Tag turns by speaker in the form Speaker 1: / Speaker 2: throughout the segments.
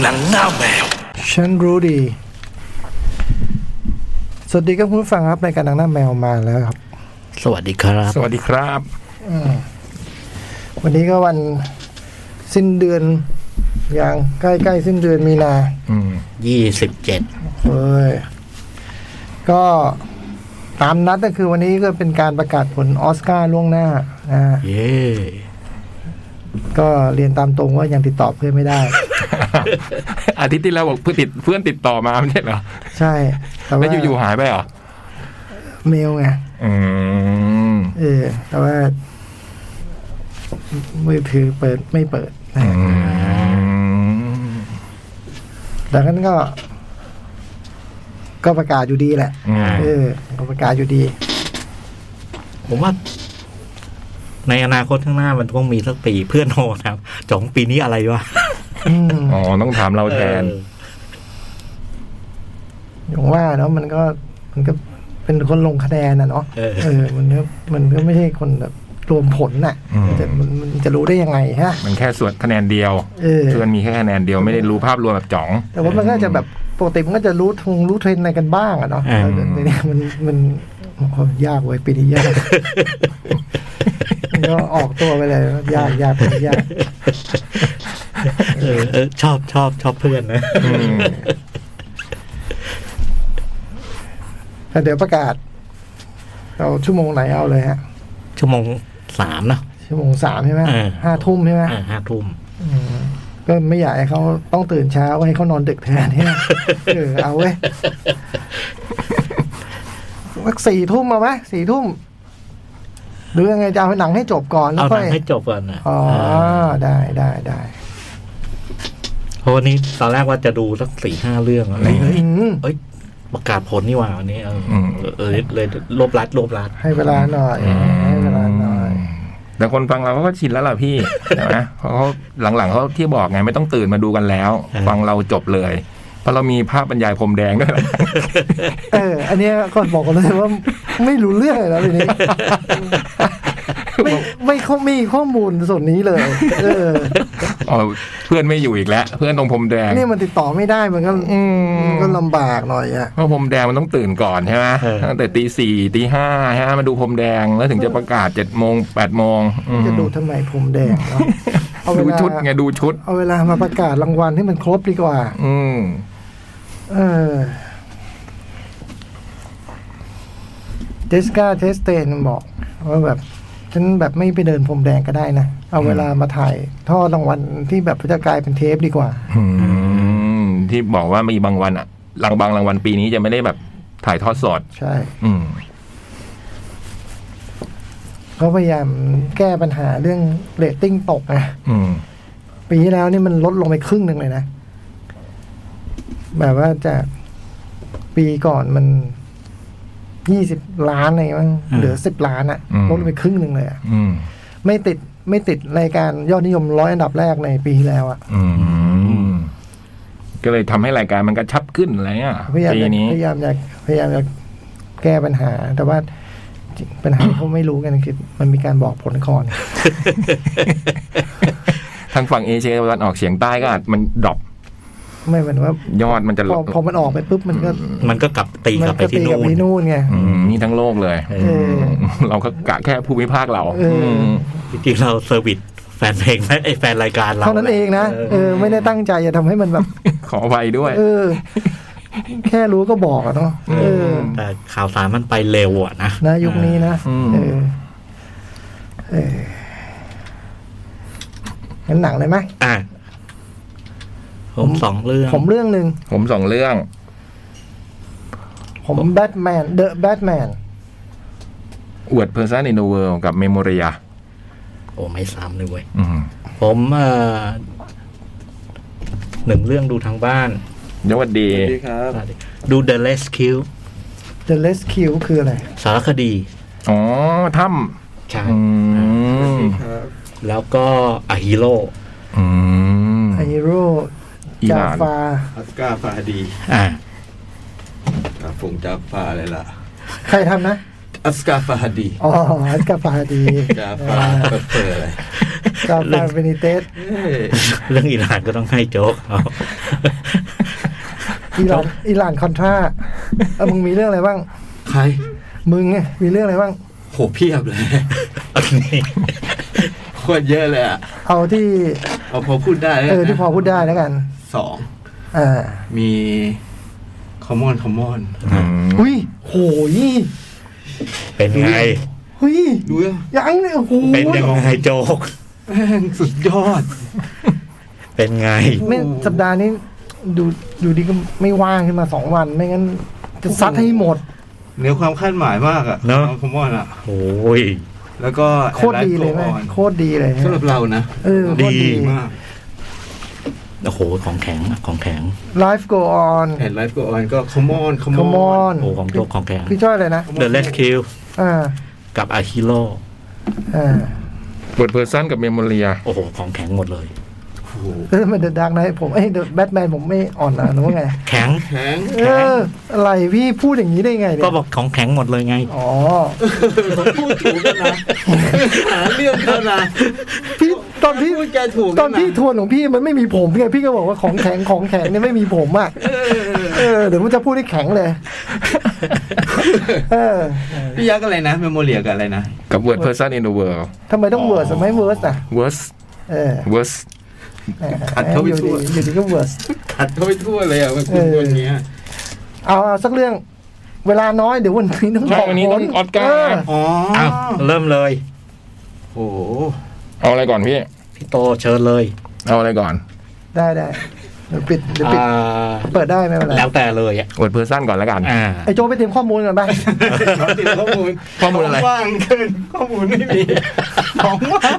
Speaker 1: หนังหน้าแมว
Speaker 2: ฉันรู้ดี สวัสดีครับคุณผู้ฟังครับในการหนังหน้าแมวมาแล้วครับ
Speaker 3: สวัสดีครับ
Speaker 4: สวัสดีครับ
Speaker 2: วันนี้ก็วันสิ้นเดือนอย่างใกล้ๆสิ้นเดือนมีนา
Speaker 4: อืม
Speaker 3: ยี่สิบเจ็ด
Speaker 2: เอ้ยก็ตามนัดก็คือวันนี้ก็เป็นการประกาศผลออสการ์ล่วงหน้านะฮะ
Speaker 3: เย่
Speaker 2: ก็เรียนตามตรงว่ายังติดต่อเพื่อนไม่ได้
Speaker 4: อาทิตย์ที่แล้วบอกเพื่อนติดเพื่อนติดต่อมาไม่ใช่เหรอ
Speaker 2: ใช่แต่
Speaker 4: แล้ว
Speaker 2: ่าว
Speaker 4: อยู่ๆหายไปเหรอ
Speaker 2: เมลไง
Speaker 4: อืม
Speaker 2: เออ แต่ว่า มือถือเปิดไม่เปิดนะฮะดังนั้นก็ ก็ประกาศอยู่ดีแหละ
Speaker 4: อืม
Speaker 2: เออก็ประกาศอยู่ดี
Speaker 3: ผมว่า ในอนาคตข้างหน้ามันต้องมีสักปีเพื่อนโทรนะครับจองปีนี้อะไรวะ
Speaker 2: อืม
Speaker 4: อ๋อต้องถามเราแทน
Speaker 3: เออ
Speaker 2: อย่างว่าเนาะมันก็มันก็เป็นคนลงคะแนนนะเนาะ
Speaker 3: เออ
Speaker 2: เออ มันก็มันก็ไม่ใช่คนแบบรวมผลน่ะ
Speaker 4: อืม
Speaker 2: มันจะมันมันจะรู้ได้ยังไงฮะ
Speaker 4: มันแค่ส่วนคะแนนเดียว
Speaker 2: เออ
Speaker 4: เพื่อนมีแค่คะแนนเดียวไม่ได้รู้ภาพรวมแบบจ๋อง
Speaker 2: แต่ว่ามันก็จะแบบปกติมันก็จะรู้ทงรู้เทรนด์อะไรกันบ้างอะเนาะ
Speaker 3: อืม
Speaker 2: แต่ในเนี้ยมันมันโอ้ยากเว้ยปีนี้ ยากมันก็ออกตัวไปเลยว่ายากยากปีนี้ยาก
Speaker 3: เออเออชอบชอบชอบเพื่อนนะ
Speaker 4: อืม
Speaker 2: แต่เดี๋ยวประกาศ เราชั่วโมงไหนเอาเลยฮะ
Speaker 3: ชั่วโมงสามเนอะ
Speaker 2: ชั่วโมงสามใช่ไหม
Speaker 3: เออ
Speaker 2: ห้าทุ่มใช่ไหม
Speaker 3: อ่าห้าทุ่ม
Speaker 2: ก็ไม่อยากให้เขาต้องตื่นเช้าให้เขานอนดึกแทนเนี่ยเออเอาเว้ยสักสี่ทุ่มมาไหมสี่ทุ่มหรือยังไงจะเอาหนังให้จบก่อนแล้ว
Speaker 3: เอาห
Speaker 2: ค่
Speaker 3: นั
Speaker 2: องย
Speaker 3: ให้จบก่อนนะ
Speaker 2: อ๋อ
Speaker 3: เออ
Speaker 2: ได้ได้ได้
Speaker 3: เพราะวันนี้ตอนแรกว่าจะดูสักสี่ห้าเรื่องอะไรเฮ้ย
Speaker 2: อืม
Speaker 3: เอ้ยประกาศผลนี่หว่าวันนี้เอออ
Speaker 4: ม
Speaker 3: เออเออเลยรวบรัดรวบรัด
Speaker 2: ให้เวลาหน่อย ให้เวลาหน่อย
Speaker 4: แต่คนฟังเราก็ชินแล้วล่ะพี่ ใช่ไหมเพราะเขาหลังๆเขาที่บอกไงไม่ต้องตื่นมาดูกันแล้ว
Speaker 3: เออ
Speaker 4: ฟังเราจบเลย เพราะเรามีภาพบรรยายพรมแดงด้วยนะ
Speaker 2: เออ อันเนี้ยก็บอกกันเลยว่า ไม่รู้เรื่องเลยนะที นี้ ไม่ไม่ข้อมีข้อมูลส่วนนี้เลย เออ
Speaker 4: เอาเพื่อนไม่อยู่อีกแล้ว เพื่อนตรงพรมแดง
Speaker 2: นี่มันติดต่อไม่ได้มันก็มันก็ลำบากหน่อยอ่ะ
Speaker 4: เพราะพรมแดงมันต้องตื่นก่อนใช่ไหม
Speaker 3: เออ
Speaker 4: ตั้งแต่ตีสี่ตีห้าฮะมาดูพรมแดงแล้วถึงจะประกาศเจ็ดโมงแปดโมงอืม
Speaker 2: จะดูทำไมผมแดง เนาะเอาเว
Speaker 4: ดู
Speaker 2: ลา
Speaker 4: ชุดไงดูชุด
Speaker 2: เอาเวลามาประกาศรางวัลให้มันครบดีกว่า
Speaker 4: อืม
Speaker 2: เออเจสกาเทสเตนบอกว่าแบบ ฉันแบบไม่ไปเดินพรมแดงก็ได้นะ เอาเวลามาถ่ายทอดรางวัลที่แบบจะกลายเป็นเทปดีกว่า
Speaker 4: อืมที่บอกว่ามีบางวันอะรางบางรางวัลปีนี้จะไม่ได้แบบถ่ายทอดสด
Speaker 2: ใช่
Speaker 4: อืม
Speaker 2: เขาพยายามแก้ปัญหาเรื่องเรตติ้งตกนะ
Speaker 4: อืม
Speaker 2: ปีที่แล้วนี่มันลดลงไปครึ่งหนึ่งเลยนะ แบบว่าจากปีก่อนมันยี่สิบล้านอะไรมั้งเหลือสิบล้านอะ
Speaker 4: อืม
Speaker 2: ลดลงไปครึ่งหนึ่งเลยอะ
Speaker 4: อืม
Speaker 2: ไม่ติดไม่ติดรายการยอดนิยมร้อยอันดับแรกในปีที่แล้วอะ
Speaker 4: อืม ก็เลยทำให้รายการมันกระชับขึ้นอะไรเงี้ย
Speaker 2: พยายาม
Speaker 4: ปี
Speaker 2: จะ
Speaker 4: นี้
Speaker 2: พยายามจะพยายามจะแก้ปัญหา แต่ว่าปัญหาที่เขาไม่รู้กันคือมันมีการบอกผลก่อน
Speaker 4: ทางฝั่งเอเชียตะวันออกเฉียงใต้ก็อาจมันดรอป
Speaker 2: ไม่เหมือนว่าย
Speaker 4: อดมันจะ
Speaker 2: พ
Speaker 4: ล
Speaker 2: อ
Speaker 4: ด
Speaker 2: พอมันออกไปปุ๊บมันก็
Speaker 3: มันก็กลับตี
Speaker 2: มั
Speaker 3: กลับไป
Speaker 2: ก็
Speaker 3: ที่
Speaker 2: กลั
Speaker 3: นู่
Speaker 2: บ
Speaker 3: น
Speaker 2: ไปนู่นไง
Speaker 4: อืมนี่ทั้งโลกเลย
Speaker 3: เอ
Speaker 2: อ
Speaker 4: เราก็กะแค่ภูมิภาคเรา
Speaker 2: เอออื
Speaker 4: ม
Speaker 3: จริงๆเราเซอร์วิสแฟนเพลงและไอแฟนรายการเรา
Speaker 2: เท่านั้นเองนะเออ ไม่ได้ตั้งใจจะทำให้มันแบบ
Speaker 4: ขอไปด้วย
Speaker 2: เออ แค่รู้ก็บอกอะเนาะเออ
Speaker 3: แต่ข่าวสารมันไปเร็วอะนะ
Speaker 2: นะยุคนี้นะ
Speaker 4: อืม
Speaker 2: เออเอองั้นหนังเลยไหม
Speaker 3: อ่ะผมสองเรื่อง
Speaker 2: ผมเรื่องหนึ่ง
Speaker 4: ผมสองเรื่อง
Speaker 2: ผมแบทแมนเดอะแบทแมน
Speaker 4: อวดเพอร์ซันอินเดเวิลกับเมม o รีย
Speaker 3: โอ้ไม่ซ้ำเลยเว้ยผมเอ่อหนึ่งเรื่องดูทางบ้าน
Speaker 4: ยวัดดี
Speaker 5: สวัสดีครับ
Speaker 3: ดู The Rescue
Speaker 2: เดอะเลสคิวคืออะไร
Speaker 3: สารคดี
Speaker 4: อ๋อถ้
Speaker 3: ใช่
Speaker 4: ำอืม
Speaker 5: ครับ
Speaker 3: แล้วก็อฮีโร่
Speaker 4: อืม
Speaker 2: ไอโร่
Speaker 4: อี
Speaker 2: จา
Speaker 4: หลาน
Speaker 2: ฟา
Speaker 5: อัสกาฟาดี
Speaker 3: อ่ะ
Speaker 5: กาฟงจาฟาอะไรล่ะ
Speaker 2: ใครทำนะ
Speaker 5: อัสกาฟาดี
Speaker 2: อ๋ออัสกาฟาดี
Speaker 5: จาฟาเปิดเผย
Speaker 2: กาฟาเบนิเตส
Speaker 5: เอ้ย
Speaker 3: เรื่องอิหร่านก็ต้องให้โจ๊กเอา
Speaker 2: อิหร่านอิหร่านคอน ทราเออมึงมีเรื่องอะไรบ้าง
Speaker 5: ใคร
Speaker 2: มึงไงมีเรื่องอะไรบ้าง
Speaker 5: โหเพียบเลย
Speaker 3: เอาทีนี้
Speaker 5: โคตรเยอะเลยอ่ะ
Speaker 2: เอาที่
Speaker 5: เอาพอพูดได้แล้ว
Speaker 2: เออ
Speaker 5: นะ
Speaker 2: ที่พอพูดได้แล้วกัน
Speaker 5: สอง
Speaker 2: อ่า
Speaker 5: มีคอมมอนคอมมอน
Speaker 4: อืม
Speaker 2: หุยโหย
Speaker 3: เป็นไง
Speaker 2: หุย
Speaker 5: ดูอ่ะ
Speaker 2: ยังเลยโอ้โห
Speaker 3: เป็นยังไงโจ๊ก
Speaker 5: แม่งสุดยอด
Speaker 3: เป็นไง
Speaker 2: ไม่สัปดาห์นี้ดูอยู่ดีก็ไม่ว่างขึ้นมาสองวัน ไม่งั้นจะซัดให้หมด
Speaker 5: เหนือความคาดหมายมากอ่ะ
Speaker 3: เนอะ
Speaker 5: คอมมอนอ่ะ
Speaker 3: โอ้ย
Speaker 5: แล้วก็
Speaker 2: โคตรดีเลยแม่
Speaker 5: แม่
Speaker 2: งโคตรดีเลย
Speaker 5: สำหรับเรานะ
Speaker 2: เออโคตร
Speaker 3: ดี
Speaker 2: ดี
Speaker 5: มาก
Speaker 3: โอ้โห ของแข็งอะของแข็ง
Speaker 2: Life go on
Speaker 5: แอนไลฟ์ก็ออนก็คอมมอนคอม
Speaker 2: come on
Speaker 3: โอ้ของโจ๊กของแข็ง
Speaker 2: พี่ช่วยเลยนะ
Speaker 3: The Red Kill
Speaker 2: อ่า
Speaker 3: กับอาฮิโล
Speaker 2: อ่า
Speaker 4: บทเพอร์ซันกับเมมโมเรีย
Speaker 3: โอ้โห ของแข็งหมดเลย
Speaker 5: โอ้โห
Speaker 2: เออมันเดอะดักไนผมเอ้ยเดอะแบทแมนผมไม่อ่อนนะหรือว่าไง
Speaker 3: แข็ง
Speaker 5: แข็ง
Speaker 2: เออ อะไรพี่พูดอย่างนี้ได้ไงเนี่ย
Speaker 3: ก็บอกของแข็งหมดเลยไง
Speaker 2: อ๋อ
Speaker 5: ผมพูดถูกแล้วนะหาเรื่องเขานะ
Speaker 2: พี่ตอนพี่
Speaker 5: พูดแกถูก
Speaker 2: ต
Speaker 5: แล้วะ
Speaker 2: อนพี่ทวนของพี่มันไม่มีผมไงพี่ก็บอกว่าของแข็งของแข็งเนี่ยไม่มีผมอ่ะ
Speaker 5: เออ
Speaker 2: เออเดี๋ยวมันจะพูดให้แข็งเลย เออ
Speaker 5: พี่ยักษ์อะไรนะเมมโมเรียกับอะไรนะ
Speaker 4: กับเวิร์ดเพอร์ซันอินเดอะเวิร์
Speaker 2: ทำไมต้องเวิร์สไม่เวิร์สอ่ะ
Speaker 4: เวิร์ส
Speaker 2: เออ
Speaker 4: เวิร์ส
Speaker 5: ขัดเข้าไป
Speaker 2: อยู่
Speaker 5: ทั่
Speaker 2: ดี
Speaker 5: ว
Speaker 2: อยู่ดีก็เวิร์ส
Speaker 5: ขัดเข้าไปทั่วเลยอ่ะมันคุณ
Speaker 2: เออ
Speaker 5: คนเนี้ย
Speaker 2: เอาเอาสักเรื่อง เวลาน้อยเดี๋ยววันนี้ต้อง
Speaker 4: ช่
Speaker 2: บ
Speaker 4: อง
Speaker 2: ก
Speaker 4: อันนี้น้องออสกา
Speaker 2: เออ
Speaker 4: ร์
Speaker 5: อ๋อ
Speaker 3: อ้าว เริ่มเลย
Speaker 5: โอ้โห
Speaker 4: เอาอะไรก่อนพี่
Speaker 3: พี่โตเชิญเลย
Speaker 4: เอาอะไรก่อน
Speaker 2: ได้ได้เดี๋ยวปิดเดี๋ยวปิด
Speaker 3: อ่า
Speaker 2: เปิดได้ไหมเวลา
Speaker 3: แล้วแต่เลยอ่ะ
Speaker 4: เวิร์ดเพอร์ซันก่อนแล้ว กัน
Speaker 3: อ่า
Speaker 2: ไอโจไปเตรียมข้อมูลก่อนไป
Speaker 5: ติดข้อมูล
Speaker 4: ข้อมูลอะไร
Speaker 5: ว่างเกินข้อมูลไม่มีของว่าง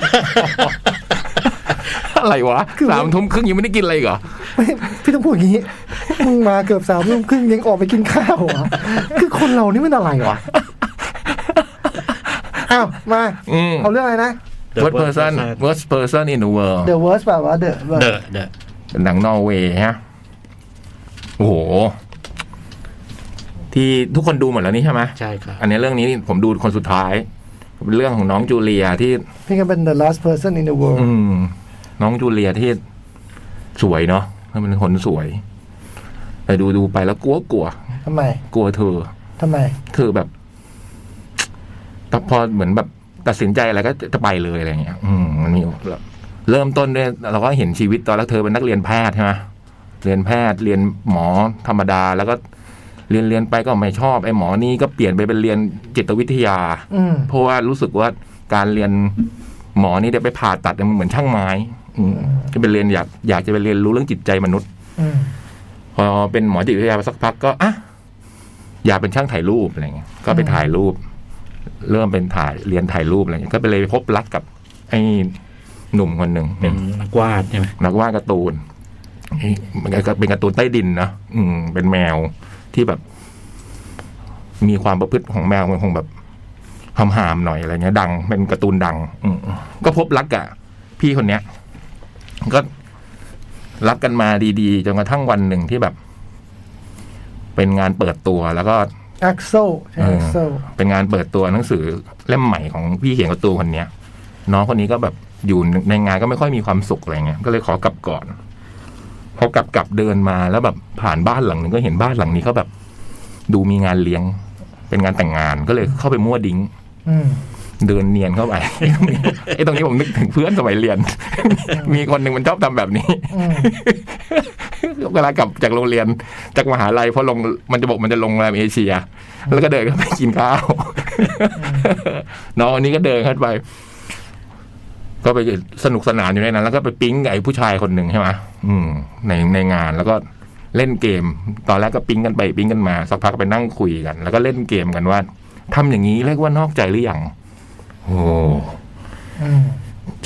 Speaker 4: อะไรวะสามทุ่มครึ่งยังไม่ได้กินอะไรอีกเหรอ
Speaker 2: ไม่พี่ต้องพูดอย่างนี้ มึงมาเกือบสามทุ่มครึ่งยังออกไปกินข้าวเหรอคือคนเรานี่มันอะไรวะ อ้าว มา
Speaker 4: อืม
Speaker 2: เอาเรื่องอะไรนะ
Speaker 3: The
Speaker 4: เวิร์ดเพอร์ซัน
Speaker 3: Worst
Speaker 4: เวิร์ดเพอร์ซันอินเดอะเวิร์
Speaker 2: The worst แบบว่า The
Speaker 3: เด
Speaker 2: worst
Speaker 3: อะเดอะ
Speaker 4: เป็นหนังนอร์เวย์ฮะ โอ้โห ที่ทุกคนดูหมดแล้วนี่ใช่ไหม
Speaker 3: ใช่ครับ
Speaker 4: อันนี้เรื่องนี้ผมดูคนสุดท้ายเป็นเรื่องของน้องจูเลียที่
Speaker 2: พี่ก็เป็น The last person in the world
Speaker 4: อืม น้องจูเลียที่สวยเนาะแล้วมันคนสวย แต่ดูดูไปแล้วกลัวกลัว
Speaker 2: ทำไม
Speaker 4: กลัวเธอ
Speaker 2: ทำไม
Speaker 4: เธอแบบ แต่พอเหมือนแบบตัดสินใจอะไรก็จะไปเลยอะไรอย่างเงี้ย อืมมันมีแบบเริ่มต้นด้วยเราก็เห็นชีวิตตอนแล้วเธอเป็นนักเรียนแพทย์ใช่ไหมเรียนแพทย์เรียนหมอธรรมดา แล้วก็เรียนเรียนไปก็ไม่ชอบไอ้หมอนี่ก็เปลี่ยนไปเป็นเรียนจิตวิทยา
Speaker 2: อืม
Speaker 4: เพราะว่ารู้สึกว่าการเรียนหมอนี่ได้ไปผ่าตัดเนี่ยมันเหมือนช่างไม้ อืมจะไปเรียนอยากอยากจะไปเรียนรู้เรื่องจิตใจมนุษย์
Speaker 2: อืม
Speaker 4: พอเป็นหมอจิตวิทยาไปสักพักก็อ่ะอยากเป็นช่างถ่ายรูปอะไรเงี้ยก็ไป
Speaker 2: อืม
Speaker 4: ถ่ายรูป เริ่มเป็นถ่ายเรียนถ่ายรูปอะไรเงี้ยก็ไปเลยพบรักกับ ไอ้หนุ่มคนหนึ่ง
Speaker 3: เป็นนักวาดใช่ไหม
Speaker 4: นักวาดการ์ตูนนี่มันก็เป็นการ์ตูนใต้ดินนะอืม เป็นแมวที่แบบ มีความประพฤติของแมวมันคงแบบหำหามๆหน่อยอะไรเงี้ย ดัง เป็นการ์ตูนดัง อืมก็พบรักกับพี่คนเนี้ย ก็รักกันมาดีๆจนกระทั่งวันหนึ่งที่แบบ เป็นงานเปิดตัวแล้วก็
Speaker 2: Axel ใช่
Speaker 4: เออ
Speaker 2: Axel
Speaker 4: เป็นงานเปิดตัวหนังสือเล่มใหม่ของพี่เขียนการ์ตูนคนเนี้ยน้องคนนี้ก็แบบอยู่ในงานก็ไม่ค่อยมีความสุขอะไรเงี้ยก็เลยขอกลับก่อนพอกลับกลับเดินมาแล้วแบบผ่านบ้านหลังหนึ่งก็เห็นบ้านหลังนี้เขาแบบ ดูมีงานเลี้ยง เป็นงานแต่งงานก็เลยเข้าไปมั่วดิ้ง
Speaker 2: อืม
Speaker 4: เดินเนียนเข้าไป ไอ้ตรงนี้ผมนึกถึงเพื่อนสมัยเรียน มีคนหนึ่งมันชอบทำแบบนี้
Speaker 2: อืม
Speaker 4: เวลากลับจากโรงเรียนจากมหาลัยพอลงมันจะบอกมันจะลงโรงแรมเอเชีย แล้วก็เดินเข้าไปกินข้าว น้องอันนี้ก็เดินเข้าไป ก็ไปสนุกสนานอยู่ในนั้น แล้วก็ไปปิ๊งกับไอ้ผู้ชายคนหนึ่งใช่ไหมอืม ในในงานแล้วก็เล่นเกม ตอนแรกก็ปิ๊งกันไปปิ๊งกันมา สักพักก็ไปนั่งคุยกัน แล้วก็เล่นเกมกันว่าทำอย่างนี้เรียกว่านอกใจหรือยังโอ้
Speaker 2: อืม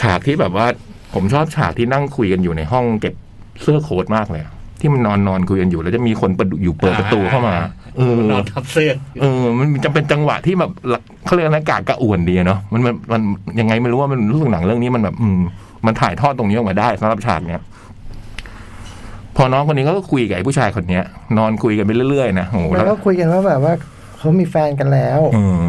Speaker 4: ฉากที่แบบว่าผมชอบฉากที่นั่งคุยกันอยู่ในห้องเก็บเสื้อโค้ทมากเลยอะที่มันนอนนอนคุยกันอยู่ แล้วจะมีคนประตูอยู่เปิดประตูเข้ามาเออน
Speaker 3: อนทับเสื้อ
Speaker 4: เออ มันจะเป็นจังหวะที่แบบเขาเรียกอะไรนะกากกระอ่วนดีอะเนาะมันมันมันยังไงไม่รู้ว่ามันรู้สึกหนังเรื่องนี้มันแบบ อืมมันถ่ายทอดตรงนี้ออกมาได้สำหรับฉากเนี้ยพอน้องคนนี้ก็คุยกับไอ้ผู้ชายคนเนี้ย นอนคุยกันไปเรื่อยๆนะโอ้ โห
Speaker 2: แล้
Speaker 4: แล้วว
Speaker 2: ก็คุยกันว่าแบบว่าเขามีแฟนกันแล้ว
Speaker 4: เออ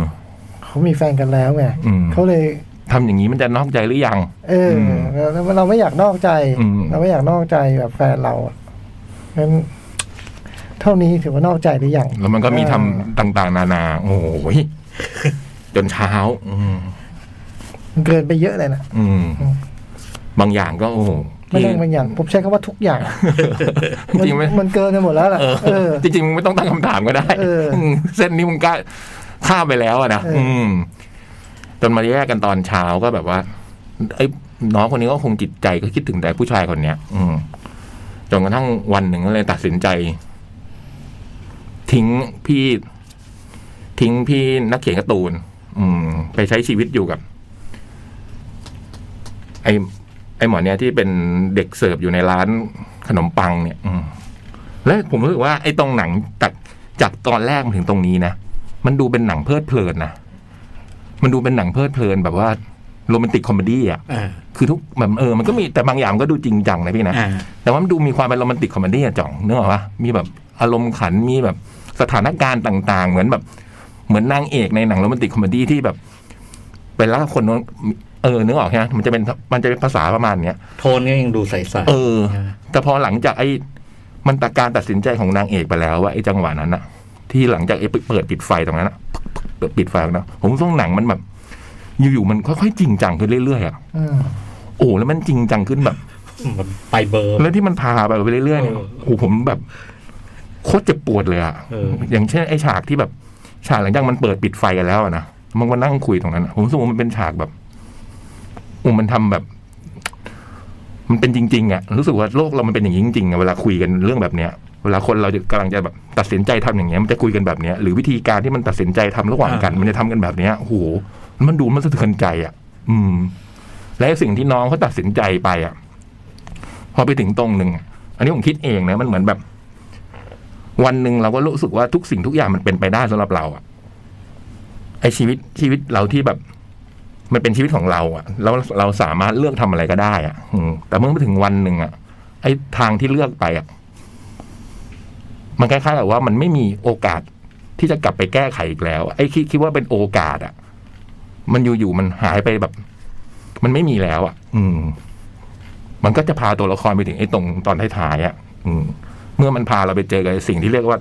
Speaker 2: เขามีแฟนกันแล้วไง
Speaker 4: อืม
Speaker 2: เขาเลย
Speaker 4: ทำอย่างนี้มันจะนอกใจหรือยัง
Speaker 2: เออ
Speaker 4: ม
Speaker 2: เราเราไม่อยากนอกใจ
Speaker 4: อืม
Speaker 2: เราไม่อยากนอกใจแบบแฟนเรางั้นเท่านี้ถือว่านอกใจหรือยัง
Speaker 4: แล้วมันก็มีทำ
Speaker 2: เออ
Speaker 4: ต่างๆ นานา โอ้โหยจนเช้า อืม
Speaker 2: มันเกินไปเยอะเลยนะ
Speaker 4: อืมบางอย่างก็โอ้โห
Speaker 2: ไม่ต้องบางอย่างผมใช้คำว่าทุกอย่าง
Speaker 4: จริงๆ
Speaker 2: มั
Speaker 4: ไม่
Speaker 2: นมันเกินไปหมดแล้วล่ะเออ
Speaker 4: จริงๆมึงไม่ต้องตั้งคำถามก็ได้
Speaker 2: เอออื
Speaker 4: มเส้นนี้มึงก็ข้ามไปแล้วอะนะ
Speaker 2: เอออื
Speaker 4: มจนมาแยกกันตอนเช้าก็แบบว่าไอ้น้องคนนี้ก็คงจิตใจก็คิดถึงแต่ผู้ชายคนเนี้ย อืมจนกระทั่งวันหนึ่งก็เลยตัดสินใจ ทิ้งพี่ ทิ้งพี่นักเขียนการ์ตูน อืม ไปใช้ชีวิตอยู่กับ ไอไอหมอเนี่ยที่เป็นเด็กเสิร์ฟอยู่ในร้านขนมปังเนี่ย อืมแล้วผมรู้สึกว่าไอตรงหนังจากจากตอนแรกมาถึงตรงนี้นะมันดูเป็นหนังเพลิดเพลินนะมันดูเป็นหนังเพลิดเพลินแบบว่าโรแมนติกคอมเมดี้อ่ะ
Speaker 3: อ่า
Speaker 4: คือทุกแบบเออมันก็มีแต่บางอย่างมันก็ดูจริงจังนะพี่นะ
Speaker 3: อ่า
Speaker 4: แต่ว่ามันดูมีความเป็นโรแมนติกคอมเมดี้อะจ่องนึกออกปะมีแบบอารมณ์ขันมีแบบสถานการณ์ต่าง ๆ เหมือนแบบ เหมือนนางเอกในหนังโรแมนติกคอมเมดี้ที่แบบเวลาคนนู้นเออนึกออกใช่ไหมมันจะเป็นมันจะเป็นภาษาประมาณเนี้ย
Speaker 3: โทนก็ยังดูใส
Speaker 4: เออ
Speaker 3: ใช่ไหม
Speaker 4: แต่พอหลังจากไอ้มันตัดการตัดสินใจของนางเอกไปแล้วว่าไอ้จังหวะนั้นอะที่หลังจากไอ้เปิดปิดไฟตรงนั้นอะเปิดปิดไฟตรงนั้นผมส่งหนังมันแบบ อยู่ๆมันค่อยๆจริงจังขึ้นเรื่อยๆอะ
Speaker 2: อืม
Speaker 4: โอ้แล้วมันจริงจังขึ้นแบบ
Speaker 3: ๆมันไปเบอร์
Speaker 4: แล้วที่มันพาไปแบบไปเรื่อยๆเนี่ย
Speaker 3: เออ
Speaker 4: โอ้โหผมแบบโคตรเจ็บปวดเลยอะ
Speaker 3: เออ
Speaker 4: อย่างเช่นไอ้ฉากที่แบบ ฉากหลังจากมันเปิดปิดไฟกันแล้วอะนะมันก็นั่งคุยตรงนั้นอะผมรู้สึกว่ามันเป็นฉากแบบโอ้มันทำแบบ มันเป็นจริง ๆอะรู้สึกว่าโลกเรามันเป็นอย่างนี้จริงๆอะเวลาคุยกันเรื่องแบบเนี้ย เวลาคนเราจะกำลังจะแบบตัดสินใจทำอย่างเงี้ยมันจะคุยกันแบบเนี้ยหรือวิธีการที่มันตัดสินใจทำระหว่างกัน มันจะทำกันแบบเนี้ยโอ้โหมันดูมันสะเทือนใจอะอืม และสิ่งที่น้องเขาตัดสินใจไปอ่ะ พอไปถึงตรงหนึ่งอะอันนี้ผมคิดเองนะมันเหมือนแบบ วันหนึ่งเราก็รู้สึกว่าทุกสิ่งทุกอย่างมันเป็นไปได้สำหรับเราอ่ะไอชีวิตชีวิตเราที่แบบ มันเป็นชีวิตของเราอ่ะแล้วเราสามารถเลือกทำอะไรก็ได้อ่ะ อืมแต่เมื่อไปถึงวันหนึ่งอ่ะ ไอทางที่เลือกไปอ่ะ มันคล้ายๆกับว่ามันไม่มีโอกาสที่จะกลับไปแก้ไขอีกแล้ว ไอ้คิดคิดว่าเป็นโอกาสอ่ะ มันอยู่ๆมันหายไปแบบ มันไม่มีแล้ว อ่ะ อืม มันก็จะพาตัวละครไปถึงไอ้ตรงตอนท้ายๆอ่ะ อืม เมื่อมันพาเราไปเจอกับไอ้สิ่งที่เรียกว่า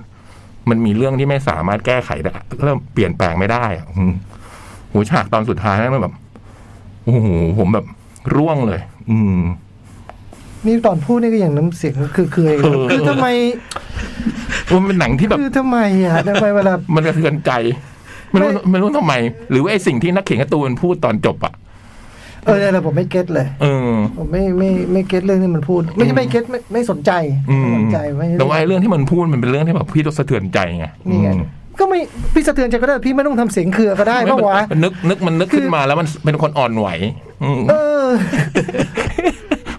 Speaker 4: มันมีเรื่องที่ไม่สามารถแก้ไขได้เริ่มเปลี่ยนแปลงไม่ได้อ่ะอืมโหูฉากตอนสุดท้ายนั่นมันแบบ โอ้โห ผมแบบ ร่วงเลย อืม
Speaker 2: นี่ตอนพูดนี่ก็อย่างน้ำเสียงคือคือ
Speaker 4: เออ
Speaker 2: คือทำไม
Speaker 4: มันเป็นหนังที่แบบ
Speaker 2: คือทำไมอ่ะทำไมเวลา
Speaker 4: มันกระเทือนใจไม่รู้
Speaker 2: ไม่
Speaker 4: ไม่รู้ทำไม หรือว่าไอ้สิ่งที่นักเขียนการ์ตูนพูดตอนจบอ่ะ
Speaker 2: เออเนี่ยแหละผมไม่เก็ตเลย
Speaker 4: เออ
Speaker 2: ผมไม่ไม่ไม่เก็ตเรื่องที่มันพูด ไม่ใช่ไม่เก็ตไม่ไม่สนใจ
Speaker 4: อืม
Speaker 2: ไม่สนใจไม่
Speaker 4: แต่ว่าไอ้เรื่องที่มันพูดมันเป็นเรื่องที่แบบพี่ต้องสะเทือนใจไง
Speaker 2: นี่ไง
Speaker 4: อืม
Speaker 2: ก็ไม่พี่สะเทือนใจก็ได้พี่ไม่ต้องทำเสียงเครือก็ได้เพราะว่า
Speaker 4: มันนึกนึกมันนึก
Speaker 2: คือ
Speaker 4: ขึ้นมาแล้วมันเป็นคนอ่อนไหวอืม
Speaker 2: เออ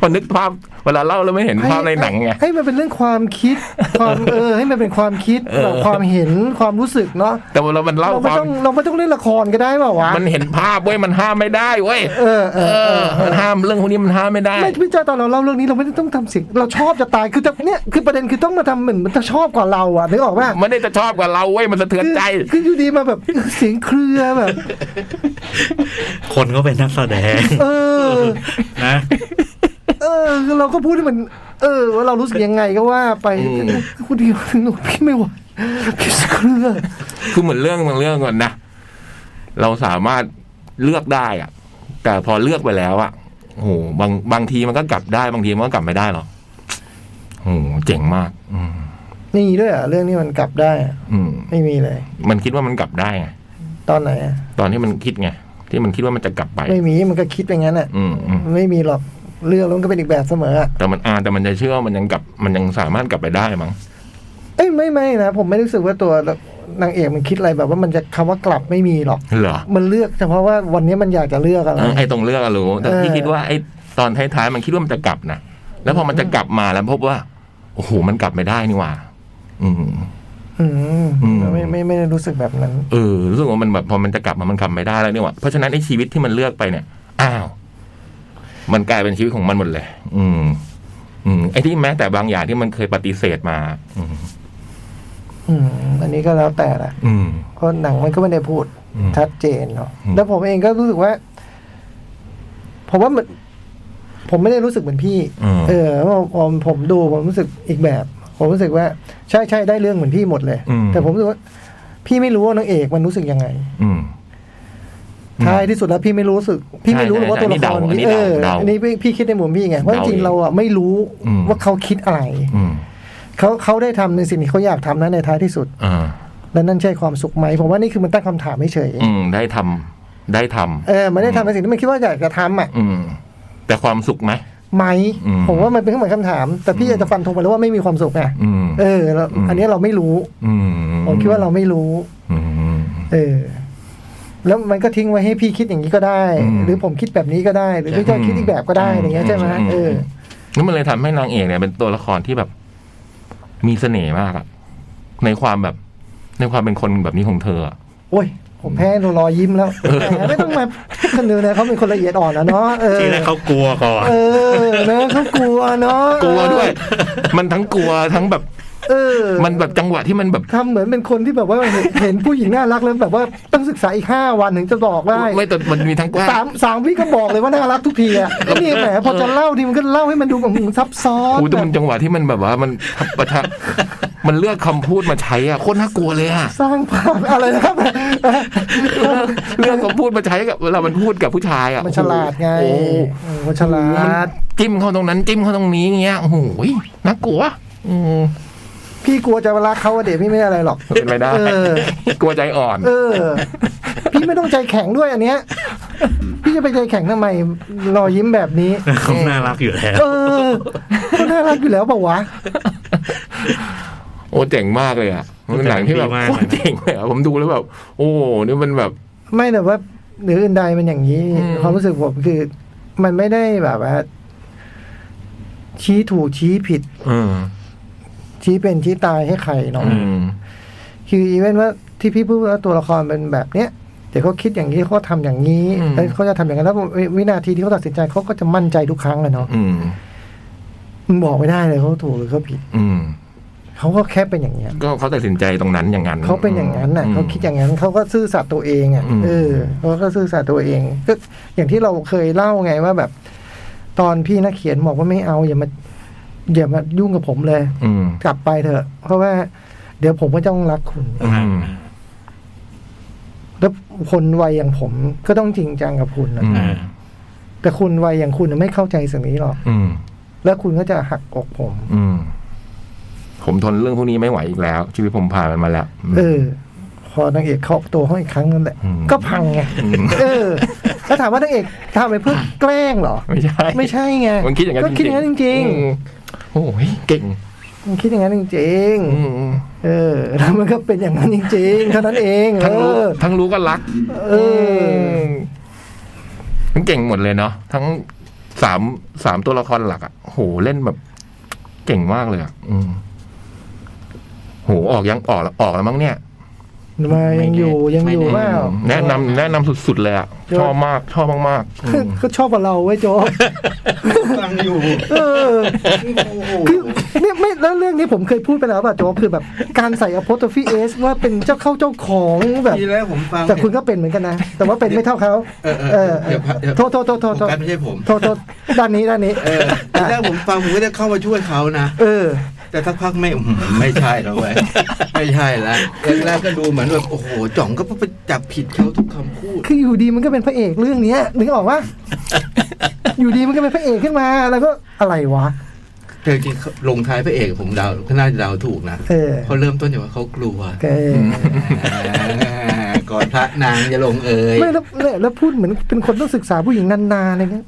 Speaker 4: มันนึกภาพเวลาเล่าแล้วไม่เห็นภาพในหนังไง
Speaker 2: ให้มันเป็นเรื่องความ คิด ความเออ ให้มันเป็นความคิดแบบความเห็นความรู้สึกเนาะ
Speaker 4: แต่เวลามันเล่า
Speaker 2: เรา
Speaker 4: ค
Speaker 2: ไม่
Speaker 4: วาม
Speaker 2: ต้องเราไม่ต้องเล่นละครก็ได้เปล่าวะ
Speaker 4: มันเห็นภาพเว้ยมันห้ามไม่ได้เว้ย
Speaker 2: เออเอ
Speaker 4: เอ
Speaker 2: อเอ
Speaker 4: อ
Speaker 2: อ
Speaker 4: มันห้ามเรื่องพวกนี้มันห้ามไม่ได้
Speaker 2: ไม่พี่จ้าตอนเราเล่าเรื่องนี้เราไม่ได้ต้องทำเสียงเราชอบจะตายคือแต่เนี่ยคือประเด็นคือต้องมาทำเหมือนมันจะชอบกว่าเราอ่ะนึกออกป่ะ
Speaker 4: มันได้จะชอบกับเราเว้ยมันสะเทือนใจ
Speaker 2: คือคืออยู่ดีมาแบบ เสียงเครือแบบ
Speaker 3: คนก็เป็นนักแสดง
Speaker 2: เออ
Speaker 3: นะ
Speaker 2: เออคือเราก็พูดให้มัน เออ ว่าเรารู้สึกยังไงก็ว่าไป
Speaker 4: อืม
Speaker 2: คุณดีหนูพี่ไม่ไหวพี่เครือ
Speaker 4: คือเหมือนเรื่องบางเรื่องก่อนนะเราสามารถเลือกได้อะแต่พอเลือกไปแล้วอะโอ้โหบางบางทีมันก็กลับได้บางทีมันก็กลับไม่ได้หรอกโอ้โหเจ๋งมาก อืม
Speaker 2: นี่ด้วยเหรอ่ะเรื่องนี้มันกลับได้อะ
Speaker 4: อืม
Speaker 2: ไม่มีเลย
Speaker 4: มันคิดว่ามันกลับได้ไง
Speaker 2: ตอนไหนอะ
Speaker 4: ตอนที่มันคิดไง ที่มันคิดว่ามันจะกลับไป
Speaker 2: ไม่มีมันก็คิดไปงั้นอ่ะ
Speaker 4: อืมอืม
Speaker 2: ไม่มีหรอกเรื่องแล้วมันก็เป็นอีกแบบเสมออะ
Speaker 4: แต่มันอ่าแต่มันจะเชื่อว่ามันยังกลับ มันยังสามารถกลับไปได้มั้ง
Speaker 2: เอ้ยไม่ไม่นะผมไม่รู้สึกว่าตัวนางเอกมันคิดอะไรแบบว่ามันจะคำว่ากลับไม่มีหรอก
Speaker 4: เหรอ
Speaker 2: มันเลือกเฉพาะว่าวันนี้มันอยากจะเลือกอะไร
Speaker 4: เออไอ้ตรงเลือกอะรู้แต่
Speaker 2: เออ
Speaker 4: พี่คิดว่าไอ้ตอนท้ายๆมันคิดว่ามันจะกลับนะแล้วพอมันจะกลับมาแล้วพบว่าโอ้โหมันกลับไม่ได้นี่หว่า อืม
Speaker 2: อืม
Speaker 4: อืม
Speaker 2: ไม่ไม่ไม่ได้รู้สึกแบบนั้น
Speaker 4: เออรู้สึกว่ามันแบบพอมันจะกลับมามันกลับไม่ได้แล้วนี่หว่าเพราะฉะนั้นไอ้ชีวิตที่มันเลือกไปเนี่ย อ้าว มันกลายเป็นชีวิตของมันหมดเลย อืม อืมไอ้ที่แม้แต่บางอย่างที่มันเคยปฏิเสธมา อืม
Speaker 2: อืมอันนี้ก็แล้วแต่ละ
Speaker 4: อืม
Speaker 2: เพราะหนังมันก็ไม่ได้พูด
Speaker 4: อืม
Speaker 2: ชัดเจนเนาะ
Speaker 4: อืม
Speaker 2: แล้วผมเองก็รู้สึกว่า ผมว่ามันผมไม่ได้รู้สึกเหมือนพี่
Speaker 4: อืม
Speaker 2: เออผมผมดูผมรู้สึกอีกแบบ ผมรู้สึกว่า ใช่ใช่ได้เรื่องเหมือนพี่หมดเลย
Speaker 4: อืม
Speaker 2: แต่ผมรู้สึกว่า พี่ไม่รู้ว่านางเอกมันรู้สึกยังไง
Speaker 4: อืม
Speaker 2: ท้ายที่สุดแล้วพี่ไม่รู้สึก พี่ไม่รู้หรอกว่าตัวละ
Speaker 4: ใช่
Speaker 2: คร
Speaker 4: ใช่อันนี้
Speaker 2: เอ
Speaker 4: เดา
Speaker 2: อ
Speaker 4: เดา
Speaker 2: อันนี้พี่พี่คิดในมุมพี่ไงว่าจ
Speaker 4: เดา
Speaker 2: ริงๆเราอ่ะไม่รู้
Speaker 4: อืม
Speaker 2: ว่าเขาคิดอะไร
Speaker 4: อืม
Speaker 2: เขาเขาได้ทำในสิ่งที่เขาอยากทำนั้นในท้ายที่สุด
Speaker 4: อ่า
Speaker 2: แล้วนั่นใช่ความสุขไหมผมว่านี่คือมันตั้งคำถามเฉย
Speaker 4: อืมได้ทำได้ทำ
Speaker 2: ๆเออมันได้ทำในสิ่งที่มันคิดว่าอยากจะทำอ่ะ
Speaker 4: อืม แต่ความสุขไหม
Speaker 2: ไหม
Speaker 4: อืม
Speaker 2: ผมว่ามันเป็นเหมือนคำถาม แต่พี่อยากจะฟันธงไปแล้วว่าไม่มีความสุขอ่ะ
Speaker 4: อืม
Speaker 2: เออแล้ว
Speaker 4: อืม
Speaker 2: อันนี้เราไม่รู้
Speaker 4: อืม
Speaker 2: ผมคิดว่าเราไม่รู้
Speaker 4: อืม
Speaker 2: เออ แล้วมันก็ทิ้งไว้ให้พี่คิดอย่างนี้ก็ได้
Speaker 4: อืม
Speaker 2: หรือผมคิดแบบนี้ก็ได้ หรือพี่
Speaker 4: ใช่
Speaker 2: ก็คิดอีกแบบก็ได้
Speaker 4: อืม
Speaker 2: อย่างเงี้ยใช่ไหม
Speaker 4: อืม
Speaker 2: เออ
Speaker 4: นั่นมันเลยทำให้นางเอกเนี่ยเป็นตัวละครที่แบบ มีเสน่ห์มากอะในความแบบ ในความเป็นคนแบบนี้ของเธออะ
Speaker 2: โอ้ย ผมแพ้รอยิ้มแล้วแหมไม่ต้องมา คนนึงนะเขาเป็นคนละเอียดอ่อนนะเนาะเออ
Speaker 3: ทีแรกเขากลัวก่อน
Speaker 2: เออเนอะเขากลัวเนาะ
Speaker 4: กลัว ด้วย มันทั้งกลัวทั้งแบบ
Speaker 2: เออ
Speaker 4: มันแบบจังหวะที่มันแบบ
Speaker 2: ทำเหมือนเป็นคนที่แบบว่า เห็น เห็นผู้หญิงน่ารักแล้วแบบว่าต้องศึกษาอีกห้าวันถึงจะบอกได้
Speaker 4: ไม่แต่มันมีทั้งกล้า
Speaker 2: สามสามวิก็บอกเลยว่าน่ารักทุกทีอ่ะก็นี่แหมพอจะเล่าทีมันก็เล่าให้มันดูแบบหืมซับซ้อน
Speaker 4: อู้แต่มัน
Speaker 2: แบบ
Speaker 4: จังหวะที่มันแบบว่ามันประทะมันเลือกคำพูดมาใช้อ่ะโคตรน่ากลัวเลย อ่ะ
Speaker 2: สร้างภาพอะไรนะครับ
Speaker 4: เลือกคำพูดมาใช้กับเวลามันพูดกับผู้ชายอ่ะ
Speaker 2: มันฉลาดไง
Speaker 4: โอ้โห
Speaker 2: เออมันฉลาด
Speaker 4: จิ้มเข้าตรงนั้นจิ้มเข้าตรงนี้อย่างเงี้ยโอ้โหน่ากลัวอืม
Speaker 2: พี่กลัวจะเวลาเขาอะเด็กพี่ไม่ได้อะไรหรอก
Speaker 4: เป็นไปได้
Speaker 2: เออ
Speaker 4: กลัวใจอ่อน
Speaker 2: เออ พี่ไม่ต้องใจแข็งด้วยอันเนี้ย พี่จะไปใจแข็งทำไมรอยยิ้มแบบนี้
Speaker 3: เขาน่ารักอยู่แล้ว
Speaker 2: เออก็น่ารักอยู่แล้วเปล่าวะ
Speaker 4: โอ้เจ๋งมากเลยอ่ะมันเป็นหนังที่แบบ
Speaker 3: เจ๋งมาก
Speaker 4: โคตรเจ๋งเลยอ่ะผมดูแล้วแบบโอ้โหนี่มันแบบ
Speaker 2: ไม่แต่ว่าหรืออื่นใดมันอย่างนี้
Speaker 4: อืม
Speaker 2: ความรู้สึกผมคือ มันไม่ได้แบบว่า ชี้ถูกชี้ผิด
Speaker 4: อืม
Speaker 2: ชี้เป็นชี้ตายให้ใครเนาะ
Speaker 4: อืม
Speaker 2: คืออีเวนว่าที่พี่พูดว่าตัวละครเป็นแบบเนี้ยเดี๋ยวเขาคิดอย่างนี้เขาทำอย่างนี้แล้วเขาจะทำอย่างนั้นแล้ววิวินาทีที่เขาตัดสินใจเขาก็จะมั่นใจทุกครั้งเลยเนาะ
Speaker 4: อืม
Speaker 2: มันบอกไม่ได้เลยเขาถูกหรือเขาผิด
Speaker 4: อืม
Speaker 2: เขาก็แค่เป็นอย่างเนี้ย
Speaker 4: ก็เขาตัดสินใจตรงนั้นอย่างนั้น
Speaker 2: เขาเป็นอย่างนั้นน่ะ
Speaker 4: ม
Speaker 2: เขาคิดอย่างนั้นเขาก็ซื่อสัตย์ตัวเองอ่ะ
Speaker 4: อืม
Speaker 2: เออเขาก็ซื่อสัตย์ตัวเองก็อย่างที่เราเคยเล่าไงว่าแบบ ตอนพี่นักเขียนบอกว่าไม่เอาอย่ามาอย่ามายุ่งกับผมเลย
Speaker 4: อืม
Speaker 2: กลับไปเถอะ เพราะว่า เดี๋ยวผมก็ต้องรักคุณ
Speaker 4: อืม
Speaker 2: แล้วคนวัยอย่างผม ก็ต้องจริงจังกับคุณนะ
Speaker 4: อืม
Speaker 3: อ่า
Speaker 2: แต่คุณวัยอย่างคุณน่ะไม่เข้าใจสิ่งนี้หรอก
Speaker 4: อืม
Speaker 2: แล้วคุณก็จะหักอกผม
Speaker 4: อืมผมทนเรื่องพวกนี้ไม่ไหวอีกแล้ว ชีวิตผมผ่านมันมาแล้ว
Speaker 2: เออ พอนางเอกเคาะประตัวห้องอีกครั้งนั่นแหละ
Speaker 4: อืม
Speaker 2: ก็พังไงเออ แล้วถามว่านางเอกทำไปเพื่อแกล้งเหรอ
Speaker 4: ไม่ใช่
Speaker 2: ไม่ใช่ไง
Speaker 4: มันคิดอย่างนั้น
Speaker 2: ก็คิดอย่างนั้นจริง
Speaker 4: อืมโอ้ยเก่ง
Speaker 2: ๆมันคิดอย่างนั้นจริง
Speaker 4: อืมอืม
Speaker 2: ๆเออ แล้วมันก็เป็นอย่างนั้นจริงๆเท่านั้นเองเอ
Speaker 4: ทั้งรู้
Speaker 2: อ
Speaker 4: ทั้งรู้ก็รัก
Speaker 2: เออ
Speaker 4: มมันเก่งหมดเลยเนาะทั้งสามสามตัวละครหลักอ่ะโหเล่นแบบ เก่งมากเลยอ่ะอืมโหออกยังออกแล้วออกแล้วมั้งเนี่ย
Speaker 2: มายังอยู่ยังอยู่ว่า
Speaker 4: แนะนำแนะนำสุด ๆ เลยอ่ะ
Speaker 2: ย
Speaker 4: ชอ
Speaker 2: อด
Speaker 4: บมาก ชอบม ากๆอืม
Speaker 2: ก็ชอบกว่าเราเว้ยโจก
Speaker 5: ฟังอยู่
Speaker 2: เออ
Speaker 5: โอ้โห
Speaker 2: คือเนี่ยไม่แล้วเรื่องนี้ผมเคยพูดไปแล้วป่ะโจกคือแบบการใส่ apostrophe s ว่าเป็นเจ้าเข้าเจ้าของแบบ
Speaker 5: ทีแรกผมฟัง
Speaker 2: แต่คุณก็เป็นเหมือนกันนะ แต่ว่าเป็นไม่เท่าเขา
Speaker 5: เออเออ
Speaker 2: เออ
Speaker 5: เดี๋ยวเดี๋ยว
Speaker 2: โทษโทษโทษโทษโทษ
Speaker 5: โฟกัสไม่ใช่ผม
Speaker 2: โทษโทษด้านนี้ด้านนี้
Speaker 5: เออทีแรกผมฟังผมก็จะเข้ามาช่วยเขานะ
Speaker 2: เออ
Speaker 5: แต่สักพักไม่อื้อหือไม่ใช่แล้วเว้ยไม่ใช่แล้วแรกๆก็ดูเหมือนแบบโอ้โหจ่องก็ไปจับผิดเขาทุกคำพูด
Speaker 2: คืออยู่ดีมันก็เป็นพระเอกเรื่องเนี้ยนึกออกว่า อยู่ดีมันก็เป็นพระเอกขึ้นมา แล้วก็อะไรวะ
Speaker 5: แต่จริงๆลงท้ายพระเอกผมเดาก็น่าจะเดาถูกนะ
Speaker 2: เออ
Speaker 5: เขาเริ่มต้นอย่างว่าเขากลัว
Speaker 2: เออ
Speaker 5: อ่าก่อนพระนางจะลงเอ่ย
Speaker 2: ไม่แล้วแล้วแล้วพูดเหมือนเป็นคนต้องศึกษาผู้หญิงนานๆอะไรเงี้ย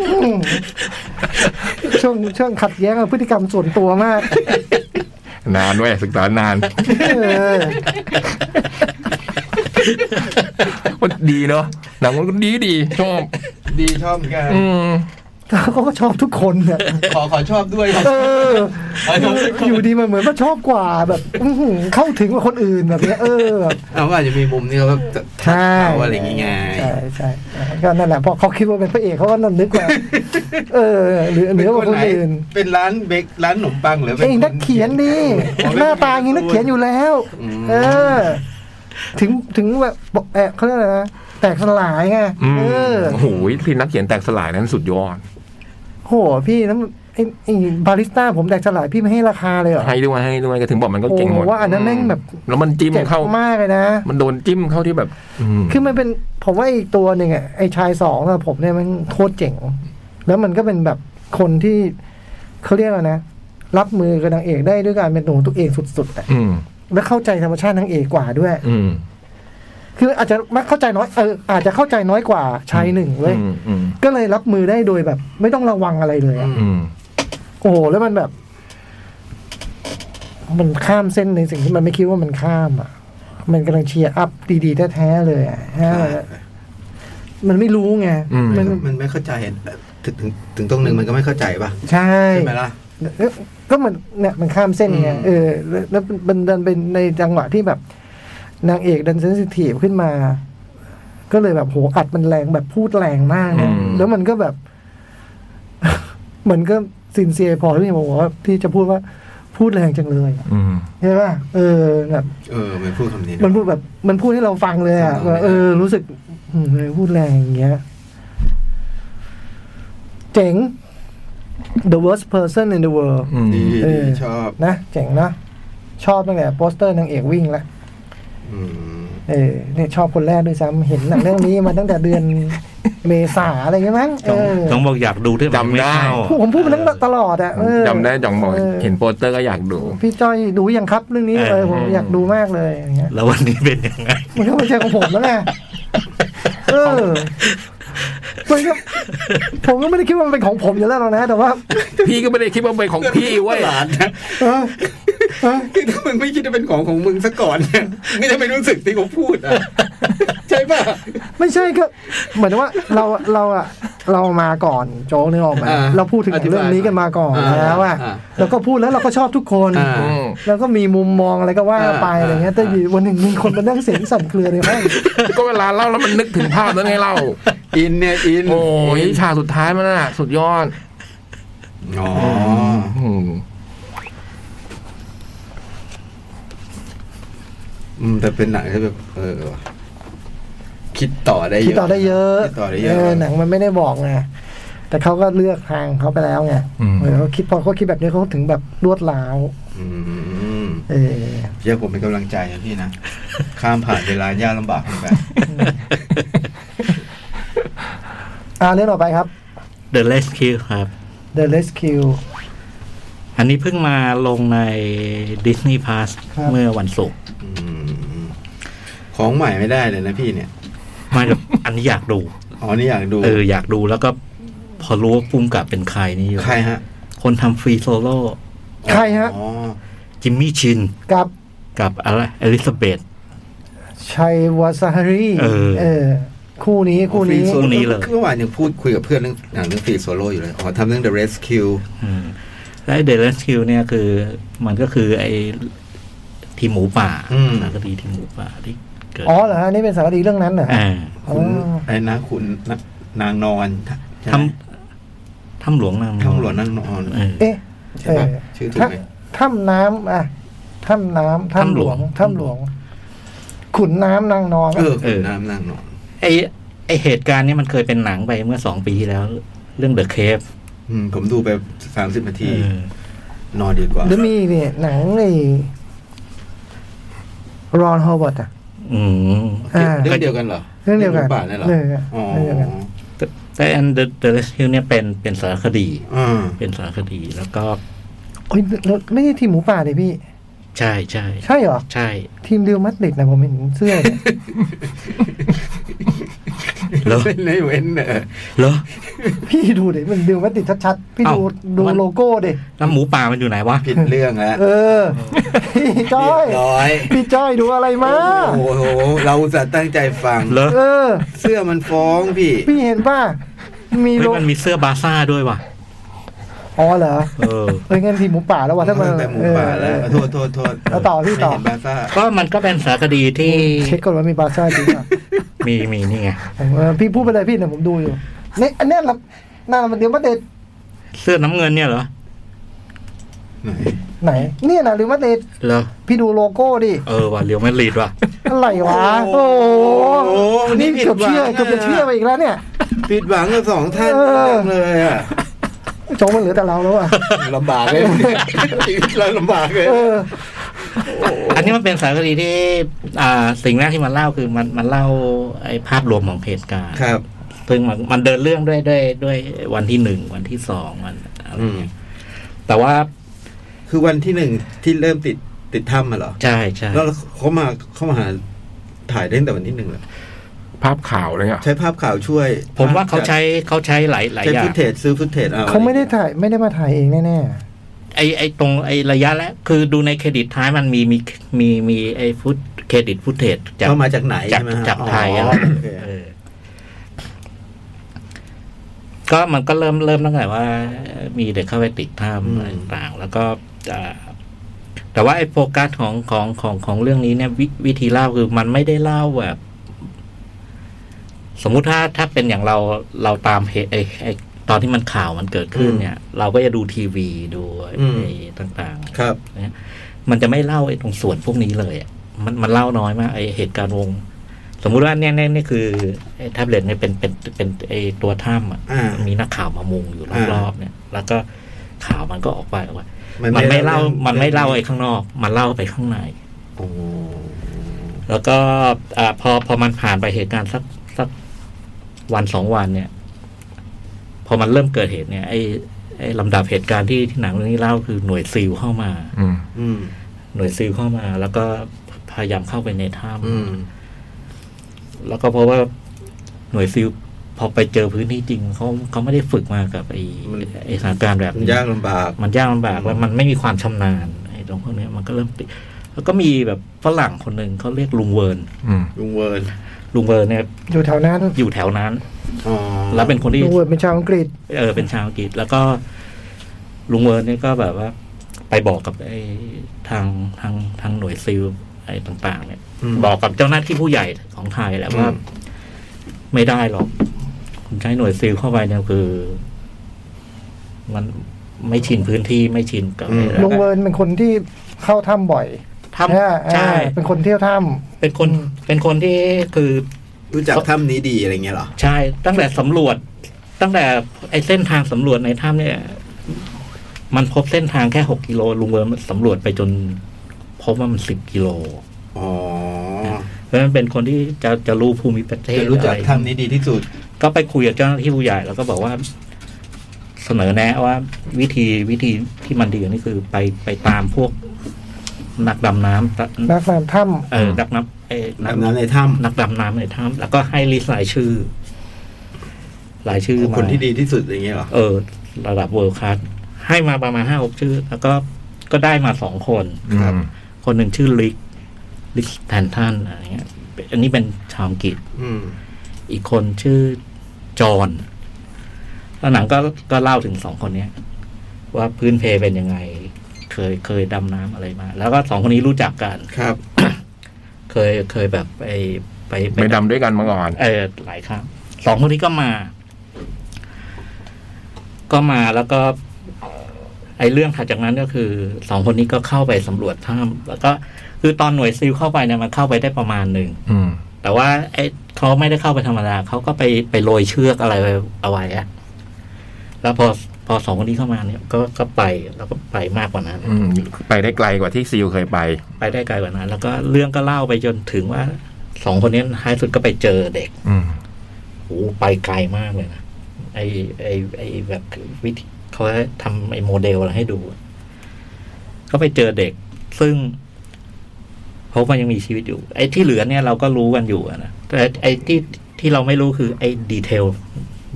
Speaker 2: อืมช่วงช่วงขัดแย้งกับพฤติกรรมส่วนตัวมาก
Speaker 4: นานเว้ยศึกษานาน
Speaker 2: เออ
Speaker 4: มันดีเนาะหนังมันดีดีชอบ
Speaker 5: ดีชอบเหมือนกัน
Speaker 4: อืม
Speaker 2: เขาก็ชอบทุกคนเนี่ย
Speaker 5: ขอขอชอบด้วย
Speaker 2: เออ
Speaker 5: ขอชอบด้วย
Speaker 2: อยู่ดีมันเหมือนว่าชอบกว่าแบบอื้อหือเข้าถึงกว่าคนอื่นแบบเนี้ยเออแบบ
Speaker 5: เอาว่าอาจจะมีมุมนี้เขาแบบ
Speaker 2: ใช่
Speaker 5: เขาอะไรอย่างเงี้ย
Speaker 2: ใช่ใช่ก็นั่นแหละพอเขาคิดว่าเป็นพระเอกเขาก็นั่นนึ กว่าเออหรือเหนือกว่าคนอื่น
Speaker 5: เป็นร้านเบเกร้านขนมปังหรือป็
Speaker 2: ไอ้นักเขียนนี่
Speaker 5: อ๋อเป็
Speaker 2: หน้าตาอย่างนี้นักเขียนอยู่แล้ว
Speaker 5: อืม
Speaker 2: เออ ถึงถึงแบบบอกแอบเขาเรียกอะไรนะ แตกสลายไง
Speaker 4: อืม
Speaker 2: เออ
Speaker 4: โอ้โหที่นักเขียนแตกสลายนั้นสุดยอด
Speaker 2: โหพี่น้ำไอ้ไอ้บาริสต้าผมแตกสลายพี่ไม่ให้ราคาเลยเหรอ
Speaker 4: ให้ด้วยให้ด้วยก็ถึงบอกมันก็
Speaker 2: โอ้
Speaker 4: เก่ง
Speaker 2: โห
Speaker 4: หมด
Speaker 2: ว่าอันนั้นแม่งแบบ
Speaker 4: แล้วมันจิ้ม
Speaker 2: เจ็บ
Speaker 4: เข้า
Speaker 2: มากเลยนะ
Speaker 4: มันโดนจิ้มเข้าที่แบบ อืม
Speaker 2: คือมันเป็นผมว่าไอ้ตัวหนึ่งอ่ะไอ้ชายสองสำหรับผมเนี่ยมันโคตรเจ๋ง แล้วมันก็เป็นแบบคนที่เขาเรียกว่านะ รับมือกับนางเอกได้ด้วยการเป็นหนูตัวเองสุดๆอะ
Speaker 4: อืม
Speaker 2: แล้วเข้าใจธรรมชาตินางเอกกว่าด้วย
Speaker 4: อืม
Speaker 2: คืออาจจะมักเข้าใจน้อยเอออาจจะเข้าใจน้อยกว่าชายหนึ่งเว้ย
Speaker 4: อืมอืม
Speaker 2: ก็เลยรับมือได้โดยแบบ ไม่ต้องระวังอะไรเลยอะ
Speaker 4: อืม
Speaker 2: โอ้โหแล้วมันแบบ มันข้ามเส้นในสิ่งที่มันไม่คิดว่ามันข้ามอ่ะ มันกำลังเชียร์อัพดีๆแท้ๆเลยอ่ะฮะมันไม่รู้ไง
Speaker 4: อืม
Speaker 2: มัน
Speaker 5: มันไม่เข้าใจถึงถึงถึงตรงหนึ่งมันก็ไม่เข้าใจป่ะ
Speaker 2: ใช่
Speaker 5: ใช่ไหมล่ะ
Speaker 2: ก็มันเนี่ยมันข้ามเส้นไง
Speaker 5: อืม
Speaker 2: เออแล้วแล้วมันดันเป็นในจังหวะที่แบบ นางเอกดันเซนซิทีฟขึ้นมา ก็เลยแบบโหอัดมันแรงแบบพูดแรงมากนะ
Speaker 4: อืม
Speaker 2: แล้วมันก็แบบ มันก็ซินเซียพอที่จะบอกว่าที่จะพูดว่าพูดแรงจังเลย
Speaker 4: อืม
Speaker 2: ใช่ป่ะเออแบบ
Speaker 5: เออมันพูดคำนี้นะ
Speaker 2: มันพูดแบบมันพูดให้เราฟังเลยอ่ะ
Speaker 5: ฟังเรา
Speaker 2: ว่าเออ รู้สึกอืมพูดแรงอย่างเงี้ย เจ๋ง the worst person in the world
Speaker 4: อืม
Speaker 5: ดี
Speaker 2: เออ
Speaker 5: ดีชอบ
Speaker 2: นะเจ๋งเนอะชอบตั้งแต่โปสเตอร์นางเอกวิ่งละ
Speaker 5: อืม
Speaker 2: เออเนี่ยชอบคนแรกด้วยซ้ำเห็นหนังเรื่องนี้มาตั้งแต่เดือน เมษาอะไรอย่างเงี้ยมั้งเออ
Speaker 3: ต้องบอกอยากดูที่มัน
Speaker 4: จำได้
Speaker 3: ม่เข้า
Speaker 2: ผมพูดมาตั้งแต่ตลอดอ่ะเออ
Speaker 4: จำได้จองบอก
Speaker 2: เ
Speaker 4: เห็นโปสเตอร์ก็อยากดู
Speaker 2: พี่จ้อยดูยังครับเรื่องนี้เออผมอยากดูมากเลยอย่างเงี้ย
Speaker 3: แล้ววันนี้เป็นยังไง
Speaker 2: มันก็ไม่ใช่ของผมแล้วไงเออมันก็ผมก็ไม่ได้คิดว่ามันเป็นของผมอยู่แล้วหรอกนะ แต่ว่า
Speaker 4: พี่ก็ไม่ได้คิดว่าเป็นของพี่เว้ย
Speaker 5: หลานนะ
Speaker 2: เออเออ
Speaker 5: คือถ้ามึงไม่คิดจะเป็นของของมึงซะก่อน เนี่ยไม่จะไปรู้สึกที่เขาพูดอ่ะ ใช่ป่ะ
Speaker 2: ไม่ใช่ก็เหมือนว่าเราเราอะเรามาก่อนโจ๊กนึกออกไหม
Speaker 5: อ่า
Speaker 2: เราพูดถึงเรื่องนี้กันมาก่อน
Speaker 5: อ่า
Speaker 2: แล้วอะ
Speaker 5: อ่า
Speaker 2: แล้วก็พูดแล้วเราก็ชอบทุกคน
Speaker 5: อ่า
Speaker 4: อืม
Speaker 2: แล้วก็มีมุมมองอะไรก็ว่าไป
Speaker 5: อ่า
Speaker 2: อะไรเงี้ย แต่
Speaker 5: อ่า
Speaker 2: อยู่วันหนึ่งมีคนมานั่งเสียงสั่นเครือในห้อง
Speaker 4: ก็เวลาเล่าแล้วมันนึกถึงภาพนั้นไงเล่า
Speaker 5: อินเนี่ยอิน
Speaker 4: โอ้ยฉากสุดท้ายมันน่ะ สุดยอด
Speaker 5: อ๋อ
Speaker 4: อืม
Speaker 5: อืมแต่เป็นหนังที่แบบเออว่ะคิดต่อได้เยอะ
Speaker 2: คิดต่อได้เยอะ
Speaker 5: คิดต่อได้เยอะ
Speaker 2: หนังมันไม่ได้บอกไงแต่เขาก็เลือกทางเขาไปแล้วไง
Speaker 4: อืม
Speaker 2: เออเขาคิดพอเขาคิดแบบนี้เขาถึงแบบรวดร้าว
Speaker 5: อืม
Speaker 2: เออ
Speaker 5: เดี๋ยอะผมเป็นกำลังใจนะพี่นะ ข้ามผ่านเวลายากลำบาก ไป
Speaker 2: อ่าเรื่องต่อไปครับ
Speaker 3: The Rescue ครับ
Speaker 2: The Rescue
Speaker 3: อันนี้เพิ่งมาลงใน Disney Plus
Speaker 2: ครับ
Speaker 3: เมื่อวันศุกร์
Speaker 5: อืมของใหม่ไม่ได้เลยนะพี่เนี่ย
Speaker 3: มา จาก อันนี้อยากดู
Speaker 5: อ๋อนี่อยากดู
Speaker 3: เอออยากดูแล้วก็พอรู้ว่าภูมิกับเป็นใครนี่
Speaker 5: ใครฮะ
Speaker 3: คนทำฟรีโซโล่
Speaker 2: ใครฮะ
Speaker 5: อ๋อ
Speaker 3: จิมมี่ชิน
Speaker 2: กับ
Speaker 3: กับอะไรอลิซาเบธ
Speaker 2: ชัยวาซาฮารี
Speaker 3: เออ
Speaker 2: เออ คู่นี้คู่นี้
Speaker 5: ฟรีโซ
Speaker 3: คู่
Speaker 5: โ
Speaker 3: นี้เลย
Speaker 5: เมื่อวานยังพูดคุยกับเพื่อนเรื่องหนังเรื่องฟรีโซโล่อยู่เลยอ๋อทำเรื่อง The Rescue
Speaker 3: อืมและเดล s คิวเนี่ยคือ มันก็คือไอ้ทีมหมูป่า
Speaker 5: อืม
Speaker 3: สารคดีทีมหมูป่าที่เกิด
Speaker 2: อ๋อเหรอฮะนี่เป็นสารคดีเรื่องนั้นเหรอฮะ
Speaker 3: อ่า
Speaker 2: อ๋อ
Speaker 5: คุณไอ้นะคุณนะนางนอนใช่ไห
Speaker 3: ท
Speaker 5: ม
Speaker 3: ำทำหลวงนางนอน
Speaker 5: ทำหลวงนางนอน
Speaker 3: เออ
Speaker 2: เอ๊ะ
Speaker 5: ใช่ปะ
Speaker 2: เ
Speaker 5: ชื่อถูก
Speaker 2: ถ้า
Speaker 5: ไหม
Speaker 2: ถ้ำน้ำอ่ะถ้ำน้ำถ้ำ
Speaker 3: ถ้ำ
Speaker 2: ห
Speaker 3: ห
Speaker 2: ล
Speaker 3: ล
Speaker 2: ว
Speaker 3: ว
Speaker 2: ง
Speaker 3: ง
Speaker 2: ถ้ำหลวง ขุนน้ำนางนอน
Speaker 5: เออ
Speaker 3: เออ
Speaker 5: น้ำนางนอน
Speaker 3: ไอไอเหตุการณ์เนี้มันเคยเป็นหนังไปเมื่อสองปีที่แล้ว เรื่องเดอะเคฟ
Speaker 5: อืมผมดูไปสามสิบนาที นอนดีกว่า
Speaker 2: แล้วมีเนี่ยหนังไอ้รอนฮาวเวิร์ดอ่ะ
Speaker 3: อืม
Speaker 2: อ่า
Speaker 5: เรื่องเดียวกันเหรอ
Speaker 2: เรื่องเดียวกัน
Speaker 5: หมูป่าเนี่ยเหรอ
Speaker 2: เรื่องเดียวกัน
Speaker 5: อ๋อ
Speaker 2: เรื่องเดียวกัน
Speaker 3: แต่แต่อันเดอะเรสคิวเนี่ยเป็นเป็นสารคดี
Speaker 5: อ่า
Speaker 3: เป็นสารคดีแล้วก็
Speaker 2: โอ้ยแล้วไม่ใช่ทีมหมูป่าดิพี่
Speaker 3: ใช่ใช่
Speaker 2: ใช่เหรอ
Speaker 3: ใช่
Speaker 2: ทีมเดียวมัดริดนะผมเห็นเสื้อเนี่ย
Speaker 3: เหรอ
Speaker 5: เว้นเลยเว้นเออ
Speaker 3: เหรอ
Speaker 2: พี่ดูดิมันเดียวมัดริดชัดๆ พี่
Speaker 3: เอ้า
Speaker 2: ดูดู
Speaker 3: มัน
Speaker 2: โลโก้ดิ
Speaker 3: แล้วหมูป่ามันอยู่ไหนวะ
Speaker 5: ผิดเรื่องแล้ว
Speaker 2: เออ พี่จ้อย
Speaker 5: เรีบร้อย
Speaker 2: พี่จ้อยดูอะไรมา
Speaker 5: โอ้โห เราจะตั้งใจฟัง
Speaker 3: เหรอ
Speaker 2: เออ
Speaker 5: เสื้อมันฟ้องพี่
Speaker 2: พี่เห็นป่ะ มี
Speaker 3: เฮ้ย
Speaker 2: โล
Speaker 3: มันมีเสื้อบาซ่าด้วยว่ะ
Speaker 2: อ๋อเหรอ
Speaker 3: เออ
Speaker 2: เอ้ยงั้นทีมหมูป่าแล้ววะถ้ามัน
Speaker 5: ไปหมูป่าแล้ว
Speaker 2: เออ
Speaker 5: โทษโทษโทษ
Speaker 2: เอาต่อพี่ต่อ
Speaker 5: ไม่เห็นบาซ่า
Speaker 3: ก็มันก็เป็นสารคดี ที่
Speaker 2: เช็คก่อนว่ามีบาซ่าจริงป่ะ
Speaker 3: มีมีนี่ไง
Speaker 2: ผมเออพี่พูดไปเลยพี่เนี่ยวผมดูอยู่นี่อันเนี้ยเราหน้ามันเดียวมัดริด
Speaker 3: เสื้อน้ำเงินเนี่ยเหรอ
Speaker 5: ไหน
Speaker 2: ไหน เนี่ยนะหรือมาดริด
Speaker 3: เหรอ
Speaker 2: พี่ดูโลโก้ดิ
Speaker 3: เออว่ะเรียวแมดริดว่ะ
Speaker 2: อะไรวะ
Speaker 5: โอ้
Speaker 2: โอ้โห
Speaker 5: โหวันนี้
Speaker 2: นี่เกือบเชื่อ
Speaker 5: ผิดหวัง
Speaker 2: เกือบจะเชื่อไปอีกแล้วเนี่ย
Speaker 5: ปิดหวังกับสองท่าน
Speaker 2: เออ
Speaker 5: จังเลยอ่ะ
Speaker 2: โจงมันเหลือแต่เราแล้วอ่ะ
Speaker 5: ลำบากเลยชีวิตเราลำบากเลย
Speaker 2: เออ
Speaker 3: อันนี้มันเป็นสารคดีที่ อ่า สิ่งแรกที่มันเล่าคือมันมันเล่าไอ้ภาพรวมของเหตุการณ์
Speaker 5: ครับ
Speaker 3: ซึ่งมันมันเดินเรื่องด้วยด้วยด้วยวันที่หนึ่งวันที่สองวันอะไรอย่างเงี้ยแต่ว่า
Speaker 5: คือวันที่หนึ่งที่เริ่มติดติดถ้ำมาเหรอ
Speaker 3: ใช่ใช่
Speaker 5: แล้วเขามาเขามาหาถ่ายได้ตั้งแต่วันที่หนึ่งเลย
Speaker 4: ภาพข่าวอะไรเงี้ย
Speaker 5: ใช้ภาพข่าวช่วย
Speaker 3: ผมว่าเขาใช้เขาใช้หลายหลาย
Speaker 5: ใช้
Speaker 3: อย่า
Speaker 5: ฟุ
Speaker 3: ง
Speaker 5: ตเทจซื้อฟุตเทจเอา
Speaker 2: เขาไม่ได้ถ่ายไม่ได้มาถ่ายเองแน่
Speaker 3: ไอ้ไอ้ตรงไอ้ระยะและ คือดูในเครดิตท้ายมันมีมีมีมีไอ้ฟุตเครดิตฟุตเทจจาก
Speaker 5: เขามาจากไหน
Speaker 3: จาก
Speaker 5: ใช่ไหมฮะ
Speaker 3: จากไทย
Speaker 5: อ๋
Speaker 3: อะ
Speaker 5: อ
Speaker 3: ไร
Speaker 5: อโอเค
Speaker 3: เออก็มันก็เริ่มเริ่มตั้งแต่ว่า มีเด็กเข้าไปติดถ้ำอะไรต่างๆแล้วก็อ่าแต่ว่าไอ้โฟกัสของของของของเรื่องนี้เนี่ย วิวิธีเล่าคือมันไม่ได้เล่าแบบ สมมุติถ้าถ้าเป็นอย่างเราเราตามเพจไอ้ไอ้ตอนที่มันข่าวมันเกิดขึ้นเนี่ย เราก็จะดูทีวีดูไอ้ต่าง ๆ
Speaker 5: ครับ
Speaker 3: มันจะไม่เล่าไอ้ตรงส่วนพวกนี้เลยอะมันมันเล่าน้อยมากไอ้เหตุการณ์วง สมมุติว่าเนี่ยเนี่ยเนี่ยคือไอ้แท็บเล็ตเนี่ยเป็นเป็นเป็นไอ้ตัวถ้ำอ่ะ
Speaker 5: อ่ามี
Speaker 3: มีนักข่าวมามุงอยู่รอบๆเนี่ย แล้วก็ข่าวมันก็ออกไปออกไป
Speaker 5: มัน
Speaker 3: มัน
Speaker 5: ไม่
Speaker 3: ไม่เล่า
Speaker 5: เล่าเรื่อง
Speaker 3: มันไม่เล่าไอ้ข้างนอก มันเล่าไปข้างใน
Speaker 5: โอ้
Speaker 3: แล้วก็อ่าพอพอมันผ่านไปเหตุการณ์สักสักวันสองวันเนี่ย พอมันเริ่มเกิดเหตุเนี่ยไอ้ไอ้ลำดับเหตุการณ์ที่ที่หนังเรื่องนี้เล่าคือหน่วยซิลเข้ามา
Speaker 4: อืม
Speaker 5: อืม
Speaker 3: หน่วยซิลเข้ามาแล้วก็พยายามเข้าไปในถ้
Speaker 5: อืม
Speaker 3: ำแล้วก็เพราะว่าหน่วยซิลพอไปเจอพื้นที่จริงเขาเขาไม่ได้ฝึกมากับไอ้ไอ้สถานการณ์แบบ
Speaker 5: มัน
Speaker 3: นี้
Speaker 5: ยากลำบาก
Speaker 3: มันยากลำบากแล้วมันไม่มีความชำนาญไอ้ตรงพวกเนี้ยมันก็เริ่มติดแล้วก็มีแบบฝรั่งคนหนึ่งเขาเรียกลุงเวิร์น
Speaker 4: อืม
Speaker 5: ลุงเวิร์น
Speaker 3: ลุงเวิร์นเนี่ย
Speaker 2: ๆอยู่แถวนั้น
Speaker 3: อยู่แถวนั้น
Speaker 5: อ๋อ
Speaker 3: แล้วเป็นคนที่
Speaker 2: ดูเวิร์ดเป็นชาวอังกฤษ
Speaker 3: เออเป็นชาวอังกฤษแล้วก็ลุงเวิร์นเนี่ยก็แบบว่า ไปบอกกับไอ้ทางทางทางหน่วยซิลไอ้ต่าง ๆ เนี่ย
Speaker 5: ม
Speaker 3: บอกกับเจ้าหน้าที่ผู้ใหญ่ของไทยแหละว่า
Speaker 5: อืม
Speaker 3: ไม่ได้หรอก คุณใช้หน่วยซิลเข้าไปเนี่ยคือ มันไม่ชินพื้นที่ไม่ชินกับ
Speaker 5: อืม
Speaker 2: ลุงเวิร์นเป็นคนที่เข้าถ้ำบ่อย
Speaker 3: ถ้
Speaker 2: นะฮะ
Speaker 3: ำใช่
Speaker 2: อ่าเป็นคนเที่ยวถ้
Speaker 3: เป็นคนเป็นคนที่คือ
Speaker 5: รู้จักถ้ำนี้ดีอะไรเงี้ยเหรอ
Speaker 3: ใช่ตั้งแต่สำรวจ ตั้งแต่ไอ้เส้นทางสำรวจในถ้ำเนี่ย มันพบเส้นทางแค่หกกิโลลุงเวิร์มสำรวจไปจนพบว่ามันสิบกิโล
Speaker 5: อ๋อ
Speaker 3: เพราะฉะนั้นเป็นคนที่จะจะรู้ภูมิประเทศ
Speaker 5: จะรู้จัก
Speaker 3: อะไร
Speaker 5: ถ้ำนี้ดีที่สุด
Speaker 3: ก็ไปคุยกับเจ้าหน้าที่ผู้ใหญ่แล้วก็บอกว่า เสนอแนะว่า วิธีวิธีที่มันดีกว่านี่คือไปไปตามพวก นักดำน้
Speaker 2: ำ
Speaker 3: ำ
Speaker 2: นักสามถ้
Speaker 3: เออนักน้ำเออนัก
Speaker 5: ดำน้ำในถ้
Speaker 3: นักดำน้ำในถ้ำแล้วก็ให้ลิสต์รายชื่อรายชื่อ
Speaker 5: ำ
Speaker 3: มา
Speaker 5: คนที่ดีที่สุดอะไรเงี้ยเหรอ
Speaker 3: เออระดับเวิลด์คลาสให้มาประมาณห้าหกชื่อ แล้วก็ก็ได้มาสองคน
Speaker 4: อืม
Speaker 3: คนหนึ่งชื่อลิกลิกแพนทันอะไรเงี้ยอันนี้เป็นชาวอังกฤษ
Speaker 5: อืม
Speaker 3: อีกคนชื่อจอห์นแล้วหนังก็ก็เล่าถึงสองคนเนี้ย ว่าพื้นเพเป็นยังไง เคยเคยดำน้ำอะไรมา แล้วก็สองคนนี้รู้จักกัน
Speaker 5: ครับ
Speaker 3: เคยเคยแบบไปไป
Speaker 4: ไปดำด้วยกันมาก่อน
Speaker 3: เออหลายครั้งสองคนนี้ก็มา ก็มาแล้วก็ ไอเรื่องถัดจากนั้นก็คือสองคนนี้ก็เข้าไปสำรวจถ้ำแล้วก็ คือตอนหน่วยซิลเข้าไปเนี่ยมันเข้าไปได้ประมาณหนึ่ง
Speaker 4: อืม
Speaker 3: แต่ว่าไอเขาไม่ได้เข้าไปธรรมดาเขาก็ไปไปโรยเชือกอะไรไว้เอาไว้อะแล้วพอพอสองคนนี้เข้ามาเนี่ย ก็ก็ไปแล้วก็ไปมากกว่านั้น
Speaker 4: อืม ไปได้ไกลกว่าที่ซิลเคยไป
Speaker 3: ไปได้ไกลกว่านั้น แล้วก็เรื่องก็เล่าไปจนถึงว่าสองคนนี้ท้ายสุดก็ไปเจอเด็ก
Speaker 4: อืม
Speaker 3: โอ้โหไปไกลมากเลยนะ ไอไอไอแบบวิธีเขาทำไอโมเดลอะไรให้ดูอะก็ไปเจอเด็ก ซึ่งพบว่ายังมีชีวิตอยู่ ไอที่เหลือเนี่ยเราก็รู้กันอยู่อะนะแต่ไอที่ที่เราไม่รู้คือไอดีเทล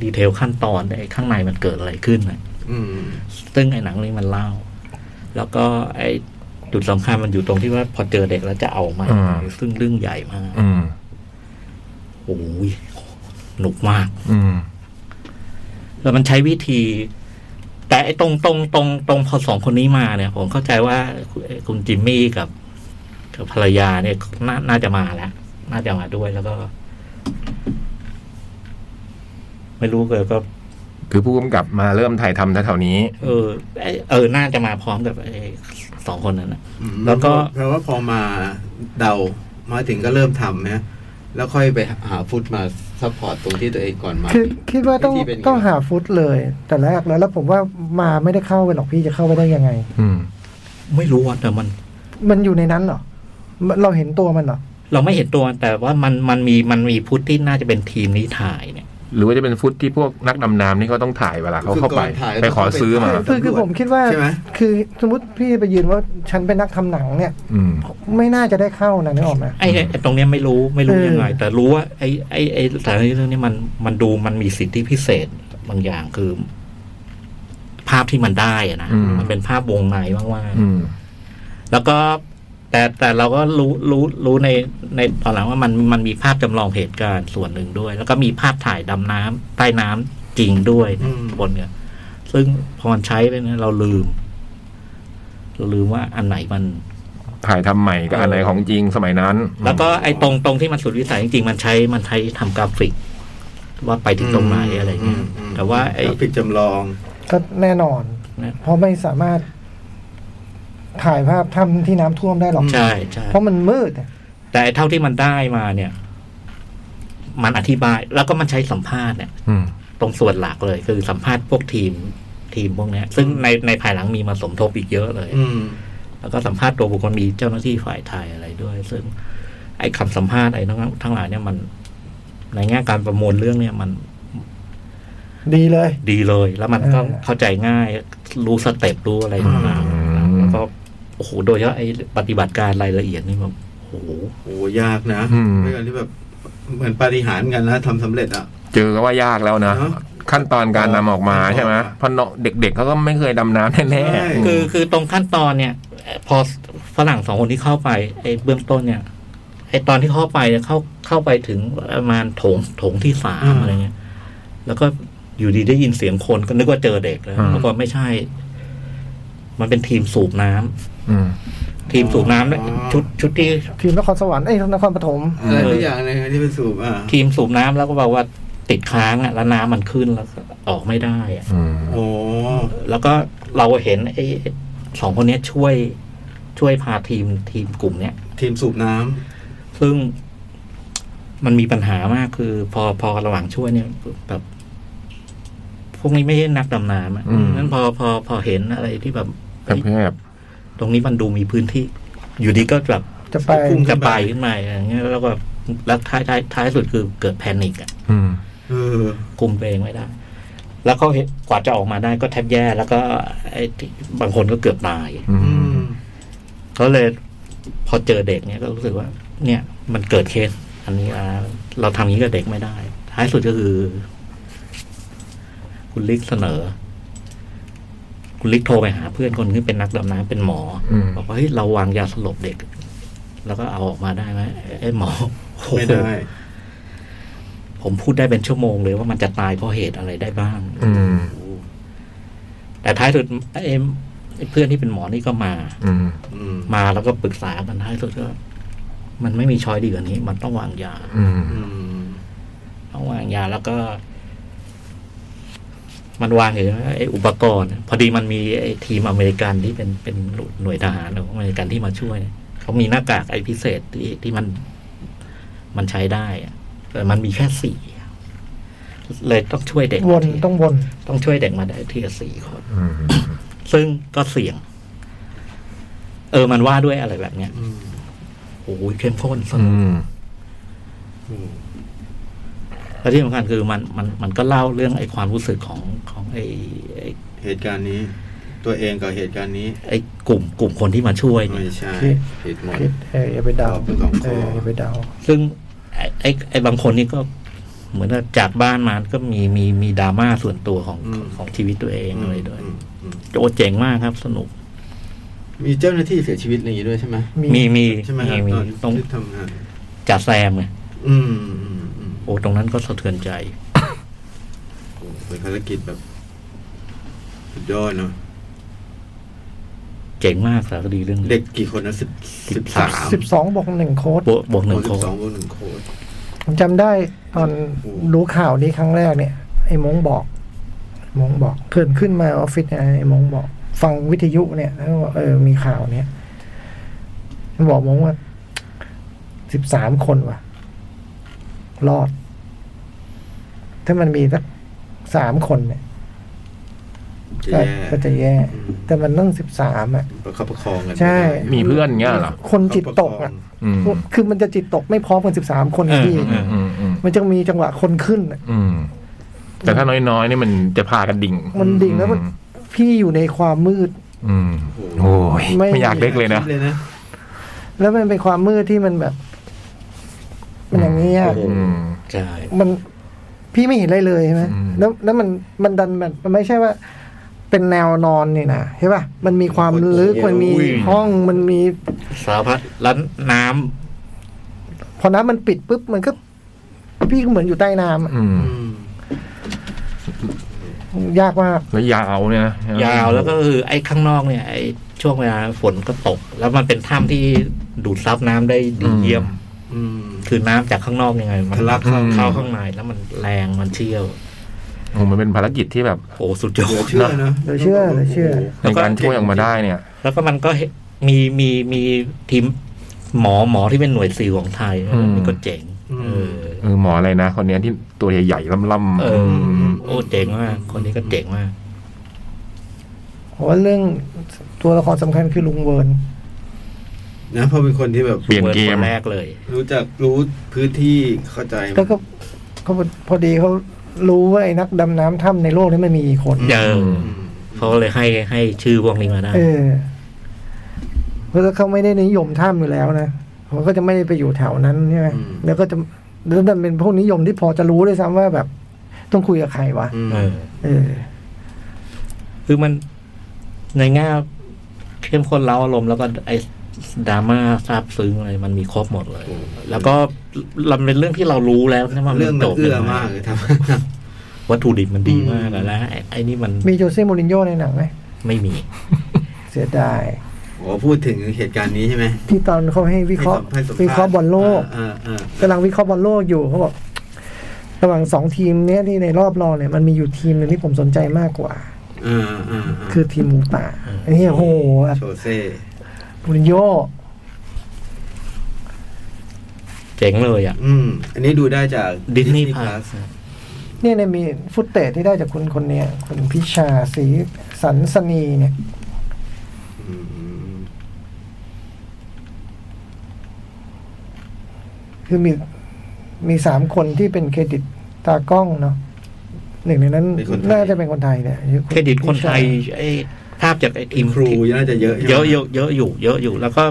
Speaker 3: ดีเทลขั้นตอนไอข้างในมันเกิดอะไรขึ้นนะ
Speaker 5: อืม
Speaker 3: ซึ่งไอหนังเรื่องนี้มันเล่า แล้วก็ไอจุดสำคัญมันอยู่ตรงที่ว่าพอเจอเด็กแล้วจะเอามา
Speaker 4: อืม
Speaker 3: ซึ่งเรื่องใหญ่มาก
Speaker 4: อืม
Speaker 3: โอ้ยหนุกมาก
Speaker 4: อืม
Speaker 3: แล้วมันใช้วิธี แต่ไอ้ตรงตรงตรงตรงพอสองคนนี้มาเนี่ย ผมเข้าใจว่าคุณคุณจิมมี่กับกับภรรยาเนี่ยนาน่าจะมาแล้ว น่าจะมาด้วยแล้วก็ ไม่รู้เกิดก็
Speaker 4: คือผู้กำกับมาเริ่มถ่ายทำแถวๆนี้
Speaker 3: เออไอ้เออน่าจะมาพร้อมกับไอ้ สองคนนั้นนะ
Speaker 5: อืม
Speaker 3: แล้วก็
Speaker 5: เพราะว่าพอมาเดามาถึงก็เริ่มทำนะแล้วค่อยไปหาฟุตมาซัพพอร์ตตรงที่ตัวเองก่อนมา
Speaker 2: คือคิดว่าต้อง
Speaker 5: วิธีเป็นไง
Speaker 2: ต้องหาฟุตเลย แต่แรกแล้วแล้วผมว่ามาไม่ได้เข้าไปหรอกพี่จะเข้าไปได้ยังไง
Speaker 4: อืม
Speaker 3: ไม่รู้ว่าแต่มัน
Speaker 2: มันอยู่ในนั้นเหรอมันเราเห็นตัวมันเหรอ
Speaker 3: เราไม่เห็นตัวมันแต่ว่ามันมันมีมันมีพุทธที่น่าจะเป็นทีมนี้ถ่ายเนี่ย
Speaker 4: หรือว่าจะเป็นฟุตที่พวกนักดำน้ำนี่เขาต้องถ่ายเวลาเขาเข้าไป
Speaker 5: คือก่อนถ่าย
Speaker 4: ไปขอซื้อมา
Speaker 5: ครับ
Speaker 2: คือคือผมคิดว่า
Speaker 5: ใช่ไหม
Speaker 2: คือสมมติพี่ไปยืนว่าฉันเป็นนักทำหนังเนี่ย
Speaker 4: อืม
Speaker 2: ไม่น่าจะได้เข้านะนึกออกไหม
Speaker 3: ไอ้ไอ้ตรงเนี้ยไม่รู้ไม่รู้
Speaker 2: เออ
Speaker 3: ยังไง แต่รู้ว่าไอ้ไอ้ไอ้สถานที่เรื่องนี้มันมันดูมันมีสิทธิพิเศษบางอย่างคือ ภาพที่มันได้อะนะ
Speaker 4: อืม
Speaker 3: มันเป็นภาพวงในมาก
Speaker 4: อืม
Speaker 3: ๆแล้วก็แต่แต่เราก็รู้รู้รู้ในในตอนหลังว่ามันมันมีภาพจำลองเหตุการณ์ส่วนหนึ่งด้วย แล้วก็มีภาพถ่ายดำน้ำใต้น้ำจริงด้วย
Speaker 5: อืม
Speaker 3: บนเนี่ยซึ่งพอมันใช้ไปเนี่ยเราลืม เราลืมว่าอันไหนมัน
Speaker 4: ถ่ายทำใหม่ก็อันไหนของจริงสมัยนั้น
Speaker 3: แล้วก็ไอ้ตรงตรงที่มันสุดวิสัยจริงๆ มันใช้มันใช้ทำกราฟิก ว่าไปถึงตรงไหนอะไรเงี้ย
Speaker 5: อืมอืม
Speaker 3: แต่ว่าไอ้
Speaker 5: กราฟิกจำลอง
Speaker 2: ก็แน่นอน
Speaker 3: นะ
Speaker 2: เพราะไม่สามารถถ่ายภาพถ้ำที่น้ำท่วมได้หรอก
Speaker 3: ใช่ใช่
Speaker 2: เพราะมันมืดอะ
Speaker 3: แต่ไอ้เท่าที่มันได้มาเนี่ย มันอธิบาย แล้วก็มันใช้สัมภาษณ์เนี่ย
Speaker 4: อืม
Speaker 3: ตรงส่วนหลักเลย คือสัมภาษณ์พวกทีมทีมพวกเนี้ย ซึ่งในในภายหลังมีมาสมทบอีกเยอะเลย
Speaker 5: อืม
Speaker 3: แล้วก็สัมภาษณ์ตัวบุคคลมีเจ้าหน้าที่ฝ่ายไทยอะไรด้วย ซึ่ง ไอ้คำสัมภาษณ์ไอ้ทั้งทั้งหลายเนี่ยมัน ในแง่การประมวลเรื่องเนี่ยมัน
Speaker 2: ดีเลย
Speaker 3: ดีเลย แล้วมันก็
Speaker 2: เออ
Speaker 3: เข้าใจง่าย รู้สเต็ปรู้อะไรต่าง
Speaker 4: อืม
Speaker 3: ๆแล้วก็โอ้โหโดยเฉพาะไอ้ปฏิบัติการรายละเอียดนี่มันโอ้โห
Speaker 5: โอ้ยากนะ
Speaker 4: อืม
Speaker 5: ไม่กันที่แบบเหมือนปาฏิหาริย์กันนะทำสำเร็จอ่ะ
Speaker 4: เจอก็ว่ายากแล้วนะ
Speaker 5: เนอะ
Speaker 4: ขั้นตอนการนำออกมาใช่ไหมเพราะเนอะเด็กๆเขาก็ไม่เคยดำน้ำ
Speaker 5: ใช่
Speaker 4: แน่ๆ
Speaker 3: คือคือตรงขั้นตอนเนี่ย พอฝรั่งสองคนที่เข้าไปไอ้เบื้องต้นเนี่ยไอ้ตอนที่เข้าไปเนี่ยเข้าเข้าไปถึงประมาณโถงโถงที่สา
Speaker 5: อื
Speaker 3: ม
Speaker 5: ม
Speaker 3: อะไรเงี้ย แล้วก็อยู่ดีได้ยินเสียงคนก็นึกว่าเจอเด็กแล้วปรากฏไม่ใช่ มันเป็นทีมสูบ
Speaker 4: ม
Speaker 3: น้ำทีมสูบน้ำเนี่ยชุดชุดที่
Speaker 2: ทีมนครสวรรค์เอ้ยนครปฐม
Speaker 5: อะไรทุกอย่างเลยที่เป็นสูบอ่ะ
Speaker 3: ทีมสูบน้ำแล้วก็บอกว่าติดค้างอ่ะแล้วน้ำมันขึ้นแล้วก็ออกไม่ได้อ่ะ
Speaker 4: อืม
Speaker 5: โอ้
Speaker 3: แล้วก็เราเห็นไอ้สองคนเนี้ยช่วยช่วยพาทีมทีมกลุ่มเนี้ย
Speaker 5: ทีมสูบน้ำ
Speaker 3: ซึ่งมันมีปัญหามากคือ พอพอระหว่างช่วยเนี่ยแบบพวกนี้ไม่ใช่นักดำน้ำอะ
Speaker 4: อืม
Speaker 3: นั้นพอพอพอเห็นอะไรที่แบบ
Speaker 4: แต่
Speaker 3: เฮ้ย
Speaker 4: เพื่อแบบ
Speaker 3: ตรงนี้มันดูมีพื้นที่ อยู่ดีก็แบบ
Speaker 2: จะไป
Speaker 3: จะไปขึ้นมาอย่างเงี้ยแล้วก็แล้วท้ายท้ายท้ายสุดคือเกิดแพนิคอ่ะ
Speaker 4: อืม
Speaker 5: เออ
Speaker 3: คุมตัวเองไม่ได้ แล้วเขาเห็นกว่าจะออกมาได้ก็แทบแย่ แล้วก็ไอ้ที่บางคนก็เกือบตาย
Speaker 4: อื
Speaker 5: อื
Speaker 4: ม
Speaker 5: ม
Speaker 3: ก็เลย พอเจอเด็กเนี่ยก็รู้สึกว่า เนี่ย มันเกิดเคส อันนี้อ่ะเราทำอย่างนี้กับเด็กไม่ได้ ท้ายสุดก็คือ คุณลิกเสนอ คุณลิกโทรไปหาเพื่อนคนที่เป็นนักดำน้ำเป็นหมออ
Speaker 4: ม
Speaker 3: บอกว่าเฮ้ยเราวางยาสลบเด็ก แล้วก็เอาออกมาได้ไหมไอ้หมอโอ้โห
Speaker 5: ไม่ได้
Speaker 3: ผมพูดได้เป็นชั่วโมงเลยว่ามันจะตายเพราะเหตุอะไรได้บ้าง
Speaker 4: อืม
Speaker 3: แต่ท้ายสุดไอ้เอ็มไอ้เพื่อนที่เป็นหมอนี่ก็มา
Speaker 4: อืม
Speaker 5: อืม
Speaker 3: มาแล้วก็ปรึกษากันท้ายสุดก็ มันไม่มีช้อยดีกว่านี้ มันต้องวางยา
Speaker 4: อืม
Speaker 5: อืม
Speaker 3: ต้องวางยาแล้วก็ มันวางอยู่างไอ้อุปกรณ์ พอดีมันมีไอ้ทีมอเมริกันที่เป็นเป็นหน่วยทหารของอเมริกันที่มาช่วยเนี่ยเขามีหน้ากากไอ้พิเศษที่ที่มัน มันใช้ได้อะแต่มันมีแค่สี่เลยต้องช่วยเด็ก
Speaker 2: วนต้องวน
Speaker 3: ต้องช่วยเด็กมาได้ทีละสี่คน
Speaker 4: อืม
Speaker 3: ซึ่งก็เสี่ยง เออ มันว่าด้วยอะไรแบบเนี้ย
Speaker 5: อืม
Speaker 3: โอ้ยเข้มข้นส
Speaker 4: อื
Speaker 3: นุก
Speaker 4: ม
Speaker 5: อืม
Speaker 3: และที่สำคัญคือมันมันมันก็เล่าเรื่องไอ้ความรู้สึกของของไอ้ไอ้
Speaker 5: เหตุการณ์นี้ ตัวเองกับเหตุการณ์นี้
Speaker 3: ไอ้กลุ่มกลุ่มคนที่มาช่วยเนี่
Speaker 5: ไม่
Speaker 3: ย
Speaker 5: ใช่ผิดหมด
Speaker 2: คิดเอออย่าไปเดา
Speaker 5: ตอบเป็นของ
Speaker 2: เออ
Speaker 5: ข้ออ
Speaker 2: อย่าไปเดา
Speaker 3: ซึ่งไอ้ไอ้ไอ้บางคนนี่ก็เหมือนว่าจากบ้านมาก็มีมีมีดราม่าส่วนตัวของ
Speaker 5: อืม
Speaker 3: ของชีวิตตัวเองอะไรด้วย
Speaker 5: อืมอืม
Speaker 3: โอ้เจ๋งมากครับ สนุก
Speaker 5: มีเจ้าหน้าที่เสียชีวิตอะไรอย่างนี้ด้วยใช่ไหม
Speaker 3: มีมี
Speaker 5: ใช่ไหม
Speaker 3: มี
Speaker 5: ครับ
Speaker 3: มี
Speaker 5: ตอน
Speaker 3: ตรง
Speaker 5: ที่ทำงาน
Speaker 3: จ่าแซมไง
Speaker 5: อืมอืมอืม
Speaker 3: โอ้ตรงนั้นก็สะเทือนใจ
Speaker 5: โอ้เป็นภารกิจแบบสุดยอดเนาะ
Speaker 3: เจ๋งมากสารคดีเรื่องนี้
Speaker 5: เด็กกี่คนนะสิบสิบสาม
Speaker 2: สิบสองบวกหนึ่งโค้ด
Speaker 3: บวกบวกหนึ่ง
Speaker 5: สิ
Speaker 3: โค้
Speaker 5: บ
Speaker 3: ด
Speaker 5: สองบวกหนึ่งโค้ด
Speaker 2: ผมจำได้ตอน
Speaker 5: โอ้โห
Speaker 2: รู้ข่าวนี้ครั้งแรกเนี่ย ไอ้มงบอกมงบอกเพื่อนขึ้นมาออฟฟิศเนี่ยไอ้มงบอก ฟังวิทยุเนี่ยแล้วก็บอกเออมีข่าวเนี่ยมันบอกมงว่าสิบสามคนว่ะ รอด ถ้ามันมีสักสามคนเนี่ย
Speaker 5: จะ
Speaker 2: ก็ก็
Speaker 5: แย่
Speaker 2: จะแย่
Speaker 5: อืม
Speaker 2: แต่มันต้องสิบสามอ่ะ
Speaker 5: ประคับประคองกัน
Speaker 2: ใช่
Speaker 4: มีเพื่อนเงี้ยเหรอ
Speaker 2: คนจิตตกอ่ะ
Speaker 4: อืม
Speaker 2: คือมันจะจิตตกไม่พร้อมกันสิบสามคนนะพี่
Speaker 3: เออเออ
Speaker 4: อืมอืม
Speaker 2: มันจะมีจังหวะคนขึ้นอะ
Speaker 4: อืมแต่ถ้าน้อยๆนี่มันจะพากันดิ่ง
Speaker 2: มันดิ่งแล้วมัน
Speaker 4: อืม
Speaker 2: พี่อยู่ในความมืด
Speaker 4: อืมโอ้ย
Speaker 2: ไม่
Speaker 4: ไม่อยากเล็กเลยนะ
Speaker 5: เลยนะ
Speaker 2: แล้วมันเป็นความมืดที่มันแบบ มันอย่างนี้ย
Speaker 5: โอ้โห
Speaker 4: อืม
Speaker 3: ใช่
Speaker 2: มันพี่ไม่เห็นอะไรเลยใช่ไหม
Speaker 4: อืม
Speaker 2: แล้วแล้วมันมันดันแบบมันไม่ใช่ว่า เป็นแนวนอนนี่นะใช่ป่ะมันมีความลึกมันมีห้องมันมี
Speaker 3: สารพัดร้านน้ำ
Speaker 2: พอน้ำมันปิดปุ๊บมันก็ พี่ก็เหมือนอยู่ใต้น้ำอะ
Speaker 4: อืม
Speaker 5: อืม
Speaker 2: ยากมาก
Speaker 4: แล้วยาวเนี่ยนะ
Speaker 3: ยาวแล้วก็คือไอ้ข้างนอกเนี่ย ไอ้ช่วงเวลาฝนก็ตก แล้วมันเป็นถ้ำที่ดูดซับน้ำได้ดีเยี่ยม
Speaker 5: อืม
Speaker 3: คือน้ำจากข้างนอกยังไง มัน
Speaker 5: ทะลักเข้า
Speaker 3: เข้าข้างในแล้วมันแรงมันเชี่ยว
Speaker 4: โอ้มันเป็นภารกิจที่แบบ
Speaker 3: โอ้สุดยอ
Speaker 5: เหลือ
Speaker 3: ด
Speaker 5: เชื่อนะ
Speaker 2: เดี๋ยวเชื่อเดี๋ยวเชื่อ
Speaker 4: ในการช่วยออกมาได้เนี่ย
Speaker 3: แล้วก็มันก็เห็นมีมีมีทีมหมอหมอที่เป็นหน่วยซีลของไทย
Speaker 4: อืม
Speaker 3: นี่ก็เจ๋งเออ
Speaker 4: เออหมออะไรนะคนเนี้ยที่ตัวใหญ่ๆล่ำ
Speaker 3: เออ
Speaker 4: ๆมม
Speaker 3: โอ้เจ๋งมากคนนี้ก็เจ๋งมาก
Speaker 2: ผมว่าเรื่องตัวละครสำคัญคือลุงเวิร์น
Speaker 5: นะเพราะเป็นคนที่แบบ
Speaker 4: เปลี่ยนเกม
Speaker 3: คนแรกเลย
Speaker 5: รู้จักรู้พื้นที่เข้าใจมัน
Speaker 2: แล้วก็เขาพอดีเขารู้ว่าไอ้นักดำน้ำถ้ำในโลกนี้มันมีกี่คน
Speaker 3: เจอ
Speaker 4: อืม
Speaker 5: อืม
Speaker 3: เขาเลยให้ให้ชื่อพวกนี้มาได้
Speaker 2: เออเพราะเขาไม่ได้นิยมถ้ำอยู่แล้วนะเขาก็จะไม่ได้ไปอยู่แถวนั้นใช่ไหมแล้วก็จะแล้วมันเป็นพวกนิยมที่พอจะรู้ด้วยซ้ำว่าแบบ ต้องคุยกับใครวะ
Speaker 5: อืม
Speaker 3: เออ
Speaker 2: เออ
Speaker 3: คือมันในแง่เข้มข้นเล้าอารมณ์แล้วก็ไอ้ดราม่าซาบซึ้งอะไรมันมีครบหมดเลย แล้วก็มันเป็นเรื่องที่เรารู้แล้วนะว่า
Speaker 5: เรื่อง
Speaker 3: มัน
Speaker 5: มั
Speaker 3: จ
Speaker 5: น
Speaker 3: บ
Speaker 5: เอื้อ
Speaker 3: ยังไง
Speaker 5: มากเลยทำ
Speaker 3: วัตถุดิบมันดีมาก
Speaker 5: อืม
Speaker 3: แล้วไอ้ไอ้นี่มัน
Speaker 2: มีโจเซ่โมรินโญ่ในหนังไหม
Speaker 3: ไม่มี
Speaker 2: เสียดาย
Speaker 5: โอ้พูดถึงเหตุการณ์นี้ใช่ไหม
Speaker 2: ที่ตอนเขาให้วิเคราะห์
Speaker 5: ให้สัมภษณ์
Speaker 2: วิเคราะห์บอลโลก
Speaker 5: เออเออก
Speaker 2: ำลังวิเคราะห์บอลโลกอยู่เขาบอกระหว่างสองทีมเนี้ยที่ในรอบรองเนี่ยมันมีอยู่ทีมหนึงที่ผมสนใจมากกว่า
Speaker 5: เออเออเ
Speaker 2: คือทีมหมูป่าไอ้เนี่ยโอ้โห
Speaker 5: โชเซ่
Speaker 2: มูรินโญ่
Speaker 3: เจ๋งเลยอ่ะ
Speaker 5: อืม อันนี้ดูได้จาก
Speaker 3: ดิสนีย์
Speaker 5: Disney
Speaker 3: พา
Speaker 5: Plus
Speaker 3: ส
Speaker 2: เนี่ยเนี่ยมีฟุตเตจที่ได้จากคุณคนเนี้ยคุณพิชาศรีสันสนีเนี่ย
Speaker 5: อืมอืมอืม
Speaker 2: คือมีมีสามคนที่เป็นเครดิตตากล้องเนาะหนึ่งในนั้น
Speaker 5: เป็นคนไทย
Speaker 2: น่าจะเป็นคนไทยเนี่ยอ
Speaker 3: เครดิตคนไทยไอ้ภาพจากไอ้ทีม
Speaker 5: ครูน่าจะเยอะใช่ไหม
Speaker 3: เยอะเยอะเยอะอยู่ เยอะอยู่ แล้วก็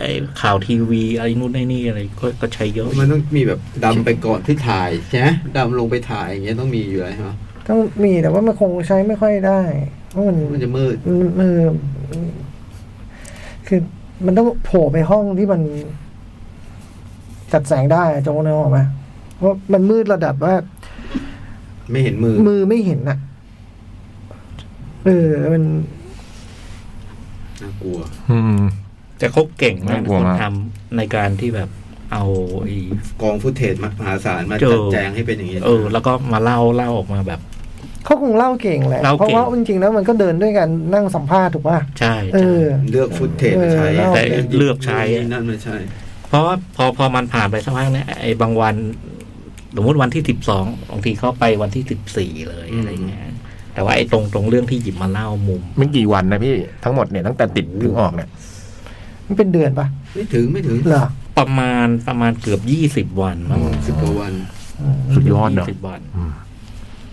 Speaker 3: ไอ้ข่าวทีวีอะไรนู่นไอ้นี่อะไรก็ก็ใช้เยอะ
Speaker 5: มันต้องมีแบบดำไปก่อนที่ถ่ายใช่ไหมดำลงไปถ่ายอย่างเงี้ยต้องมีอยู่แล้วใช่ไหม
Speaker 2: ต้องมีแต่ว่ามันคงใช้ไม่ค่อยได้เพราะมัน
Speaker 5: มันจะมืด
Speaker 2: มันเออคือมันต้องโผล่ไปห้องที่มันจัดแสงได้อะโจงนึกออกไหมเพราะมันมืดระดับว่า
Speaker 5: ไม่เห็นมือ
Speaker 2: มือไม่เห็นอ่ะ เออ มัน
Speaker 5: น่ากลัว
Speaker 4: อืม
Speaker 3: แต่เขาเก่งมาก
Speaker 4: น่ากลัว
Speaker 3: คน
Speaker 4: มาก
Speaker 3: ทำในการที่แบบเอาไอ้
Speaker 5: กองฟุตเทจมหาศาลมา
Speaker 3: เจอ
Speaker 5: จัดแจงให้เป็นอย่างนี้
Speaker 3: เออ แล้วก็มาเล่าเล่าออกมาแบบ
Speaker 2: เขาคงเล่าเก่งแหละ
Speaker 3: เล่าเก่ง
Speaker 2: เพราะว่าจริงๆแล้วมันก็เดินด้วยกันนั่งสัมภาษณ์ถูกป่ะ
Speaker 3: ใช่
Speaker 2: เอ
Speaker 3: ใช่
Speaker 2: อ
Speaker 5: เลือกฟุตเทจมาใช้
Speaker 2: เออ
Speaker 3: แต่เลือกใช้
Speaker 5: นั่นไม่ใช่
Speaker 3: เพราะว่าพอพอมันผ่านไปสักพักเนี่ยไอ้บางวันสมมติวันที่สิบสองบางทีเขาไปวันที่สิบสี่เลย
Speaker 5: อืม
Speaker 3: อะไรเงี้ยแต่ว่าไอ้ตรงตรงเรื่องที่หยิบมาเล่ามุม
Speaker 4: ไม่กี่วันนะพี่ทั้งหมดเนี่ยตั้งแต่ติดถึงออกเนี่ย
Speaker 2: มันเป็นเดือนป่ะ
Speaker 5: ไม่ถึงไม่ถึง
Speaker 2: เหรอ
Speaker 3: ประมาณประมาณเกือบยี่สิบวันมั้ง
Speaker 5: สิบกว่าวัน
Speaker 4: สุดยอดเนอะ
Speaker 3: สิบวัน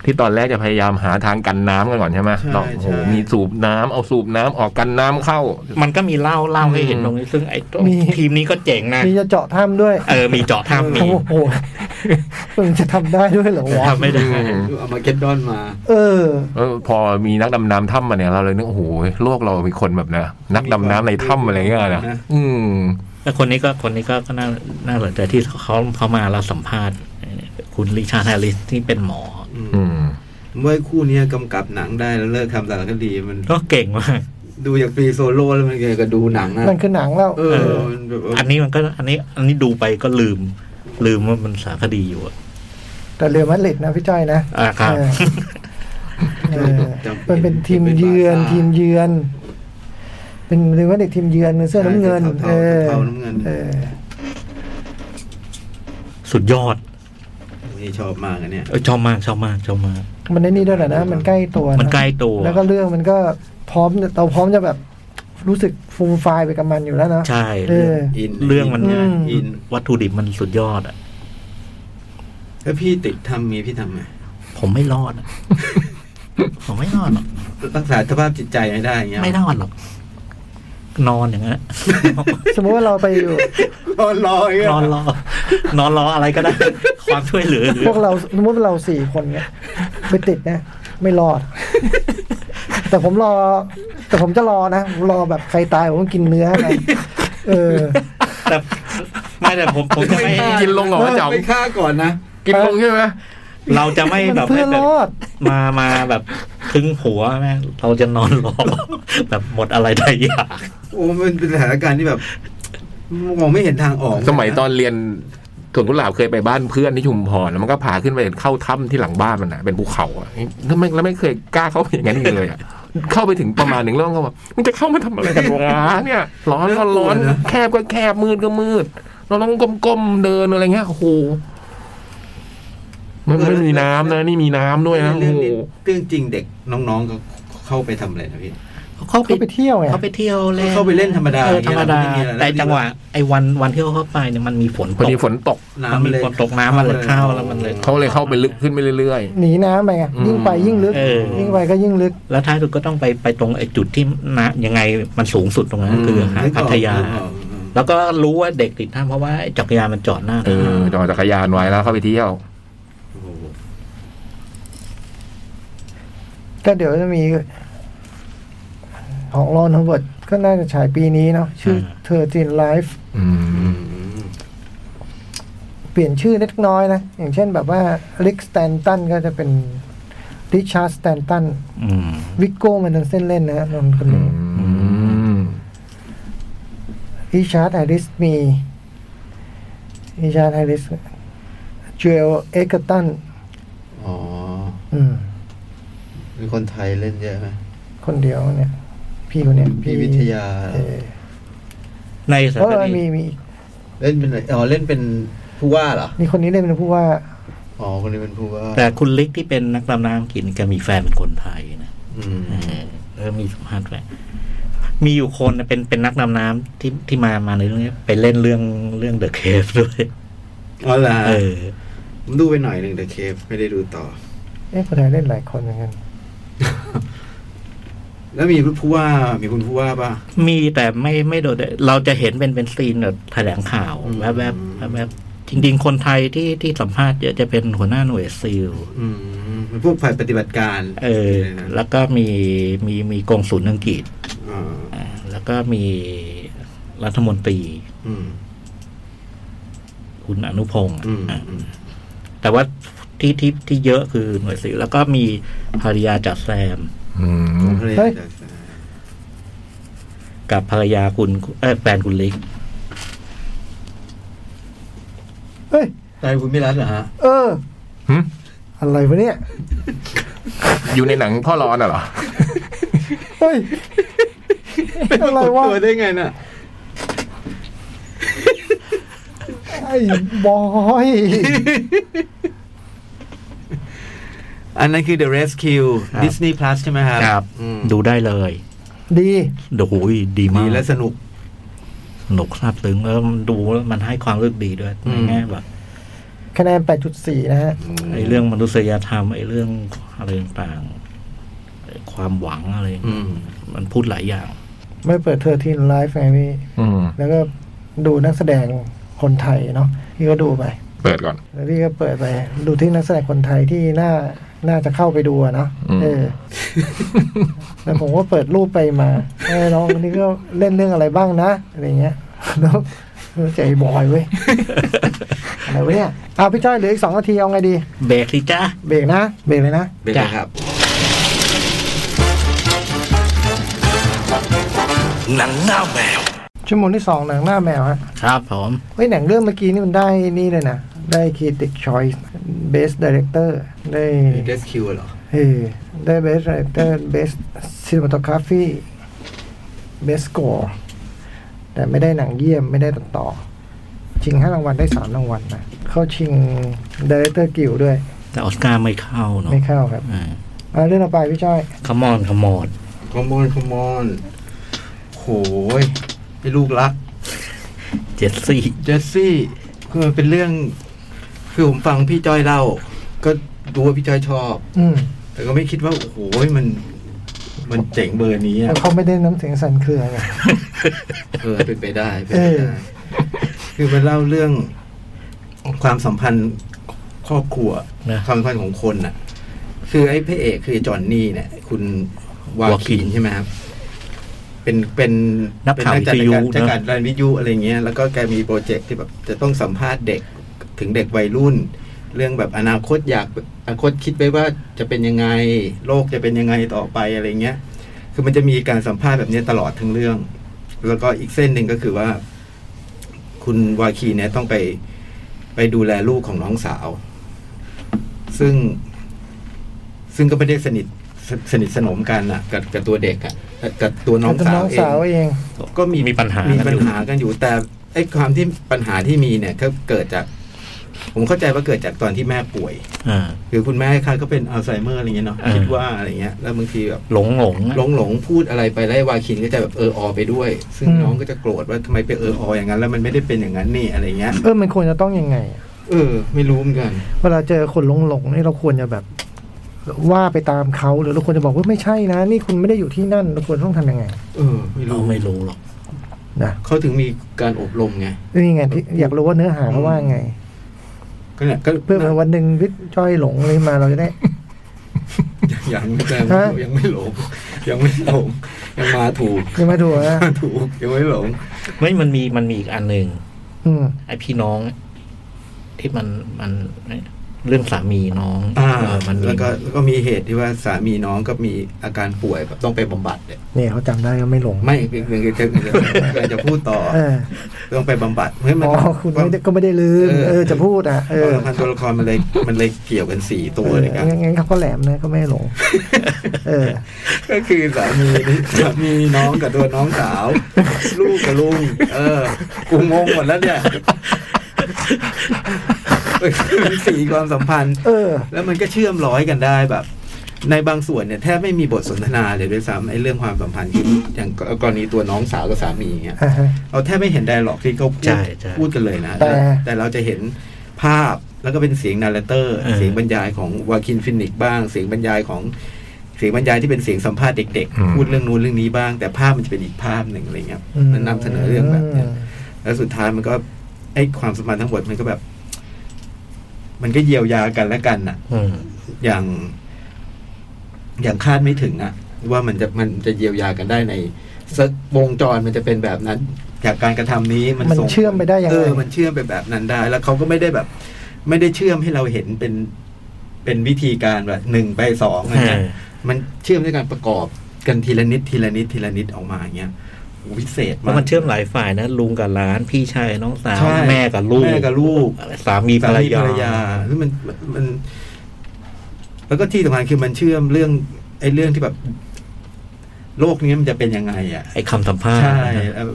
Speaker 4: ที่ตอนแรกจะพยายามหาทางกันน้ำกันก่อนใช่ไหม
Speaker 5: ใช่
Speaker 4: ลองโอ้โห
Speaker 5: ใช่
Speaker 4: มีสูบน้ำเอาสูบน้ำออกกันน้ำเข้า
Speaker 3: มันก็มีเล่าเล่าให้เห็น
Speaker 4: อืม
Speaker 3: ตรงนี้ ซึ่งไอ้ตรง
Speaker 2: มี
Speaker 3: ทีมนี้ก็เจ๋งนะ
Speaker 2: มีจะเจาะถ้ำด้วย
Speaker 3: เออ มีเจาะถ้ำมี
Speaker 2: โอ้โหมึงจะทำได้ด้วยเหรอวะ
Speaker 3: ทำไม่ได้
Speaker 5: เอามาเก็ตดอนมา
Speaker 2: เออ
Speaker 4: เออพอมีนักดำน้ำถ้ำมาเนี่ยเราเลยนึกโอ้โหโลกเรามีคนแบบนะนักดำน้ำในถ้ำอะไรเงี้ยนะอืม
Speaker 3: แล้วคนนี้ก็คนนี้ก็ก็น่าน่าสนใจที่เขาเขามาเราสัมภาษณ์คุณลิชาร์ดแฮร์ริสที่เป็นหมอ
Speaker 5: อืม
Speaker 4: อืม
Speaker 5: เมื่อคู่เนี้ยกำกับหนังได้แล้วเลิกทำสารคดีมัน
Speaker 3: ก็เก่งมาก
Speaker 5: ดูอย่างฟรีโซโล่แล้วมันก็ดูหนังนะ
Speaker 2: นั่นคือหนังแล้ว
Speaker 5: เออมันแบบว่า
Speaker 3: อันนี้มันก็อันนี้ อันนี้ดูไปก็ลืม ลืมว่ามันสารคดีอยู่อะ
Speaker 2: แต่เรือมัดลิดนะพี่จ้อยนะ
Speaker 3: อ่าครับ
Speaker 2: เออ เออมันเป็นทีมเยือน ทีมเยือน เป็นเรียกว่าเด็กทีมเยือนเสื้อน้ำเงิน
Speaker 5: ใช่
Speaker 2: เออ
Speaker 5: เทาๆน้ำเงิน
Speaker 2: เออ
Speaker 3: สุดยอด
Speaker 5: นี่ชอบมากอะเนี่ย
Speaker 3: เออชอบมากชอบมากชอบมาก
Speaker 2: มันได้นี่ด้วยแหละนะ มันใกล้ตัวะ
Speaker 3: มันใกล้ตัว
Speaker 2: แล้วก็เรื่องมันก็พร้อมเราพร้อมจะแบบรู้สึกฟูมไฟายไปกับมันอยู่แล้วนะ
Speaker 3: ใช่
Speaker 2: เออ
Speaker 5: อิน
Speaker 3: เรื่องมัน
Speaker 5: อิ
Speaker 2: อืม
Speaker 5: อิน
Speaker 3: วัตถุดิบมันสุดยอดอ่ะ
Speaker 5: แล้วพี่ติดทำมีพี่ทำไง
Speaker 3: ผมไม่รอดอะ ผมไม่รอดหรอก
Speaker 5: รักษาสภาพจิตใจให้ได้อย่างเงี้ย
Speaker 3: ไม่รอดหรอก นอนอย่างนั้น
Speaker 2: สมมติว่าเราไป อยู่
Speaker 5: นอนรออย่างเงี้ย
Speaker 3: นอนรอนอนรออะไรก็ได้ ความช่วยเหลือหรือ
Speaker 2: พวกเราสมมติว่าเราสี่คนเนี้ยไปติดนะไม่รอด แต่ผมรอ แต่ผมจะรอนะผมรอแบบใครตายผมก็กินเนื้อนะเออ
Speaker 3: แต่ไม่แต่ผมผมจะไม่
Speaker 4: กินลงเหรอวะจ่อง
Speaker 5: ไม่ฆ่าก่อนนะ
Speaker 4: กินลงใช่ไหม
Speaker 3: เราจะไม่แบบ
Speaker 2: มันเพื่อ
Speaker 3: ให้แบบ
Speaker 2: รอด
Speaker 3: มามาแบบถึงหัวแม่งเราจะนอน รอ แบบหมดอะไรได้อยาก
Speaker 5: โอ้มันเป็นสถานการณ์ที่แบบมองไม่เห็นทางออก
Speaker 4: สมัยตอนเรียนสวนกุหลาบเคยไปบ้านเพื่อนที่ชุมพรแล้วมันก็พาขึ้นไปเข้าถ้ำที่หลังบ้านมันนะเป็นภูเขาอะแล้วไม่แล้วไม่เคยกล้าเข้าไปอย่างนั้นอีกเลยอะเข้าไปถึงประมาณหนึ่งแล้วก็แบบมันจะเข้ามาทำอะไรกันวะเนี่ย ร้อนก็ร้อนแคบก็แคบมืดก็มืด เราต้องก้มๆเดินอะไรเงี้ยโอ้โหมันไม่มีน้ำนะนี่มีน้ำด้วยนะ
Speaker 5: เรื่
Speaker 4: โอ้
Speaker 5: อง
Speaker 4: โห
Speaker 5: นี้เรื่องจริงเด็กน้องๆเขาเข้าไปทำอะไรนะพี่
Speaker 3: เขา
Speaker 2: เขาไปเที่ยวไง
Speaker 3: เขาไปเที่ยวเล่น
Speaker 5: เข้าไปเล่นธรรมดา
Speaker 3: เออธรรมดา
Speaker 5: ไม่มีอะไร
Speaker 3: แต่จังหวะไอ้วันวันที่เขาเข้าไปเนี่ยมันมีฝน
Speaker 4: พอ
Speaker 3: ต
Speaker 4: ดี
Speaker 3: ก
Speaker 4: ฝนตก
Speaker 3: มันมีคนตกน้ำมันเลยเข้าแล้วมันเลย
Speaker 4: เขาเลยเข้าไปลึกขึ้นไปเรื่อย
Speaker 2: หนีน้ำไปไงยิ่งไปยิ่งลึก
Speaker 3: เออ
Speaker 2: ยิ่งไปก็ยิ่งลึก
Speaker 3: แล้วท้ายสุดก็ต้องไปไปตรงไอ้จุดที่นะยังไงมันสูงสุดตรงนั้น
Speaker 4: อืม
Speaker 3: คือหาดพัทยา
Speaker 5: นึกออกนึกออก
Speaker 3: แล้วก็รู้ว่าเด็กติดท่าเพราะว่าไอ้จักรยานมันจอดหน้า
Speaker 4: ๆเออจอดจักรยานไว้แล้วเข้าไปเที่ยว
Speaker 5: โอ้โห
Speaker 2: ก็เดี๋ยวจะมี ของรอนฮเวิร์ดก็น่าจะฉายปีนี้เนาะชื่อเธอจีนไลฟ์
Speaker 4: อืม
Speaker 2: เปลี่ยนชื่อเล็กน้อยนะ อย่างเช่นแบบว่าริกสแตนตันก็จะเป็นริชาร์ดสแตนตัน
Speaker 3: อืม
Speaker 2: วิกโก้มันดันเส้นเล่นนะฮะนนท์คน
Speaker 4: อื
Speaker 2: นี้
Speaker 4: ม
Speaker 2: ริชาร์ดไฮริสมีริชาร์ดไฮริสจูเอลเอเกอร์ตัน
Speaker 5: อ๋อ
Speaker 2: อืม
Speaker 5: มีคนไทยเล่นเยอะไหม
Speaker 2: คนเดียวเนี่ย พี่คนเนี้ย
Speaker 5: พี่วิทยา
Speaker 2: เออ
Speaker 3: ในส
Speaker 2: เพราะ
Speaker 3: ถา
Speaker 2: ว่ามี
Speaker 3: นี
Speaker 2: มีอีก
Speaker 5: เล่นเป็นอะไรอ๋อเล่นเป็นผู้ว่าเหรอ
Speaker 2: มีคนนี้เล่นเป็นผู้ว่า
Speaker 5: อ๋อ คนนี้เป็นผู้ว่า
Speaker 3: แต่คุณลิกที่เป็นนักดำน้ำอังกินแกมีแฟนเป็นคนไทยนะ
Speaker 5: อืม
Speaker 3: เออมีสัมภาษณ์แหละมีอยู่คนน่ะเป็นเป็นนักดำน้ำที่ที่มามาในเรื่องนี้ไปเล่นเรื่องเรื่องเดอะเคฟด้วย
Speaker 5: อ๋อเหรอ
Speaker 3: เออ
Speaker 5: ผมดูไปหน่อยหนึ่งแต่เคฟไม่ได้ดูต่อ
Speaker 2: เอ๊ะคนไทยเล่นหลายคนเหมือนกัน
Speaker 5: แล้วมีผู้ว่า มีคุณผู้ว่าป่ะ
Speaker 3: มีแต่ไม่ไม่โดดเด่นเราจะเห็นเป็นเป็นซีนแบบแถลงข่าว
Speaker 5: อืม
Speaker 3: แวบๆแวบๆจริง ๆ คนไทยที่ที่สัมภาษณ์เยอะจะเป็นหัวหน้าหน่วยซีล
Speaker 5: อืมเป็นพวกฝ่ายปฏิบัติการ
Speaker 3: เออ แล้วก็มีมีมีกองศูนย์อังกฤษ
Speaker 5: อ๋อ
Speaker 3: อ่าแล้วก็มีรัฐมนตรี
Speaker 5: อืม
Speaker 3: คุณอนุพงศ์
Speaker 5: อืม
Speaker 3: อ่ะ
Speaker 5: อืม
Speaker 3: แต่ว่าที่ที่ที่เยอะคือหน่วยซิลแล้วก็มีภรรยาจ่าแซม
Speaker 4: อืม
Speaker 2: เฮ้ย
Speaker 3: กับภรรยาคุณเอยแฟนคุณเล็ก
Speaker 2: เอ้ย
Speaker 5: ตายคุณไม่รัดเหรอฮะ
Speaker 2: เออ
Speaker 4: หึ
Speaker 2: อะไรวะเนี่ย
Speaker 4: อยู่ในหนังพ่อร้อนน่ะเหรอ
Speaker 2: เฮ้ย อะไรวะ
Speaker 5: ตัวได้ไงน่ะ
Speaker 2: ไอ้บอย
Speaker 5: อันนั้นคือ The Rescue
Speaker 3: ครับ
Speaker 5: Disney Plus ใช่ไหมครับอืม
Speaker 3: ดูได้เลย
Speaker 2: ดี
Speaker 3: โอ้โหดีมา
Speaker 5: ดี
Speaker 3: ก
Speaker 5: และสนุก
Speaker 3: สนุกซาบซึ้งแล้วมันดูแล้วมันให้ความรู้สึกดีด้วย
Speaker 5: อืม
Speaker 3: ในแง่แบบ
Speaker 2: คะแนน 8.4 นะฮะ
Speaker 3: ไอ้เรื่องมนุษยธรรมไอ้เรื่องอะไรต่างๆไอ้ความหวังอะไร
Speaker 5: อืม
Speaker 3: มันพูดหลายอย่าง
Speaker 2: ไม่เปิดเทอร์ทีนไลฟ์ไงพี่
Speaker 4: อืม
Speaker 2: แล้วก็ดูนักแสดงคนไทยเนาะพี่ก็ดูไป
Speaker 4: เปิดก่อน
Speaker 2: แล้วพี่ก็เปิดไป ดูที่นักแสดงคนไทยที่น่า น่าจะเข้าไปดูอะเนาะ
Speaker 4: อืม
Speaker 2: เอ อ แล้วผมก็เปิดรูปไปมาเออน้องคนนี้ก็เล่นเรื่องอะไรบ้างนะ อะไรเงี้ย แล้วใจบอย เว้ย อะไรวะเนี่ยเอาพี่จ้อยเหลืออีกสองนาทีเอาไงดี
Speaker 3: เบรกสิจ้า
Speaker 2: เบรกนะ เบรกเลยนะ
Speaker 5: เป็นไงครับ
Speaker 2: ชั่วโมงที่สองหนังหน้าแมวฮะ
Speaker 3: ครับผม
Speaker 2: เฮ้ยหนังเรื่องเมื่อกี้นี่มันได้นี่เลยนะ ได้ Critic Choice Best Director ได้
Speaker 5: Rescue เหรอ
Speaker 2: เออได้ best director best cinematography best score แต่ไม่ได้หนังเยี่ยมไม่ได้ตัดต่อ ชิงห้ารางวัลได้สามรางวัลนะ เข้าชิง director guild ด้วย
Speaker 3: แต่ออสการ์ไม่เข้าเนาะ
Speaker 2: ไม่เข้าครับอ่ะเรื่องต่อไปพี่จ้อย
Speaker 3: ขมอนขมอน
Speaker 5: คอมมอนคอมมอนโหยไอ้ลูกรัก
Speaker 3: เจ็ดซี่
Speaker 5: เจสซี่คือมันเป็นเรื่อง คือผมฟังพี่จ้อยเล่า ก็ดูว่าพี่จ้อยชอบ
Speaker 2: อืม
Speaker 5: แต่ก็ไม่คิดว่า โอ้โหมัน มันเจ๋งเบอร์นี้
Speaker 2: แต่
Speaker 5: อะ
Speaker 2: เขาไม่ได้น้ำเสียงสั่นเครือไง
Speaker 5: เออเป็นไปได้เป็นไปได้ คือมันเล่าเรื่องความสัมพันธ์ครอบครัว
Speaker 3: นะ
Speaker 5: ความสัมพันธ์ของคนน่ะ คือไอ้พระเอกคือจอห์นนี่เนี่ย คุณวาว
Speaker 3: าคิ
Speaker 5: คิน
Speaker 3: น
Speaker 5: ใช่ไหมครับ เป็นเป็น
Speaker 3: นักข่าว
Speaker 5: เป็จัด
Speaker 3: วิทยุ
Speaker 5: การ
Speaker 3: นะ
Speaker 5: จัดการรายวิทยุอะไรเงี้ย แล้วก็แกมีโปรเจกต์ที่แบบจะต้องสัมภาษณ์เด็กถึงเด็กวัยรุ่น เรื่องแบบอนาคตอยากอนาคตคิดไว้ว่าจะเป็นยังไง โลกจะเป็นยังไงต่อไปอะไรเงี้ย คือมันจะมีการสัมภาษณ์แบบเนี้ยตลอดทั้งเรื่อง แล้วก็อีกเส้นหนึ่งก็คือว่า คุณวาคีเนี่ยต้องไปไปดูแลลูกของน้องสาว ซึ่ง ซึ่งก็ไม่ได้สนิทสสนิทสนมกันอ่ะ กับกับตัวเด็กอ่ะกับกับตัวน้องสาวเอ
Speaker 2: สาว
Speaker 5: ง
Speaker 2: เอง
Speaker 3: ก็มีมีปัญหา
Speaker 5: มี
Speaker 3: กัน
Speaker 5: ปั
Speaker 3: อ
Speaker 5: ญ
Speaker 3: ยู่
Speaker 5: หากันอยู่ แต่ไอ้ความที่ปัญหาที่มีเนี่ยก็เกิดจาก ผมเข้าใจว่าเกิดจากตอนที่แม่ป่วย
Speaker 3: อ่า
Speaker 5: คือคุณแม่คล้ายๆก็เป็นอัลไซเมอร์อะไรเงี้ยเนาะ
Speaker 3: อ่า
Speaker 5: คิดว่าอะไรเงี้ยแล้วบางทีแบบ
Speaker 3: หลงหลง
Speaker 5: หลงหลงๆพูดอะไรไปไล่วาคินก็จะแบบเอออไปด้วย ซึ่ง
Speaker 2: อืม
Speaker 5: น้องก็จะโกรธว่าทำไมไปเออออย่างนั้น แล้วมันไม่ได้เป็นอย่างนั้นนี่อะไรเงี้ย
Speaker 2: เออมันควรจะต้องยังไงอะ
Speaker 5: เออ ไม่รู้เหมือนกัน
Speaker 2: เวลาเจอคนหลงหลงๆนี่เราควรจะแบบ ว่าไปตามเขาหรือเราควรจะบอกว่าไม่ใช่นะ นี่คุณไม่ได้อยู่ที่นั่นเราควรต้องทำยังไง
Speaker 5: เออ ไม่
Speaker 3: เรา
Speaker 5: รู้
Speaker 3: ไม่รู้หรอก
Speaker 2: นะ
Speaker 5: เขาถึงมีการอบรมไง
Speaker 2: นี่ไงที่อยากรู้ว่าเนื้อหาเขาว่าไง
Speaker 5: ก็เนี่ยก็
Speaker 2: เพื่อเผื่อวันหนึ่งพี่จ้อยหลงเลยมาเราจะได้
Speaker 5: ยังไม่แต่
Speaker 2: ฮะ
Speaker 5: ยังไม่หลงยังไม่หลงยังมาถูก
Speaker 2: ยังมาดูนะ
Speaker 5: มาถูกยังไม่หลง
Speaker 3: ไม่มันมีมันมีอีกอันหนึ่ง
Speaker 2: อืม
Speaker 3: ไอพี่น้องที่มันมันเรื่องสามีน้อง
Speaker 5: อ่า
Speaker 3: เออมันมี
Speaker 5: แล้วก็แล้วก็มีเหตุที่ว่าสามีน้องก็มีอาการป่วยแบบต้องไปบำบัดเนี่ย
Speaker 2: เนี่ยเขาจำได้ก็ไม่หลง
Speaker 5: ไม่เป็นเรื่องจะจะจะพูดต่อ
Speaker 2: เออ
Speaker 5: ต้องไปบำบัดเฮ้ยมัน
Speaker 2: อ๋อคุณไม่ได้ก็ไม่ได้ลืมเออจะพูดอ่ะเอ
Speaker 5: ค
Speaker 2: อ
Speaker 5: วามสัมพันธ์ตัวละครมันเลยมันเลยเกี่ยวกันสี่ตัวเลยกัน
Speaker 2: งั้นงั้นเขาก็แหลมนะก็ไม่หลง เออ
Speaker 5: ก็คือสามีสามีน้ องกับตัวน้องสาว ลูกกับลุงเออ กูงงหมดแล้วเนี่ยมันสี่ความสัมพันธ์
Speaker 2: เออ
Speaker 5: แล้วมันก็เชื่อมร้อยกันได้แบบ ในบางส่วนเนี่ยแทบไม่มีบทสนทนาเลยด้วยซ้ำไอ้เรื่องความสัมพันธ์คืออย่างกรณีตัวน้องสาวกับสามีอย่างเงี้ย
Speaker 2: อ่าฮะ
Speaker 5: เราแทบไม่เห็นไดร์ล็อกที่เขาพู
Speaker 3: ใช่
Speaker 5: ด
Speaker 3: ใช่
Speaker 5: พูดกันเลยนะ
Speaker 2: แต่
Speaker 5: แต่เราจะเห็นภาพแล้วก็เป็นเสียงนาร์เตอร์
Speaker 3: เออ
Speaker 5: เสียงบรรยายของวาคินฟินิกบ้าง เสียงบรรยายของเสียงบรรยายที่เป็นเสียงสัมภาษณ์เด็ก
Speaker 4: อืม
Speaker 5: ๆ พูดเรื่องนู้นเรื่องนี้บ้าง แต่ภาพมันจะเป็นอีกภาพหนึ่งอะไรเงี้ยมันนำเสนอเรื่องแบบเนี้ยแล้วสุดท้ายมันก็ไอ้ความสัมพันธ์ทั้งหมดมันก็แบบ มันก็เยียวยากันและกันน่ะ
Speaker 3: อืม
Speaker 5: อย่าง อย่างคาดไม่ถึงอะว่ามันจะมันจะเยียวยากันได้ในสักวงจรมันจะเป็นแบบนั้น จากการกระทำนี้มัน
Speaker 2: มัน
Speaker 5: ส่ง
Speaker 2: เชื่อมไปได้ยังไง
Speaker 5: เออมันเชื่อมไปแบบนั้นได้ แล้วเขาก็ไม่ได้แบบ ไม่ได้เชื่อมให้เราเห็นเป็นเป็นวิธีการแบบหนึ่งไปสองอะไรเงี้ย
Speaker 3: เออ
Speaker 5: มันเชื่อมด้วยการประกอบกันทีละนิดทีละนิดทีละนิดออกมาอย่างเงี้ยโอ้วิเศษ
Speaker 3: เพ
Speaker 5: มา
Speaker 3: ราะ
Speaker 5: ก
Speaker 3: มันเชื่อมหลายฝ่ายนะลุงกับหลานพี่ชายน้องสาว
Speaker 5: ใช่
Speaker 3: แม่กับลูก
Speaker 5: แม่กับลูก
Speaker 3: สามีภรรยา
Speaker 5: คือมันมัน แล้วก็ที่สำคัญคือมันเชื่อมเรื่อง ไอ้เรื่องที่แบบ โลกนี้มันจะเป็นยังไง อ่ะ
Speaker 3: ไอ้คำสัมภาษณ์
Speaker 5: ใช่เอ่อ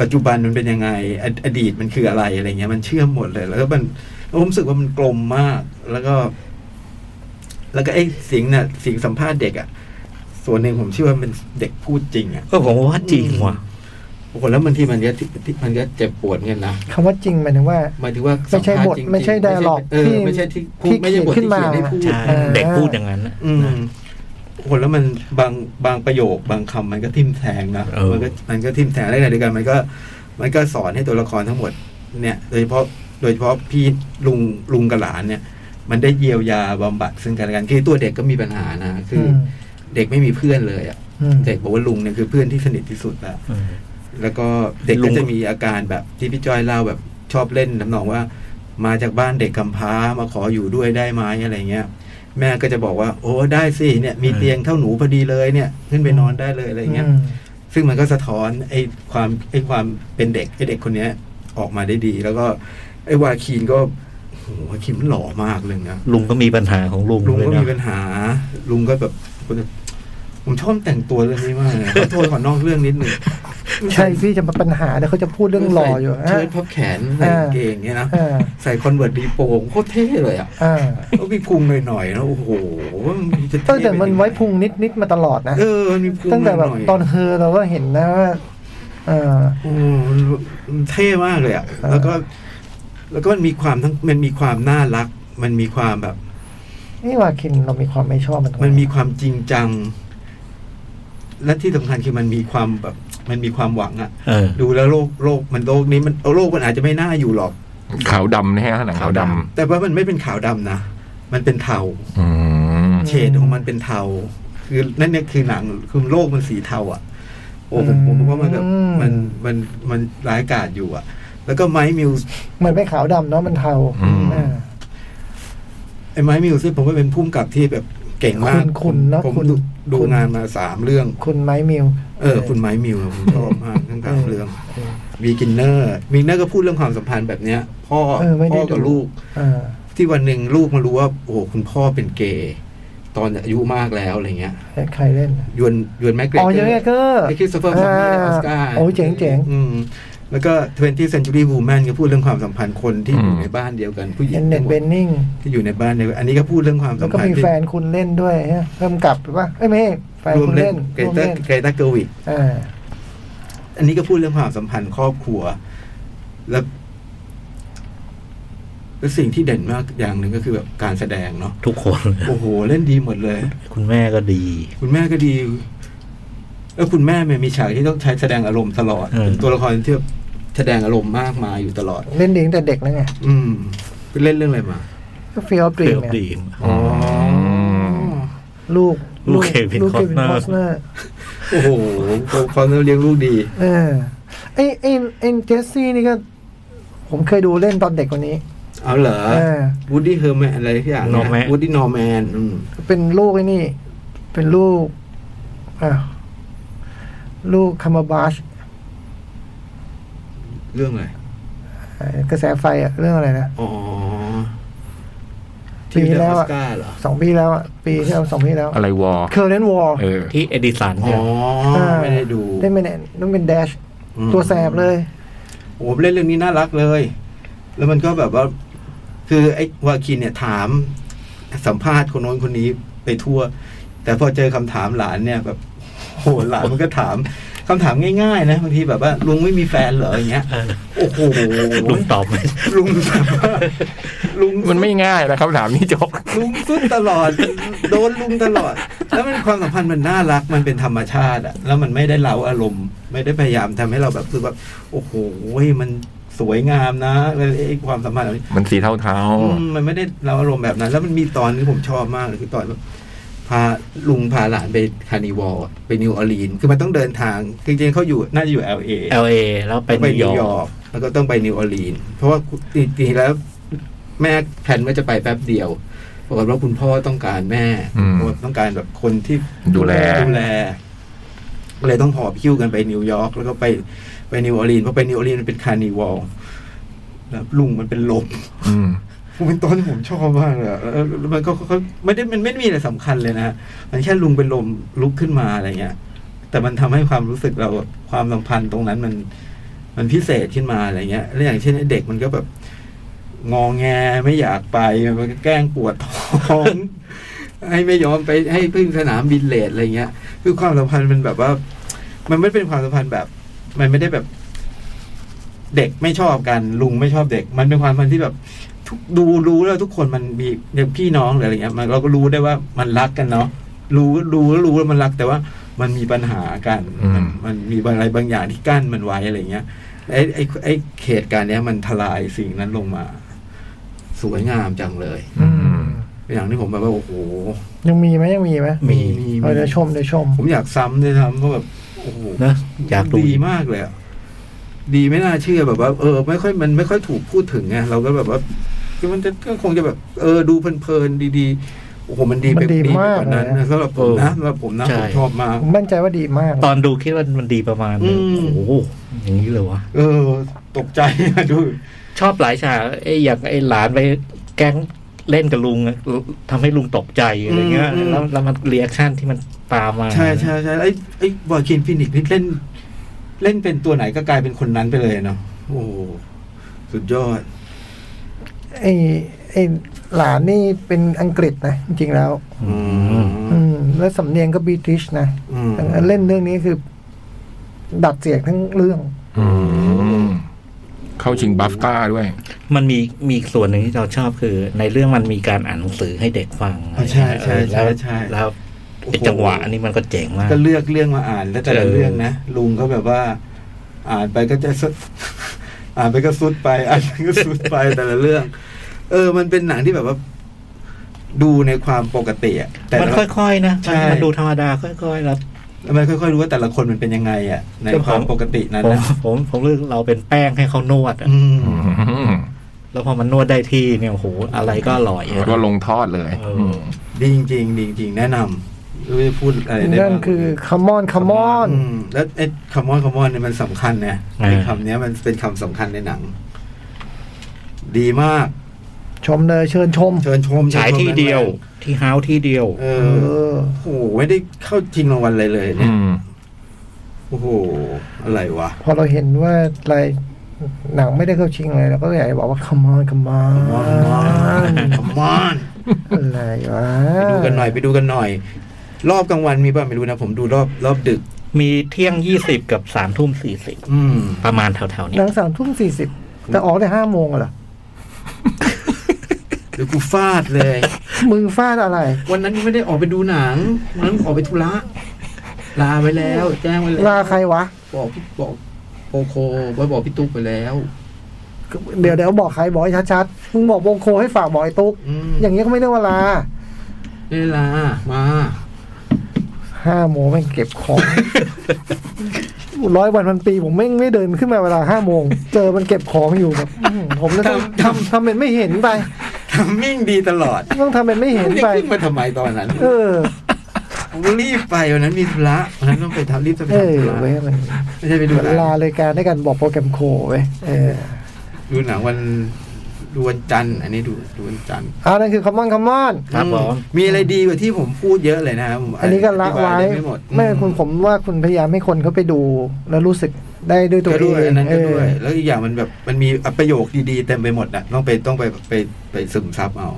Speaker 5: ปัจจุบันมันเป็นยังไงอดอดีตมันคืออะไรอะไรเงี้ย มันเชื่อมหมดเลย แล้วก็มันผมรู้สึกว่ามันกลมมาก แล้วก็ แล้วก็ไอ้เสียงน่ะเสียงสัมภาษณ์เด็กอ่ะ ส่วนหนึ่งผมเชื่อว่ามันเด็กพูดจริงอ่ะ
Speaker 3: ก็ผมว่าจริงว่ะ
Speaker 5: โอ้โหแล้วบางทีมันก็มันก็เจ็บปวดเงี้ยนะ
Speaker 2: คำว่าจริงหมายถึงว่า
Speaker 5: หมายถึงว่า
Speaker 2: ไม่ใช่บท
Speaker 5: สัภาษณ์จริงๆ
Speaker 2: ไม่ใช่ dialogue
Speaker 5: เออ
Speaker 2: ที่
Speaker 5: ไม่ใช่ที่พูด
Speaker 2: ที่
Speaker 5: ไม่ใช่บทที่
Speaker 2: เขี
Speaker 5: เขี
Speaker 2: ย
Speaker 5: ยน
Speaker 2: นขึ้นมา
Speaker 5: ให้พูด
Speaker 3: ใช่
Speaker 2: อ่า
Speaker 3: เด็กพูดอย่างนั้นนะ
Speaker 5: อืมคนแล้วมันบางบางประโยคบางคำมันก็ทิมแทงนะ
Speaker 3: เออ
Speaker 5: มันก็มันก็ทิมแทงแล้วในเดียวกันมันก็ มันก็สอนให้ตัวละครทั้งหมด เนี่ย โดยเฉพาะโดยเฉพาะพี่ลุงลุงกับหลานเนี่ย มันได้เยียวยาบำบัดซึ่งกันและกันคือตัวเด็กก็มีปัญหานะคืออ
Speaker 2: ม
Speaker 5: เด็กไม่มีเพื่อนเลยอ่ะ
Speaker 2: อืม
Speaker 5: เด็กบอกว่าลุงเนี่ยคือเพื่อนที่สนิทที่สุดแล้ว
Speaker 3: อืม
Speaker 5: แล้วก็เด็ก
Speaker 3: ลุ
Speaker 5: ก็
Speaker 3: ง
Speaker 5: จะมีอาการแบบที่พี่จ้อยเล่าแบบชอบเล่นน้ำนองว่า มาจากบ้านเด็กกำพร้ามาขออยู่ด้วยได้ไหมอะไรเงี้ย แม่ก็จะบอกว่า โอ้ได้สิเนี่ย มีเตียงเท่าหนูพอดีเลยเนี่ย ขึ้นไปนอนได้เลยอะไรเงี้ย
Speaker 2: ม
Speaker 5: ซึ่งมันก็สะท้อนไอ้ความไอ้ความเป็นเด็กไอ้เด็กคนเนี้ยออกมาได้ดี แล้วก็ไอ้วาคีนก็ โหคิมมันหล่อมากเลยนะ
Speaker 3: ลุงก็มีปัญหาของลุง
Speaker 5: ลุง
Speaker 3: เลย
Speaker 5: ก็มี
Speaker 3: นะ
Speaker 5: ปัญหา ลุงก็แบบผมชอบแต่งตัวเรื่องนี้มากเลยขอโทษขอนอกเรื่องนิดหนึ่ง
Speaker 2: ใช่พี่จะมาปัญหาเดี๋ยวเขาจะพูดเรื่องหล่ออยู่อ่ะ
Speaker 5: ใส่เชิ้ตพับแขนใส่
Speaker 2: อ่า
Speaker 5: กางเกงเนี่ยนะ
Speaker 2: อ่า
Speaker 5: ใส่คอนเวิร์ตดีโปงโคตรเท่เลยอ่ะ
Speaker 2: อ่า
Speaker 5: แล้วมีพุงหน่อยๆนะโอ้โหมันจะเท่
Speaker 2: ตั้งแต่มันไว้พุงนิดนิดๆมาตลอดนะ
Speaker 5: เออมันมีพุง
Speaker 2: ตั้งแต่แบบ
Speaker 5: หยๆ
Speaker 2: ตอนเฮอเราก็เห็นนะว่าเออ
Speaker 5: โอ้มันมันเท่มากเลยอ่ะ
Speaker 2: เออ
Speaker 5: แล้วก็ แล้วก็มันมีความทั้งมันมีความน่ารัก มันมีความแบบ
Speaker 2: นี่ว่าคินเรามีความไม่ชอบมันตรงไห
Speaker 5: มันมีความจริงจัง และที่สำคัญคือมันมีความแบบ มันมีความหวังอะ
Speaker 3: เออ
Speaker 5: ดูแล้วโลกโลกมันโลกนี้มันโลกมันอาจจะไม่น่าอยู่หรอก
Speaker 4: ขาวดำนะฮะหนังขาวด
Speaker 5: แต่ว่ามันไม่เป็นขาวดำนะมันเป็นเทา
Speaker 4: ำอืม
Speaker 5: เฉดของมันเป็นเทาคือนั่นเนี่ยคือหนังคือโลกมันสีเทาอะโอ้ผมผมผมว่ามันแบบมันมันมันร้ายกาจอยู่อะแล้วก็ไม้มิวส์
Speaker 2: มันไม่ขาวดำเนาะมันเทา
Speaker 4: อืม
Speaker 2: อ่า
Speaker 5: ไอ้ไม้มิวซึ่งผมว่าเป็นพุ่มกับที่แบบเก่งมาก
Speaker 2: คุณคุณเนอะ
Speaker 5: ผม
Speaker 2: คุณ
Speaker 5: ดูดู
Speaker 2: คุณ
Speaker 5: งานมาสามเรื่อง
Speaker 2: คุณไม้มิว
Speaker 5: เออ คุณไม้มิวผมชอบมากทั้งสาม
Speaker 2: เออ
Speaker 5: เรื่อง
Speaker 2: เออ
Speaker 5: วีกินเนอร์วีกินเนอร์ก็พูดเรื่องความสัมพันธ์แบบเนี้ย พ่อ
Speaker 2: เออไม่ได้
Speaker 5: พ่อกับ
Speaker 2: ดู
Speaker 5: ลูก
Speaker 2: เออ
Speaker 5: ที่วันหนึ่งลูกมารู้ว่า โอ้โหคุณพ่อเป็นเกย์ตอนอายุมากแล้วอะไรเงี้ย
Speaker 2: ใครเล่นน่ะ
Speaker 5: ยวนยวนแม็กเกร
Speaker 2: อ๋อเยอะเกอร์
Speaker 5: ไอคริสโตเฟอร์ฟามีออสการ์
Speaker 2: โอ้เจ๋งเจ๋ง
Speaker 5: อืมแล้วก็ 20 Century Woman ก็พูดเรื่องความสัมพันธ์คนที่อยู่ในบ้านเดียวกันผู้หญิ
Speaker 2: เย็
Speaker 5: ง
Speaker 2: นเน็ตเบนนิ่ง
Speaker 5: ที่อยู่ในบ้านเดียวกันอันนี้ก็พูดเรื่องความสั
Speaker 2: แล้
Speaker 5: ม
Speaker 2: วก็
Speaker 5: พัน
Speaker 2: มี
Speaker 5: ธ์ที่
Speaker 2: แฟนคุณเล่นด้วยฮะเพิ่มกลับหรือว่าเอ้ยไม่ใช่แฟน
Speaker 5: รวม
Speaker 2: คุณ
Speaker 5: เล่
Speaker 2: เล่
Speaker 5: น
Speaker 2: น
Speaker 5: เกร
Speaker 2: ร่วม
Speaker 5: ตา
Speaker 2: เล่น
Speaker 5: เกรตาเกอร์วิก
Speaker 2: อ่า
Speaker 5: อันนี้ก็พูดเรื่องความสัมพันธ์ครอบครัว แล้วแล้วสิ่งที่เด่นมากอย่างหนึ่งก็คือแบบการแสดงเนาะ
Speaker 3: ทุกคนเลย
Speaker 5: โอ้โห เล่นดีหมดเลย
Speaker 3: คุณแม่ก็ดี
Speaker 5: คุณแม่ก็ดี แล้วคุณแม่เนี่ยมีฉากที่ต้องใช้แสดงอารมณ์ตลอด
Speaker 3: เออ
Speaker 5: เป็นตัวละครที่แสดงอารมณ์มากมายอยู่ตลอด
Speaker 2: เล่นดีตั้งแต่เด็กแล้วไง
Speaker 5: อืมไปเล่นเรื่องอะไรมา
Speaker 2: ก็ฟีลปรี
Speaker 3: เปรีย
Speaker 2: ม
Speaker 3: บดีม
Speaker 5: อ๋อ
Speaker 2: ลูก
Speaker 3: ลูก Kevin
Speaker 2: ลูกเควิน
Speaker 3: Costner
Speaker 2: คอสเนอร์
Speaker 5: โอ้โหฟอนเลี้ยงลูกดี
Speaker 2: เออไอ้ไอ้ไอ้เจสซี่นี่ก็ ผมเคยดูเล่นตอนเด็กคนนี้
Speaker 5: เอาเหรอ
Speaker 2: เออ
Speaker 5: วูดดี้เฮอร์แมนอะไรที่อย่าง
Speaker 3: Norman
Speaker 5: วูดดี้นอร์แมนอืม
Speaker 2: เป็นลูกไอ้นี่ เป็นลูกอ่าวลูกคามาบาช
Speaker 5: เรื่องอะไร
Speaker 2: กระแสไฟอะเรื่องอะไรนะ
Speaker 5: อ๋อ
Speaker 2: ปี
Speaker 5: ที่
Speaker 2: แล้ว
Speaker 5: ออ
Speaker 2: อะ
Speaker 5: สการ์เหรอ
Speaker 2: สองปีแล้วอะปีที่แล้วสองปีแล้ว
Speaker 4: อะไรวอ
Speaker 2: เคอร์เรนวอล
Speaker 4: เออ
Speaker 3: ที่เอดิสัน
Speaker 5: อ๋
Speaker 3: เนี่
Speaker 5: อ
Speaker 3: ย
Speaker 5: ไม่ได้ดู
Speaker 2: ได้ไม่แน่ต้องเป็นแดช
Speaker 5: อืม
Speaker 2: ตัวแสบเลย
Speaker 5: โอ้โหเล่นเรื่องนี้น่ารักเลย แล้วมันก็แบบว่า คือไอ้วาคินเนี่ยถาม สัมภาษณ์คนโน้นคนนี้ไปทั่ว แต่พอเจอคำถามหลานเนี่ยแบบโหหลานมันก็ถามคำถามง่ายๆ นะบางทีแบบว่า ลุงไม่มีแฟนเหรออย่างเงี้ย
Speaker 3: เออ
Speaker 5: โอ้โห
Speaker 3: ลุงตอบไหม
Speaker 5: ลุงแบบว่าลุง
Speaker 4: มันไม่ง่ายนะคำถามนี้จบ
Speaker 5: ลุงซุดตลอด โดนลุงตลอด แล้วมันความสัมพันธ์มันน่ารักมันเป็นธรรมชาติอะแล้วมันไม่ได้เล้าอารมณ์ ไม่ได้พยายามทำให้เราแบบรู้สึกแบบโอ้โหมันสวยงามนะไอ้ความสัมพันธ์เหล่านี้
Speaker 4: มันสีเทาเทาๆ
Speaker 5: มมันไม่ได้เล้าอารมณ์แบบนั้น แล้วมันมีตอนที่ผมชอบมากเลยคือตอนแบบพาลุงพาหลานไปคาร์นิวอลอะไปนิวออร์ลีนส์คือมันต้องเดินทางจริงๆเขาอยู่น่าจะอยู่เอลเอ
Speaker 3: เอลเอแล้วไป
Speaker 5: ไป
Speaker 3: นิ
Speaker 5: นิ
Speaker 3: วย
Speaker 5: วย ย
Speaker 3: อ
Speaker 5: อ
Speaker 3: ร์
Speaker 5: ร์
Speaker 3: ก
Speaker 5: กแล้วก็ต้องไปนิวออร์ลีนส์เพราะว่าจริงๆแล้วแม่แผนว่าจะไปแป๊บเดียวปรากฏว่าคุณพ่อต้องการแม่
Speaker 4: อืม
Speaker 5: ต้องการแบบคนที่
Speaker 4: ดูแล
Speaker 5: ดูแลเลยต้องหอบคิ้วกันไปนิวยอร์กแล้วก็ไปไปนิวออร์ลีนส์เพราะไปนิวออร์ลีนส์มันเป็นคาร์นิวัลแล้วลุงมันเป็นลม
Speaker 4: อืม
Speaker 5: ผมเป็นตอนที่ผมชอบมากเลยอะแล้วแล้วมันก็ก็ไม่ได้มันไม่ได้มีอะไรสำคัญเลยนะ มันแค่ลุงเป็นลมลุกขึ้นมาอะไรเงี้ย แต่มันทำให้ความรู้สึกเราแบบความสัมพันธ์ตรงนั้นมัน มันพิเศษขึ้นมาอะไรเงี้ย แล้วอย่างเช่นไอ้เด็กมันก็แบบ งองแงไม่อยากไปมันก็แกล้งปวดท้อง ให้ไม่ยอมไปให้พึ่งสนามบินเลทอะไรเงี้ย คือความสัมพันธ์มันแบบว่า มันไม่เป็นความสัมพันธ์แบบ มันไม่ได้แบบ เด็กไม่ชอบกัน ลุงไม่ชอบเด็ก มันเป็นความสัมพันธ์ที่แบบ ทุกดูรู้แล้วทุกคนมันมีอย่างพี่น้องหรืออะไรเงี้ยมันเราก็รู้ได้ว่ามันรักกันเนาะรู้รู้แล้วรู้ว่ามันรักแต่ว่ามันมีปัญหากัน
Speaker 4: อืม
Speaker 5: นมันมีอะไรบางอย่างที่กั้นมันไว้อะไรเงี้ยไอ้ไอ้ไอ้เหตุการณ์เนี้ยมันทลายสิ่งนั้นลงมา สวยงามจังเลย
Speaker 4: อืม
Speaker 5: เป็นอย่างที่ผมแบบว่าโอ้โห
Speaker 2: ยังมีไหมยังมีไหม
Speaker 3: มี
Speaker 2: เออเดี๋ยวชมเดี๋ยวชม
Speaker 5: ผมอยากซ้ำเลยนะเพราะแบบโอ้โห
Speaker 3: นะอยากดู
Speaker 5: ดีมากเลยอะดีไม่น่าเชื่อแบบว่าเออไม่ค่อยมันไม่ค่อยถูกพูดถึงไงเราก็แบบว่าคือมันจะก็คงจะแบบ เออดูเพลินๆดีๆโอ้โหมันดีไป
Speaker 2: มันดี
Speaker 5: ไป
Speaker 2: มาก
Speaker 5: ว่านั้น
Speaker 2: เลยนะ
Speaker 5: นะสำหรับผม
Speaker 3: เอ
Speaker 5: นะ
Speaker 3: อ
Speaker 5: สำหรับผมนะ
Speaker 3: ใช่
Speaker 5: ผมชอบมาก
Speaker 2: ผมมั่นใจว่าดีมาก
Speaker 3: ตอนดูคิดว่ามันดีประมาณนึง
Speaker 5: อืม
Speaker 3: โอ้โหอย่างนี้เลยวะ
Speaker 5: เออ ตกใจ ดู
Speaker 3: ชอบหลายฉากไอ้อย่างไอ้หลานไป แก๊งเล่นกับลุงอะทำให้ลุงตกใจอะไรเงี้ย
Speaker 5: อืมอืม
Speaker 3: แล้วแล้วมันเรีแอคชั่นที่มันตามมา
Speaker 5: ใช่ใช่ใช่ไอ้ไอ้บอยคินฟินิกซ์นี่เล่น เล่นเป็นตัวไหนก็กลายเป็นคนนั้นไปเลยเนาะโอ้โหสุดยอด
Speaker 2: ไอ้ไอ้หลานนี่เป็นอังกฤษนะ จริงๆแล้ว
Speaker 5: อืม
Speaker 2: อืม แล้วสำเนียงก็บริติชนะ
Speaker 5: อืม
Speaker 2: เล่นเรื่องนี้คือ ดัดเสียงทั้งเรื่อง
Speaker 4: อืมเข้าชิงบัฟต้าด้วย
Speaker 3: มันมีมีอีกส่วนหนึ่งที่เราชอบคือ ในเรื่องมันมีการอ่านหนังสือให้เด็กฟัง
Speaker 5: อ๋อใช่ใช่ใช่ใช่
Speaker 3: แล้วแล้วไอ้จังหวะอันนี้มันก็เจ๋งมาก
Speaker 5: ก็เลือกเรื่องมาอ่านแล้วแต่ละ
Speaker 3: เออ
Speaker 5: เรื่องนะลุงก็แบบว่า อ่านไปก็จะ สุด อ่านไปก็สุดไปอ่านไปก็สุดไปแต่ละเรื่อง เออ มันเป็นหนังที่แบบว่า ดูในความปกติอะแต่
Speaker 3: มัน
Speaker 5: ละ
Speaker 3: ค่อยๆนะ
Speaker 5: ใช่
Speaker 3: มันดูธรรมดาค่อยๆแล้ว
Speaker 5: มันค่อยๆรู้ว่าแต่ละคนมันเป็นยังไงอะในความปกตินั้น
Speaker 3: ผม
Speaker 5: นะ
Speaker 3: ผมผมเลือกเราเป็นแป้งให้เขานวดอะ
Speaker 5: อืม
Speaker 4: อืม
Speaker 3: แล้วพอมันนวดได้ที่เนี่ยโอ้โหอะไรก็อร่อยอะ
Speaker 4: ก็ลงทอดเลย
Speaker 3: เอออื
Speaker 4: ม
Speaker 5: ดีจริงๆดีจริงๆแนะนำไม่รู้จะพูดอะไรได้
Speaker 2: นั่น
Speaker 5: บ้าง
Speaker 2: คือค o มอนค o มอน
Speaker 5: มแล้วไอ้คำว่าคำว่าเนี่ยมันสำคัญนะ
Speaker 3: อ่า
Speaker 5: ไอ้คำเนี้ยมันเป็นคำสำคัญในหนัง ดีมาก
Speaker 2: ชมเลยเชิญชม
Speaker 5: เชิญชม
Speaker 3: ฉายที่เดียวที่ฮาวที่เดียว
Speaker 5: เอ
Speaker 2: เอ
Speaker 5: อ
Speaker 2: อ
Speaker 5: โอ้โหไม่ได้เข้าชิงรางวัลอะไรเลยเนี่
Speaker 4: อื
Speaker 5: ย
Speaker 4: ม
Speaker 5: โอ้โห อะไรวะ
Speaker 2: พอเราเห็นว่าอะไรหนังไม่ได้เข้าชิงอะไรเราก็อยากจะบอกว่า come on come
Speaker 5: มอนมอน
Speaker 2: on
Speaker 5: มอน
Speaker 2: อะไรวะ
Speaker 5: ไปดูกันหน่อยไปดูกันหน่อย รอบกลางวันมีป่ะไม่รู้นะ ผมดูรอบรอบดึก
Speaker 3: มีเที่ยงยี่สิบกับสามทุ่มสี่สิบ
Speaker 5: อืม
Speaker 3: ประมาณแถวๆ
Speaker 2: ห
Speaker 3: เนี้
Speaker 2: นั
Speaker 3: ย
Speaker 2: งสามทุ่มสี่สิบแต่ออกได้ห้าโมงอะเหรอ
Speaker 5: หรือกูฟาดเลย
Speaker 2: มือฟาดอะไร
Speaker 5: วันนั้นยังไม่ได้ออกไปดูหนังวันนั้นออกไปธุระลาไปแล้ว แจ้งไว้แล้ว
Speaker 2: ลาใครวะ
Speaker 5: บอกพี่บอกโอโคไว้บอกพี่ตุ๊กไปแล้ว
Speaker 2: เดี๋ยวเดี๋ยวบอกใครบอกให้ชัดๆมึงบอกวงโคให้ฝากบอกไอ้ตุ๊ก
Speaker 5: อืม
Speaker 2: อย่างนี้ยก็ไม่ได้เวลา
Speaker 5: ได้ลา มา
Speaker 2: ห้าโมงแม่งเก็บของร้อยวันพันปีผมแม่งไม่เดินขึ้นมาเวลาห้าโมง เจอมันเก็บของอยู่แบบอื้อหือผมเลยต้องทำทำเป็นไม่เห็นไป
Speaker 5: ทำมิ่งดีตลอด
Speaker 2: ต้องทำเป็นไม่เห็น
Speaker 5: ไม่
Speaker 2: ไป
Speaker 5: ขึ้นมาทำไมตอนนั้น
Speaker 2: เออ
Speaker 5: ผมรีบไปวันนั้นมีธุระวันนั้นต้องไปทำรีบจะไป
Speaker 2: เออ
Speaker 5: ทำธุระ
Speaker 2: เว้ยมัน
Speaker 5: ไม่ใช่ไปดู
Speaker 2: เหมือน
Speaker 5: หนั
Speaker 2: ลาง รายการด้วยกันบอกโปรแกรมโคเว้ยเออ
Speaker 5: ดูหนังวันดูวันจันทร์ อันนี้ดูดูวันจันทร์
Speaker 2: เอานั่นคือคอมมอนคอมมอน
Speaker 3: ครับ
Speaker 5: อื
Speaker 3: ผม
Speaker 5: มีอะไรดีกว่าที่ผมพูดเยอะเลยนะครับผม
Speaker 2: อันนี้ก็ละไว้
Speaker 5: อธิบายด้ไม่หมด
Speaker 2: ไม่คุณผมว่าคุณพยายามให้คนเขาไปดู แล้วรู้สึกได้ด้วยตัว
Speaker 5: ก็
Speaker 2: เอ
Speaker 5: ด้
Speaker 2: ง
Speaker 5: วยอันนั้น
Speaker 2: เอ
Speaker 5: ก็
Speaker 2: อ
Speaker 5: ด้วย แล้วอีกอย่างมันแบบมันมีประโยคดีๆเต็มไปหมดนะต้องไปต้องไปไปไปซึมซับเอา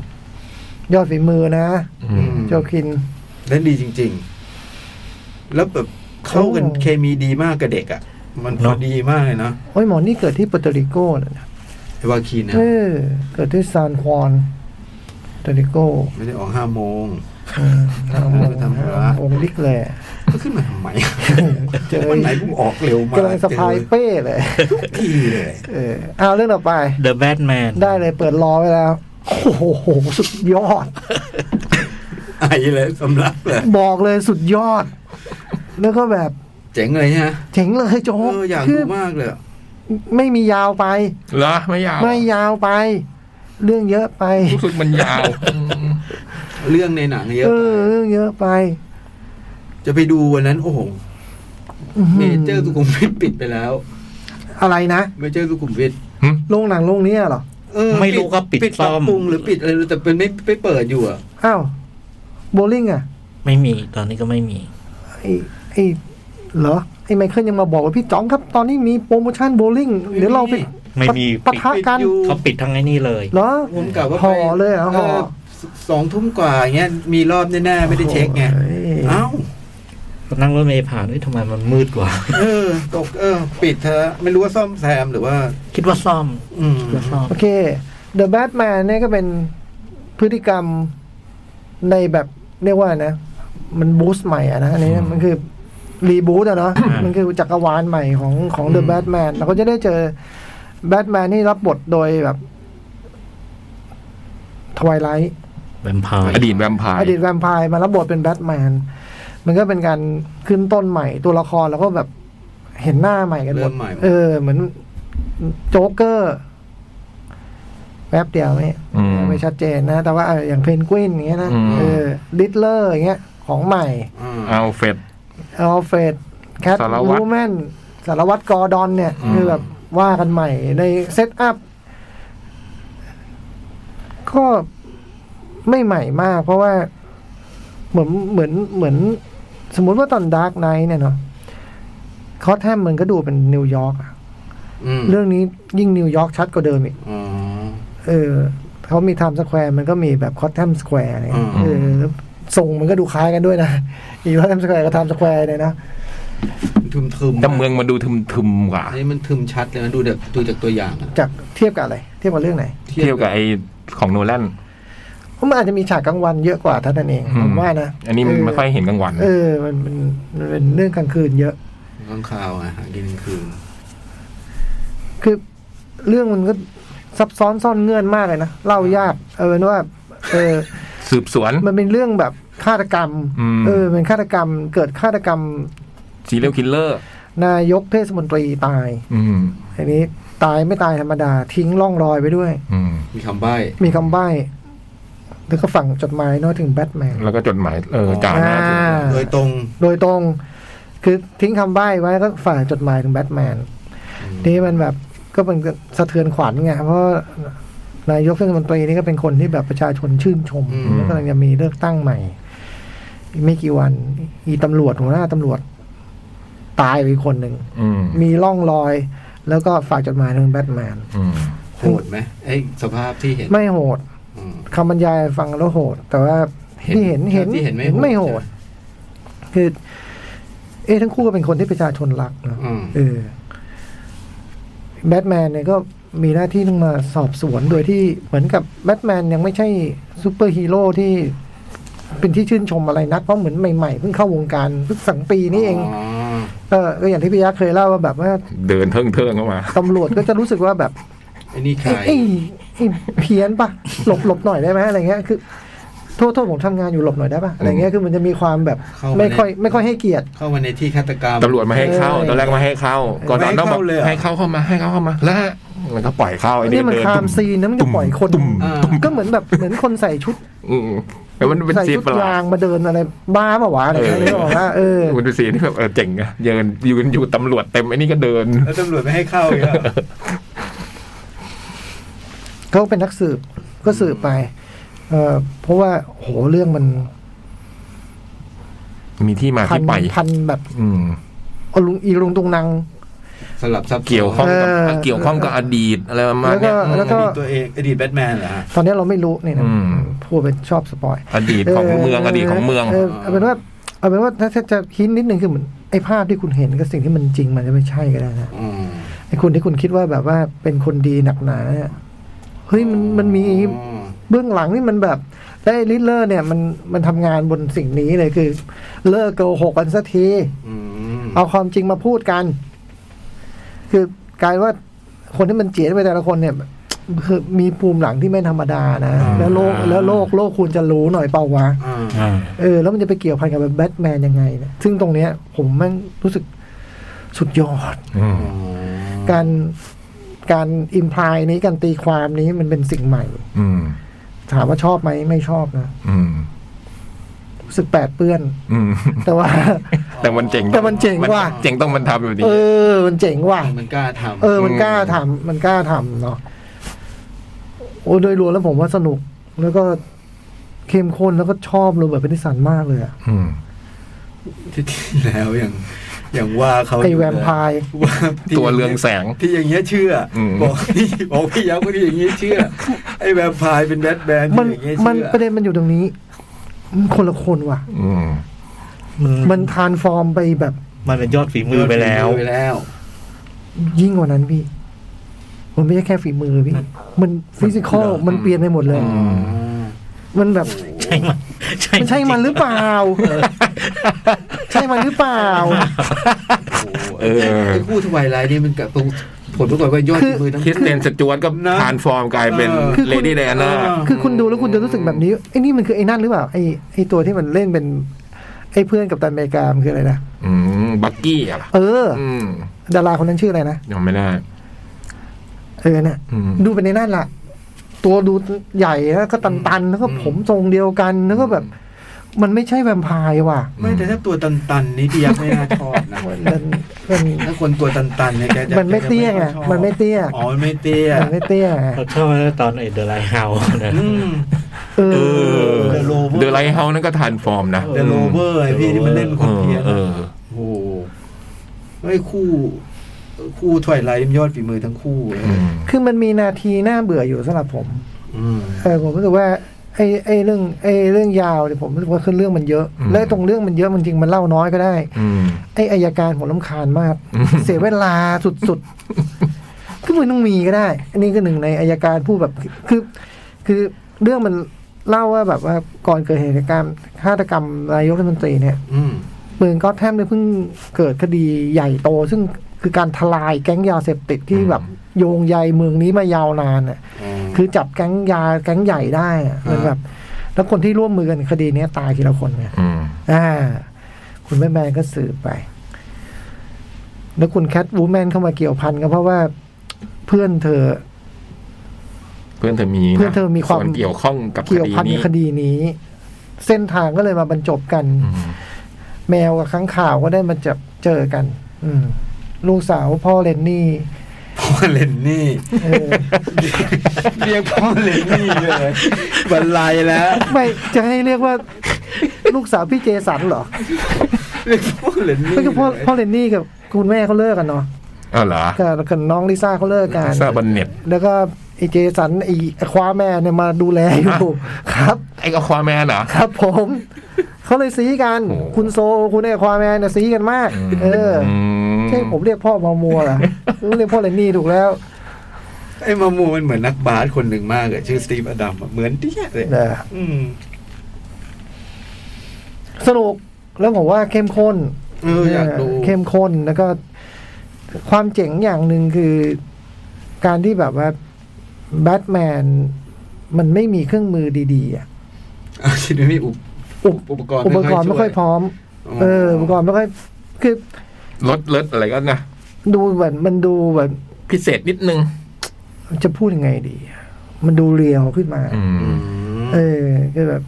Speaker 2: ยอดฝีมือนะ
Speaker 4: อืม
Speaker 2: โจคิน
Speaker 5: เล่นดีจริง ๆ แล้วแบบเข้ากัน
Speaker 2: โอ้
Speaker 5: เคมีดีมากกับเด็กอ่ะ มันพอดีมากเลยเนาะ
Speaker 2: โอ้ยหมอนี่เกิดที่ปอร์โตริโกนะ
Speaker 5: ไอวาคีนนะ
Speaker 2: เออ เกิดที่ซานควอนโตริโก
Speaker 5: ไม่ได้ออกห้าโมง
Speaker 2: อืมทาง
Speaker 5: เออทำธุระ
Speaker 2: องค์ลิกเลย
Speaker 5: ก็ขึ้นมาทำไม
Speaker 2: เจอ
Speaker 5: วันไหนผมออกเร็วมาก
Speaker 2: กำลังสะพายเป้เลย
Speaker 5: เจอทีเลย
Speaker 2: เออเอาเรื่องต่อไป
Speaker 3: เดอะแบทแมน
Speaker 2: ได้เลยเปิดรอไว้แล้ว โอ้โห สุดยอด
Speaker 5: ไอเลยสำลักเลย
Speaker 2: บอกเลยสุดยอด แล้วก็แบบ
Speaker 5: เจ๋งเลยฮะ
Speaker 2: เจ๋งเลยโจ๊
Speaker 5: เอก ออยาก
Speaker 2: คื
Speaker 5: ดู
Speaker 2: อ
Speaker 5: มากเลยอะ
Speaker 2: ไม่มียาวไป
Speaker 4: เหรอไม่ยาว
Speaker 2: ไม่ยาวไป เรื่องเยอะไป
Speaker 4: รู้สึกมันยาวอืม
Speaker 5: เรื่องในหนังเยอะ
Speaker 2: เอ
Speaker 5: ไป
Speaker 2: อ เรื่องเยอะไป
Speaker 5: จะไปดูวันนั้น โอ้โห
Speaker 2: อื้อหื
Speaker 5: เมเจอร์สุขุมวิทปิดไปแล้ว
Speaker 2: อะไรนะ
Speaker 5: เมเจอร์สุขุมวิท
Speaker 4: หึ
Speaker 2: โรงหนังโรงเนี้ยเหรอ
Speaker 5: เออ
Speaker 3: ไม่รู้ก็ปิด
Speaker 5: ปิดป
Speaker 3: ซ่
Speaker 5: รั
Speaker 3: อบ ม
Speaker 5: ปรุงหรือปิดอะไรแต่เป็นไม่ไม่เปิดอยู่อ่ะ
Speaker 2: อ้าวโบลิ่งอ่ะ
Speaker 3: ไม่มีตอนนี้ก็ไม่มี
Speaker 2: ไอ้ไอ้เหรอไอ้ไมเคิลยังมาบอกว่าพี่จ๋องครับ ตอนนี้มีโปรโมชั่นโบลิ่ง
Speaker 5: ไม่มี
Speaker 2: เดี๋ยวเราไป
Speaker 3: ไม่มี
Speaker 2: ปะปะทะกัน
Speaker 5: ปิดอยู่
Speaker 3: เขาปิดทั้งไอ้นี่เลย
Speaker 2: เหรอ
Speaker 5: ผมกะว่าไป
Speaker 2: ห่อเลยเหรอห่อ
Speaker 5: สสองทุ่มกว่าอย่างเงี้ยมีรอบแน่ๆไม่ได้เช็คไง
Speaker 2: โอ้ย
Speaker 5: เอ้า
Speaker 3: นั่งรถเมล์ผ่านเอ้ยทำไมมันมืดกว่า
Speaker 5: เออ ตกเออ ปิดเธอะไม่รู้ว่าซ่อมแซมหรือว่า
Speaker 3: คิดว่าซ่อม
Speaker 5: อืม
Speaker 3: คิดว่าซ่อม
Speaker 2: โอเค The Batman เนี่ยก็เป็นพฤติกรรมในแบบเรียกว่านะ มันบูสต์ใหม่อะนะอันนี้มันคือรีบูตอะเนาะ
Speaker 3: อ่ามั
Speaker 2: มันคือจักรวาลใหม่ของของ The Batman เราก็จะได้เจอแบทแมนที่รับบทโดยแบบทวายไลท์
Speaker 3: แวมไพร์
Speaker 4: อดีตแวมไพร์
Speaker 2: อดีตแวมไพร์มารับบทเป็นแบทแมน มันก็เป็นการขึ้นต้นใหม่ตัวละครแล้วก็แบบเห็นหน้าใหม่กันหม
Speaker 5: เริ่
Speaker 2: ด
Speaker 5: มใหม่หมด
Speaker 2: เออ เหมือนโจ๊กเกอร์แป๊บเดียวนี่
Speaker 4: อืม
Speaker 2: ไม่ชัดเจนนะ แต่ว่าเอออย่างเพนกวินอย่างเงี้ยนะ
Speaker 4: อืม
Speaker 2: เออดิทเลอร์อย่างเงี้ย ของใหม่
Speaker 5: า
Speaker 4: เอาเฟด
Speaker 2: อัลเฟรดแคท
Speaker 4: สารวัตร
Speaker 2: วูแมนสารวัตรกอร์ดอนเนี่ยคือแบบว่ากันใหม่ในเซตอัพ ก็ไม่ใหม่มาก เพราะว่าเหมือนเหมือนเหมือน สมมุติว่าตอนดาร์กไนท์เนี่ยเนาะคอสแทมมันก็ดูเป็นนิวยอร์กอะ
Speaker 5: อืม
Speaker 2: เรื่องนี้ยิ่งนิวยอร์กชัดกว่าเดิมอีก
Speaker 5: อ๋อ
Speaker 2: เออเขามีไทม์สแควร์มันก็มีแบบคอสแทมสแควร์เนี่ย
Speaker 5: อืม
Speaker 2: เออแล้วทรงมันก็ดูคล้ายกันด้วยนะ อีคอสแทมสแควร์กับไทม์สแควร์เนี่ยนะ
Speaker 5: ทึมทึม
Speaker 4: แต่เมืองมันดูทึมๆกว่า
Speaker 5: นี่มันทึมชัดเลยนะดูจากดูจากตัวอย่างอะ
Speaker 2: จากเทียบกับอะไร เทียบกับเรื่องไหน
Speaker 4: เทียบกับไอ้ของโนแลน
Speaker 2: เพราะมันอาจจะมีฉากกลางวันเยอะกว่าเท่านั้นเองผมว่านะ
Speaker 4: อันนี้มัน
Speaker 2: เ
Speaker 4: ไม่ค่อยเห็นกลางวัน
Speaker 2: เออมันมันมันเป็นเรื่องกลางคืนเยอะ
Speaker 5: ข้างคาวอะหากินกลางคืน
Speaker 2: คือเรื่องมันก็ซับซ้อนซ่อนเงื่อนมากเลยนะเล่ายากเอาเป็นว่า เออ
Speaker 4: สืบสวน
Speaker 2: มันเป็นเรื่องแบบฆาตกรรม
Speaker 4: อืม
Speaker 2: เออเป็นฆาตกรรม เกิดฆาตกรรม
Speaker 4: ซีเรียลคิลเลอร์
Speaker 2: นายกเทศมนตรีตาย
Speaker 4: อืม
Speaker 2: อันนี้ตายไม่ตายธรรมดา ทิ้งร่องรอยไว้ด้วย
Speaker 4: อืม
Speaker 5: มีคำใบ้
Speaker 2: มีคำใบ้แล้วก็ฝังจดหมายน้อยถึงแบทแมน
Speaker 4: แล้วก็จดหมายเออจ่าหน้าถึง
Speaker 2: อ่า
Speaker 5: โดยตรง
Speaker 2: โดยตรง คือทิ้งคำใบ้ไว้แล้วก็ฝากจดหมายถึงแบทแมน
Speaker 5: อืม
Speaker 2: นี่มันแบบก็เป็นสะเทือนขวัญไงเพราะนายกเทศมนตรีนี่ก็เป็นคนที่แบบประชาชนชื่นชม
Speaker 5: อืม
Speaker 2: แล้วกำลังจะมีเลือกตั้งใหม่อีกไม่กี่วัน อีตำรวจหัวหน้าตำรวจ ตายไปคนหนึ่ง
Speaker 4: อืม
Speaker 2: มีร่องรอย แล้วก็ฝากจดหมายถึงแบทแมน
Speaker 4: อืม
Speaker 5: โหดไหมไอ้สภาพที่เห็น
Speaker 2: ไม่โหด
Speaker 5: อืม
Speaker 2: คำบรรยายฟังแล้วโหด แต่ว่าที่เห็นเห็น
Speaker 5: ที่เห็นไม่
Speaker 2: ไม่โห
Speaker 5: โห
Speaker 2: ด
Speaker 5: ด
Speaker 2: คือ เอ๊ะทั้งคู่ก็เป็นคนที่ประชาชนรักนะ
Speaker 5: อืม
Speaker 2: เออแบทแมนเนี่ยก็มีหน้าที่ต้องมาสอบสวนโดยที่เหมือนกับแบทแมนยังไม่ใช่ซูเปอร์ฮีโร่ที่เป็นที่ชื่นชมอะไรนัก เพราะเหมือนใหม่ๆเพิ่งเข้าวงการเพิ่งสังปีนี่เอง
Speaker 5: อ๋อ
Speaker 2: เออก็อย่างที่พี่ยักษ์เคยเล่าว่าแบบว่า
Speaker 4: เดินเทิงเทิงๆเข้ามา
Speaker 2: ตำรวจก็จะรู้สึกว่าแบบ
Speaker 5: ไอ้นี่ใคร
Speaker 2: ไอ้ไอ้ไอ้เพี้ยนปะหลบหลบหน่อยได้ไหมอะไรเงี้ยคือ โทษโทษผมทำงานอยู่หลบหน่อยได้ปะอะไรเงี้ยคือมันจะมีความแบบ
Speaker 5: เข้ามา
Speaker 2: ไม่ค่อย
Speaker 5: ใน
Speaker 2: ไม่ค่อยให้เกียรติ
Speaker 5: เข้ามาในที่ฆาตกรรม
Speaker 4: ตำรวจไมาให้เข้า
Speaker 2: เออ
Speaker 4: ตอนแรกไมาให้เข้า ก่อน
Speaker 5: ไม่ให้
Speaker 4: ต้องแบบ
Speaker 5: เข้าเลยเหรอ
Speaker 4: ให้เข้าเข้ามาให้เข้าเข้ามา แล้วมันก็ปล่อยเข้าไอ้
Speaker 2: นี่มัน
Speaker 4: เดิ
Speaker 2: คาม
Speaker 4: ตุ้
Speaker 2: ซีนนะมันจะปล่อยคน
Speaker 4: ตุ้ม
Speaker 5: อ่า
Speaker 4: ตุ้ม
Speaker 2: ก็เหมือนแบบเหมือนคนใส่ชุด
Speaker 4: อืมแล้วมันเป็น
Speaker 2: ใส่
Speaker 4: ซีน
Speaker 2: ชุด
Speaker 4: ประหลา
Speaker 2: ลา
Speaker 4: ด
Speaker 2: งมาเดินอะไร บ้าปะวะอะไร
Speaker 4: เออ
Speaker 2: เงี้ยนึกออกว่าเออ
Speaker 4: มันเป็นซีนที่แบบเออเจ๋งอะยืนยืนอยู่ตำรวจเต็มไอ้นี่ก็เดิน
Speaker 5: แล้วตำรวจไม่ให้เข้าอีกแล้ว
Speaker 2: เขาเป็นนักสืบก็สืบไป เออเพราะว่าโหเรื่องมัน
Speaker 4: มีที่มา
Speaker 2: พั
Speaker 4: ที่ไป
Speaker 2: พันแบบ
Speaker 4: อืม
Speaker 2: อลุงอีลุงตุงนาง
Speaker 5: สลับซับซ้น
Speaker 4: เกี่ยวข้องกับ
Speaker 2: เออ
Speaker 4: เกี่ยวข้องกับอดีตอะไรประมาณ
Speaker 2: แล้วก็
Speaker 4: เนี้ย
Speaker 5: อ
Speaker 2: แล้วก็
Speaker 5: ดีตตัวเองอดีตแบทแมนเหรอฮะ
Speaker 2: ตอนนี้เราไม่รู้นี่นะ
Speaker 4: อืม
Speaker 2: พูดเป็นชอบสปอย
Speaker 4: อดีตของเมืองอดีตของเมือง
Speaker 2: เอาเป็นว่าเอาเป็นว่าถ้าถ้าจะคิดนิดนึงคือเหมือนไอ้ภาพที่คุณเห็นกับสิ่งที่มันจริงมันจะไม่ใช่ก็ได้นะ
Speaker 5: อืม
Speaker 2: ไอ้คนที่คุณคิดว่าแบบว่าเป็นคนดีหนักหนาเนี่ยเฮ้ยมันมันมี
Speaker 5: อืม
Speaker 2: เบื้องหลังนี่มันแบบได้ลิเลอร์เนี่ยมันมันทำงานบนสิ่งนี้เลยคือ เลิกโกหกกันสักที
Speaker 5: อืม
Speaker 2: เอาความจริงมาพูดกัน คือกลายว่าคนที่มันเจียดไปแต่ละคนเนี่ยคือมีภูมิหลังที่ไม่ธรรมดานะแล้วโลกแล้วโลกโลกคุณจะรู้หน่อยเปล่าวะ
Speaker 5: อ่า
Speaker 3: อ่า
Speaker 2: เออแล้วมันจะไปเกี่ยวพันกับแบทแมนยังไงเนะซึ่งตรงเนี้ย ผมแมันรู้สึกสุดยอด
Speaker 4: อืม
Speaker 5: อ๋อ
Speaker 2: การการอิมพลายนี้การตีความนี้มันเป็นสิ่งใหม่
Speaker 4: อืม
Speaker 2: ถามว่าชอบไหมไม่ชอบนะ
Speaker 4: อืม
Speaker 2: รู้สึกแปดเปื้อน
Speaker 4: อืม
Speaker 2: แต่ว่า
Speaker 4: แต่มันเจ๋ง
Speaker 2: แต่มันเจ๋งว่ะ
Speaker 4: เจ๋งต้องมันทำแบบนี้
Speaker 2: เออ มันเจ๋งว่ะ
Speaker 5: มันกล้าทำ
Speaker 2: เออ มันกล้าทำมันกล้าทำเนาะโอ้โดยรวมแล้วผมว่าสนุก แล้วก็เข้มข้นแล้วก็ชอบโรเบิร์ตแพตตินสันมากเลยอะ
Speaker 4: อืม
Speaker 5: ที่ที่แล้วอย่างอย่างว่าเขา
Speaker 2: ไอแวมไพร์
Speaker 5: ว่าที่
Speaker 4: ตัวเรืองแสง
Speaker 5: ที่อย่างเงี้ยเชื่ออ
Speaker 4: ม
Speaker 5: บอกพี่บอกพี่ยักษ์ว่าที่อย่างเงี้ยเชื่อ ไอ้แวมไพร์เป็นแบทแมนที่
Speaker 2: มัน
Speaker 5: อย่างเงี้ย
Speaker 2: มัน
Speaker 5: เชื่อ
Speaker 2: ประเด็นมันอยู่ตรงนี้มันคนละคนว่ะ
Speaker 4: อืม
Speaker 3: มัน
Speaker 2: มันทานฟอร์มไปแบบ
Speaker 3: มันเป็นยอดฝีมือไปแล้ว
Speaker 5: ไปแล้ว
Speaker 2: ยิ่งกว่านั้นพี่ มันไม่ใช่แค่ฝีมือพี่ มันฟิสิกอลมันเปลี่ยนไปหมดเลย
Speaker 4: ม
Speaker 2: มันแบบ
Speaker 3: ใช่มัน
Speaker 2: มัน
Speaker 3: ใช่
Speaker 2: ใช่มันหรือเป ล่า ใช่มันหรือเปล่า
Speaker 4: เออ
Speaker 5: ไอ้คู่ทวายไลน์นี่มันกับตรงผลปรากฏว่ายอดฝีมือทั้ง
Speaker 4: คริสเตนสจวนก็
Speaker 5: ะ
Speaker 4: ทานฟอร์มกลายเป็น
Speaker 2: คือคุณ
Speaker 4: เลดี้ไดอาน่า
Speaker 2: คือคุณดูแล้วคุณจะรู้สึกแบบนี้ไอ้นี่มันคือไอ้นั่นหรือเปล่าไอ้ไอ้ตัวที่มันเล่นเป็น ไอ้เพื่อนกับตันอเมริกามันคืออะไรนะ
Speaker 4: อืม บักกี้อะล่ะ
Speaker 2: เอออ
Speaker 4: อืม
Speaker 2: ดาราคนนั้นชื่ออะไรนะ
Speaker 4: ยังไม่ได้
Speaker 2: เออน่ะ
Speaker 4: อืม
Speaker 2: ดูเป็นในนั่นล่ะ ตัวดูใหญ่แล้วก็ตันๆแล้วก็ผมทรงเดียวกันแล้วก็แบบ มันไม่ใช่แวมไพร์ว่ะ
Speaker 5: ไม่แต่ถ้าตัวตันๆนี่พี่ยักษ์ไม่น่าชอบนะ
Speaker 2: มันมันมัน
Speaker 5: ถ้าคนตัวตันๆเนี่ยแกจะ
Speaker 2: มันไม่เตี้ยไง
Speaker 5: แกจะค่อชอบ
Speaker 2: มันไม่เตี้ย
Speaker 5: อ๋อมันไม่เตี้ย
Speaker 2: มันไม่เตี้ยไง
Speaker 3: เขาชอบตอนไอ้เดอะไลเฮานะ
Speaker 5: อืม
Speaker 2: เอ
Speaker 4: เอ
Speaker 2: อ
Speaker 4: อ
Speaker 5: The Rover
Speaker 4: เดอะไลท์เฮาส์นั่นก็ทานฟอร์มนะ
Speaker 5: เดอะโรเวอร์ไอพี่ที่มันเล่นค
Speaker 4: เอน อ
Speaker 5: เพี้ยน
Speaker 4: เออ
Speaker 5: โอ้โหไม่คู่ คู่ถอยไลท์ยอดฝีมือทั้งคู่เลย
Speaker 4: อืม
Speaker 2: คือมันมีนาทีน่าเบื่ออยู่สำหรับผม
Speaker 5: อืม
Speaker 2: เออผมรู้สึกว่าไอ้ไอ้เรื่องไอ้เรื่องยาวเนี่ยผมรู้สึกว่าขึ้นเรื่องมันเยอะ
Speaker 4: อืม
Speaker 2: แล้วตรงเรื่องมันเยอะมันจริงมันเล่าน้อยก็ได้
Speaker 4: อืม
Speaker 2: ไอ้อายการผมลำคาญมาก
Speaker 4: อืม
Speaker 2: เสียเวลาสุดๆ ก็มันต้องมีก็ได้ อันนี้ก็หนึ่งในอายการพูดแบบคือคือเรื่องมันเล่าว่าแบบว่าก่อนเกิดเหตุการณ์ฆาตกรรมนายกรัฐมนตรีเนี่ย
Speaker 5: อืม
Speaker 2: เมืองก็อตแทมเนี่ยเพิ่งเกิดคดีใหญ่โต ซึ่งคือการทลายแก๊งยาเสพติดที่แบบโยงใยเมืองนี้มายาวนานน่ะ
Speaker 5: อ๋อ
Speaker 2: คือจับแก๊งยาแก๊งใหญ่ได้อะ
Speaker 5: อ่ามั
Speaker 2: มันแบบ แล้วคนที่ร่วมมือกันคดีเนี้ยตายทีละคนไง
Speaker 4: อืม
Speaker 2: อ่า คุณแม่แมนก็สืบไป แล้วคุณแคทวูแมนเข้ามาเกี่ยวพันก็เพราะว่าเพื่อนเธอ
Speaker 4: เพื่อนเธอมีนะ
Speaker 2: เพื่อนเธอมีความ
Speaker 4: ส่นเกี่ยวข้องกับค
Speaker 2: เกี่ยว
Speaker 4: ดี
Speaker 2: พัน
Speaker 4: นี้
Speaker 2: กับคดีนี้ เส้นทางก็เลยมาบรรจบกัน
Speaker 4: อืม
Speaker 2: แมวกับข้างข่าวก็ได้มาจับเจอกัน อืมลูกสาวพ่อเลนนี่
Speaker 5: พ่อเลนนี่
Speaker 2: เออ
Speaker 5: เรียกพ่อเลนนี่เลยบรรลัยแล้ว
Speaker 2: ไม่จะให้เรียกว่า ลูกสาวพี่เจสันเหรอ
Speaker 5: เรียกพ่อเลนนี่
Speaker 2: ไม่ก็พ่อ
Speaker 5: เลย
Speaker 2: พ่อเลนนี่กับคุณแม่เขาเลิกกันเนาะ
Speaker 4: เอ้าวเหรอ
Speaker 2: กับกับน้องลิซ่าเขาเลิกกัน
Speaker 4: ซาบันเน็ต
Speaker 2: แล้วก็ไอเจสันไอคว้าแม่เนี่ยมาดูแลอยู่ ครับ
Speaker 4: ไอ้ก็ความแม่เหรอ
Speaker 2: ครับผม เขาเลยซีกัน
Speaker 4: โอ้
Speaker 2: คุณโซคุณไอควาแมนเนี่ยซีกันมาก เอออ
Speaker 4: ม
Speaker 2: ใช่ผมเรียกพ่อมามัวเหรอ เรียกพ่อเลนนี่ถูกแล้ว
Speaker 5: ไอ้มามูมันเหมือนนักบาสคนหนึ่งมากเลยชื่อสตีฟอดัมอะเหมือนเดี้ยเลย
Speaker 2: เออ
Speaker 5: อืม
Speaker 2: สนุกแล้วผมว่าเข้มข้น
Speaker 5: เอออยากดู
Speaker 2: เข้มข้นแล้วก็ ความเจ๋งอย่างหนึ่งคือ การที่แบบว่าแบทแมนมันไม่มีเครื่องมือดีๆอะ
Speaker 5: เอาชิไม่มีอุป
Speaker 2: อุป
Speaker 5: อุปกรณ์
Speaker 2: อุปกรณ์ไม่ค่อยพร้อม เอออุปกรณ์ไม่ค่อยคือ
Speaker 4: รถรถอะไรก็นะ
Speaker 2: ดูแบบมันดูแบบ
Speaker 4: พิเศษนิดนึง
Speaker 2: จะพูดยังไงดีอะมันดูเรียวขึ้นมา
Speaker 4: อื
Speaker 5: อื
Speaker 4: ม
Speaker 5: ม
Speaker 2: เออคือแบบ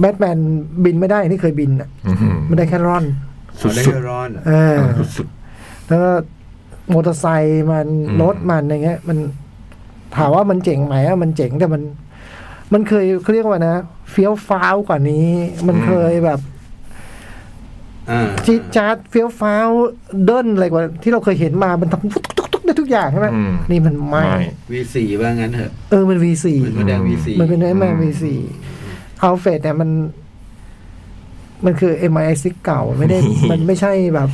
Speaker 2: แบทแมนบินไม่ได้อย่างที่เคยบินอ่ะ
Speaker 4: อืม
Speaker 2: ไม่ได้แค่ร่อน
Speaker 4: สุด
Speaker 5: ได้
Speaker 4: สุด
Speaker 5: ร้อน
Speaker 2: เออ
Speaker 4: สุด
Speaker 2: แล้วก็มอเตอร์ไซค์มัน
Speaker 4: อืม
Speaker 2: รถมันอย่างเงี้ย มันถามว่ามันเจ๋งไหมอะมันเจ๋งแต่มัน มันเคยเขาเรียกว่านะเฟี้ยวฟ้าวกว่านี้ มันเคยแบบ
Speaker 5: อ่า
Speaker 2: จิดจัดเฟี้ยวฟ้าวเดินอะไรกว่า ที่เราเคยเห็นมามันทำทุกทุกทุกได้ทุกอย่างใช่ไหม
Speaker 4: อืม
Speaker 2: นี่มันไม่
Speaker 4: ไม่
Speaker 5: วีสี่ว่างั้นเถอะ
Speaker 2: เออมัน V4
Speaker 5: เหมือนแสดงวีสี่
Speaker 2: มันเป็นไอ้แมน
Speaker 4: อืม
Speaker 2: V4 อัลเฟดเนี่ยมัน มันคือ MI6 เก่าไม่ได้ มันไม่ใช่แบบ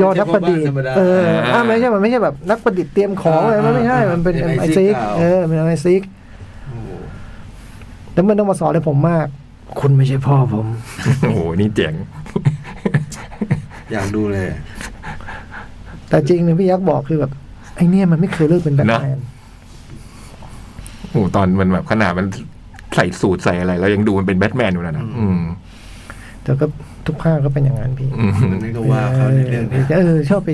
Speaker 2: ยอดนักประดิษฐ์เอออ่ะไม่ใช่มันไม่ใช่แบบนักประดิษฐ์เตรียมของอะไรมันไม่ใช่ มันเป็นไอซิกเออเป็นไอซิก
Speaker 5: โอ้โห
Speaker 2: แล้วมันต้องมาสอนเลยผมมาก คุณไม่ใช่พ่อผม
Speaker 4: ๆโอ้โห นี่เจ๋ง
Speaker 5: อยากดูเลย
Speaker 2: แต่จริงเนี่ยพี่ยักษ์บอกคือแบบไอเนี่ยมันไม่เคยเลิกเป็นแบบแมน
Speaker 4: โอ้โหตอนมันแบบขนาดมันใส่สูตรใส่อะไร แล้วยังดูมันเป็นแบทแมนอยู่แล้วนะอืม
Speaker 2: แต่ก็ทุกภาคก็เป็นอย่างนั้นพี่
Speaker 4: อืม
Speaker 5: นั่นก็ว่าเขาในเรื่องเนี้
Speaker 2: เออชอบไป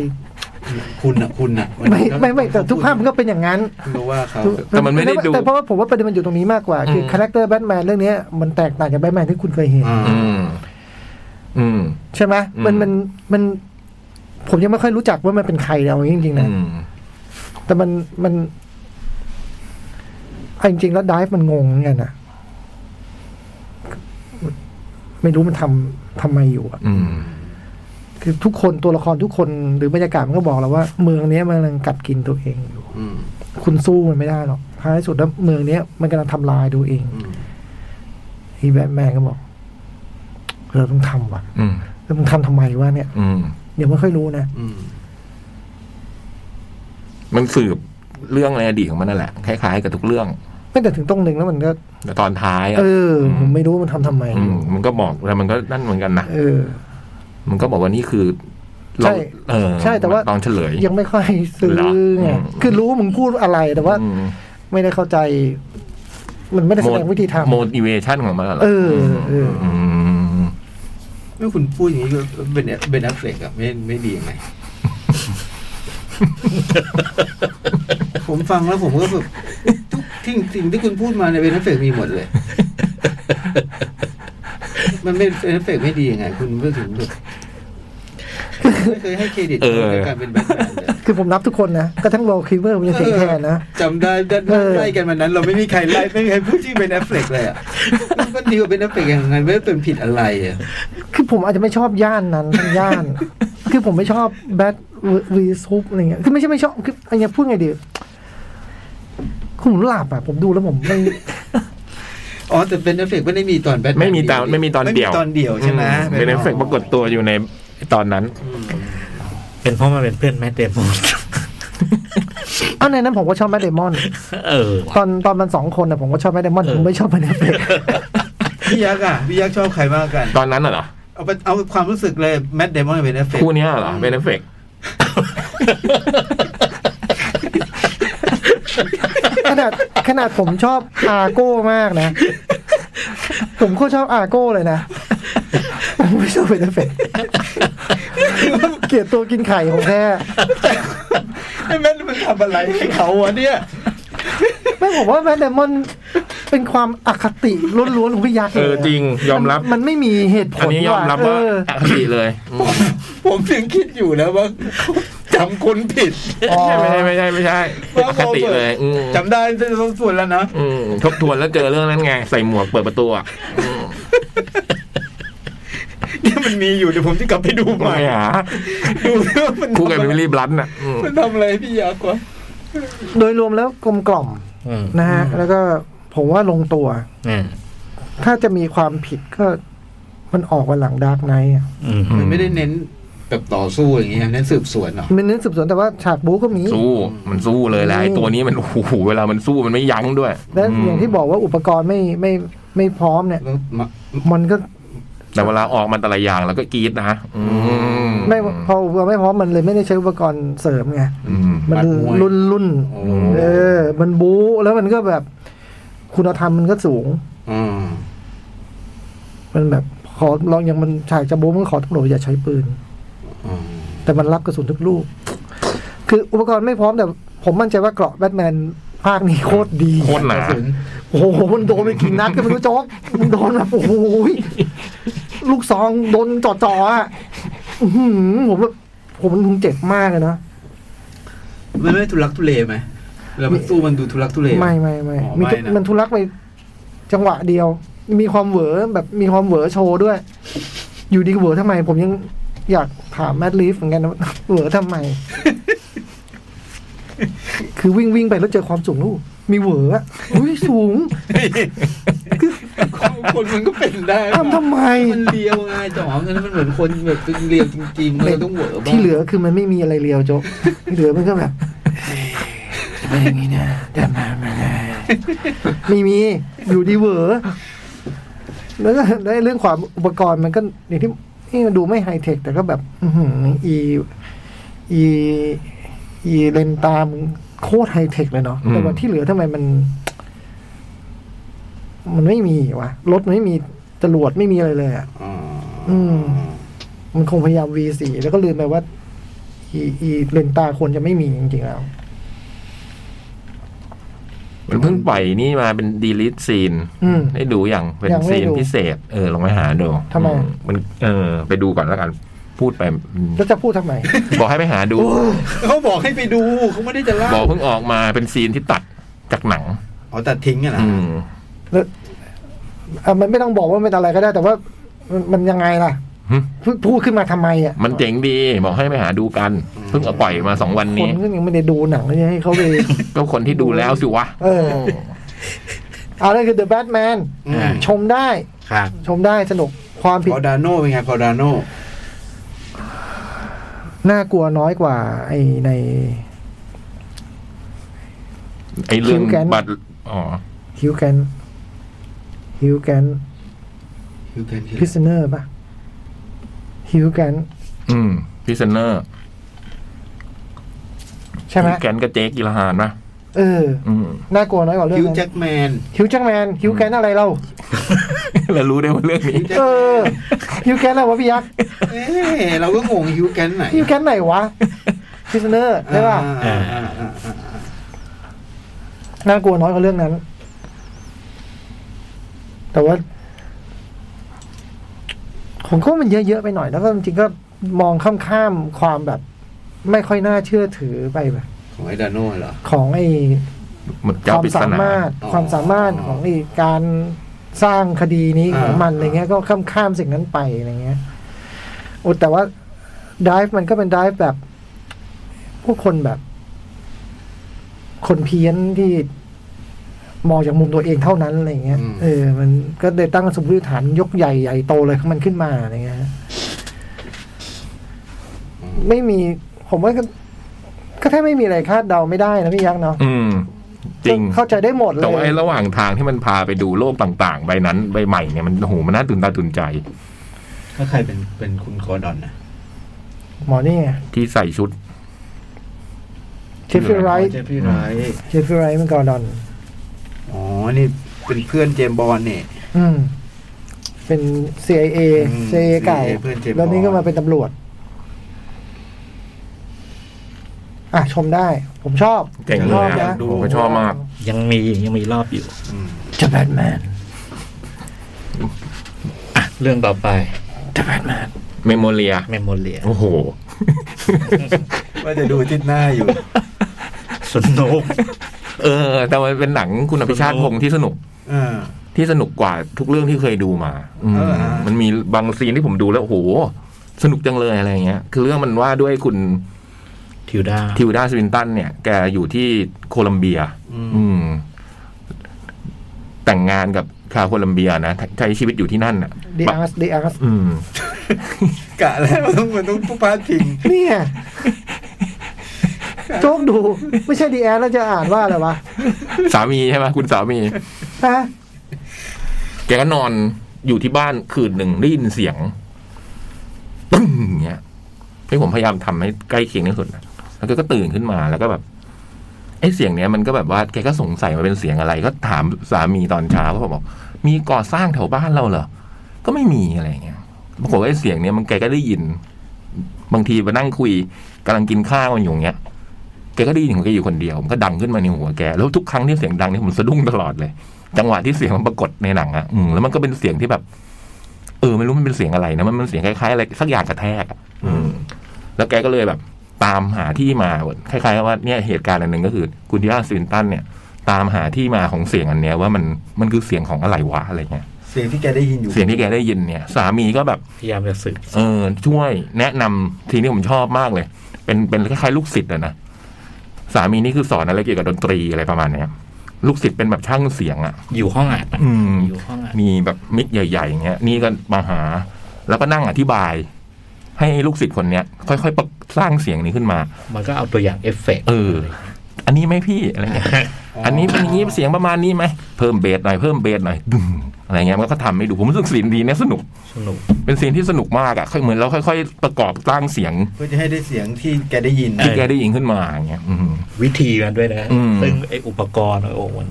Speaker 5: คุณอ่ะคุณอ่ะ
Speaker 2: ไม่ไม่ไม่แต่ทุกภาคมันก็เป็นอย่างนั้น
Speaker 5: คุณก็ว่าเขา
Speaker 2: แต่เพราะว่าผมว่าประเด็นมันอยู่ตรงนี้มากกว่า คือคาแรคเตอร์แบทแมนเรื่องนี้มันแตกต่างจากแบทแมนที่คุณเคยเห็น
Speaker 5: อ่า
Speaker 4: อืมอืม
Speaker 2: ใช่ไหม
Speaker 4: อืม
Speaker 2: มันมันมัน ผมยังไม่ค่อยรู้จักว่ามันเป็นใครแล้วจริงๆ
Speaker 4: อื
Speaker 2: นะ
Speaker 4: ม
Speaker 2: แต่มันมันเอาจริงๆแล้วดิฟมันงงเหมือนกันนะไม่รู้มันทำทำไมอยู่อะ
Speaker 4: อืม
Speaker 2: คือทุกคนตัวละครทุกคนหรือบรรยากาศมันก็บอกแล้วว่า เมืองเนี้ยมันกำลังกัดกินตัวเองอยู่
Speaker 5: อืม
Speaker 2: คุณสู้มันไม่ได้หรอกท้ายสุดแล้วเมืองเนี้ยมันกำลังทำลายตัวเอง
Speaker 5: อืม
Speaker 2: อีแบทแมนก็บอก เราต้องทำว่ะ
Speaker 4: อืม
Speaker 2: แล้วมึงทำทำไมวะเนี่ย
Speaker 4: อืม
Speaker 2: เดี๋ยวไม่ค่อยรู้นะ
Speaker 5: อืม
Speaker 4: มันสืบเรื่องในอดีตของมันนั่นแหละ คล้ายๆกับทุกเรื่อง
Speaker 2: ไม่แต่ถึงตรงหนึ่งแล้วมันก็
Speaker 4: แต่ตอนท้ายอะ
Speaker 2: เออ
Speaker 4: อืม
Speaker 2: ผมไม่รู้มันทำทำไม
Speaker 4: อืมมันก็บอกแล้วมันก็นั่นเหมือนกันนะ
Speaker 2: เออ
Speaker 4: มันก็บอกว่านี่คือเรา
Speaker 2: ใช่
Speaker 4: เออ
Speaker 2: ใช่แต่ว่า
Speaker 4: ตอนเฉลย
Speaker 2: ยังไม่ค่อยซื้อ
Speaker 4: เหรอ
Speaker 2: ไง
Speaker 4: อืม
Speaker 2: คือรู้มึงพูดอะไรแต่ว่า
Speaker 4: อืม
Speaker 2: ไม่ได้เข้าใจ มันไม่ได้แสดงวิธีทำ
Speaker 4: motivation ของมันหร
Speaker 2: เออเออ
Speaker 4: ม
Speaker 5: ไม่คุณพูดอย่างนี้ก็เป็นเป็นแอฟเฟกอะไม่ไม่ดีไหม ผมฟังแล้วผมก็แบบทุกทิ้งสิ่งที่คุณพูดมาในเบนเฟกมีหมดเลย มันเป็นเอฟเฟกต์ไม่ดียังไง คุณพูดถึงแบบไม่เคยให้เครดิต
Speaker 4: เออ
Speaker 5: ในการเป็นแบทแมนเลย
Speaker 2: คือผมนับทุกคนนะกระทั่งโรลคลีเวอร์ผมยังเสียงแทนนะ
Speaker 5: จำได้ด้าน
Speaker 2: เออ
Speaker 5: ไล่กันวันนั้น เราไม่มีใครไล่ไม่มีใครพูดชื่อเป็นแอฟเฟกเลยอ่ะมันก็ดีกว่าเป็นแอฟเฟกยังไงไม่ได้เป็นผิดอะไรอ่ะ
Speaker 2: คือผมอาจจะไม่ชอบย่านนั้น ทั้งย่าน คือผมไม่ชอบแบทวีซุปอะไรเงี้ย คือไม่ใช่ไม่ชอบ คืออันนี้พูดไงดีคือผมหลับอ่ะ ผมดูแล้วผมไม่
Speaker 5: อ๋อแต่เป็นแอฟเฟกไม่ได้มีตอนแบทแมน
Speaker 4: ไม่มีตอนไม่มีตอนเดียว
Speaker 5: ไม่มีตอนเดียวใช่ไหม
Speaker 4: อืเป็นเอฟเฟกต์ปรากฏตัวอยู่ในตอนนั้น
Speaker 5: อืม
Speaker 3: เป็นเพราะมันเป็นเพื่อนแมตเดมอน
Speaker 2: เอาในนั้นผมก็ชอบแมดเดมอน
Speaker 3: เออว่ะ
Speaker 2: ตอนตอนมันสองคนอ่ะผมก็ชอบแมดเดมอน ผมไม่ชอบแมดเดมอน
Speaker 5: พี่ยักษ์อ่ะพี่ยักษ์ชอบใครมากกัน
Speaker 4: ตอนนั้นน่ะเหรอ
Speaker 5: เอาไปเอาความรู้สึกเลยแมดเดมอนกับเป็นแอฟเฟก
Speaker 4: คู่เนี้ยเหรอ เป็นเอฟเฟกต์
Speaker 2: ขนาดขนาดผมชอบอาโก้มากนะ ผมก็ชอบอาโก้เลยนะ ผมไม่ชอบเป็นเฟก เกลียดตัวกินไข่ของแท้
Speaker 5: ไอ้แม่นมันทำอะไรให้เขาวะเนี่ย
Speaker 2: ไม่ผมว่าแมดเดมอนเป็นความอคติล้วนๆของพี่ยักษ์
Speaker 4: เออจริงยอมรับ
Speaker 2: นมันไม่มีเหตุผ
Speaker 4: อัน
Speaker 2: ล
Speaker 4: นี้ยอมรับว่า
Speaker 2: เออ
Speaker 4: อคติเลยอืม
Speaker 5: ผมถึงคิดอยู่นะว่าจำคุณผิด
Speaker 2: อ๋อ
Speaker 4: ไม่ใช่ไม่ใช่ไม่ใช่
Speaker 5: ว่า
Speaker 4: อคติเลยอืม
Speaker 5: จำได้ทั้งส่วนแล้วนะ
Speaker 4: อืมทบทวนแล้วเจอเรื่องนั้นไง ใส่หมวกเปิดประตูอ่ะอืม
Speaker 5: เนี่ยมันมีอยู่เดี๋ยวผมจะกลับไปดูให
Speaker 4: ไม่
Speaker 5: ม่
Speaker 4: หา
Speaker 5: ดูว่ามัน
Speaker 4: คู่กับ
Speaker 5: ทำอะไร
Speaker 4: ไม่รีบรัดน่ะอืม
Speaker 5: มันทำอะไรให้พี่ยักษ์วะ
Speaker 2: โดยรวมแล้วกลมกล่อม
Speaker 3: อืม
Speaker 2: นะฮะ แล้วก็ผมว่าลงตัว
Speaker 3: อ่า
Speaker 2: ถ้าจะมีความผิดก็มันออกวันหลังดาร์กไนท์
Speaker 3: อืม
Speaker 5: มันไม่ได้เน้นแบบต่อสู้อย่างเงี้ยเน้นสืบสวนเหรอ
Speaker 2: มันเน้นสืบสวนแต่ว่าฉากบู๊ก็มี
Speaker 4: สู้มันสู้เลยแหละไอ้ตัวนี้มันโอ้โหเวลามันสู้มันไม่ยั้งด้วย
Speaker 2: และอย่างที่บอกว่าอุปกรณ์ไม่ไม่ไม่พร้อมเนี่ย
Speaker 5: แล้วมา
Speaker 2: มันก็
Speaker 4: แต่เวลาออกมาแต่ละอย่างเราก็กรีดนะอืม
Speaker 2: ไม่พออุปกรณ์ไม่พร้อมมันเลยไม่ได้ใช้อุปกรณ์เสริมไง
Speaker 4: อืม
Speaker 2: มันรุ่นรุ่น
Speaker 5: โอ้
Speaker 2: ๆเออ มันบู๊แล้วมันก็แบบ คุณธรรมมันก็สูง
Speaker 5: อืม
Speaker 2: มันแบบขอลองอย่างมันฉากจะบู๊มันขอตำรวจอย่าใช้ปืน
Speaker 5: อืม
Speaker 2: แต่มันรับกระสุนทุกลูก คืออุปกรณ์ไม่พร้อมแต่ผมมั่นใจว่าเกราะแบทแมนภาคนี้โคตรดี
Speaker 4: โคตรหนา
Speaker 5: กะสุน
Speaker 2: โอ้โหมันโดนไปกี่นัดก็ไม่รู้โจ๊กมันโดนแบบโอ้โหลูกซองโดนจ่อๆอ่ะอื้อหือผมแบบผมมันคงเจ็บมากเลยนะ
Speaker 5: มันไม่ทุลักทุเลไหมแล้วมันสู้มันดูทุลักทุเลห
Speaker 2: ไม่ไม่ไม่
Speaker 5: อ๋อ
Speaker 2: มี
Speaker 5: ไม่นะ
Speaker 2: มันทุลักไปจังหวะเดียว มีความเหวอแบบมีความเหวอโชว์ด้วย อยู่ดีเหวอทำไม ผมยังอยากถามแมดลีฟเหมือนกันนะว่า เหวอทำไม คือวิ่งวิ่งไปแล้วเจอความสูงลูกมีเหวอ อะอุ้ยสูง
Speaker 5: คนมันก็เป็นได้
Speaker 2: ทำทำไม
Speaker 5: มันเลียวไงจ่องั้นมันเหมือนคนแบบเลียวจริงๆมันเลยต้องเหวอบ้าง
Speaker 2: ที่เหลือคือมันไม่มีอะไรเลียวโจ๊กที่เหลือมันก็แบบจะเป็นอย่างนี้นะจะมามาไม่มี อยู่ดีเหวอแล้วก็ได้เรื่องความอุปกรณ์มันก็อย่างที่นี่มันดูไม่ไฮเทค แต่ก็แบบ อื้อหืออีอีอีเลนตามึงโคตรไฮเทคเลยเนาะ
Speaker 4: อืม
Speaker 2: แต่ว่าที่เหลือทำไมมัน มันไม่มีวะรถมันไม่มีจรวดไม่มีอะไรเลยอ่ะ
Speaker 5: อ๋อ
Speaker 2: อืม มันคงพยายาม V4 แล้วก็ลืมไปว่าอีอีเลนตาควรจะไม่มีจริงๆแล้ว
Speaker 4: มันเพิ่งปล่อยนี่มาเป็นดีลิทซีน
Speaker 2: อืม
Speaker 4: ได้ดูอย่างเป็น
Speaker 2: ยังไม่
Speaker 4: ซีน
Speaker 2: ดู
Speaker 4: พิเศษ เออลองไปหาดู
Speaker 2: ทำไม
Speaker 4: อืมันเออ ไปดูก่อนแล้วกัน พู ดไปอืม
Speaker 2: แล้วจะพูดทำไม
Speaker 4: บอกให้ไปหาดู
Speaker 5: เขาบอกให้ไปดูเขาไม่ได้จะเล่า
Speaker 4: บอกเพิ่งออกมาเป็นซีนที่ตัดจากหนัง
Speaker 5: อ๋อตัดทิ้งอะนะ
Speaker 4: อืม
Speaker 2: แล้วอ่ะมันไม่ต้องบอกว่าเป็นอะไรก็ได้ แต่ว่ามันมันยังไงล่ะ
Speaker 4: หึ
Speaker 2: พูดพูดขึ้นมาทำไมอ่ะ
Speaker 4: มันเจ๋งดี บอกให้ไปหาดูกัน เพิ่งเอาปล่อยมาสองวัน
Speaker 2: คน
Speaker 4: นี้
Speaker 2: ก็ยังไม่ได้ดูหนังเลยให้เขาไป
Speaker 4: ก็คนที่ดูแล้วสิวะ
Speaker 2: เออ เอานั่นคือ The Batman
Speaker 5: อืม
Speaker 2: ชมได้
Speaker 3: ครับ
Speaker 2: ชมได้สนุกความผิด
Speaker 5: พอดาโน่เป็นไงพอดาโน่
Speaker 2: น่ากลัวน้อยกว่า ไอใน
Speaker 4: ไอ้เรื่อง
Speaker 2: คิ้วแกน
Speaker 4: บัตรอ๋อ
Speaker 2: ฮิวแกนฮิวแกน
Speaker 5: You can hear
Speaker 2: พิซเนอร์ป่ะฮิวแกน
Speaker 4: อืมพิซเนอร์
Speaker 2: ใช่ไหม
Speaker 4: แกนกับเจ๊กีฬาหานปะ
Speaker 2: เออ
Speaker 4: อืม
Speaker 2: น่ากลัวน้อยกว่าเรื่อง
Speaker 5: Hugh
Speaker 2: นั้น
Speaker 5: Jackman
Speaker 2: ฮิวแจ็คแมนฮิวแกนอะไรเรา
Speaker 4: แล้วรู้ได้ว่าเรื่องนี้
Speaker 5: Hugh
Speaker 2: เอ
Speaker 5: Jackman
Speaker 2: อฮิวแกนอะไรวะพี่ยักษ์
Speaker 5: เอ๊ะเราก็งง Hugh แกนไหน
Speaker 2: ฮิวแกนไหนวะพิซเนอร์ใช่ป่ะ
Speaker 5: อ่าอ่าอ่าอ่า
Speaker 2: น่ากลัวน้อยกว่าเรื่องนั้น แต่ว่า ผมก็ว่ามันเยอะๆไปหน่อย แล้วก็จริงๆก็มองข้ามๆความแบบ ไม่ค่อยน่าเชื่อถือไปแบบ
Speaker 5: ของไอ้ดาโน่เหรอ
Speaker 2: ของไอ้
Speaker 4: เหมือนเจ้าว
Speaker 2: คาม
Speaker 4: ปริศ
Speaker 2: สา
Speaker 4: นา
Speaker 2: มารถ
Speaker 5: อ๋อ
Speaker 2: ความสามารถของไอ้การสร้างคดีนี้
Speaker 5: อ่า
Speaker 2: ของมันอะไรเงี้ยก็ข้ามข้ามสิ่งนั้นไปอะไรเงี้ยโอ้แต่ว่าดิฟมันก็เป็นดิฟแบบพวกคนแบบ คนเพี้ยนที่มองจากมุมตัวเองเท่านั้นอะไรเงี้ย
Speaker 5: อืม
Speaker 2: เออ มันก็ได้ตั้งสมมติฐานยกใหญ่ใหญ่โตเลยของมันขึ้นมาอะไรเงี้ยฮะไม่มี ผมว่าก็ก็แทบไม่มีอะไรคาดเดาไม่ได้นะพี่ยักษ์เนาะ
Speaker 4: อืม จริง
Speaker 2: เข้าใจได้หมดเลย
Speaker 4: แต่ว่าไอ้ระหว่างทางที่มันพาไปดูโลกต่างๆ ใบนั้นใบใหม่เนี่ยมันโอ้โหมันน่าตื่นตาตื่นใจ
Speaker 5: ถ้าใครเป็นเป็นคุณโกดอนนะ
Speaker 2: หมอนี่ไง
Speaker 4: ที่ใส่ชุด
Speaker 2: เจฟฟี่ไรท์
Speaker 5: เจฟฟี่ไรท์
Speaker 2: เจฟฟี่ไรท์มันกอร์ดอน
Speaker 5: อ๋อ นี่เป็นเพื่อนเจมส์บอลเนี่ย
Speaker 2: อืม เป็น CIA
Speaker 5: อืม
Speaker 2: CIA เก่า
Speaker 5: CIA เพื่อนเจมส์
Speaker 2: แล้วนี่ก็
Speaker 5: บอนด์
Speaker 2: มาเป็นตำรวจ อ่ะ ชมได้ ผมชอบ
Speaker 4: เก่งเลย
Speaker 2: ผมชอบ
Speaker 4: อะ
Speaker 2: นะ
Speaker 4: ผมก็ชอบมาก
Speaker 3: ยังมียังมีรอบอยู่
Speaker 2: จะแบทแมน
Speaker 3: อ่ะ เรื่องต่อไป
Speaker 4: เมมโมเรีย
Speaker 3: เมมโมเรีย
Speaker 4: โอ้โห
Speaker 5: ว่าจะดูอาทิศหน้าอยู่
Speaker 3: สนุก
Speaker 4: เออ แต่มันเป็นหนังคุณอภิชาติพงษ์ที่สนุก
Speaker 5: อ่า
Speaker 4: ที่สนุกกว่าทุกเรื่องที่เคยดูมาอืม
Speaker 5: เออฮะ
Speaker 4: มันมีบางซีนที่ผมดูแล้วโอ้โห สนุกจังเลยอะไรอย่างเงี้ย คือเรื่องมันว่าด้วยคุณ
Speaker 3: ทิวดา
Speaker 4: ทิวดาสวินตันเนี่ย แกอยู่ที่โคลัมเบีย
Speaker 5: อืม
Speaker 4: อืม แต่งงานกับชาวโคลัมเบียนะใช้ชีวิตอยู่ที่นั่นอ่ะ
Speaker 2: ดีอาร์สดีอาร์ส
Speaker 4: อืม
Speaker 5: กะแล้วมันต้องมันต้องผู้พาดพิง
Speaker 2: นี่ไงโจ๊กดู ไม่ใช่ดีอาร์แล้วจะอ่านว่าอะไรวะ
Speaker 4: สามีใช่ไหมคุณสามี
Speaker 2: ฮะ
Speaker 4: แกก็นอนอยู่ที่บ้านคืนหนึ่งได้ยินเสียงตึ้งอย่างเงี้ยที่ผมพยายามทำให้ใกล้เคียงที่สุดนะแล้วแกก็ตื่นขึ้นมาแล้วก็แบบไอ้เสียงเนี้ยมันก็แบบว่าแกก็สงสัยมาเป็นเสียงอะไร ก็ถามสามีตอนเช้าก็บอก มีก่อสร้างแถวบ้านเราเหรอ ก็ไม่มีอะไรอย่างเงี้ยปรากฏว่าไอ้เสียงเนี้ยมันแกก็ได้ยิน บางทีมานั่งคุยกำลังกินข้าวกันอยู่อย่างเงี้ยแกก็ได้ยินของแกอยู่คนเดียวมันก็ดังขึ้นมาในหัวแกแล้วทุกครั้งที่เสียงดังเนี่ยผมสะดุ้งตลอดเลย จังหวะที่เสียงมันปรากฏในหนังอะอืมแล้วมันก็เป็นเสียงที่แบบ เออไม่รู้มันเป็นเสียงอะไรนะมันมันเสียงคล้ายๆอะไรสักอย่างกระแทกอะอืม แล้วแกก็เลยแบบ ตามหาที่มาคล้ายๆว่าเนี่ยเหตุการณ์อันหนึ่งก็คือคุณดิอาสวินตันเนี่ย ตามหาที่มาของเสียงอันเนี้ยว่ามันมันคือเสียงของอะไรวะอะไรเงี้ย
Speaker 5: เสียงที่แกได้ยินอยู่
Speaker 4: เสียงที่แกได้ยินเนี่ย สามีก็แบบ
Speaker 3: พยายามจะสืบ
Speaker 4: เออช่วยแนะนำทีนี้ผมชอบมากเลย เป็นเป็นคล้ายๆลูกศิษย์อะนะสามีนี่คือสอนอะไรเกี่ยวกับดนตรีอะไรประมาณเนี้ย ลูกศิษย์เป็นแบบช่างเสียงอะ
Speaker 3: อยู่ห้องอัดอะ
Speaker 4: อืม
Speaker 3: ยู่ห้องอัด
Speaker 4: มีแบบมิกใหญ่ๆอย่างเงี้ย นี่ก็มาหา แล้วก็นั่งอธิบาย ให้ลูกศิษย์คนเนี้ย ค่อยๆปรับสร้างเสียงนี้ขึ้นมา
Speaker 3: มันก็เอาตัวอย่างเอฟเฟกต์
Speaker 4: เออ อันนี้ไหมพี่อะไรเงี้ย อันนี้เป็นอย่างนี้เสียงประมาณนี้ไหมเพิ่มเบสหน่อยเพิ่มเบสหน่อยดึงอะไรเงี้ยมันก็ทำให้ดูผมรู้สึกเสียงดีเนี่ยสนุก
Speaker 3: สนุก
Speaker 4: เป็นเสียงที่สนุกมากอะ่ะเหมือนเราค่อยๆประกอบสร้างเสียง
Speaker 5: เพื่อจะให้ได้เสียงที่แกได้ยิน
Speaker 4: ที่
Speaker 3: เออ
Speaker 4: แกได้ยินขึ้นมาอย่างเงี้ยอืม
Speaker 3: วิธีมันด้วยนะ
Speaker 4: อืม
Speaker 3: ซึ่งไออุปกรณ์โอ้โหมัน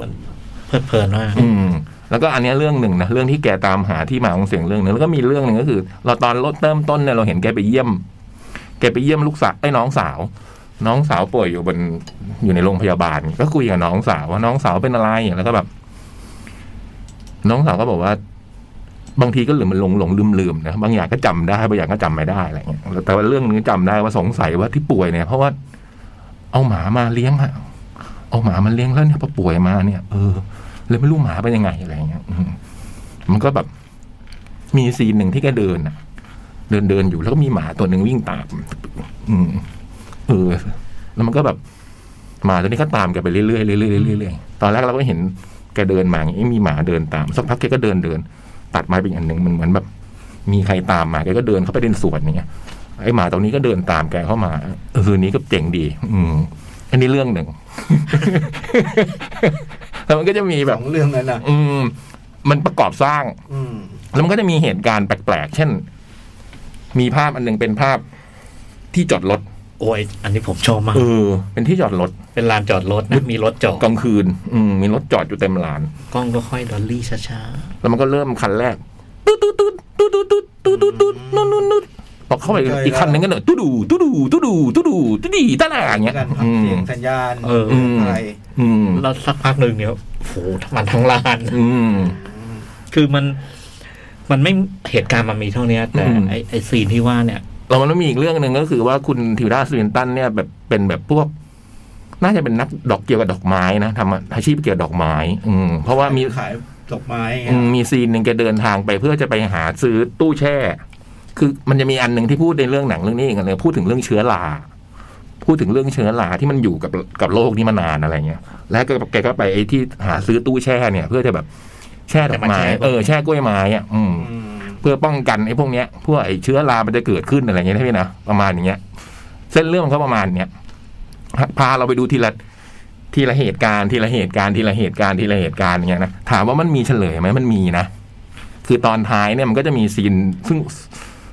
Speaker 3: มันเพลิดเพลินมาก
Speaker 4: อืมแล้วก็อันเนี้ยเรื่องหนึ่งนะเรื่องที่แกตามหาที่มาของเสียงเรื่องหนึ่งแล้วก็มีเรื่องหนึ่งก็คือ เราตอนรถเริ่มต้นเนี่ยเราเห็นแกไปเยี่ยม แกไปเยี่ยมลูกสาวไอ้ยน้องสาว น้องสาวป่วยอยู่บนอยู่ในโรงพยาบาล ก็คุยกับน้องสาวว่าน้องสาวเป็นอะไรแล้วก็แบบ น้องสาวก็บอกว่า บางทีก็หลือมันหลงหลงลืมลืมๆนะบางอย่างก็จำได้บางอย่างก็จำไม่ได้อะไรเงี้ยแต่ว่าเรื่องนึงจำได้ว่าสงสัยว่าที่ป่วยเนี่ยเพราะว่า เอาหมามาเลี้ยงอะเอาหมามาเลี้ยงแล้วเนี่ยพอป่วยมาเนี่ยเออ เลยไม่รู้หมาเป็นยังไงอะไรเงี้ยอืมมันก็แบบ มีซีนหนึ่งที่แกเดินอะเดินเดินอยู่แล้วก็มีหมาตัวหนึ่งวิ่งตาม อืมเออ แล้วมันก็แบบหมาตัวนี้ก็ตามแกไปเรื่อยๆเรื่อยๆเรื่อยๆเรื่อยๆตอนแรกเราก็เห็นแกเดินมาอย่างนี้มีหมาเดินตามสักพักแกก็เดินเดิน ตัดไม้เป็นอันหนึ่งมันเหมือนแบบ มีใครตามมาแกก็เดินเข้าไปในสวนอย่างเงี้ยไอหมาตัวนี้ก็เดินตามแกเข้ามาเออคืนนี้ก็เจ๋งดี อืมอันนี้เรื่องห นึ่ง แล้วมันก็จะมี
Speaker 5: ส
Speaker 4: แบบ
Speaker 5: องเรื่องนั้นนะ
Speaker 4: อืมมันประกอบสร้าง
Speaker 5: อืม
Speaker 4: แล้วมันก็จะมีเหตุการณ์แปลกๆ เช่น มีภาพอันหนึงเป็นภาพที่จอดรถ
Speaker 3: โอ้ยอันนี้ผมชอบมาก
Speaker 4: เออ เป็นที่จอดรถ
Speaker 3: เป็นลานจอดรถนะมีรถจอด
Speaker 4: กลางคืน อืมมีรถจอดอยู่เต็มลาน
Speaker 3: กล้องก็ค่อยดอลลี่ช้า
Speaker 4: แล้วมันก็เริ่มคันแรกตุ๊ดตุ๊ดตุ๊ดตุ๊ดตุ๊ดตุ๊ดตุ๊ดตุ๊ดตุ๊ดนู่นนู่นนู่นพอเข้าไป
Speaker 5: เข้าใจ
Speaker 4: อีกคันหนึงก็เนอะตุ๊ดดูตุ๊ดดูตุ๊ดดูตุ๊ดดูตุ๊ดดีตะหนาอย่างเงี้ย
Speaker 5: การอั
Speaker 4: อื
Speaker 5: ด
Speaker 4: ม
Speaker 5: เสียงสัญญาณ
Speaker 3: ๆเออ
Speaker 4: อืม
Speaker 5: อะไร
Speaker 4: อืม
Speaker 3: แล้วสักพักหนึ่งเนี่ยโอ้โหมันทั้งลาน
Speaker 4: อืม
Speaker 3: คือมัน มันไม่เหตุการณ์มันมีเท่าเนี้ย แต่
Speaker 4: อืม
Speaker 3: ไอไอซีนที่ว่าเนี่ย
Speaker 4: เรามันมีอีกเรื่องหนึ่งก็คือว่าคุณทิวดาสวินตันเนี่ยแบบเป็นแบบพวก น่าจะเป็นนักดอกเกี่ยวกับดอกไม้นะทำอาชีพเกี่ยวกับดอกไม้ อืมเพราะว่ามี
Speaker 5: ขายดอกไม้ไง
Speaker 4: อืมมีซีนหนึ่งแกเดินทางไปเพื่อจะไปหาซื้อตู้แช่ คือมันจะมีอันหนึ่งที่พูดในเรื่องหนังเรื่องนี้กันเลยพูดถึงเรื่องเชื้อราพูดถึงเรื่องเชื้อราที่มันอยู่กับกับโลกนี้มานานอะไรเงี้ย แล้วก็แกก็ไปไอ้ที่หาซื้อตู้แช่เนี่ย เพื่อจะแบบแช่ดอกไม้
Speaker 3: แต่มาแช่
Speaker 4: เออแช่กล้วยไม้อ่ะอืม
Speaker 5: อืม
Speaker 4: เพื่อป้องกันไอ้พวกเนี้ยพวกไอ้เชื้อรา มันจะเกิดขึ้นอะไรเงี้ยใช่ไหมนะประมาณอย่างเงี้ย เส้นเรื่องมันก็ประมาณเนี้ยพาเราไปดูทีละทีละเหตุการณ์ทีละเหตุการณ์ทีละเหตุการณ์ทีละเหตุการณ์อย่างเงี้ยนะถามว่ามันมีเฉลยไหมมันมีนะคือตอนท้ายเนี่ยมันก็จะมีซีนซึ่ง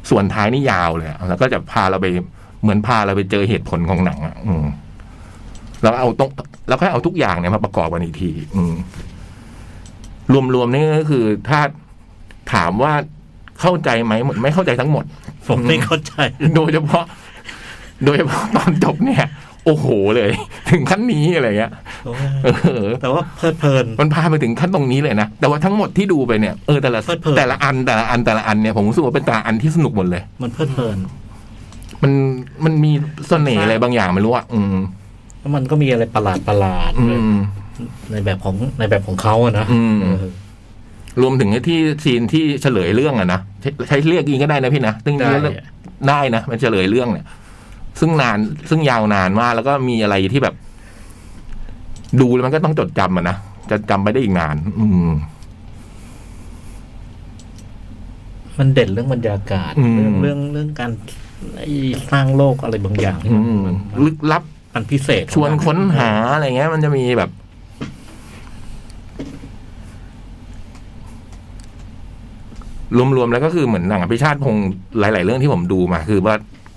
Speaker 4: ส่วนท้ายนี่ยาวเลยอะแล้วก็จะพาเราไปเหมือนพาเราไปเจอเหตุผลของหนังอ่ะอืมเราเอาตรงเราก็เอาทุกอย่างเนี่ยมาประกอบกันอีกที อืม รวมๆนี่ก็คือถ้าถามว่า เข้าใจไหมหมดไม่เข้าใจทั้งหมด
Speaker 3: ผมไม่เข้าใจ
Speaker 4: โดยเฉพาะ โดยเฉพาะตอนจบเนี่ย โอ้โหเลย ถึงขั้นนี้อะไรเงี้ยเออ
Speaker 3: แต่ว่าเพลิดเพลิน
Speaker 4: มันพาไปถึงขั้นตรงนี้เลยนะแต่ว่าทั้งหมดที่ดูไปเนี่ยเออแต่ละ
Speaker 3: เพลิดเพลิน
Speaker 4: แต่ละอันแต่ละอันแต่ละอันเนี่ยผมรู้สึกว่าเป็นแต่ละอันที่สนุกหมดเลย
Speaker 3: มันเพลิดเพลิน
Speaker 4: มันมันมีเสน่ห์อะไรบางอย่างไม่รู้อ่ะอืม
Speaker 3: แล้วมันก็มีอะไรประหลาดประหลาดๆ
Speaker 4: อืม
Speaker 3: ในแบบของในแบบของเขาอะนะ
Speaker 4: อืม
Speaker 3: เออ
Speaker 4: รวมถึงไอ้ที่ซีนที่เฉลยเรื่องอะนะใช้ใช้เรียกอีกก็ได้นะพี่นะซึ่ง
Speaker 3: ได้
Speaker 4: ได้นะมันเฉลยเรื่องเนี่ย ซึ่งนานซึ่งยาวนานมากแล้วก็มีอะไรที่แบบ ดูแล้วมันก็ต้องจดจำอะนะจะจำไปได้อีกนาน อืม
Speaker 3: มันเด่นเรื่องบรรยากาศ
Speaker 4: อืม
Speaker 3: เรื่องเรื่องเรื่องการไอ้สร้างโลกอะไรบางอย่างที่
Speaker 4: อื
Speaker 3: มัน
Speaker 4: ม
Speaker 3: มัน
Speaker 4: ลึกลับ
Speaker 3: มันพิเศษ
Speaker 4: ชวนค้นหาอะไรเงี้ย มันจะมีแบบ รวมๆแล้วก็คือเหมือนหนังอภิชาติพงศ์หลาย ๆ เรื่องที่ผมดูมา คือว่า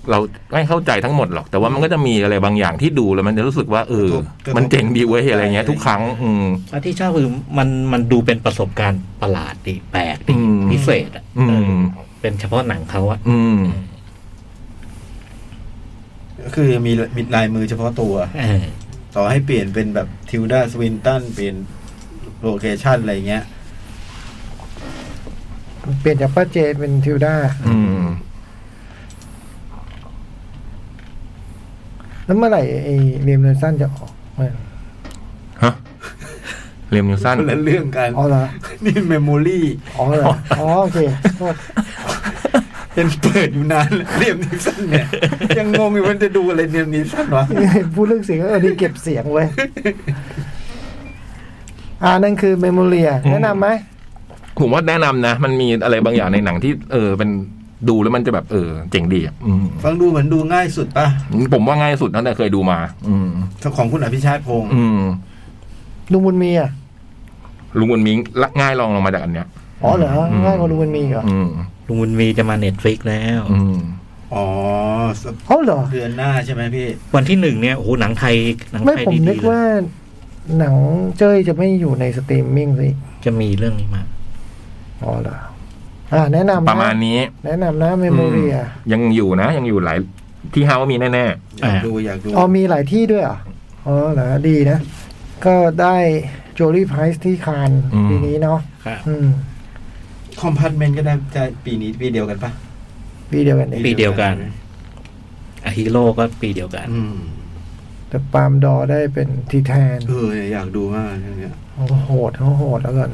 Speaker 4: เราไม่เข้าใจทั้งหมดหรอก แต่ว่ามันก็จะมีอะไรบางอย่างที่ดูแล้วมันจะรู้สึกว่าเออ มันเจ๋งดีเว้ยอะไรเงี้ย ทุกครั้ง อืม
Speaker 3: และที่ชอบคือมันมันดูเป็นประสบการณ์ประหลาดดีแปลกดี
Speaker 4: อืม
Speaker 3: พิเศษอะ
Speaker 4: อืม
Speaker 3: เออเป็นเฉพาะหนังเขาอะ
Speaker 4: อืม
Speaker 5: ก็คือมีมีลายมือเฉพาะตัว
Speaker 3: เออ
Speaker 5: ต่อให้เปลี่ยนเป็นแบบทิวดาสวินตันเปลี่ยนโลเคชันอะไรเงี้ย
Speaker 2: เปลี่ยนจากป้าเจเป็นทิวด้า
Speaker 4: อืม
Speaker 2: แล้วเมื่อไหร่ไอ้เรียมเนลสันจะออกเมื่อไหร่
Speaker 4: ฮะเรียมนิวสัน
Speaker 5: คนละเรื่องกัน
Speaker 2: อ๋อเหรอ
Speaker 5: นี่เมมโมรี่
Speaker 2: อ๋อเหรอ อ๋อโอเคโทษ
Speaker 5: เป็นเปิดอยู่นาน แล้วเรียมนิวสันเนี่ย ยังงงอยู่มันจะดูอะไรเรียมนิวสันวะ
Speaker 2: พูดเรื่องเสียงเออดีเก็บเสียงเว้ย อ่านั่นคือเมมโมเรียแนะนำไหม
Speaker 4: ผมว่าแนะนำนะ มันมีอะไรบางอย่างในหนังที่ เออ เป็นดูแล้วมันจะแบบเออ เจ๋งดีอ่ะอืม
Speaker 5: ฟังดูเหมือนดูง่ายสุดป่ะ
Speaker 4: ผมว่าง่ายสุดตั้งแต่เคยดูมา อืม
Speaker 5: ของคุณอภิชาติพงศ์
Speaker 4: อืม
Speaker 2: ลุงบุญมีอ่ะ
Speaker 4: ลุงบุญมิงละง่ายลองลงมาจากอันเนี้ย
Speaker 2: อ๋อเหรอ
Speaker 4: อืม
Speaker 2: ง่ายกว่าลุงบุญมีอีกเหรอ
Speaker 4: อืม
Speaker 3: ลุงบุญมีจะมาเน็ตฟลิกแล้ว
Speaker 4: อืม
Speaker 5: อ๋อ
Speaker 2: อ๋อเหรอ
Speaker 5: เดือนหน้าใช่ไหมพี่
Speaker 3: วันที่หนึ่งเนี่ยโอ้โหหนังไทยหนัง
Speaker 2: ไม่
Speaker 3: ไทย
Speaker 2: ผม
Speaker 3: ดีๆ
Speaker 2: นึกว่า
Speaker 3: เลย
Speaker 2: หนังเจ้ยจะไม่อยู่ในสตรีมมิ่งสิ
Speaker 3: จะมีเรื่องนี้มา
Speaker 2: อ๋อเหรอ อ่า แนะนำ
Speaker 4: ประมาณนี้
Speaker 2: แนะนำนะเมมโมเรีย
Speaker 4: อืมยังอยู่นะ ยังอยู่หลายที่ฮาว่ามีแน่
Speaker 5: อยากดูอยากดู
Speaker 2: อ๋อมีหลายที่ด้วยเหรออ๋อเหรอดีนะ ก็ได้โจลี่ไพรส์ที่คานส์
Speaker 4: อืม
Speaker 2: ปีนี้เนาะ
Speaker 3: ครับ
Speaker 2: อืม
Speaker 5: คอมพาร์ตเมนต์ก็ได้จะปีนี้ปีเดียวกันปะ
Speaker 2: ปีเดียวกันเอง
Speaker 3: ปีเดียวกัน อะฮีโร่ก็ปีเดียวกัน
Speaker 5: อืม
Speaker 2: แต่ปาล์มดอร์ได้เป็นทีแทน
Speaker 5: เอออยากดูมากเรื่องเนี้ย
Speaker 2: โอ้โหโหดเขาโหดแล้วกัน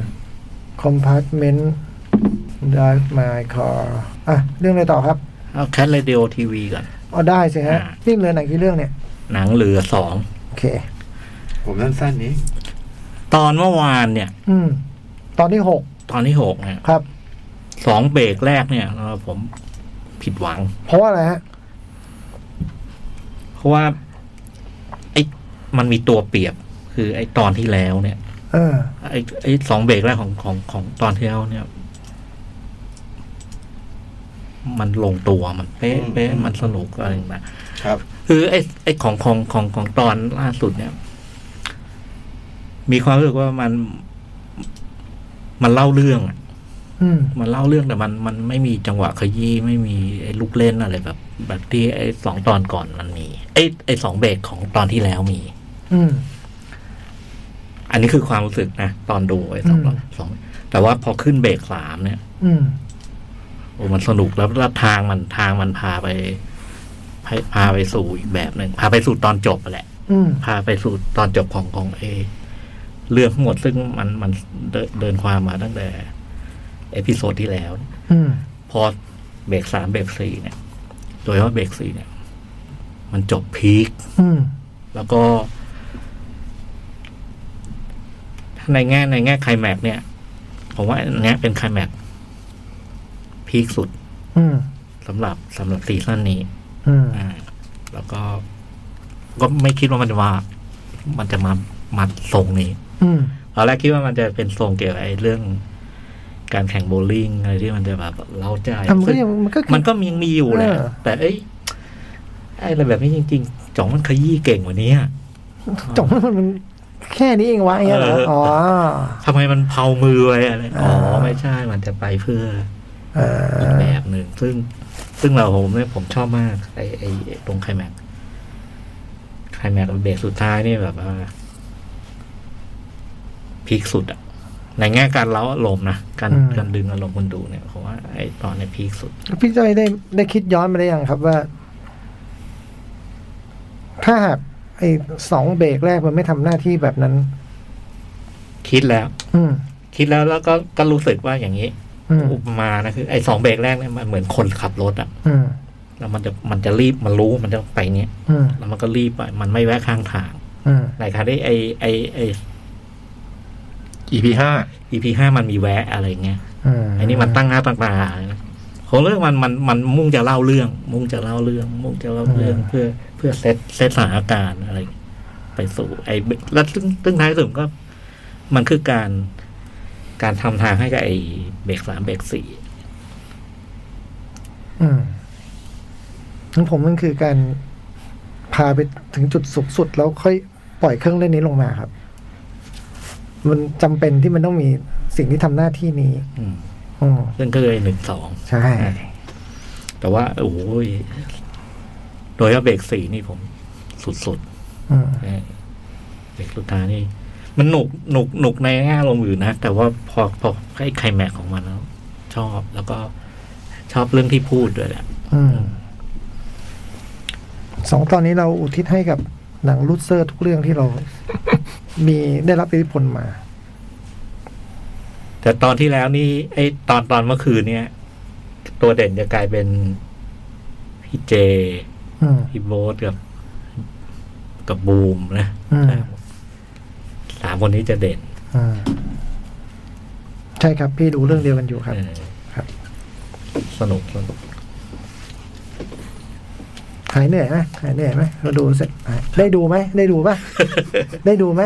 Speaker 2: คอมพาร์ตเมนต์ด m ฟมายคอร์อ่ะ เรื่องอะไรต่อครับ
Speaker 3: เอาแคทเรดิโอทีวีก่อน
Speaker 2: เอาได้สิฮะ
Speaker 3: อ่า
Speaker 2: นี่เหลือหนังกี่เรื่องเนี่ย
Speaker 3: หนังเหลือสอง
Speaker 2: โอเค
Speaker 5: ผมสั้นๆนี้
Speaker 3: ตอนเมื่อวานเนี่ย
Speaker 2: อืม ตอนที่หก
Speaker 3: ตอนที่หกเนี่ย
Speaker 2: ครับ
Speaker 3: สองเบรกแรกเนี่ยเอ่อผมผิดหวัง
Speaker 2: เพราะว่าอะไรฮะ
Speaker 3: เพราะว่าไอ้มันมีตัวเปรียบ คือไอ้ตอนที่แล้วเนี่ย
Speaker 2: เออ
Speaker 3: ไอ้ไอ้สองเบรกแรกของของของตอนที่แล้วเนี่ย มันลงตัวมันเป๊ะ
Speaker 5: อืม
Speaker 3: เป๊ะมันสนุกอะไรอย่างเงี้ย
Speaker 5: ครับ
Speaker 3: คือไอ้ไอ้ของของของของตอนล่าสุดเนี่ย มีความรู้สึกว่ามัน มันเล่าเรื่องอะ
Speaker 2: อืม
Speaker 3: มันเล่าเรื่องแต่มันมันไม่มีจังหวะขยี้ไม่มีไอ้ลูกเล่นอะไรแบบ แบบที่ไอ้สองตอนก่อนมันมีไอ้ไอ้สองเบรกของตอนที่แล้วมี
Speaker 2: อืม
Speaker 3: อันนี้คือความรู้สึกนะ ตอนดูไอ้สองตอนสองแต่ว่าพอขึ้นเบรกสามเนี่ย
Speaker 2: อืม
Speaker 3: โอ้มันสนุกแล้วแล้วทางมันทางมันพาไปให้พาไปสู่อีกแบบหนึ่งพาไปสู่ตอนจบอะแหละ
Speaker 2: อืม
Speaker 3: พาไปสู่ตอนจบของของเอเรื่องทั้งหมดซึ่งมันมันเดินเดินความมาตั้งแต่ เอพิโซดที่แล้ว
Speaker 2: อืม
Speaker 3: พอเบรกสามเบรกสี่เนี่ย โดยเฉพาะเบรกสี่เนี่ย มันจบพีค
Speaker 2: อืม
Speaker 3: แล้วก็ถ้าในแง่ในแง่ไคลแม็กซ์เนี่ย ผมว่าอันเนี้ยเป็นไคลแม็กซ์พีคสุด
Speaker 2: อืม
Speaker 3: สำหรับสำหรับซีซั่นนี้
Speaker 2: อืม
Speaker 3: อ่า แล้วก็ ก็ไม่คิดว่ามันจะมามันจะมามาทรงนี้
Speaker 2: อืม
Speaker 3: ตอนแรกคิดว่ามันจะเป็นทรงเกี่ยวกับไอ้เรื่อง การแข่งโบว์ลิ่งอะไรที่มันจะแบบเล่าใจ
Speaker 2: แต่มันก็
Speaker 3: ซึ่ง
Speaker 2: ยังมันก็คือ
Speaker 3: มันก็ยังมีอยู่แหละ
Speaker 2: เออ
Speaker 3: แต่เอ้ยไอ้อะไรแบบนี้จริงๆจ๋องมันขยี้เก่งกว่านี้อะ
Speaker 2: จบแล้วมันแค่นี้เองวะอย่างเงี้ยเหรอ
Speaker 3: เอออ๋
Speaker 2: อ๋อ
Speaker 3: ทำไมมันเผามือไว้อะไร อ๋อ
Speaker 2: อ่า
Speaker 3: ไม่ใช่ มันจะไปเพื่อ
Speaker 2: เอ
Speaker 3: อีก
Speaker 2: อ
Speaker 3: แบบหนึ่ง ซึ่ง ซึ่งเราผมเนี่ยผมชอบมาก ไอ้ไอ้ไอ้ตรงไคลแม็กซ์ไคลแม็กซ์เบรกสุดท้ายนี่แบบว่าพีคสุดอะในแง่การเล้าอารมณ์นะ การการดึงอารมณ์คนดูเนี่ยผมว่าไอ้ตอนเนี้ยพีคสุด
Speaker 2: พี่จ้อยได้ได้คิดย้อนมาได้ยังครับว่า ถ้าหากไอ้สองเบรกแรกมันไม่ทำหน้าที่แบบนั้น
Speaker 3: คิดแล้ว
Speaker 2: อืม
Speaker 3: คิดแล้วแล้วก็ก็รู้สึกว่าอย่างนี้
Speaker 2: อืม
Speaker 3: อุปมานะคือไอ้สองเบรกแรกเนี่ยมันเหมือนคนขับรถอะ
Speaker 2: อืม
Speaker 3: แล้วมันจะมันจะรีบมันรู้มันจะไปเนี้ย
Speaker 2: อืม
Speaker 3: แล้วมันก็รีบไปมันไม่แวะข้างทาง
Speaker 2: อืม
Speaker 3: ในขณะที่ไอไอไอ
Speaker 4: EP ห้า
Speaker 3: EP ห้ามันมีแวะอะไรเงี้ย
Speaker 2: อืม
Speaker 3: ไอ้นี่มันตั้งหน้าตั้งตานะของเรื่องมันมันมันมุ่งจะเล่าเรื่อง มุ่งจะเล่าเรื่อง มุ่งจะเล่าเรื่องเพื่อเพื่อเซตเซตสถานการณ์อะไร ไปสู่ ไอ้แล้วซึ่งซึ่งท้ายสุดก็ มันคือการการทำทางให้กับไอ้เบรกสามเบรกสี่
Speaker 2: อืมงั้นผมมันคือการพาไปถึงจุดสุดสุดแล้วค่อยปล่อยเครื่องเล่นนี้ลงมาครับ มันจำเป็นที่มันต้องมีสิ่งที่ทำหน้าที่นี้
Speaker 3: อืม
Speaker 2: อืม
Speaker 3: ซึ่งก็เลยหนึ่งสอง
Speaker 2: ใช่
Speaker 3: แต่ว่า โอ้ยโดยเฉพาะเบรกสี่นี่ผมสุด
Speaker 2: อืม
Speaker 3: ๆเออเบรกสุดท้ายนี่ มันหนุกหนุกหนุกในแง่ลมณ์อยู่นะ แต่ว่าพอพอไอ้ไคลแม็กซ์ของมันแล้ว ชอบแล้วก็ชอบเรื่องที่พูดด้วยแหละ
Speaker 2: อืมสองตอนนี้เราอุทิศให้กับหนังลูดเซอร์ทุกเรื่องที่เรา มีได้รับอิทธิพลมา
Speaker 3: แต่ตอนที่แล้วนี่ไอ้ตอนตอนเมื่อคืนเนี่ย ตัวเด่นจะกลายเป็นพี่เจ
Speaker 2: อืม
Speaker 3: พี่โบ๊ทกับ กับบูมนะ
Speaker 2: อืม
Speaker 3: สามคนนี้จะเด่น
Speaker 2: อืมใช่ครับพี่ดูเรื่องเดียวกันอยู่ครับ
Speaker 3: เออ
Speaker 2: ครับ
Speaker 3: สนุกสนุก
Speaker 2: หายเหนื่อยไหมหายเหนื่อยไหมเราดูเสร็จหายได้ดูไหมได้ดูปะ ได้ดูไหม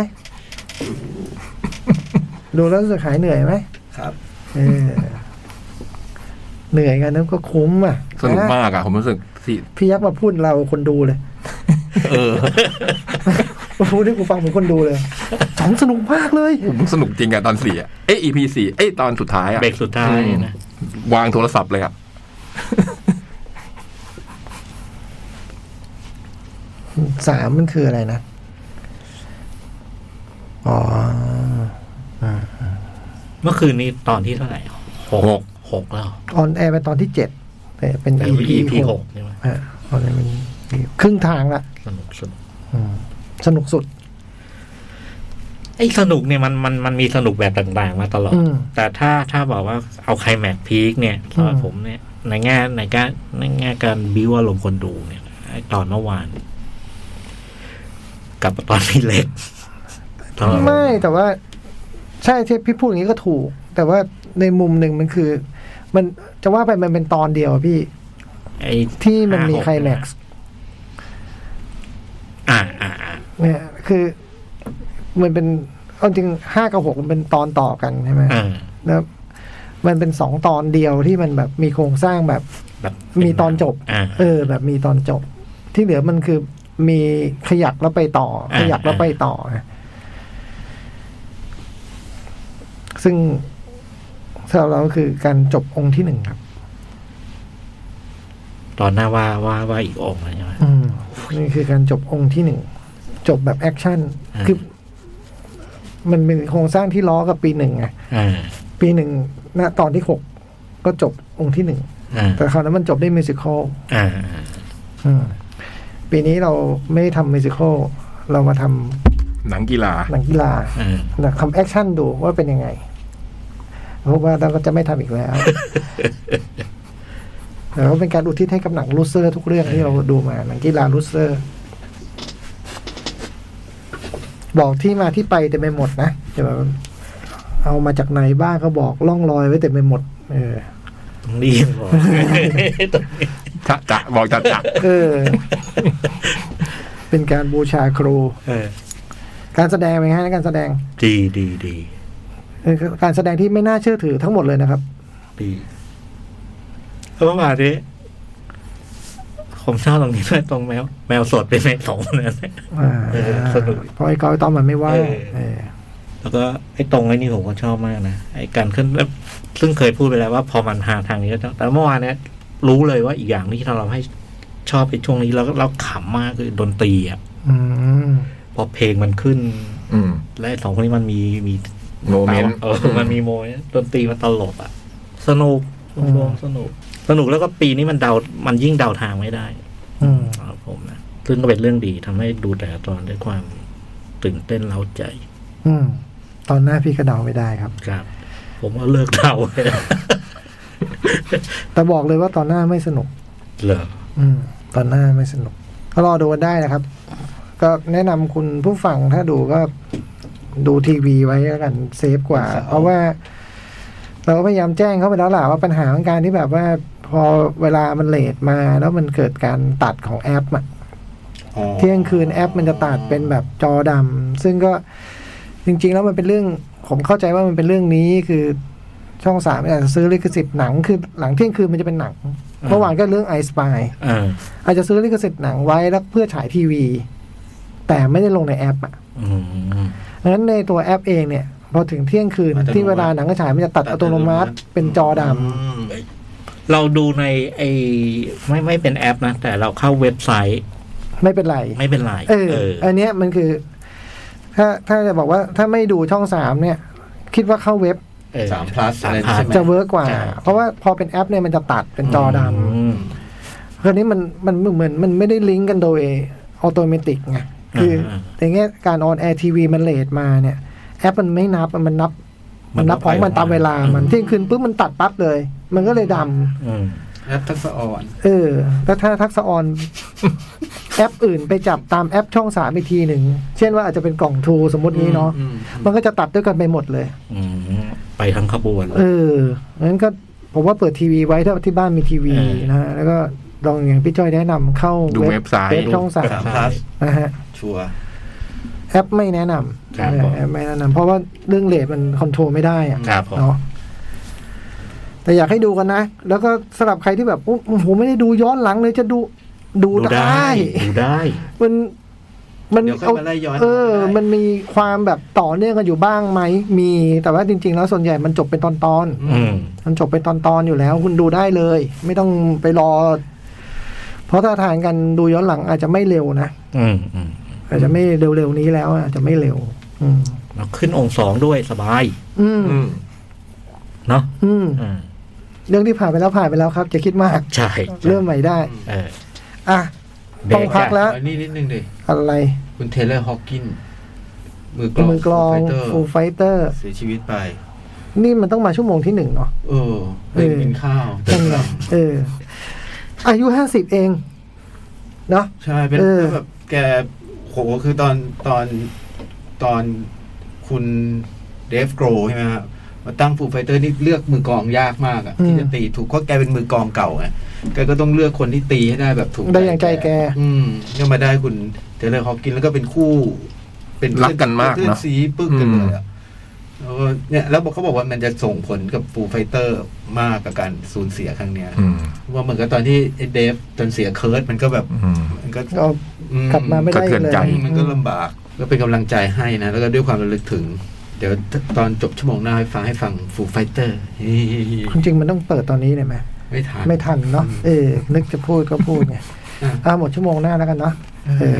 Speaker 2: ดูแล้วรู้สึกหายเหนื่อยไหม
Speaker 5: ครับ
Speaker 2: เออเหนื่อยกันนั้นก็คุ้มอ่ะ
Speaker 4: สนุก
Speaker 2: นะ
Speaker 4: มากอ่ะ ผมรู้สึกสิ
Speaker 2: พี่ยักษ์มาพูดเราคนดูเลย
Speaker 4: เออ
Speaker 2: พูดให้กูฟังเหมือนคนดูเลยสองสนุกมากเลย
Speaker 4: ผมสนุกจริงอ่ะตอนสี่อ่ะเอ้ย EP สี่เอ้ยตอนสุดท้ายอ่ะ
Speaker 3: เบรกสุดท้ายนะ
Speaker 4: วางโทรศัพท์เลยอ่ะ
Speaker 2: สามมันคืออะไรนะ อ๋อ
Speaker 3: เมื่อคืนนี้ตอนที่เท่าไหร่ห
Speaker 4: หก
Speaker 3: หกแล้ว
Speaker 2: ออนแอร์เป็นตอนที่เจ็ดแต่เป็น
Speaker 3: เป็น
Speaker 2: EP
Speaker 3: EP
Speaker 2: ห
Speaker 3: ห
Speaker 2: ก
Speaker 3: กใช่ไหม
Speaker 2: ฮะตอนนี้มันครึ่งทางละ
Speaker 3: สนุกสนุก
Speaker 2: อืมสนุกสุด
Speaker 3: ไอ้สนุกเนี่ยมันมันมันมีสนุกแบบต่าง ๆ มาตลอด
Speaker 2: อืม
Speaker 3: แต่ถ้าถ้าบอกว่าเอาใครแม็กพีคเนี่ยสำหรับ
Speaker 2: อืม
Speaker 3: ผมเนี่ย ในแง่ในแง่ในแง่การบิวอารมณ์คนดูเนี่ยไอ้ตอนเมื่อวาน กับตอนที่เล็กตอน
Speaker 2: ไม่แต่ว่า ใช่ที่พี่พูดอย่างนี้ก็ถูก แต่ว่าในมุมหนึ่งมันคือ มันจะว่าไปมันเป็นตอนเดียวอะพี่
Speaker 3: ไอ้
Speaker 2: ที่มันมี
Speaker 3: ห้าหก
Speaker 2: ไคลแม็กซ์
Speaker 3: อ่าอ่าอ่า
Speaker 2: เนี่ยคือมันเป็นเอาจริงห้ากับหกมันเป็นตอนต่อกันใช่ไหม
Speaker 3: อ่า
Speaker 2: แล้วมันเป็นสองตอนเดียวที่มันแบบมีโครงสร้างแบบ
Speaker 3: แบบ
Speaker 2: มีตอนจบ
Speaker 3: อ่า
Speaker 2: เออ แบบมีตอนจบ ที่เหลือมันคือมีขยักแล้วไปต่อ
Speaker 3: อ่า
Speaker 2: ขยักแล้วไปต่อนะซึ่งสำหรับเราก็คือการจบองค์ที่หนึ่งครับ
Speaker 3: ตอนหน้าว่าว่าว่าอีกองค์เลยใช่ไหม
Speaker 2: อืมนี่คือการจบองค์ที่หนึ่ง จบแบบแอคชั่น
Speaker 3: อ่า
Speaker 2: คือ มันเป็นโครงสร้างที่ล้อกับปีหนึ่งไง
Speaker 3: อ่า
Speaker 2: ปีหนึ่งณตอนที่หกก็จบองค์ที่หนึ่ง
Speaker 3: อ่า
Speaker 2: แต่คราวนั้นมันจบด้วยมิวสิควล
Speaker 3: อ่า
Speaker 2: อืมปีนี้เราไม่ได้ทำมิวสิควลเรามาท
Speaker 4: หนังกีฬา
Speaker 2: ำหนังกีฬา
Speaker 3: อ่า
Speaker 2: ทำแอคชั่นดูว่าเป็นยังไงเพราะว่าเราจะไม่ทำอีกแล้ว แต่ว่าเป็นการอุทิศให้กับหนังลูเซอร์ทุกเรื่องที่เราดูมาหนังกีฬาลูเซอร์ บอกที่มาที่ไปเต็มไปหมดนะเดี๋ยวเอามาจากไหนบ้างก็บอกล่องรอยไว้เต็มไปหมด เออ
Speaker 3: ตรงนี้บอกตรงนี้
Speaker 4: จะจะบอกจะจะ
Speaker 2: เออ เป็นการบูชาครู
Speaker 3: เออ
Speaker 2: การแสดงเป็นไงฮะการแสดง
Speaker 3: ดีดีดี
Speaker 2: เออการแสดงที่ไม่น่าเชื่อถือทั้งหมดเลยนะครับ
Speaker 3: ดีแล้วประมาณนี้ผมชอบตรงนี้ด้วยตรงแมว แมวสดเป็นแมวสองคนนั้น
Speaker 2: อ่า
Speaker 3: เออสนุก
Speaker 2: เพราะไอ้กอยต้อมมันไม่ว่าง
Speaker 3: เออ
Speaker 2: เออ
Speaker 3: แล้วก็ไอ้ตรงไอ้นี่ผมก็ชอบมากนะไอ้การขึ้นแบบซึ่งเคยพูดไปแล้วว่าพอมันพาทางนี้แล้วแต่เมื่อวานเนี้ยรู้เลยว่าอีกอย่างที่ทำเราให้ชอบไปช่วงนี้แล้วเราขำมากคือดนตรีอ่ะ
Speaker 2: อืม
Speaker 3: พอเพลงมันขึ้น
Speaker 4: อืม
Speaker 3: และไอ้สองคนนี้มันมีมี
Speaker 4: โมเมนต์
Speaker 3: เออมันมีโมเมนต์ดนตรีมันตลกอ่ะ สนุกรวมๆสนุก สนุกแล้วก็ปีนี้มันเดามันยิ่งเดาทางไม่ได้
Speaker 2: อืม
Speaker 3: สำหรับผมนะซึ่งก็เป็นเรื่องดีทำให้ดูแต่ละตอนด้วยความตื่นเต้นเร้าใจ
Speaker 2: อืมตอนหน้าพี่กระเดาไม่ได้ครับ
Speaker 3: ครับ ผมว่าเลิกเดาเลยนะ
Speaker 2: แต่บอกเลยว่าตอนหน้าไม่สนุก
Speaker 3: เหรอ
Speaker 2: อืม ตอนหน้าไม่สนุกก็รอดูกันได้นะครับ ก็แนะนำคุณผู้ฟังถ้าดูก็ดูทีวีไว้แล้วกันเซฟกว่า เพราะว่า เราก็พยายามแจ้งเขาไปแล้วล่ะว่าปัญหาของการที่แบบว่าพอเวลามันเลทมาแล้วมันเกิดการตัดของแอปอะ
Speaker 5: อ๋อ
Speaker 2: เที่ยงคืนแอปมันจะตัดเป็นแบบจอดำซึ่งก็จริง ๆ แล้วมันเป็นเรื่อง ผมเข้าใจว่ามันเป็นเรื่องนี้คือช่องสามอาจจะซื้อลิขสิทธิ์หนังคือหลังเที่ยงคืนมันจะเป็นหนังเมื่อวานก็เรื่องไอสปาย
Speaker 3: อ่า
Speaker 2: อาจจะซื้อลิขสิทธิ์หนังไว้แล้วเพื่อฉายทีวี แต่ไม่ได้ลงในแอปอ่ะ
Speaker 3: อืม
Speaker 2: ดังนั้นในตัวแอปเองเนี่ย พอถึงเที่ยงคืนที่เวลาหนังก็ฉายมันจะตัดอัตโนมัติเป็นจอด
Speaker 5: อืม
Speaker 3: เราดูในไอไม่ไม่เป็นแอปนะ แต่เราเข้าเว็บไซต์
Speaker 2: ำไม่เป็นไร
Speaker 3: ไม่เป็นไร
Speaker 2: เออ อันเนี้ยมันคือ ถ้าถ้าจะบอกว่าถ้าไม่ดูช่องสามเนี่ย คิดว่าเข้าเว็บ
Speaker 3: เออ
Speaker 5: สามพลัสอะไร
Speaker 3: สาม
Speaker 5: ใช่ไหม
Speaker 2: จะเวิร์กกว่า
Speaker 3: ใช่
Speaker 2: เพราะว่าพอเป็นแอปเนี่ยมันจะตัดเป็นจอด
Speaker 3: อืม
Speaker 2: ำคราวนี้มันมันเหมือนมันไม่ได้ลิงก์กันโดยอัตโนมัติไงคืออา อย่างเงี้ยการออนแอร์ทีวีมันเลทมาเนี่ย แอปมันไม่นับมันนับ มันนับของมันตามเวลามันเที่ยงคืนปุ๊บมันตัดปั๊บเลย มันก็เลยด
Speaker 3: อืม
Speaker 5: แอปทักษะอ่อน
Speaker 2: ำเออ แล้วถ้าทักษะออน แอปอื่นไปจับตามแอปช่องสามอีกทีหนึ่ง เช่นว่าอาจจะเป็นกล่องทูสมมตินี้เนาะ
Speaker 5: อืม
Speaker 2: มันก็จะตัดด้วยกันไปหมดเลย
Speaker 3: อืมไปทั้งขบวนเล
Speaker 2: เอย อ งั้นก็ผมว่าเปิดทีวีไว้ถ้าที่บ้านมีทีวี
Speaker 3: เออ
Speaker 2: นะฮะ แล้วก็ลองอย่างพี่จ้อยแนะนำเข้า
Speaker 4: ดูเว็บไซต์
Speaker 2: เว็บช่องสาม
Speaker 5: สามพลัส
Speaker 2: นะฮะ
Speaker 5: ชัวร์
Speaker 2: แอปไม่แนะนำ
Speaker 3: ครับ
Speaker 2: เออ
Speaker 3: ผม
Speaker 2: แอปไม่แนะนำเพราะว่าเรื่องเลทมันคอนโทรลไม่ได้อะ
Speaker 3: ครับผม
Speaker 2: เนาะแต่อยากให้ดูกันนะ แล้วก็สำหรับใครที่แบบโอ้โอ้โหไม่ได้ดูย้อนหลังเลยจะดูดู
Speaker 3: ดู
Speaker 2: ได้
Speaker 3: ได้ ดูได้
Speaker 2: มันมัน
Speaker 5: เดี๋ยวค่อยมาไล่ย้อน
Speaker 2: เออ
Speaker 5: ได้
Speaker 2: มันมีความแบบต่อเนื่องกันอยู่บ้างไหมมี แต่ว่าจริง ๆ แล้วส่วนใหญ่มันจบเป็นตอนตอนๆ
Speaker 3: อืม
Speaker 2: มันจบเป็นตอนตอนๆอยู่แล้ว คุณดูได้เลย ไม่ต้องไปรอ เพราะถ้าทางกันดูย้อนหลังอาจจะไม่เร็วนะ
Speaker 3: อืมอืม
Speaker 2: อาจจะไม่เร็วๆนี้แล้ว อาจจะไม่เร็ว อืม
Speaker 3: เราขึ้นองค์สองด้วยสบาย
Speaker 2: อืม
Speaker 4: อืม
Speaker 3: เนาะ
Speaker 2: อืม
Speaker 3: อืม
Speaker 2: เรื่องที่ผ่านไปแล้วผ่านไปแล้วครับจะคิดมาก
Speaker 3: ใช่
Speaker 2: เริ่มใหม่ได้
Speaker 3: เออ
Speaker 2: อ่ะ
Speaker 3: เบรก
Speaker 2: ต้องพัก
Speaker 3: จ้ะ
Speaker 2: แล้ว
Speaker 5: อันนี้นิดนึงดิ
Speaker 2: อะไร
Speaker 5: คุณเทเลอร์ฮอว์กิน มือกลอง
Speaker 2: มือกลอง
Speaker 5: ไฟเตอร์
Speaker 2: ฟูไฟเตอร์
Speaker 5: เสียชีวิตไป
Speaker 2: นี่มันต้องมาชั่วโมงที่หนึ่งเนาะ
Speaker 5: เออไม่
Speaker 2: เออ
Speaker 5: กินข้าว
Speaker 2: นั่นไงเออ อายุห้าสิบเอง เนาะ
Speaker 5: ใช่เป็น
Speaker 2: เออ
Speaker 5: แบบแกโหคือตอนตอนตอนคุณเดฟโกรใช่ไหมครับมาตั้งฟูลไฟเตอร์นี่เลือกมือกลองยากมากอะที่จะตีถูกเพราะแกเป็นมือกลองเก่าไงแกก็ต้องเลือกคนที่ตีให้ได้แบบถูก
Speaker 2: ได้อย่างใจแก
Speaker 5: อืมเนี่ยมาได้คุณเทเลอร์ฮอว์กินแล้วก็เป็นคู่ เป็น
Speaker 4: รักกันมากเนอะ
Speaker 5: พื่อสีปึ้งกันเลยอะแล้วก็เนี่ยแล้วเขาบอกว่ามันจะส่งผลกับฟูลไฟเตอร์มากกับการสูญเสียครั้งเนี้ย
Speaker 4: อืม
Speaker 5: ว่าเหมือนกับตอนที่ไอ้เดฟจนเสียเคิร์ดมันก็แบบ
Speaker 4: อืม
Speaker 5: มันก็
Speaker 2: ก็
Speaker 5: อื
Speaker 2: กลับมาไม่ได้
Speaker 4: กระ
Speaker 2: อี
Speaker 4: เทือน
Speaker 2: เลย
Speaker 4: ใจ
Speaker 5: มันก็ลำบากก็เป็นกำลังใจให้นะ แล้วก็ด้วยความระลึกถึง เดี๋ยวตอนจบชั่วโมงหน้าให้ฟังให้ฟังฟูไฟเตอร์
Speaker 2: จริงๆมันต้องเปิดตอนนี้เลยไหม
Speaker 5: ไม่ทัน
Speaker 2: ไม่ทันเนาะ เออ นึกจะพูดก็พูดไง
Speaker 5: อืม
Speaker 2: อ่าหมดชั่วโมงหน้าแล้วกันเนาะ เออ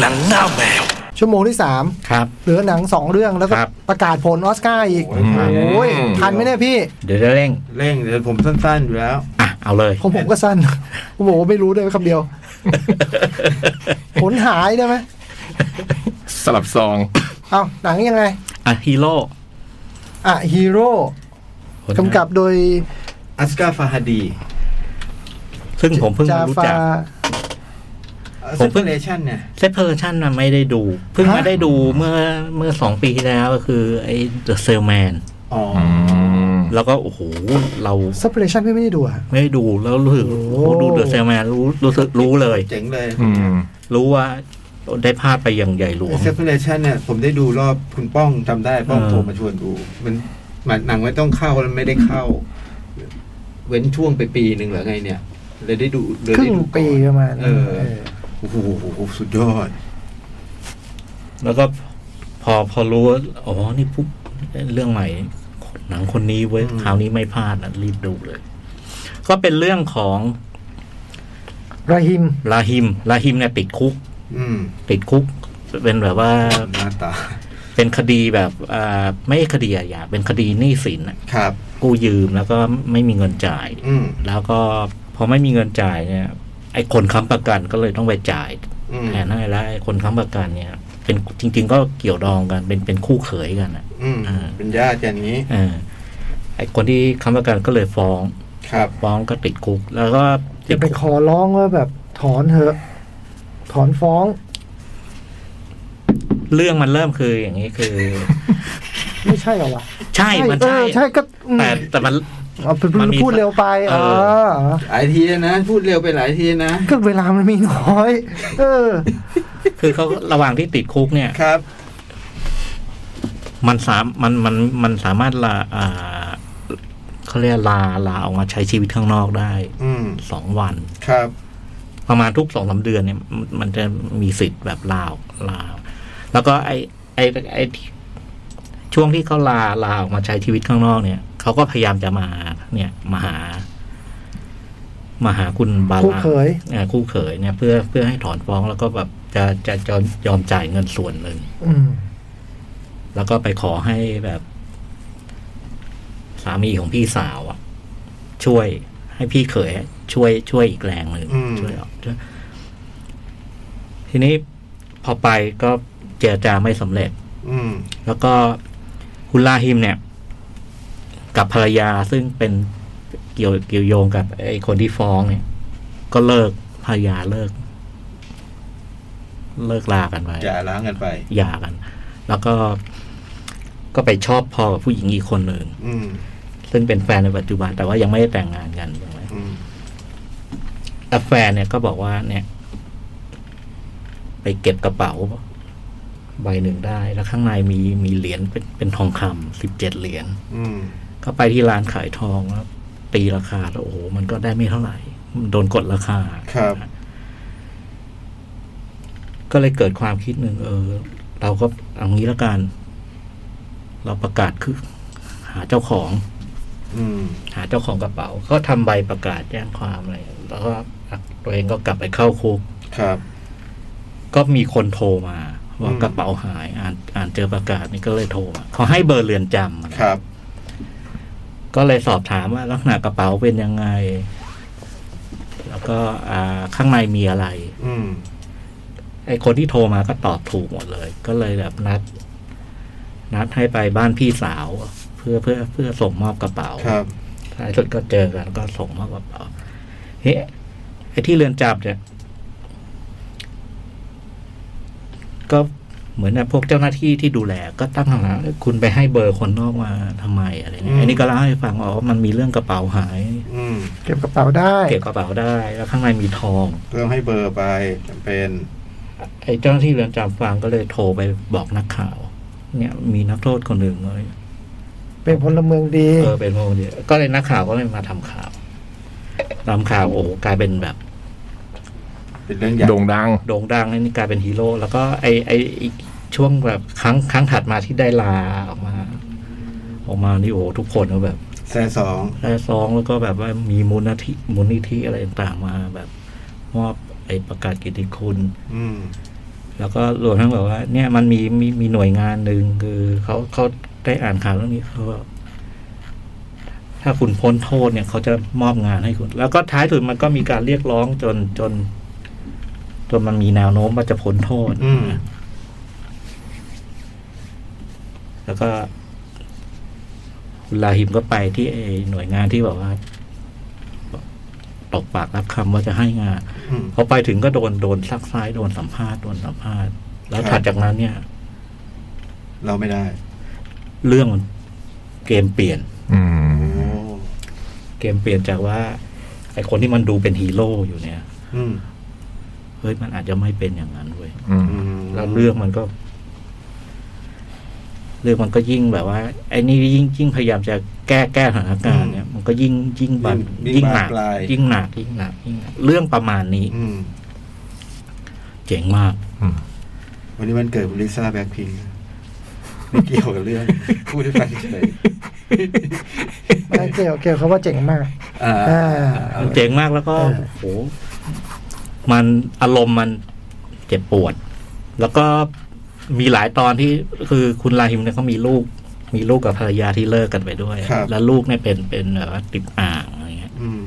Speaker 1: หนังหน้าแมว
Speaker 2: ชั่วโมงที่สาม
Speaker 3: ครับ
Speaker 2: เหลือหนังสองเรื่องแล้วก็
Speaker 3: ครับ
Speaker 2: ประกาศผลออสการ์อีก
Speaker 5: โอ้ย
Speaker 3: อืม
Speaker 2: โอ้ย
Speaker 4: อืม
Speaker 2: ทันไหมเนี่ยพี่
Speaker 3: เดี๋ยวจะเร่ง
Speaker 5: เร่งเดี๋ยวผมสั้นๆอยู่แล้ว
Speaker 3: อ่ะ เอาเลย
Speaker 2: ของผมก็สั้น ผมบอกว่าไม่รู้ด้วยคำเดียว ผลหายได้ไหม
Speaker 4: สลับซอง
Speaker 2: เอาหนังยังไง
Speaker 3: อ่ะฮีโร่
Speaker 2: อ่ะฮีโร่
Speaker 3: คน
Speaker 2: กำกับโดย
Speaker 5: อัสกาฟาฮาดี
Speaker 3: ซึ่งผมเพิ่ง
Speaker 2: จา
Speaker 3: รู้
Speaker 2: ฟา
Speaker 3: จัก ผ
Speaker 5: เซ
Speaker 3: ม
Speaker 5: ป
Speaker 3: เพิ่ง
Speaker 5: เรชันเนี่ย
Speaker 3: เซฟเพอร์ชันน่ะไม่ได้ดู เพิ่ง
Speaker 2: ฮะ
Speaker 3: มาได้ดูเมื่อเมื่อสองปีที่แล้วก็คือ ไอ้ The Salesman
Speaker 5: อ๋อ
Speaker 4: อืม
Speaker 3: แล้วก็ โอ้โห เรา
Speaker 2: ซับเปอร์ชันพี่ไม่ได้ดูอะ
Speaker 3: ไม่ได้ดูแล้วรู้สึก
Speaker 2: โอ้
Speaker 3: โอ้โหดู The Salesman รู้รู้สึกรู้เลย
Speaker 5: เจ๋งเลย
Speaker 4: อืม
Speaker 3: รู้ว่าได้พลาดไปอย่างใหญ่หลวง
Speaker 5: เซปเรชันเนี่ย ผมได้ดูรอบคุณป้องจำได้ ป้อง
Speaker 3: เออ
Speaker 5: โทรมาชวนดู มันมันหนังไม่ต้องเข้าแล้วไม่ได้เข้า เว้นช่วงไปปีหนึ่งเหรือไงเนี่ย เลยได้ดูเลย
Speaker 2: ครึ่
Speaker 5: ได้
Speaker 2: ง
Speaker 5: ดูก่อน
Speaker 2: ปีประมาณ
Speaker 5: เอ
Speaker 2: นั้น
Speaker 5: อ
Speaker 2: เออ
Speaker 5: โอ้โหสุดยอด
Speaker 3: แล้วก็พอพอรู้ว่าอ๋อ นี่ปุ๊บเรื่องใหม่ หนังคนนี้เว้ย
Speaker 5: อืม
Speaker 3: คราวนี้ไม่พลาดนะรีบดูเลย ก็เป็นเรื่องของ
Speaker 2: ราฮิม
Speaker 3: ลาฮิมลาฮิมเนี่ยติดคุก
Speaker 5: อืม
Speaker 3: ติดคุก เป็นแบบว่า
Speaker 5: หน้าตา
Speaker 3: เป็นคดีแบบอ่าไม่คดีอาญาเป็นคดีหนี้สินน่ะ
Speaker 5: ครับ
Speaker 3: กู้ยืมแล้วก็ไม่มีเงินจ่าย
Speaker 5: อืม
Speaker 3: แล้วก็พอไม่มีเงินจ่ายเนี่ย ไอ้คนค้ำประกันก็เลยต้องไปจ่าย
Speaker 5: อืม
Speaker 3: แทนให้แล้วไอ้คนค้ำประกันเนี่ย เป็นจริง ๆ ก็เกี่ยวดองกัน เป็นเป็นคู่เขยกันอ่ะ
Speaker 5: อืม
Speaker 3: อ่า
Speaker 5: เป็นญาติกันนี้
Speaker 3: เออไอ้คนที่ค้ำประกันก็เลยฟ้อง
Speaker 5: ครับ
Speaker 3: ฟ้องก็ติดคุก แล้วก็ติ
Speaker 2: จะ
Speaker 3: ด
Speaker 2: ไป
Speaker 3: คุก
Speaker 2: ขอร้องว่าแบบถอนเถอะ ถอนฟ้อง
Speaker 3: เรื่องมันเริ่มคืออย่างนี้ คือ
Speaker 2: ไม่ใช่เหรอวะ
Speaker 3: ใช่มัน
Speaker 2: เอ
Speaker 3: ใช่
Speaker 2: อใช่ก็อืม
Speaker 3: แต่แต่มัน
Speaker 2: เอาเป็น
Speaker 3: มันมี
Speaker 2: พูดเร็วไป
Speaker 3: เอ
Speaker 2: เอ
Speaker 3: อ
Speaker 2: อ
Speaker 5: หลายทีนะ พูดเร็วไปหลายทีนะ
Speaker 2: ก็เวลามันมีน้อย เออ
Speaker 3: คือเขาระหว่างที่ติดคุกเนี่ย
Speaker 5: ครับ
Speaker 3: มันสามมันมันมันสามารถลาอ่าเขาเรียกลาลาออกมาใช้ชีวิตข้างนอกได้
Speaker 5: อืม
Speaker 3: สองวัน
Speaker 5: ครับ
Speaker 3: ประมาณทุกสองสาเดือนเนี่ยมันมันจะมีสิทธิ์แบบลาออกลา แล้วก็ไอไอไอที่ช่วงที่เขาลาลาออกมาใช้ชีวิตข้างนอกเนี่ยเขาก็พยายามจะมาเนี่ยมาหา มาหาคุณบา
Speaker 2: คู่
Speaker 3: ลาน
Speaker 2: เขย
Speaker 3: อ่าคู่เขยเนี่ย เพื่อเพื่อให้ถอนฟ้องแล้วก็แบบจะจะจะยอมจ่ายเงินส่วนหนึ่ง
Speaker 2: อืม
Speaker 3: แล้วก็ไปขอให้แบบ สามีของพี่สาวอะช่วยให้พี่เขยช่วยช่วยอีกแรงหนึ่ง
Speaker 5: อืม
Speaker 3: ช่วยออกช่วยทีนี้พอไปก็เจรจาไม่สำเร็จ
Speaker 5: อืม
Speaker 3: แล้วก็คุณลาฮิมเนี่ย กับภรรยาซึ่งเป็นเกี่ยวเกี่ยวโยงกับไอ้คนที่ฟ้องเนี่ย ก็เลิกภรรยาเลิก เลิกลากันไป
Speaker 5: อย่าล้างกันไป
Speaker 3: หย่ากัน แล้วก็ก็ไปชอบพอกับผู้หญิงอีกคนหนึ่ง
Speaker 5: อืม
Speaker 3: ซึ่งเป็นแฟนในปัจจุบัน แต่ว่ายังไม่ได้แต่งงานกันถูกไหม
Speaker 5: อืม
Speaker 3: แล้วแฟนเนี่ยก็บอกว่าเนี่ย ไปเก็บกระเป๋า ใบหนึ่งได้ แล้วข้างในมีมีเหรียญเป็นเป็นทองคำสิบเจ็ดเหรียญ
Speaker 5: อืม
Speaker 3: ก็ไปที่ร้านขายทองแล้วตีราคาแล้วโอ้โหมันก็ได้ไม่เท่าไหร่มันโดนกดราคา
Speaker 5: ครับ
Speaker 3: ก็เลยเกิดความคิดหนึ่งเออ เราก็เอางี้ละกัน เราประกาศคือ หาเจ้าของ
Speaker 5: อืม
Speaker 3: หาเจ้าของกระเป๋าก็ทำใบประกาศแจ้งความอะไรแล้วก็ตัวเองก็กลับไปเข้าคุก
Speaker 5: ครับ
Speaker 3: ก็มีคนโทรมา ว่า
Speaker 5: อืม
Speaker 3: กระเป๋าหาย อ่านอ่านเจอประกาศนี่ก็เลยโทรมาเขาให้เบอร์เรือนจำอะนะครับ ก็เลยสอบถามว่าลักษณะกระเป๋าเป็นยังไง แล้วก็อ่าข้างในมีอะไร
Speaker 5: อืม
Speaker 3: ไอคนที่โทรมาก็ตอบถูกหมดเลย ก็เลยแบบนัด นัดให้ไปบ้านพี่สาว เพื่อเพื่อเพื่อส่งมอบกระเป๋า
Speaker 5: ครับ
Speaker 3: ท้ายสุดก็เจอกันก็ส่งมอบกระเป๋าเฮ้ไอที่เรือนจำเนี่ย ก็เหมือนนะพวกเจ้าหน้าที่ที่ดูแล ก็ตั้งคำถามคุณไปให้เบอร์คนนอกมาทำไมอะไร
Speaker 5: อื
Speaker 3: เนี่ย
Speaker 5: ม
Speaker 3: อันนี้ก็เล่าให้ฟังอ๋อมันมีเรื่องกระเป๋าหาย
Speaker 5: อืม
Speaker 2: เก็บกระเป๋าได้
Speaker 3: เก็บกระเป๋าได้ แล้วข้างในมีทอง
Speaker 5: เพิ่มให้เบอร์ไปจำเป็น
Speaker 3: ไอ้เจ้าหน้าที่เรือนจำฟังก็เลยโทรไปบอกนักข่าว เนี่ย มีนักโทษคนหนึ่งเลย
Speaker 2: เป็นพลเมืองดี
Speaker 3: เออเป็นพวกเดียวก็เลยนักข่าวก็เลยมาทำข่าวทำข่าวโอ้โหกลายเป็นแบบ
Speaker 5: เป็นเรื่องใหญ่
Speaker 4: โด่งดัง
Speaker 3: โด่งดังนี่กลายเป็นฮีโร่แล้วก็ไอ้ไอ้อีกช่วงแบบครั้งครั้งถัดมาที่ได้ลาออกมา ออกมานี่โอ้โหทุกคนก็แบบ
Speaker 5: แซ่สอง
Speaker 3: แร่ซองแล้วก็แบบว่ามีมูลนิธิมูลนิธิอะไรต่างๆมาแบบมอบไอ้ประกาศเกิยรติคุณ
Speaker 5: อืม
Speaker 3: ไ แล้วก็รวมทั้งแบบว่า เนี่ยมันมีมีมีหน่วยงานหนึ่งคือเขาเขาได้อ่านข่าวเรื่องนี้เขาแบบถ้าคุณพ้นโทษเนี่ยเขาจะมอบงานให้คุณ แล้วก็ท้ายสุดมันก็มีการเรียกร้องจนจนจนมันมีแนวโน้มว่าจะพ้นโทษ
Speaker 5: อืม
Speaker 3: แล้วก็คุณลาฮิมก็ไปที่ไอ้หน่วยงานที่แบบว่าตกปากรับคำว่าจะให้งาน
Speaker 5: อืม
Speaker 3: พอไปถึงก็โดนโดนซักซ้ายโดนสัมภาษณ์โดนสัมภาษณ์ แล้วถัดจากนั้นเนี่ย
Speaker 5: เราไม่ได้
Speaker 3: เรื่องมันเกมเปลี่ยน
Speaker 4: อืม
Speaker 5: โอ้
Speaker 3: เกมเปลี่ยนจากว่า ไอคนที่มันดูเป็นฮีโร่อยู่เนี่ย
Speaker 5: อืม
Speaker 3: เฮ้ยมันอาจจะไม่เป็นอย่างนั้นเว้ย
Speaker 4: อืม
Speaker 5: อืม
Speaker 3: แล้วเรื่องมันก็ เรื่องมันก็ยิ่งแบบว่า ไอ้นี่ยิ่งยิ่งพยายามจะแก้แก้สถานการณ์เนี่ยมันก็ยิ่งยิ่งบันยิ่งหนักยิ่งหนักยิ่งหนักยิ่งหนักเรื่องประมาณนี้
Speaker 5: อืม
Speaker 3: เจ๋งมาก
Speaker 4: อืม
Speaker 5: วันนี้วันเกิดคุณลิซ่าแบล็คพิงค์ไม่เกี่ยวกับ เรื่อง พูดให้ฟังเฉย
Speaker 2: ไม่เกี่ยวเกี่ยวเขาว่าเจ๋งมาก
Speaker 5: ๆอ่า
Speaker 2: อ่า
Speaker 3: เจ๋งมากแล้วก็
Speaker 2: เออ
Speaker 3: โอ้โหมันอารมณ์มันเจ็บปวด แล้วก็มีหลายตอนที่คือคุณลาฮิมเนี่ยเขามีลูก มีลูกกับภรรยาที่เลิกกันไปด้วย แล้วลูกเนี่ยเป็นเป็นแบบว่าติดอ่างอะไรเงี้ย
Speaker 5: อืม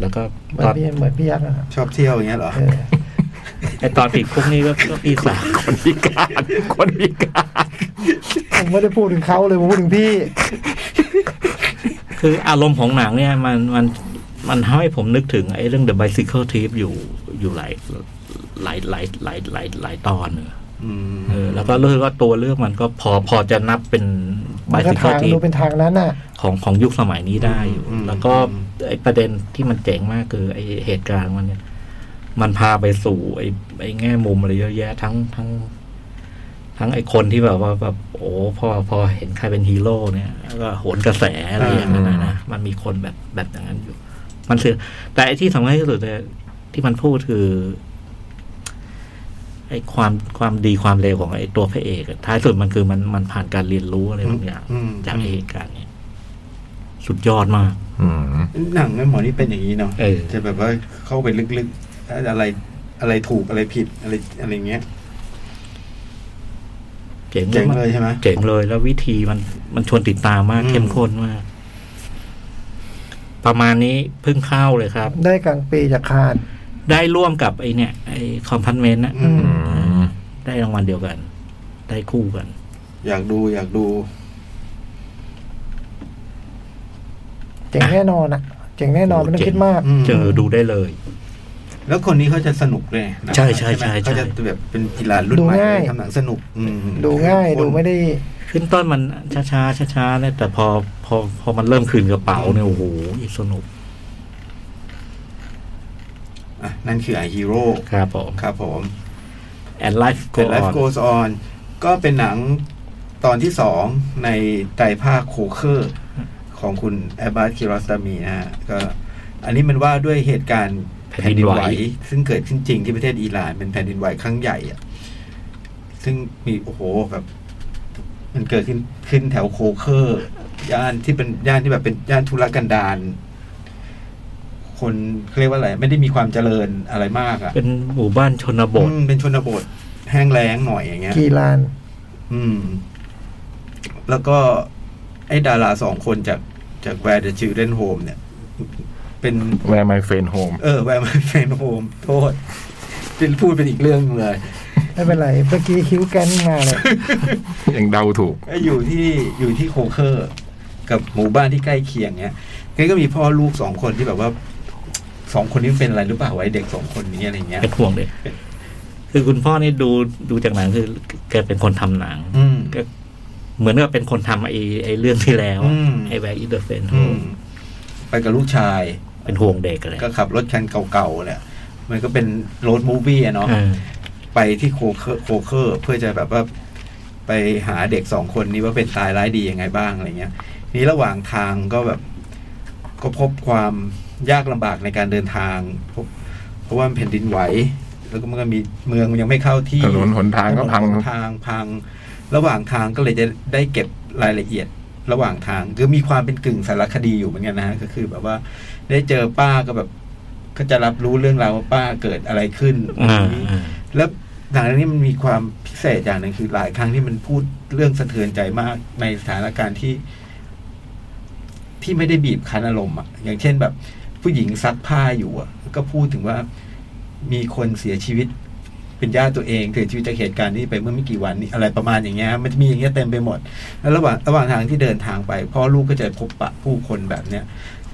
Speaker 3: แล้วก็
Speaker 2: เหมือ
Speaker 3: ต
Speaker 2: น
Speaker 3: อน
Speaker 2: พี่เหมือนพี่ยักษ์นะครับ
Speaker 5: ชอบเที่ยวอย่างเงี้ยเหรอ
Speaker 2: เออ
Speaker 3: ไอตอนติดคุกนี่ก็ก็พี่สาว
Speaker 4: คนพิการคนพิการ
Speaker 2: ผมไม่ได้พูดถึงเขาเลยผมพูดถึงพี่
Speaker 3: คืออารมณ์ของหนังเนี่ย มันมันมันทำให้ผมนึกถึงไอ้เรื่อง The Bicycle Thief อยู่อยู่หลายหลายหลายหลายหลายหลายตอนเนอะ
Speaker 5: อืม
Speaker 3: เออแล้วก็เลือกว่าตัวเลือกมันก็พอพอจะนับเป็นบ
Speaker 2: มันก็
Speaker 3: ซิเคิ
Speaker 2: ทาง
Speaker 3: ที
Speaker 2: ดูเป็นทางนั้นน่ะ
Speaker 3: ของของยุคสมัยนี้ได้อยู่ แล้วก็ไอประเด็นที่มันเจ๋งมากคือไอเหตุการณ์มันเนี่ย มันพาไปสู่ไอไอแง่มุมอะไรเยอะแยะทั้งทั้ง ทั้งไอคนที่แบบว่าแบบโอ้พอพอเห็นใครเป็นฮีโร่เนี่ยแล้วก็โหนกระแสอะไรอย่างนั้นนะนะมันมีคนแบบแบบอย่างนั้นอยู่ มันคือ แต่ไอที่สำคัญที่สุดเนี่ยที่มันพูดคือ ไอ้ความความดีความเลวของไอ้ตัวพระเอกอะท้ายสุดมันคือมันมันผ่านการเรียนรู้อะไรบางอย่าง
Speaker 5: ม
Speaker 3: จากไอ้เหตุการณ์เนี้ยสุดยอดมาก
Speaker 4: อืม
Speaker 5: หนังไอ้หมอนี่เป็นอย่างนี้เนาะ
Speaker 3: เออ
Speaker 5: จะแบบว่าเข้าไปลึกๆแล้วอะไรอะไรถูกอะไรผิดอะไรอะไรเงี้ย
Speaker 3: เจ๋ง
Speaker 5: เจ๋ง
Speaker 3: มา
Speaker 5: เล
Speaker 3: ก
Speaker 5: ยใช่ไหม
Speaker 3: เจ๋งเลยแล้ววิธีมันมันชวนติดตามมาก
Speaker 5: อืม
Speaker 3: เข้มข้นมาก ประมาณนี้เพิ่งเข้าเลยครับ
Speaker 2: ได้กลางปีจากคาด
Speaker 3: ได้ร่วมกับไอ้เนี่ย ไอ้คอมพันเมนต์นะ
Speaker 5: อืม
Speaker 4: อืม
Speaker 3: ได้รางวัลเดียวกัน ได้คู่กัน
Speaker 5: อยากดูอยากดู
Speaker 2: เจ๋งแน่นอนอ่ะ เจ๋งแน่นอนไม่ต้องคิดมาก
Speaker 5: อืม
Speaker 3: เจอดูได้เลย
Speaker 5: แล้วคนนี้เขาจะสนุกเลยนะ
Speaker 3: ใช่ใช่ใช่
Speaker 5: ไหม
Speaker 3: ใช่
Speaker 5: เขาจะแบบเป็นกีฬารุ่น
Speaker 2: ดู
Speaker 5: ใหม่
Speaker 2: ง่าย
Speaker 5: ทำหนังสนุกอืม
Speaker 2: ดูง่าย
Speaker 5: คน
Speaker 2: ดูไม่ได้
Speaker 3: ขึ้นต้นมันช้าช้าช้าช้าๆเนี่ยแต่พอพอพอมันเริ่มคืนกระเป๋าเนี่ยโอ้โหสนุก
Speaker 5: อ่ะนั่นคือไอฮีโร่
Speaker 3: ครับผม
Speaker 5: ครับผม
Speaker 3: แอนไลฟ์โก
Speaker 5: เ h ็น
Speaker 3: อ
Speaker 5: Life
Speaker 3: อน
Speaker 5: Goes On ก็เป็นหนังตอนที่สองในไตรภาคโคเคอร์ของคุณแอบบาสคิรอสตามีนะฮะก็อันนี้มันว่าด้วยเหตุการณ์
Speaker 3: แผ่นดินไหว
Speaker 5: ซึ่งเกิดขึ้นจริงที่ประเทศอิหร่าน เป็นแผ่นดินไหวครั้งใหญ่อะซึ่งมีโอ้โหแบบ มันเกิดขึ้นขึ้นแถวโคเคอร์ ย่านที่เป็นย่านที่แบบเป็นย่านธุรกันดารคนเรียกว่าอะไร ไม่ได้มีความเจริญอะไรมากอะ
Speaker 3: เป็นหมู่บ้านชนบท
Speaker 5: อืมเป็นชนบทแห้งแล้งหน่อยอย่างเงี้ย
Speaker 2: กีฬาน
Speaker 5: อืม แล้วก็ ไอ้ดาราสองคนจากจากแวร์เดอะชิลเดนโฮมเนี่ย เป็น
Speaker 4: Where my friend home
Speaker 5: เออแวร์มาเฟนโฮมโทษเป็นพูดเป็นอีกเรื่องหนึ่งเลย
Speaker 2: ไม่เป็นไรเมื่อกี้คิ้วแกนมาเลย
Speaker 4: ยังเดาถูก
Speaker 5: อยู่ที่อยู่ที่โคเคอร์ กับหมู่บ้านที่ใกล้เคียงเนี่ยก็มีพ่อลูกสองคนที่แบบว่าสองคนนี้เป็นอะไรหรือเปล่าไว้เด็กสองคนนี้อะไรเงี้ย
Speaker 3: เป็นห่วงเด็กคือคุณพ่อนี่ดูดูจากหนังคือแกเป็นคนทำหนัง
Speaker 5: อืม
Speaker 3: ก็เหมือนกับเป็นคนทำไอ้ไอ้เรื่องที่แล้ว
Speaker 5: อืม
Speaker 3: ไอ้แวร์อิเดอร์เฟน
Speaker 5: อืม ไปกับลูกชาย
Speaker 3: เป็นห่วงเด็กอะไร
Speaker 5: ก็ขับรถคันเก่าๆเนี่ย มันก็เป็นโรดมูฟี่อะเนาะ
Speaker 3: อ่า
Speaker 5: ไปที่โคเคอร์โคเคอร์ เพื่อจะแบบว่าไปหาเด็กสองคนนี้ว่าเป็นตายร้ายดียังไงบ้างอะไรเงี้ยนี่ระหว่างทางก็แบบ ก็พบความยากลำบากในการเดินทางพบเพราะว่ามันแผ่นดินไหว แล้วก็มันก็มีเมืองมันยังไม่เข้าที่
Speaker 4: ถนนหนทางก็พัง
Speaker 5: ถนนหนทางพัง ระหว่างทางก็เลยจะได้เก็บรายละเอียด ระหว่างทางคือมีความเป็นกึ่งสารคดีอยู่เหมือนกันนะฮะก็คือแบบว่า ได้เจอป้าก็แบบ ก็จะรับรู้เรื่องราวว่าป้าเกิดอะไรขึ้น
Speaker 3: อ่าอ่า
Speaker 5: แล้ว หนังเรื่องนี้มันมีความพิเศษอย่างหนึ่งคือหลายครั้งที่มันพูดเรื่องสะเทือนใจมากในสถานการณ์ที่ ที่ไม่ได้บีบคั้นอารมณ์อ่ะอย่างเช่นแบบ ผู้หญิงซักผ้าอยู่อ่ะก็พูดถึงว่ามีคนเสียชีวิต เป็นญาติตัวเองเสียชีวิตจากเหตุการณ์นี้ไปเมื่อไม่กี่วันนี้อะไรประมาณอย่างเงี้ยมันจะมีอย่างเงี้ยเต็มไปหมด แล้วระหว่างระหว่างทางที่เดินทางไปพ่อลูกก็จะพบปะผู้คนแบบเนี้ย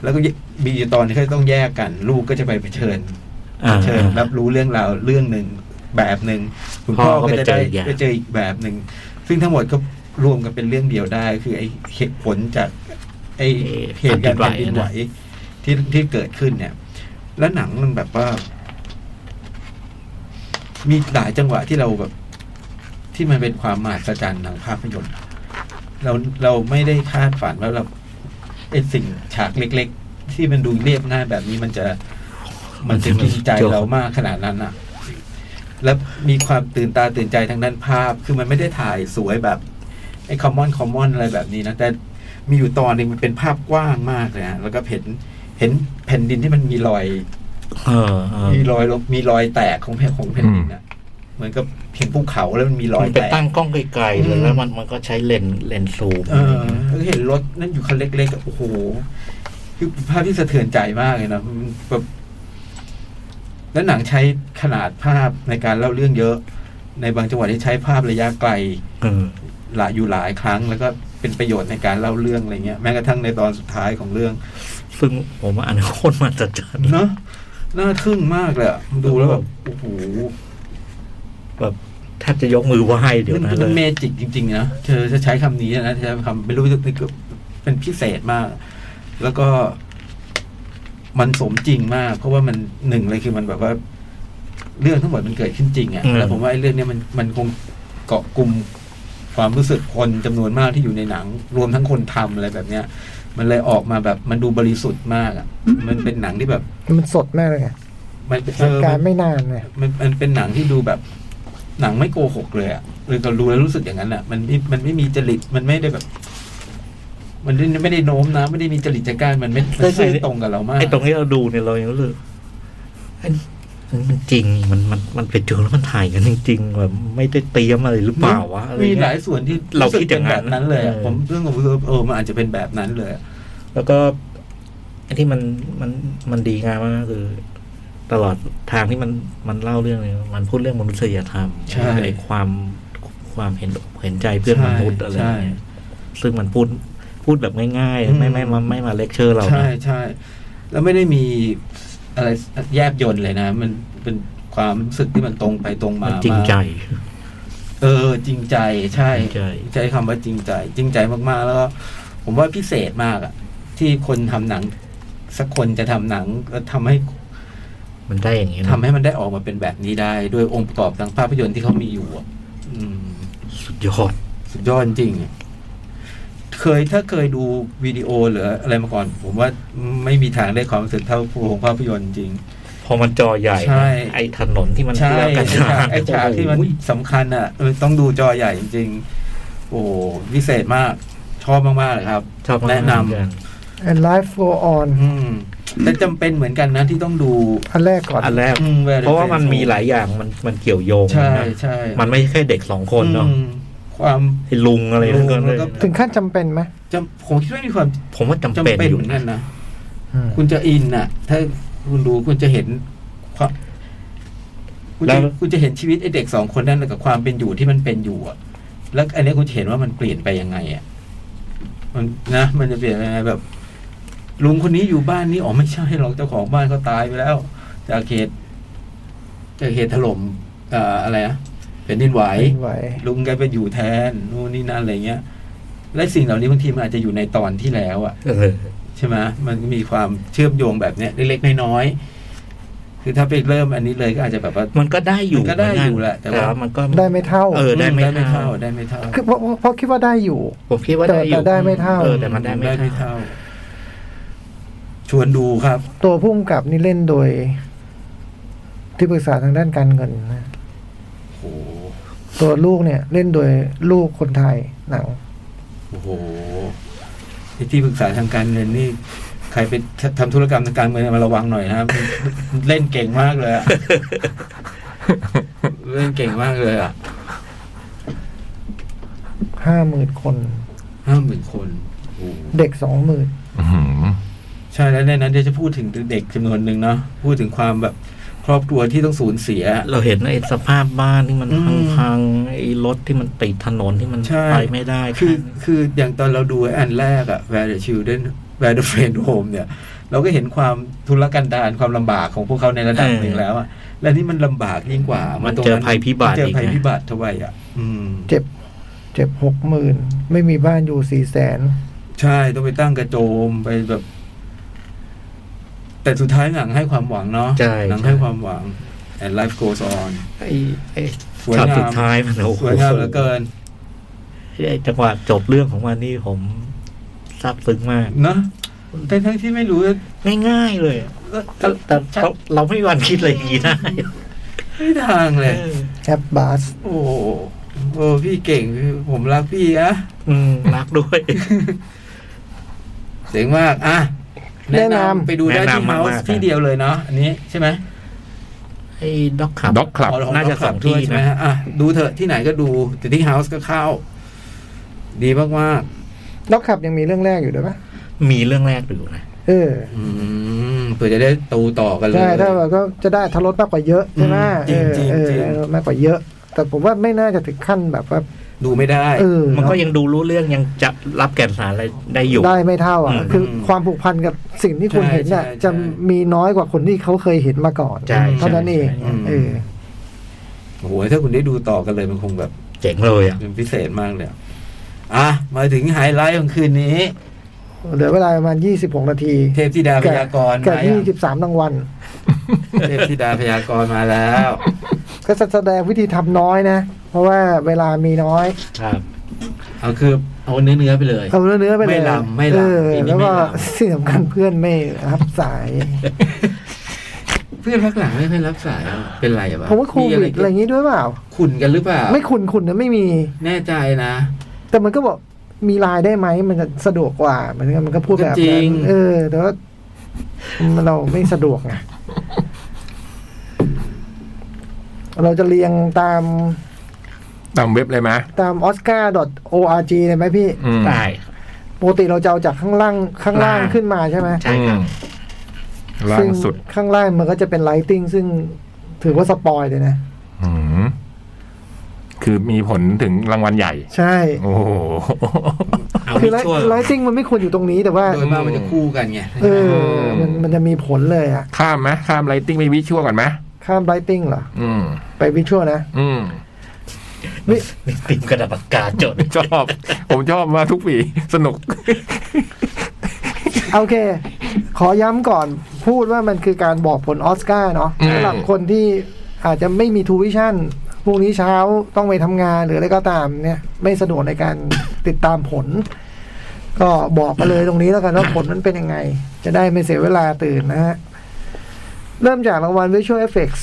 Speaker 5: แล้วก็มีตอนที่เขาต้องแยกกัน ลูกก็จะไปเผชิญ
Speaker 3: อ่า
Speaker 5: เชิญรับรู้เรื่องราวเรื่องหนึ่งแบบหนึ่งคุณพ่อ
Speaker 3: พ่อก็
Speaker 5: ก็
Speaker 3: ไป
Speaker 5: จะ
Speaker 3: เจ
Speaker 5: ได้
Speaker 3: ออีกอย่าง
Speaker 5: ไปเจออีกแบบหนึ่งซึ่งทั้งหมดก็รวมกันเป็นเรื่องเดียวได้ คือไอ้เหตุผลจาก ไอ้เหตุการณ์แผ่นดินไหวที่ที่เกิดขึ้นเนี่ย แล้วหนังมันแบบว่า มีหลายจังหวะที่เราแบบ ที่มันเป็นความมหัศจรรย์ทางภาพยนตร์ เราเราไม่ได้คาดฝันว่าเราไอ้สิ่งฉากเล็ก ๆ ที่มันดูเรียบง่ายแบบนี้มันจะ มันจะกินใจเรามากขนาดนั้นอ่ะ แล้วมีความตื่นตาตื่นใจทางด้านภาพ คือมันไม่ได้ถ่ายสวยแบบไอ้คอมมอนคอมมอนอะไรแบบนี้นะ แต่มีอยู่ตอนหนึงมันเป็นภาพกว้างมากเลยฮะแล้วก็เห็นเห็นแผ่นดินที่มันมีรอย
Speaker 3: เออเออ
Speaker 5: มีรอยลบมีรอยแตกของแผ่นของแผ่นดินอ่ะ เหมือนกับเห็นภูเขาแล้วมันมีรอย
Speaker 3: มันไป
Speaker 5: แตก
Speaker 3: ตั้งกล้องไกลๆเล
Speaker 5: อื
Speaker 3: ย
Speaker 5: ม
Speaker 3: แล้วมันมันก็ใช้เลนส์เลนส์ซูม
Speaker 5: เออแล้วก็เห็นรถนั่นอยู่คันเล็กๆอะโอ้โห คือภาพที่สะเทือนใจมากเลยนะมันแบบแล้วหนังใช้ขนาดภาพในการเล่าเรื่องเยอะ ในบางจังหวะที่ใช้ภาพระยะไกล
Speaker 3: เออ
Speaker 5: หลายอยู่หลายครั้ง แล้วก็เป็นประโยชน์ในการเล่าเรื่องอะไรเงี้ยแม้กระทั่งในตอนสุดท้ายของเรื่อง
Speaker 3: ซึ่งผมว่าอันนั้นโคตรมาจัดจัน
Speaker 5: เนอะน่าทึ่งมากเลยอะดูแล้วแบบโอ้โห
Speaker 3: แบบแทบจะยกมือไหว้เดี๋ยว
Speaker 5: มัน
Speaker 3: นั้น
Speaker 5: เป็นเม
Speaker 3: เลย
Speaker 5: จิกจริงๆนะเธอจะใช้คำนี้นะใช้คำไม่รู้จะเป็นพิเศษมาก แล้วก็มันสมจริงมาก เพราะว่ามันหนึ่งเลยคือมันแบบว่า เรื่องทั้งหมดมันเกิดขึ้นจริงอะ
Speaker 3: อืม
Speaker 5: แล้วผมว่าไอ้เรื่องเนี้ยมันมันคงเกาะกลุ่มความรู้สึกคนจำนวนมากที่อยู่ในหนัง รวมทั้งคนทำอะไรแบบเนี้ย มันเลยออกมาแบบมันดูบริสุทธิ์มากอะมันเป็นหนังที่แบบ
Speaker 2: มันสดมากเลยไง
Speaker 5: มันเป็น
Speaker 2: เห
Speaker 5: เอ
Speaker 2: ตุ
Speaker 5: อ
Speaker 2: การ
Speaker 5: มัน
Speaker 2: ณ์ไม่นานเลย
Speaker 5: มันมันเป็นหนังที่ดูแบบหนังไม่โกหกเลยอะเลยก็รู้แล้วรู้สึกอย่างนั้นอะมันไม่มันไม่มีจริตมันไม่ได้แบบ มันไม่ไม่ได้โน้มนะไม่ได้มีจริตจักการมันไม่
Speaker 3: ใช่
Speaker 5: ไม่
Speaker 3: ใช่
Speaker 5: ใช่ตรงกับเรามาก
Speaker 3: ไอ้ตรงที่เราดูเนี่ยเรายังรู้สึกไอ้มันจริงมันมันมันไปเจอแล้วมันถ่ายกันจริงๆแบบไม่ได้เตรียมอะไรหรือเปล่าวะอะไร
Speaker 5: มีห
Speaker 3: เงี้
Speaker 5: ลาย
Speaker 3: ย
Speaker 5: ส่วนที่
Speaker 3: เรา
Speaker 5: สึก
Speaker 3: คิดอย่างนั้น
Speaker 5: เป็นแบบนั้นเลยอะ
Speaker 3: เออ
Speaker 5: ผมเรื่องของผมรู้สึกว่าเออมันอาจจะเป็นแบบนั้นเลยอะ
Speaker 3: แล้วก็ไอ้ที่มันมันมันดีงามมากคือ ตลอดทางที่มันมันเล่าเรื่องเลยมันพูดเรื่องมนุษยธรรมไอ้ความความเห็นอกเห็นใจเพื่อนมนุษย์อะไรเงี้ยซึ่งมันพูดพูดแบบง่ายๆ ไม่ไม่ไม่ไม่มาเลคเชอร์เรา
Speaker 5: ใช่
Speaker 3: นะ
Speaker 5: ใช่แล้วไม่ได้มีอะไรแยบยนเลยนะมันเป็นความรู้สึกที่มันตรงไปตรงมา
Speaker 3: มันจริงใจ
Speaker 5: มาก เออจริงใจใช่
Speaker 3: จริงใจ
Speaker 5: ใช้คำว่าจริงใจ จริงใจมากๆ แล้วก็ผมว่าพิเศษมากอะที่คนทำหนัง สักคนจะทำหนังแล้วทำให้
Speaker 3: มันได้อย่างนี้นะ
Speaker 5: ทำให้มันได้ออกมาเป็นแบบนี้ได้ ด้วยองค์ประกอบทางภาพยนตร์ที่เขามีอยู่อะอืม
Speaker 3: สุดยอด
Speaker 5: สุดยอดจริงอะเคยถ้าเคยดูวิดีโอหรืออะไรมาก่อน ผมว่าไม่มีทางได้ความรู้สึกเท่าโรงภาพยนตร์จริง
Speaker 3: พอมันจอใหญ่
Speaker 5: ใช่
Speaker 3: ไอ้ถนนที่มัน
Speaker 5: ใช่
Speaker 3: เชื่อมกัน
Speaker 5: ไอ้ฉากไอ้ฉากที่มัน
Speaker 3: โอ้โห
Speaker 5: สำคัญอ่ะเออต้องดูจอใหญ่จริงๆโอ้โหพิเศษมาก ชอบมากๆเลยครับ
Speaker 3: ชอบมาก
Speaker 5: แนะนำ
Speaker 3: เหมือกั
Speaker 2: อันไลฟ์ go on
Speaker 5: อืมแต่จำเป็นเหมือนกันนะที่ต้องดู
Speaker 2: อันแรกก่อน
Speaker 3: อันแรก
Speaker 5: อืม Very
Speaker 3: เพราะว่ามัน
Speaker 5: Faithful
Speaker 3: มีหลายอย่างมันมันเกี่ยวโยง
Speaker 5: ใช่
Speaker 3: นะ
Speaker 5: ใช่
Speaker 3: มันไม่แค่เด็กสองคนเนาะ
Speaker 5: อืมความ
Speaker 3: ไอ้ลุงอะไรนั่นก็
Speaker 5: ลุง
Speaker 3: เล
Speaker 5: แล้ว
Speaker 3: ย
Speaker 5: ก็
Speaker 2: ถึงขั้นจำเป็นไหม
Speaker 5: จำผมคิดว่ามีความ
Speaker 3: ผมว่าจำ
Speaker 5: จำ
Speaker 3: เป็น
Speaker 5: เป็น
Speaker 3: อ
Speaker 5: เห
Speaker 3: ยู่
Speaker 5: มือน
Speaker 3: นะ
Speaker 5: กันนะ
Speaker 2: อืม
Speaker 5: คุณจะอินอ่ะ ถ้าคุณรู้คุณจะเห็นความคุณจะคุณจะเห็นชีวิตไอเด็กสองคนนั้นกับความเป็นอยู่ที่มันเป็นอยู่อ่ะ แล้วอันนี้คุณจะเห็นว่ามันเปลี่ยนไปยังไงอ่ะมันนะมันจะเปลี่ยนยังไงแบบ ลุงคนนี้อยู่บ้านนี้อ๋อไม่ใช่หรอกเจ้าของบ้านเขาตายไปแล้ว จากเหตุจากเหตุถล่มเอ่ออะไรนะแผ่นดินไหว
Speaker 2: ไหว
Speaker 5: ลุงแกไปอยู่แทนนู่นนี่นั่นอะไรเงี้ย และสิ่งเหล่านี้บางทีมันอาจจะอยู่ในตอนที่แล้วอ่ะ
Speaker 3: เออ
Speaker 5: ใช่ไหมมันมีความเชื่อมโยงแบบเนี้ยเล็กๆน้อยๆ คือถ้าไปเริ่มอันนี้เลยก็อาจจะแบบว่า
Speaker 3: มันก็ได้อยู่
Speaker 5: มันก็ได้อยู่แหละแต่
Speaker 3: แต่
Speaker 5: ว่า
Speaker 3: ว่ามันก็
Speaker 2: ได้ไม่เท่า
Speaker 3: เออได้ไม่
Speaker 5: อื
Speaker 3: เท่า
Speaker 5: ได้ไม่เท่า
Speaker 2: คือเพราะเพราะคิดว่าได้อยู่
Speaker 3: ผมคิดว่าได้อยู่
Speaker 2: แต่ได้ไม่เท่า
Speaker 3: ออแต่มันได้ไม่เท่า
Speaker 5: ชวนดูครับ
Speaker 2: ตัวพุ่มกับนี่เล่นโดย ที่ปรึกษาทางด้านการเงินนะ
Speaker 5: โอ้โห
Speaker 2: ตัวลูกเนี่ย เล่นโดยลูกคนไทยหนัง
Speaker 5: โอ้โหไอ้ที่ปรึกษาทางการเงินนี่ ใครไปทำธุรกรรมทาง การเงินมาระวังหน่อยนะครับ เล่นเก่งมากเลยอะ เล่นเก่งมากเลยอ่ะ
Speaker 2: ห้าหมื่นคน
Speaker 5: ห้าหมื่นคนโอ้โห
Speaker 2: เด็กสองหมื่น
Speaker 4: อื้อหือ
Speaker 5: ใช่แล้วในนั้นเดี๋ยวจะพูดถึงเด็กจำนวนหนึ่งเนาะพูดถึงความแบบครอบครัวที่ต้องสูญเสีย
Speaker 3: เราเห็นไอ้สภาพบ้านที่มัน
Speaker 5: อืม
Speaker 3: พังๆไอ้รถที่มันติดถนนที่มัน
Speaker 5: ใช่
Speaker 3: ไปไม่ได้
Speaker 5: คือ
Speaker 3: ข้าง
Speaker 5: คืออย่างตอนเราดูอันแรกอะ Where the Children Where the Friend Home เนี่ย เราก็เห็นความทุรกันดารความลำบากของพวกเขาในระดับหนึ่งแล้วอะและนี่มันลำบากยิ่งกว่า
Speaker 3: มั
Speaker 5: มันตรง
Speaker 3: เจอภัยพิบัติ
Speaker 5: เจอ
Speaker 3: อีก
Speaker 5: ภัย
Speaker 3: นะ
Speaker 5: พิบัติทวายอะอืม
Speaker 2: เจ็บ เจ็บหกหมื่นไม่มีบ้านอยู่สี่แสน
Speaker 5: ใช่ต้องไปตั้งกระโจมไปแบบ แต่สุดท้ายหนังให้ความหวังเนาะ
Speaker 3: ใช่
Speaker 5: หนังให้ความหวัง and life goes on
Speaker 3: ไอ้ไอ้
Speaker 5: สวย
Speaker 3: ฉาก
Speaker 5: งาม
Speaker 3: สุดท้ายมันโอ้โห
Speaker 5: สวยงามเหลือเกิน
Speaker 3: ไอ้จังหวะจบเรื่องของมันนี่ผมซาบซึ้งมาก
Speaker 5: เนาะแต่ทั้งที่ไม่รู้ว่า
Speaker 3: ง่ายๆเลยแต่แต่เราเราไม่มีวันคิดเลยางงี้ได้
Speaker 5: ไม่ทางเลย
Speaker 3: เออ
Speaker 2: แอปบาส
Speaker 5: โอ้โหโอ้พี่เก่งพี่ผมรักพี่อะ
Speaker 3: อืมรักด้วย
Speaker 5: เจ๋งมากอ่ะไปดูได้
Speaker 3: แนะ
Speaker 5: ที่
Speaker 3: นำ
Speaker 5: เฮาม
Speaker 3: ากๆค
Speaker 5: ส์
Speaker 3: รับ
Speaker 5: ที่เดียวเลยเนาะอันนี้ใช่ไหม
Speaker 3: ไอ้ด็อกขับ
Speaker 4: ด็อกคลับ
Speaker 5: อ๋อของ
Speaker 3: น่าจะ
Speaker 5: เรา
Speaker 3: ส
Speaker 5: ขับ
Speaker 3: องที่
Speaker 5: ด้วยใช่ไหม
Speaker 3: นะ
Speaker 5: ฮะอ่ะดูเถอะที่ไหนก็ดูแต่ที่เฮาส์ก็เข้า ดีมากมาก
Speaker 2: แล้วขับยังมีเรื่องแรกอยู่ด้วยปะ
Speaker 3: มีเรื่องแรกอยู่นะ
Speaker 2: เออ
Speaker 5: ๆอืมเผื่อจะได้ตูต่อกันเลย
Speaker 2: ใช่ถ้าเราก็จะได้ทรสมากกว่าเยอะใช่ไหม
Speaker 5: อืมจริงๆ
Speaker 2: เออเออ
Speaker 5: จริง
Speaker 2: ได้อรสมากกว่าเยอะ แต่ผมว่าไม่น่าจะถึงขั้นแบบว่า
Speaker 5: ดูไม่ได้
Speaker 2: เออ
Speaker 3: มันก็
Speaker 2: เอะ
Speaker 3: ยังดูรู้เรื่องยังจะรับแก่นสารอะไรได้อยู่
Speaker 2: ได้ไม่เท่าอ่ะ
Speaker 3: อืม
Speaker 2: คือความผูกพันกับสิ่งที่คุณ
Speaker 5: ใช่
Speaker 2: เห็นน่ะ
Speaker 5: ใช่ใช่
Speaker 2: จะมีน้อยกว่าคนที่เขาเคยเห็นมาก่อน
Speaker 3: ใช่
Speaker 2: เท่านั้นเอง
Speaker 5: อืม
Speaker 2: เออ
Speaker 5: โอ้โหถ้าคุณได้ดูต่อกันเลยมันคงแบบ
Speaker 3: เจ๋งเลยอ่ะ
Speaker 5: เป็นพิเศษมากเลยอะอ่ะมาถึงไฮไลท์ของคืนนี้
Speaker 2: เหลือเวลาประมาณยี่สิบหกนาที
Speaker 5: เทพธิดาพยากรณ์
Speaker 2: กับ
Speaker 5: มา
Speaker 2: ยี่
Speaker 5: อ่ะ
Speaker 2: สิบสามรางวัล
Speaker 5: เทพธิดาพยากรณ์มาแล้ว
Speaker 2: ก็แสดงวิธีทำน้อยนะ เพราะว่าเวลามีน้อย
Speaker 3: ครับ
Speaker 5: เอาคือเอาเนื้อเนื้อๆไปเลย
Speaker 2: เอาเนื้อเนื้อไปเลย
Speaker 5: ไม่ลำไม่ลำ
Speaker 2: เออ
Speaker 5: ปีนี้
Speaker 2: แล้วก็
Speaker 5: ไม่ล
Speaker 2: สิ่งสำคัญเพื่อนไม่รับสาย
Speaker 5: เพื่อนพักหลังไม่เพื่อนรับสายอะเป็นไรอะ
Speaker 2: เพราะว่าโควิดอะไรอย่าง
Speaker 5: นี้
Speaker 2: นี้ด้วยเปล่า
Speaker 5: ขุนกันหรือเปล่า
Speaker 2: ไม่คุณคุณนะไม่มี
Speaker 5: แน่ใจนะ
Speaker 2: แต่มันก็บอกมีไลน์ได้ไหมมันจะสะดวกกว่าเหมือนกันมันก็พูดแบบ
Speaker 5: ก็จริ
Speaker 2: นั้
Speaker 5: ง
Speaker 2: นเออ แต่ว่าเราไม่สะดวกไงเราจะเรียงตาม
Speaker 4: ตามเว็บเลยไหม
Speaker 2: ตาม oscar.org เลยไหมพี่
Speaker 4: อืม
Speaker 3: ได้
Speaker 2: ปกติเราจะเอาจากข้างล่างข้างล่าง
Speaker 3: ล่าง
Speaker 2: ขึ้นมาใช่ไหม
Speaker 3: ใช่ครั
Speaker 4: อ
Speaker 3: บ
Speaker 4: ืมล่างสุด
Speaker 2: ซึ่ข้างล่างมันก็จะเป็นไลติงซึ่งถือว่าสปอยเลยนะ
Speaker 4: อืมคือมีผลถึงรางวัลใหญ่
Speaker 2: ใช่
Speaker 4: โอ้โห
Speaker 3: เอา
Speaker 2: คือ
Speaker 3: ไม่ช่วย
Speaker 2: ไลติงมันไม่ควรอยู่ตรงนี้แต่ว่า
Speaker 5: โดยมากมันจะคู่กันไง
Speaker 2: เออ มันมันจะมีผลเลยอะ
Speaker 4: ข้ามไหมข้ามไลติ้งไม่วิชวลก่อนไหม
Speaker 2: ข้ามไลติงเหรอ
Speaker 4: อืม
Speaker 2: ไปวิชวลนะ
Speaker 4: อืม
Speaker 2: นี่
Speaker 3: มีติมกระดาษปากกาจด
Speaker 4: ชอบ ผมชอบมากทุกปี สนุก
Speaker 2: โอเค ขอย้ำก่อนพูดว่ามันคือการบอกผลออสการ์เนาะ
Speaker 4: อืม
Speaker 2: สำหรับคนที่อาจจะไม่มีทูวิชั่นพรุ่งนี้เช้าต้องไปทำงานหรืออะไรก็ตามเนี่ย ไม่สะดวกในการติดตามผล ก็บอกกันเลยตรงนี้แล้วกันว่าผลมันเป็นยังไง จะได้ไม่เสียเวลาตื่นนะฮะ เริ่มจากรางวัล Visual Effects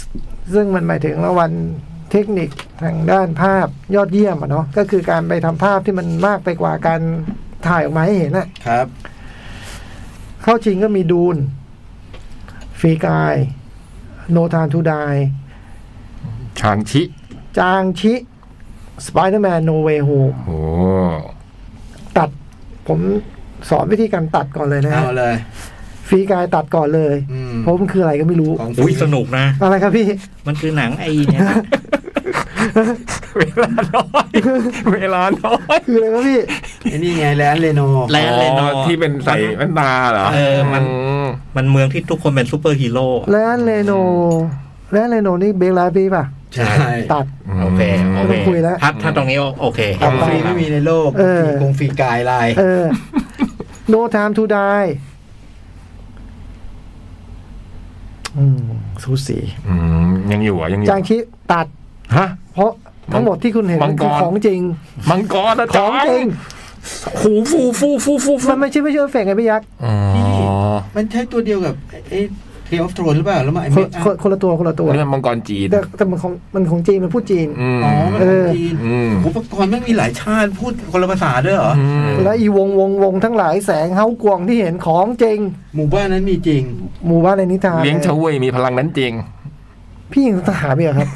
Speaker 2: ซึ่งมันหมายถึงรางวัลเทคนิคทางด้านภาพยอดเยี่ยมอะเนาะก็คือการไปทำภาพที่มันมากไปกว่าการถ่ายออกมาให้เห็นอะ
Speaker 5: ครับ
Speaker 2: เข้าชิงก็มีดูน ฟรีกาย โนทานทูได
Speaker 4: ชางชิ
Speaker 2: จางชิสไปเดอร์แมนโนเว y h โฮม
Speaker 4: โอ้
Speaker 2: ตัด ผมสอนวิธีการตัดก่อนเลยนะ
Speaker 5: เอา
Speaker 2: ฮะ
Speaker 5: เลย
Speaker 2: ฟรีกายตัดก่อนเลย
Speaker 5: อืม
Speaker 2: ผมนคืออะไรก็ไม่รู้
Speaker 5: ของ
Speaker 3: อุ้ยสนุกนะ
Speaker 2: อะไรครับพี่
Speaker 3: มันคือหนังไอ้เนี่ย
Speaker 4: เวลาน้อย เวลาน้อย
Speaker 2: คืออะไรครับพี่
Speaker 5: ไอ้นี่ไงแลนด์เรโน
Speaker 3: แลนเลนอ
Speaker 4: อ๋อที่เป็นใส่แว่นตาเหรอ
Speaker 3: เออมัน
Speaker 4: ม
Speaker 3: มันเมืองที่ทุกคนเป็นซูเปอร์ฮีโร่อะ
Speaker 2: และเรโน และเรโนนี่เบรกไลฟ์พี่ป่ะ
Speaker 5: ใช่
Speaker 2: ตัด
Speaker 3: โอเค โอเค
Speaker 2: ไม่ต้องคุยแล้ว
Speaker 3: ถ้าถ้าตรงนี้โอเค
Speaker 2: ค
Speaker 5: ขอบ งฟรีไม่มีในโลก
Speaker 2: เออ
Speaker 5: กงฟรีกายลาย
Speaker 2: เออ โนไทม์ทูไดอืมสูสี
Speaker 4: อืมยังอยู่อ่ะยังอยู่
Speaker 2: จางชิตัด
Speaker 4: ฮะ
Speaker 2: เพราะทั้งหมดที่คุณเห็น
Speaker 4: มังกร
Speaker 2: คือของจริง
Speaker 4: มังกรนะ
Speaker 2: ข
Speaker 4: จ๊ะ
Speaker 2: องจริง
Speaker 4: หูฟูฟูฟูฟูฟู
Speaker 2: มันไม่ใช่ไม่ใช่เอฟเฟกต์ไงพี่ยักษ์
Speaker 4: อ๋อ
Speaker 5: มันใช่ตัวเดียวกับไอ้เทออฟโทนหรือเปล่าแล้วมาไอ้
Speaker 2: ค
Speaker 5: เม
Speaker 2: น
Speaker 5: ค
Speaker 2: ค
Speaker 5: อั
Speaker 2: น
Speaker 5: พ
Speaker 2: คนละตัวคนละตัว
Speaker 4: นี่มันมังกรจีน
Speaker 2: แต่แต่มันของมันของจีนมันพูดจีน
Speaker 4: อืม
Speaker 5: อ๋อมันของจีน
Speaker 4: อืม
Speaker 5: อุปกรณ์ไม่มีหลายชาติพูดคนละภาษาด้วยเหรอ
Speaker 4: ม
Speaker 2: และอีวงวงวงทั้งหลายแสงเฮากวงที่เห็นของจริง
Speaker 5: หมู่บ้านนั้นมีจริง
Speaker 2: หมู่บ้านในนิทาน
Speaker 4: เลี้ยงเฉวยมีพลังนั้นจริง
Speaker 2: พี่ยิงสถาเบียร์ครับ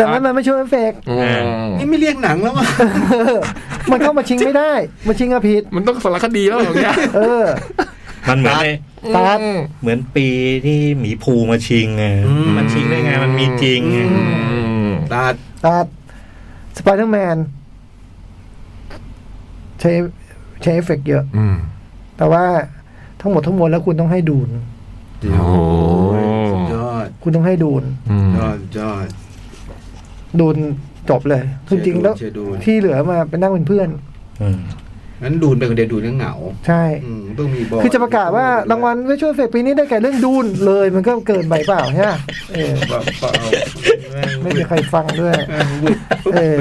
Speaker 2: ดังนั้นมันไม่ช่วยเอฟเฟกต์
Speaker 4: อืม
Speaker 5: นี่ไม่เรียกหนังแล้วมั้ง
Speaker 2: เออ มันเข้ามาชิงไม่ได้ มันชิงอะผิด
Speaker 4: มันต้องสารคดีแล้วอย่างเงี้ย
Speaker 2: เออ
Speaker 3: มันเหมือนไอ้
Speaker 2: ตัด
Speaker 4: อืม
Speaker 3: เหมือนปีที่หมีภูมาชิงไง
Speaker 4: อืม
Speaker 3: มันชิงได้ไงมันมีจริงไง
Speaker 4: อืม
Speaker 5: ตาด
Speaker 2: ตัดสไปเดอร์แมนใช้ใช้เอฟเฟกต์เยอะ
Speaker 4: อืม
Speaker 2: แต่ว่าทั้งหมดทั้งมวลแล้วคุณต้องให้ดูน
Speaker 4: โอ้โห
Speaker 5: สุดยอด
Speaker 2: คุณต้องให้ดูน
Speaker 4: อืม
Speaker 5: ยอดยอด
Speaker 2: ดูนจบเลยคือจริงๆแล้ว
Speaker 5: เชียร์ดูน
Speaker 2: ที่เหลือมาเป็นนั่งเป็นเพื่อน
Speaker 3: อืม
Speaker 5: งั้นดูนไปคนเดียวดูเรื่องเหงา
Speaker 2: ใช่
Speaker 5: อืมต้องมีบอล
Speaker 2: คือจะประกาศว่ารางวัลไม่ช่วยเฟกปีนี้ได้แก่เรื่องดูนเลยมันก็เกินไปเปล่าใช่ไหมเออ
Speaker 5: เปล่าเปล่าแง
Speaker 2: ไม่มีใครฟังด้วย
Speaker 5: แม่งวุด
Speaker 2: เออ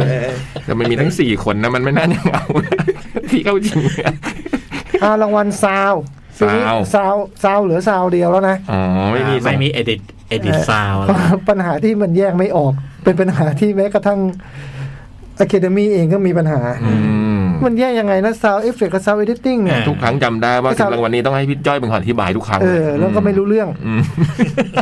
Speaker 4: แต่มันมีทั้งสี่คนนะมันไม่น่าจะเหงาที่เข้าจริงเนี่ย
Speaker 2: อ่ารางวัลซาวปีนี้
Speaker 4: ซาว
Speaker 2: ซาวซาวเหลือซาวเดียวแล้วนะ
Speaker 4: อ๋อไม่มีสอ
Speaker 3: ไม่
Speaker 4: ง
Speaker 3: มีเอดิตเอดิตซาว
Speaker 2: เพราะปัญหาที่มันแยกไม่ออก เป็นปัญหาที่แม้กระทั่งอะเคเดมีเองก็มีปัญหา
Speaker 4: อืม
Speaker 2: มันแยกยังไงนะซาวเอฟเฟกกับซาวเอดิติ้งเนี่ย
Speaker 4: ทุกครั้งจำได้ว่า
Speaker 2: ก็
Speaker 4: ถึ
Speaker 2: สาม
Speaker 4: งรางวัลนี้ต้องให้พี่จ้อยเป็นคนอธิบายทุกครั้ง
Speaker 2: เออ แล้วก็ไม่รู้เรื่อง
Speaker 4: อืม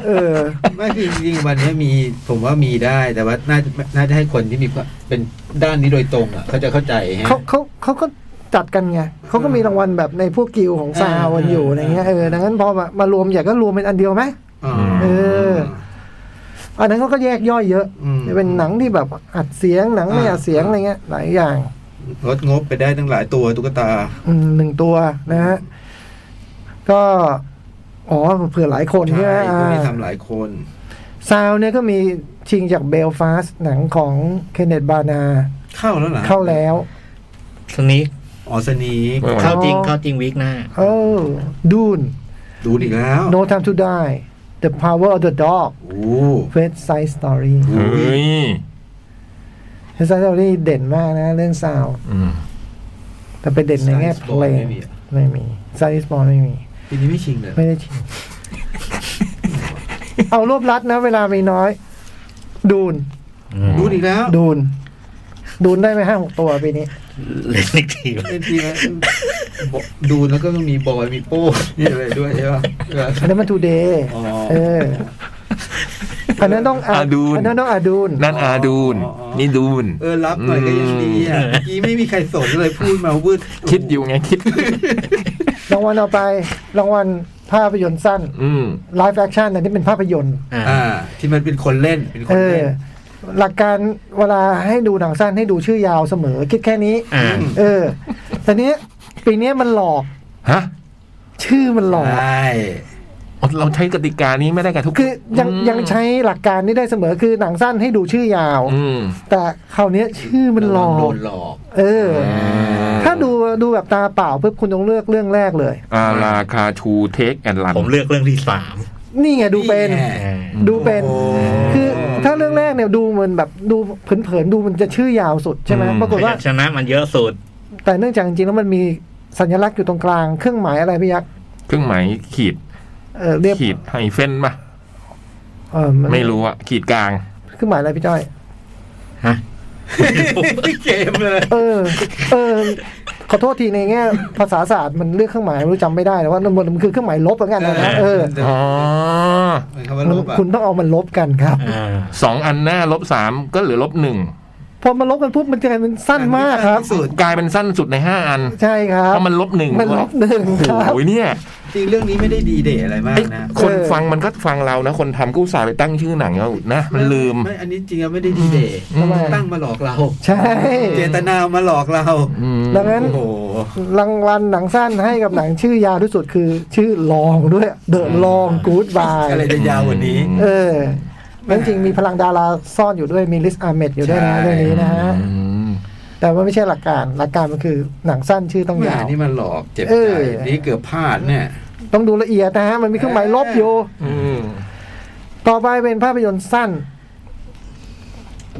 Speaker 2: เออ
Speaker 5: ไม่คือจริงๆวันนี้มีผมว่ามีได้แต่ว่าน่าจะน่าจะให้คนที่มีเป็นด้านนี้โดยตรงอ่ะเขาจะเข้าใจฮะ
Speaker 2: เขาเขาเขาก็จัดกันไงเขาก็มีรางวัลแบบในพวกกิลด์ของซาวกันอยู่
Speaker 5: อ่า
Speaker 2: อะไรเงี้ยเออดังนั้นพอมามารวมอยากก็รวมเป็นอันเดียวไหม
Speaker 5: อ่า
Speaker 2: เออ อันนั้นเขาก็แยกย่อยเยอะ
Speaker 5: อืม
Speaker 2: เป็นหนังที่แบบอัดเสียงหนังไม่
Speaker 5: อ่า
Speaker 2: อัดเสียงอะไรเงี้ยหลายอย่าง
Speaker 5: ลดงบไปได้ตั้งหลายตัวตุ๊กตา
Speaker 2: อืมหนึ่งตัวนะฮะก็ อ๋อเผื่อหลายคนใช่ไหม
Speaker 5: ใช่พวกนี้ทำหลายคน
Speaker 2: ซาวเนี่ยก็มีชิงจากเบลฟาสหนังของเคนเนตบานา
Speaker 5: เข้าแล้วเหรอ
Speaker 2: เข้าแล้ว
Speaker 3: สนิก
Speaker 5: อ๋อสนีค
Speaker 3: เข้าจริงเข้าจริงวิกหน้า
Speaker 2: เออดูน
Speaker 5: ดูอีกแล้ว
Speaker 2: No Time to Die The Power of the Dog
Speaker 5: โอ้
Speaker 2: West Side Story
Speaker 4: เฮ้ย
Speaker 2: West Side Story เด่นมากนะเรื่องซาวด์
Speaker 4: อืม
Speaker 2: แต่ไปเด่นในแง่
Speaker 5: Side
Speaker 2: เพ
Speaker 5: Sport
Speaker 2: ลง
Speaker 5: ไม่มีอะ
Speaker 2: ไม่มี Side is Born ไม่มี
Speaker 5: ทีนี้ไม่ชิงเลย
Speaker 2: ไม่ได้ ชิง เอารวบรัดนะ เวลามีน้อย ดูน
Speaker 5: ดูอีกแล้ว
Speaker 2: ดูน ดูนได้ไปห้าหกตัวปีนี้
Speaker 3: เล่นอีกที
Speaker 5: เอ็นทีนะดูแล้วก็ต้องมีบอยมีโป้มีอะไรด้วยใช่ป่ะเออ
Speaker 2: อันนั้นมันทูเดย์
Speaker 5: อ๋อ
Speaker 2: เออ อันนั้นต้อง
Speaker 4: อาดูน
Speaker 2: อันนั้นต้องอาดูน
Speaker 4: นั่นอาดูน
Speaker 5: อ๋ออ๋อ
Speaker 4: นี่ดูน
Speaker 5: เออรับหน่อยก็ยังดีอ่ะเมื่อกี้ไม่มีใครสนเลยพูดมาวืด
Speaker 4: คิดอยู่ไง คิด
Speaker 2: รางวัลเอาไป รางวัลภาพยนตร์สั้น
Speaker 4: อืม
Speaker 2: Live Action อันนี้เป็นภาพยนตร์
Speaker 3: อ่า
Speaker 5: อ่า ที่มันเป็นคนเล่นเป็นค
Speaker 2: เอน
Speaker 5: เล่
Speaker 2: อ
Speaker 5: น
Speaker 2: หลักการเวลาให้ดูหนังสั้นให้ดูชื่อยาวเสมอ คิดแค่นี้
Speaker 3: อ่า
Speaker 2: เออ แต่เนี้ยปีเนี้ยมันหลอก
Speaker 4: ฮะ
Speaker 2: ชื่อมันหลอก
Speaker 5: ใช่
Speaker 4: อ๋อเราใช้กติกานี้ไม่ได้กันทุก
Speaker 2: คือยัง
Speaker 4: ม
Speaker 2: ยังใช้หลักการนี้ได้เสมอคือหนังสั้นให้ดูชื่อยาว
Speaker 4: อืม
Speaker 2: แต่คราวเนี้ยชื่อมันหลอ
Speaker 5: โด
Speaker 2: ก
Speaker 5: นหลอก
Speaker 2: เออ ถ้าดูดูแบบตาเปล่าเพื่อคุณต้องเลือกเรื่องแรกเลย
Speaker 4: อาราคาชูเทคแอนลัน
Speaker 3: ผมเลือกเรื่องที่สาม
Speaker 2: นี่ไงดูเป็น
Speaker 5: แ
Speaker 3: อ่า
Speaker 2: ดูเป็น
Speaker 5: โอ้
Speaker 2: คือถ้าเรื่องแรกเนี่ยดูเหมือนแบบดูเผินๆดูมันจะชื่อยาวสุดใช่ไหม
Speaker 4: อืม
Speaker 2: ปรากฏว่า
Speaker 3: ชนะมันเยอะสุด
Speaker 2: แต่เนื่องจากจริงๆแล้วมันมีสัญลักษณ์อยู่ตรงกลางเครื่องหมายอะไรพี่ยักษ์
Speaker 4: เครื่องหมายขีด
Speaker 2: เออเรียก
Speaker 4: ขีดไฮเฟนป่ะ
Speaker 2: เออมัน
Speaker 4: ไม่รู้อะขีดกลาง
Speaker 2: เครื่องหมายอะไรพี่จ้อย
Speaker 3: ฮะ
Speaker 5: เกมเลย
Speaker 2: เออ เออ ขอโทษทีในแง่ภาษาศาสตร์มันเลือกเครื่องหมายไม่รู้จำไม่ได้แต่ว่ามันมันคือเครื่องหมายลบเหมือนกันนะเออ
Speaker 4: อ๋อ
Speaker 5: มันคำว่า
Speaker 2: มัน
Speaker 5: ลบอ่ะ
Speaker 2: คุณต้องเอามันลบกันครับ
Speaker 3: อ่า
Speaker 4: สองอันหน้าลบสามก็เหลือลบหนึ่ง
Speaker 2: พอมันลบกันปุ๊บมันกลายเป็นสั้นมากครับ
Speaker 5: สุด
Speaker 4: กลายเป็นสั้นสุดในห้าอัน
Speaker 2: ใช่ครับ
Speaker 4: ถ้ามันลบหนึ่ง
Speaker 2: มันลบหนึ่งครับ
Speaker 4: โอ้ยเนี่ย
Speaker 5: จริงเรื่องนี้ไม่ได้ดีเด่อะไรมาก
Speaker 4: ไอ้
Speaker 5: นะ
Speaker 4: คน
Speaker 2: เออ
Speaker 4: ฟังมันก็ฟังเรานะ คนทำก็อุตส่าห์ไปตั้งชื่อหนังเอานะ มันลืม
Speaker 5: ไม่อันนี้จริงๆไม่ได้ดีเด่
Speaker 2: ทำไม
Speaker 5: ตั้งมาหลอกเรา
Speaker 2: ใช่
Speaker 5: เจตนามาหลอกเรา
Speaker 4: อืม
Speaker 2: ดังนั้น
Speaker 5: โอ้โห
Speaker 2: รางวัลหนังสั้นให้กับหนังชื่อยาวที่สุดคือ ชื่อลองด้วยเดอะลองกู๊ดบาย
Speaker 5: อะไรจะยาวกว่านี้
Speaker 2: เออแล้วจริงๆมีพลังดาราซ่อนอยู่ด้วยมีลิสอาร์เมดอยู่ด้วยนะ
Speaker 5: ใช่
Speaker 2: เรื่องนี้นะฮะ
Speaker 4: อืม
Speaker 2: แต่ว่าไม่ใช่หลักการ หลักการมันคือหนังสั้นชื่อต้อง
Speaker 5: แหม่
Speaker 2: ยาว
Speaker 5: นี่มันหลอกเจ็บ
Speaker 2: เอ
Speaker 5: ใจ
Speaker 2: อ
Speaker 5: นี่เกือบพลาดเนี่ย
Speaker 2: ต้องดูละเอียดนะฮะ มันมีเครื่องหมายลบอยู่
Speaker 4: อืม
Speaker 2: ต่อไปเป็นภาพยนตร์สั้น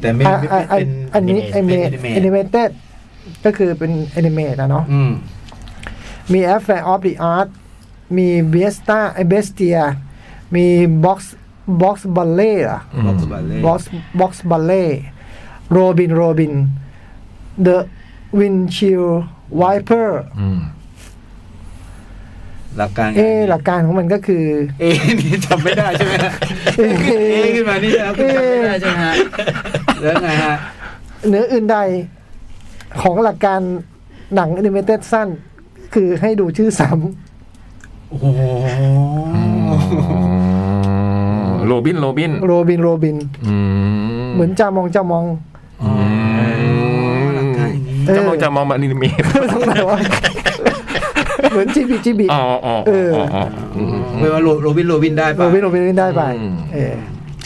Speaker 5: แต่ไม่
Speaker 2: อ่ะ
Speaker 5: ไม่
Speaker 2: อ่ะอ่ะ
Speaker 5: เป็น
Speaker 2: อันนี้แอนิเมต
Speaker 5: animate
Speaker 2: แอนิเมตก็คือเป็นแอนิเมตอะเนาะ
Speaker 5: อืม
Speaker 2: มี a f f a i r of the Art มี b e s t a ไอ Bestia มี Box Box Ballet อะ
Speaker 5: บล็อกสบาเล่
Speaker 2: Box Box Ballet Robin Robin The Windshield Wiper
Speaker 4: อืม
Speaker 5: หลักการ
Speaker 2: เอ๊ะหลักการของมันก็คือ
Speaker 5: เอ๊ะนี่จำไม่ได้ใช่ไหมฮะ
Speaker 2: เอ๊ะ
Speaker 5: เอ๊ะขึ้นมานี่แล้วคุณจำไม่ได้ใช่ไหมฮะแล้วไงฮะ
Speaker 2: เหนืออื่นใดของหลักการหนัง a อนิเมเต็ดสั้น คือให้ดูชื่อซ้
Speaker 5: โอ้โห
Speaker 4: โรบินโรบิน
Speaker 2: ำโรบินโรบิน
Speaker 4: อื
Speaker 2: เหมือนจามองจามอง
Speaker 4: อืม
Speaker 5: หลักการอย่างนี้
Speaker 4: จะมองจะมองมันอนิเมะ
Speaker 2: ตรงไหนวะเหมือนจีบีจีบี
Speaker 4: อ๋ออ๋ออ๋ออ๋ออืม
Speaker 5: ไม่ว่าโรโรบินโรบินได้
Speaker 2: โร
Speaker 5: ป่ะ
Speaker 2: บินโรบินได้ไป เออ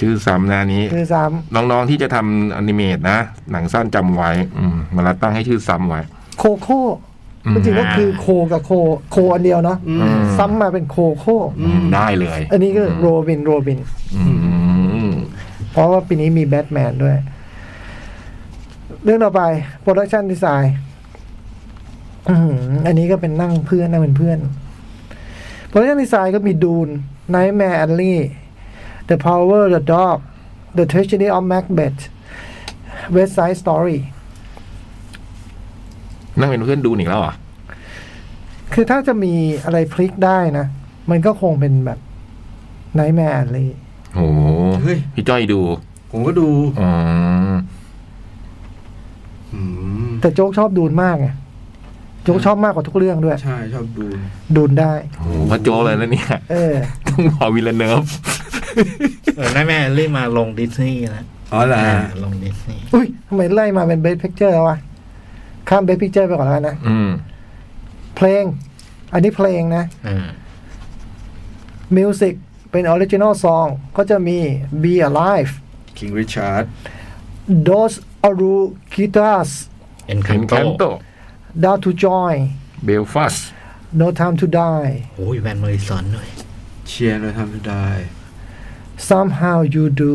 Speaker 4: ชื่อสามนานี้
Speaker 2: ชื่อซ้
Speaker 4: น้องๆที่จะทำอนิเมตนะ หนังสั้นจำไว้อืมเวลาตั้งให้ชื่อซ้ำไว้
Speaker 2: ำโคโค่
Speaker 4: อืม
Speaker 2: จริงๆก็คือโคกับโค โคอันเดียวเนาะ
Speaker 5: อืม
Speaker 2: ซ้ำมาเป็นโคโค่
Speaker 4: อืมได้เลย
Speaker 2: อันนี้ก็โรบินโรบิน
Speaker 4: อืม
Speaker 2: เพราะว่าปีนี้มีแบทแมนด้วย เรื่องต่อไปโปรดักชันดีไซน์อันนี้ก็เป็นนั่งเพื่อนนั่งเป็นเพื่อนโปรดักชันดีไซน์ก็มีดูน Nightmare Alley The Power the Dog The Tragedy of Macbeth West Side Story
Speaker 4: นั่งเป็นเพื่อนดูอีกแล้วเหรอ่ะ
Speaker 2: คือถ้าจะมีอะไรพลิกได้นะ มันก็คงเป็นแบบ Nightmare Alley
Speaker 4: โอ้โห
Speaker 5: เฮ้ย
Speaker 4: พี่จ้อยดู
Speaker 5: ผมก็ดู
Speaker 4: อืม
Speaker 5: อืม
Speaker 2: แต่โจ๊กชอบดูนมากไงโจ๊กชอบมากกว่าทุกเรื่องด้วย
Speaker 5: ใช่ชอบดู
Speaker 2: ดูนได้
Speaker 4: โอ้โหพระโจเลยนะเนี่ย
Speaker 2: เออ
Speaker 4: ต้องบอกวิลเนิร์ฟ
Speaker 3: เออนั่นแม่รีบมาลงดิสนีย์นะ
Speaker 5: อ๋อเหรอฮะ
Speaker 3: ลงดิสนีย์
Speaker 2: อุ้ยทำไมไล่มาเป็นเบสพิกเจอร์แล้ววะ ข้ามเบสพิกเจอร์ไปก่อนแล้วกันนะ
Speaker 4: อืม
Speaker 2: เพลง อันนี้เพลงนะ
Speaker 3: อ่า
Speaker 2: มิวสิกเป็นออริจินอลซอง ก็จะมี Be Alive
Speaker 5: King Richard
Speaker 2: Dos Aru Guitars
Speaker 3: เอ็นคั
Speaker 4: เห็
Speaker 3: น
Speaker 4: น
Speaker 3: โต
Speaker 4: แคนโต
Speaker 2: Down to Joy
Speaker 4: เบลฟาส
Speaker 2: No Time to Die
Speaker 3: โอ้ยแวนเมอริสันหน่อย
Speaker 5: เชียร์เราทำได้
Speaker 2: Somehow You Do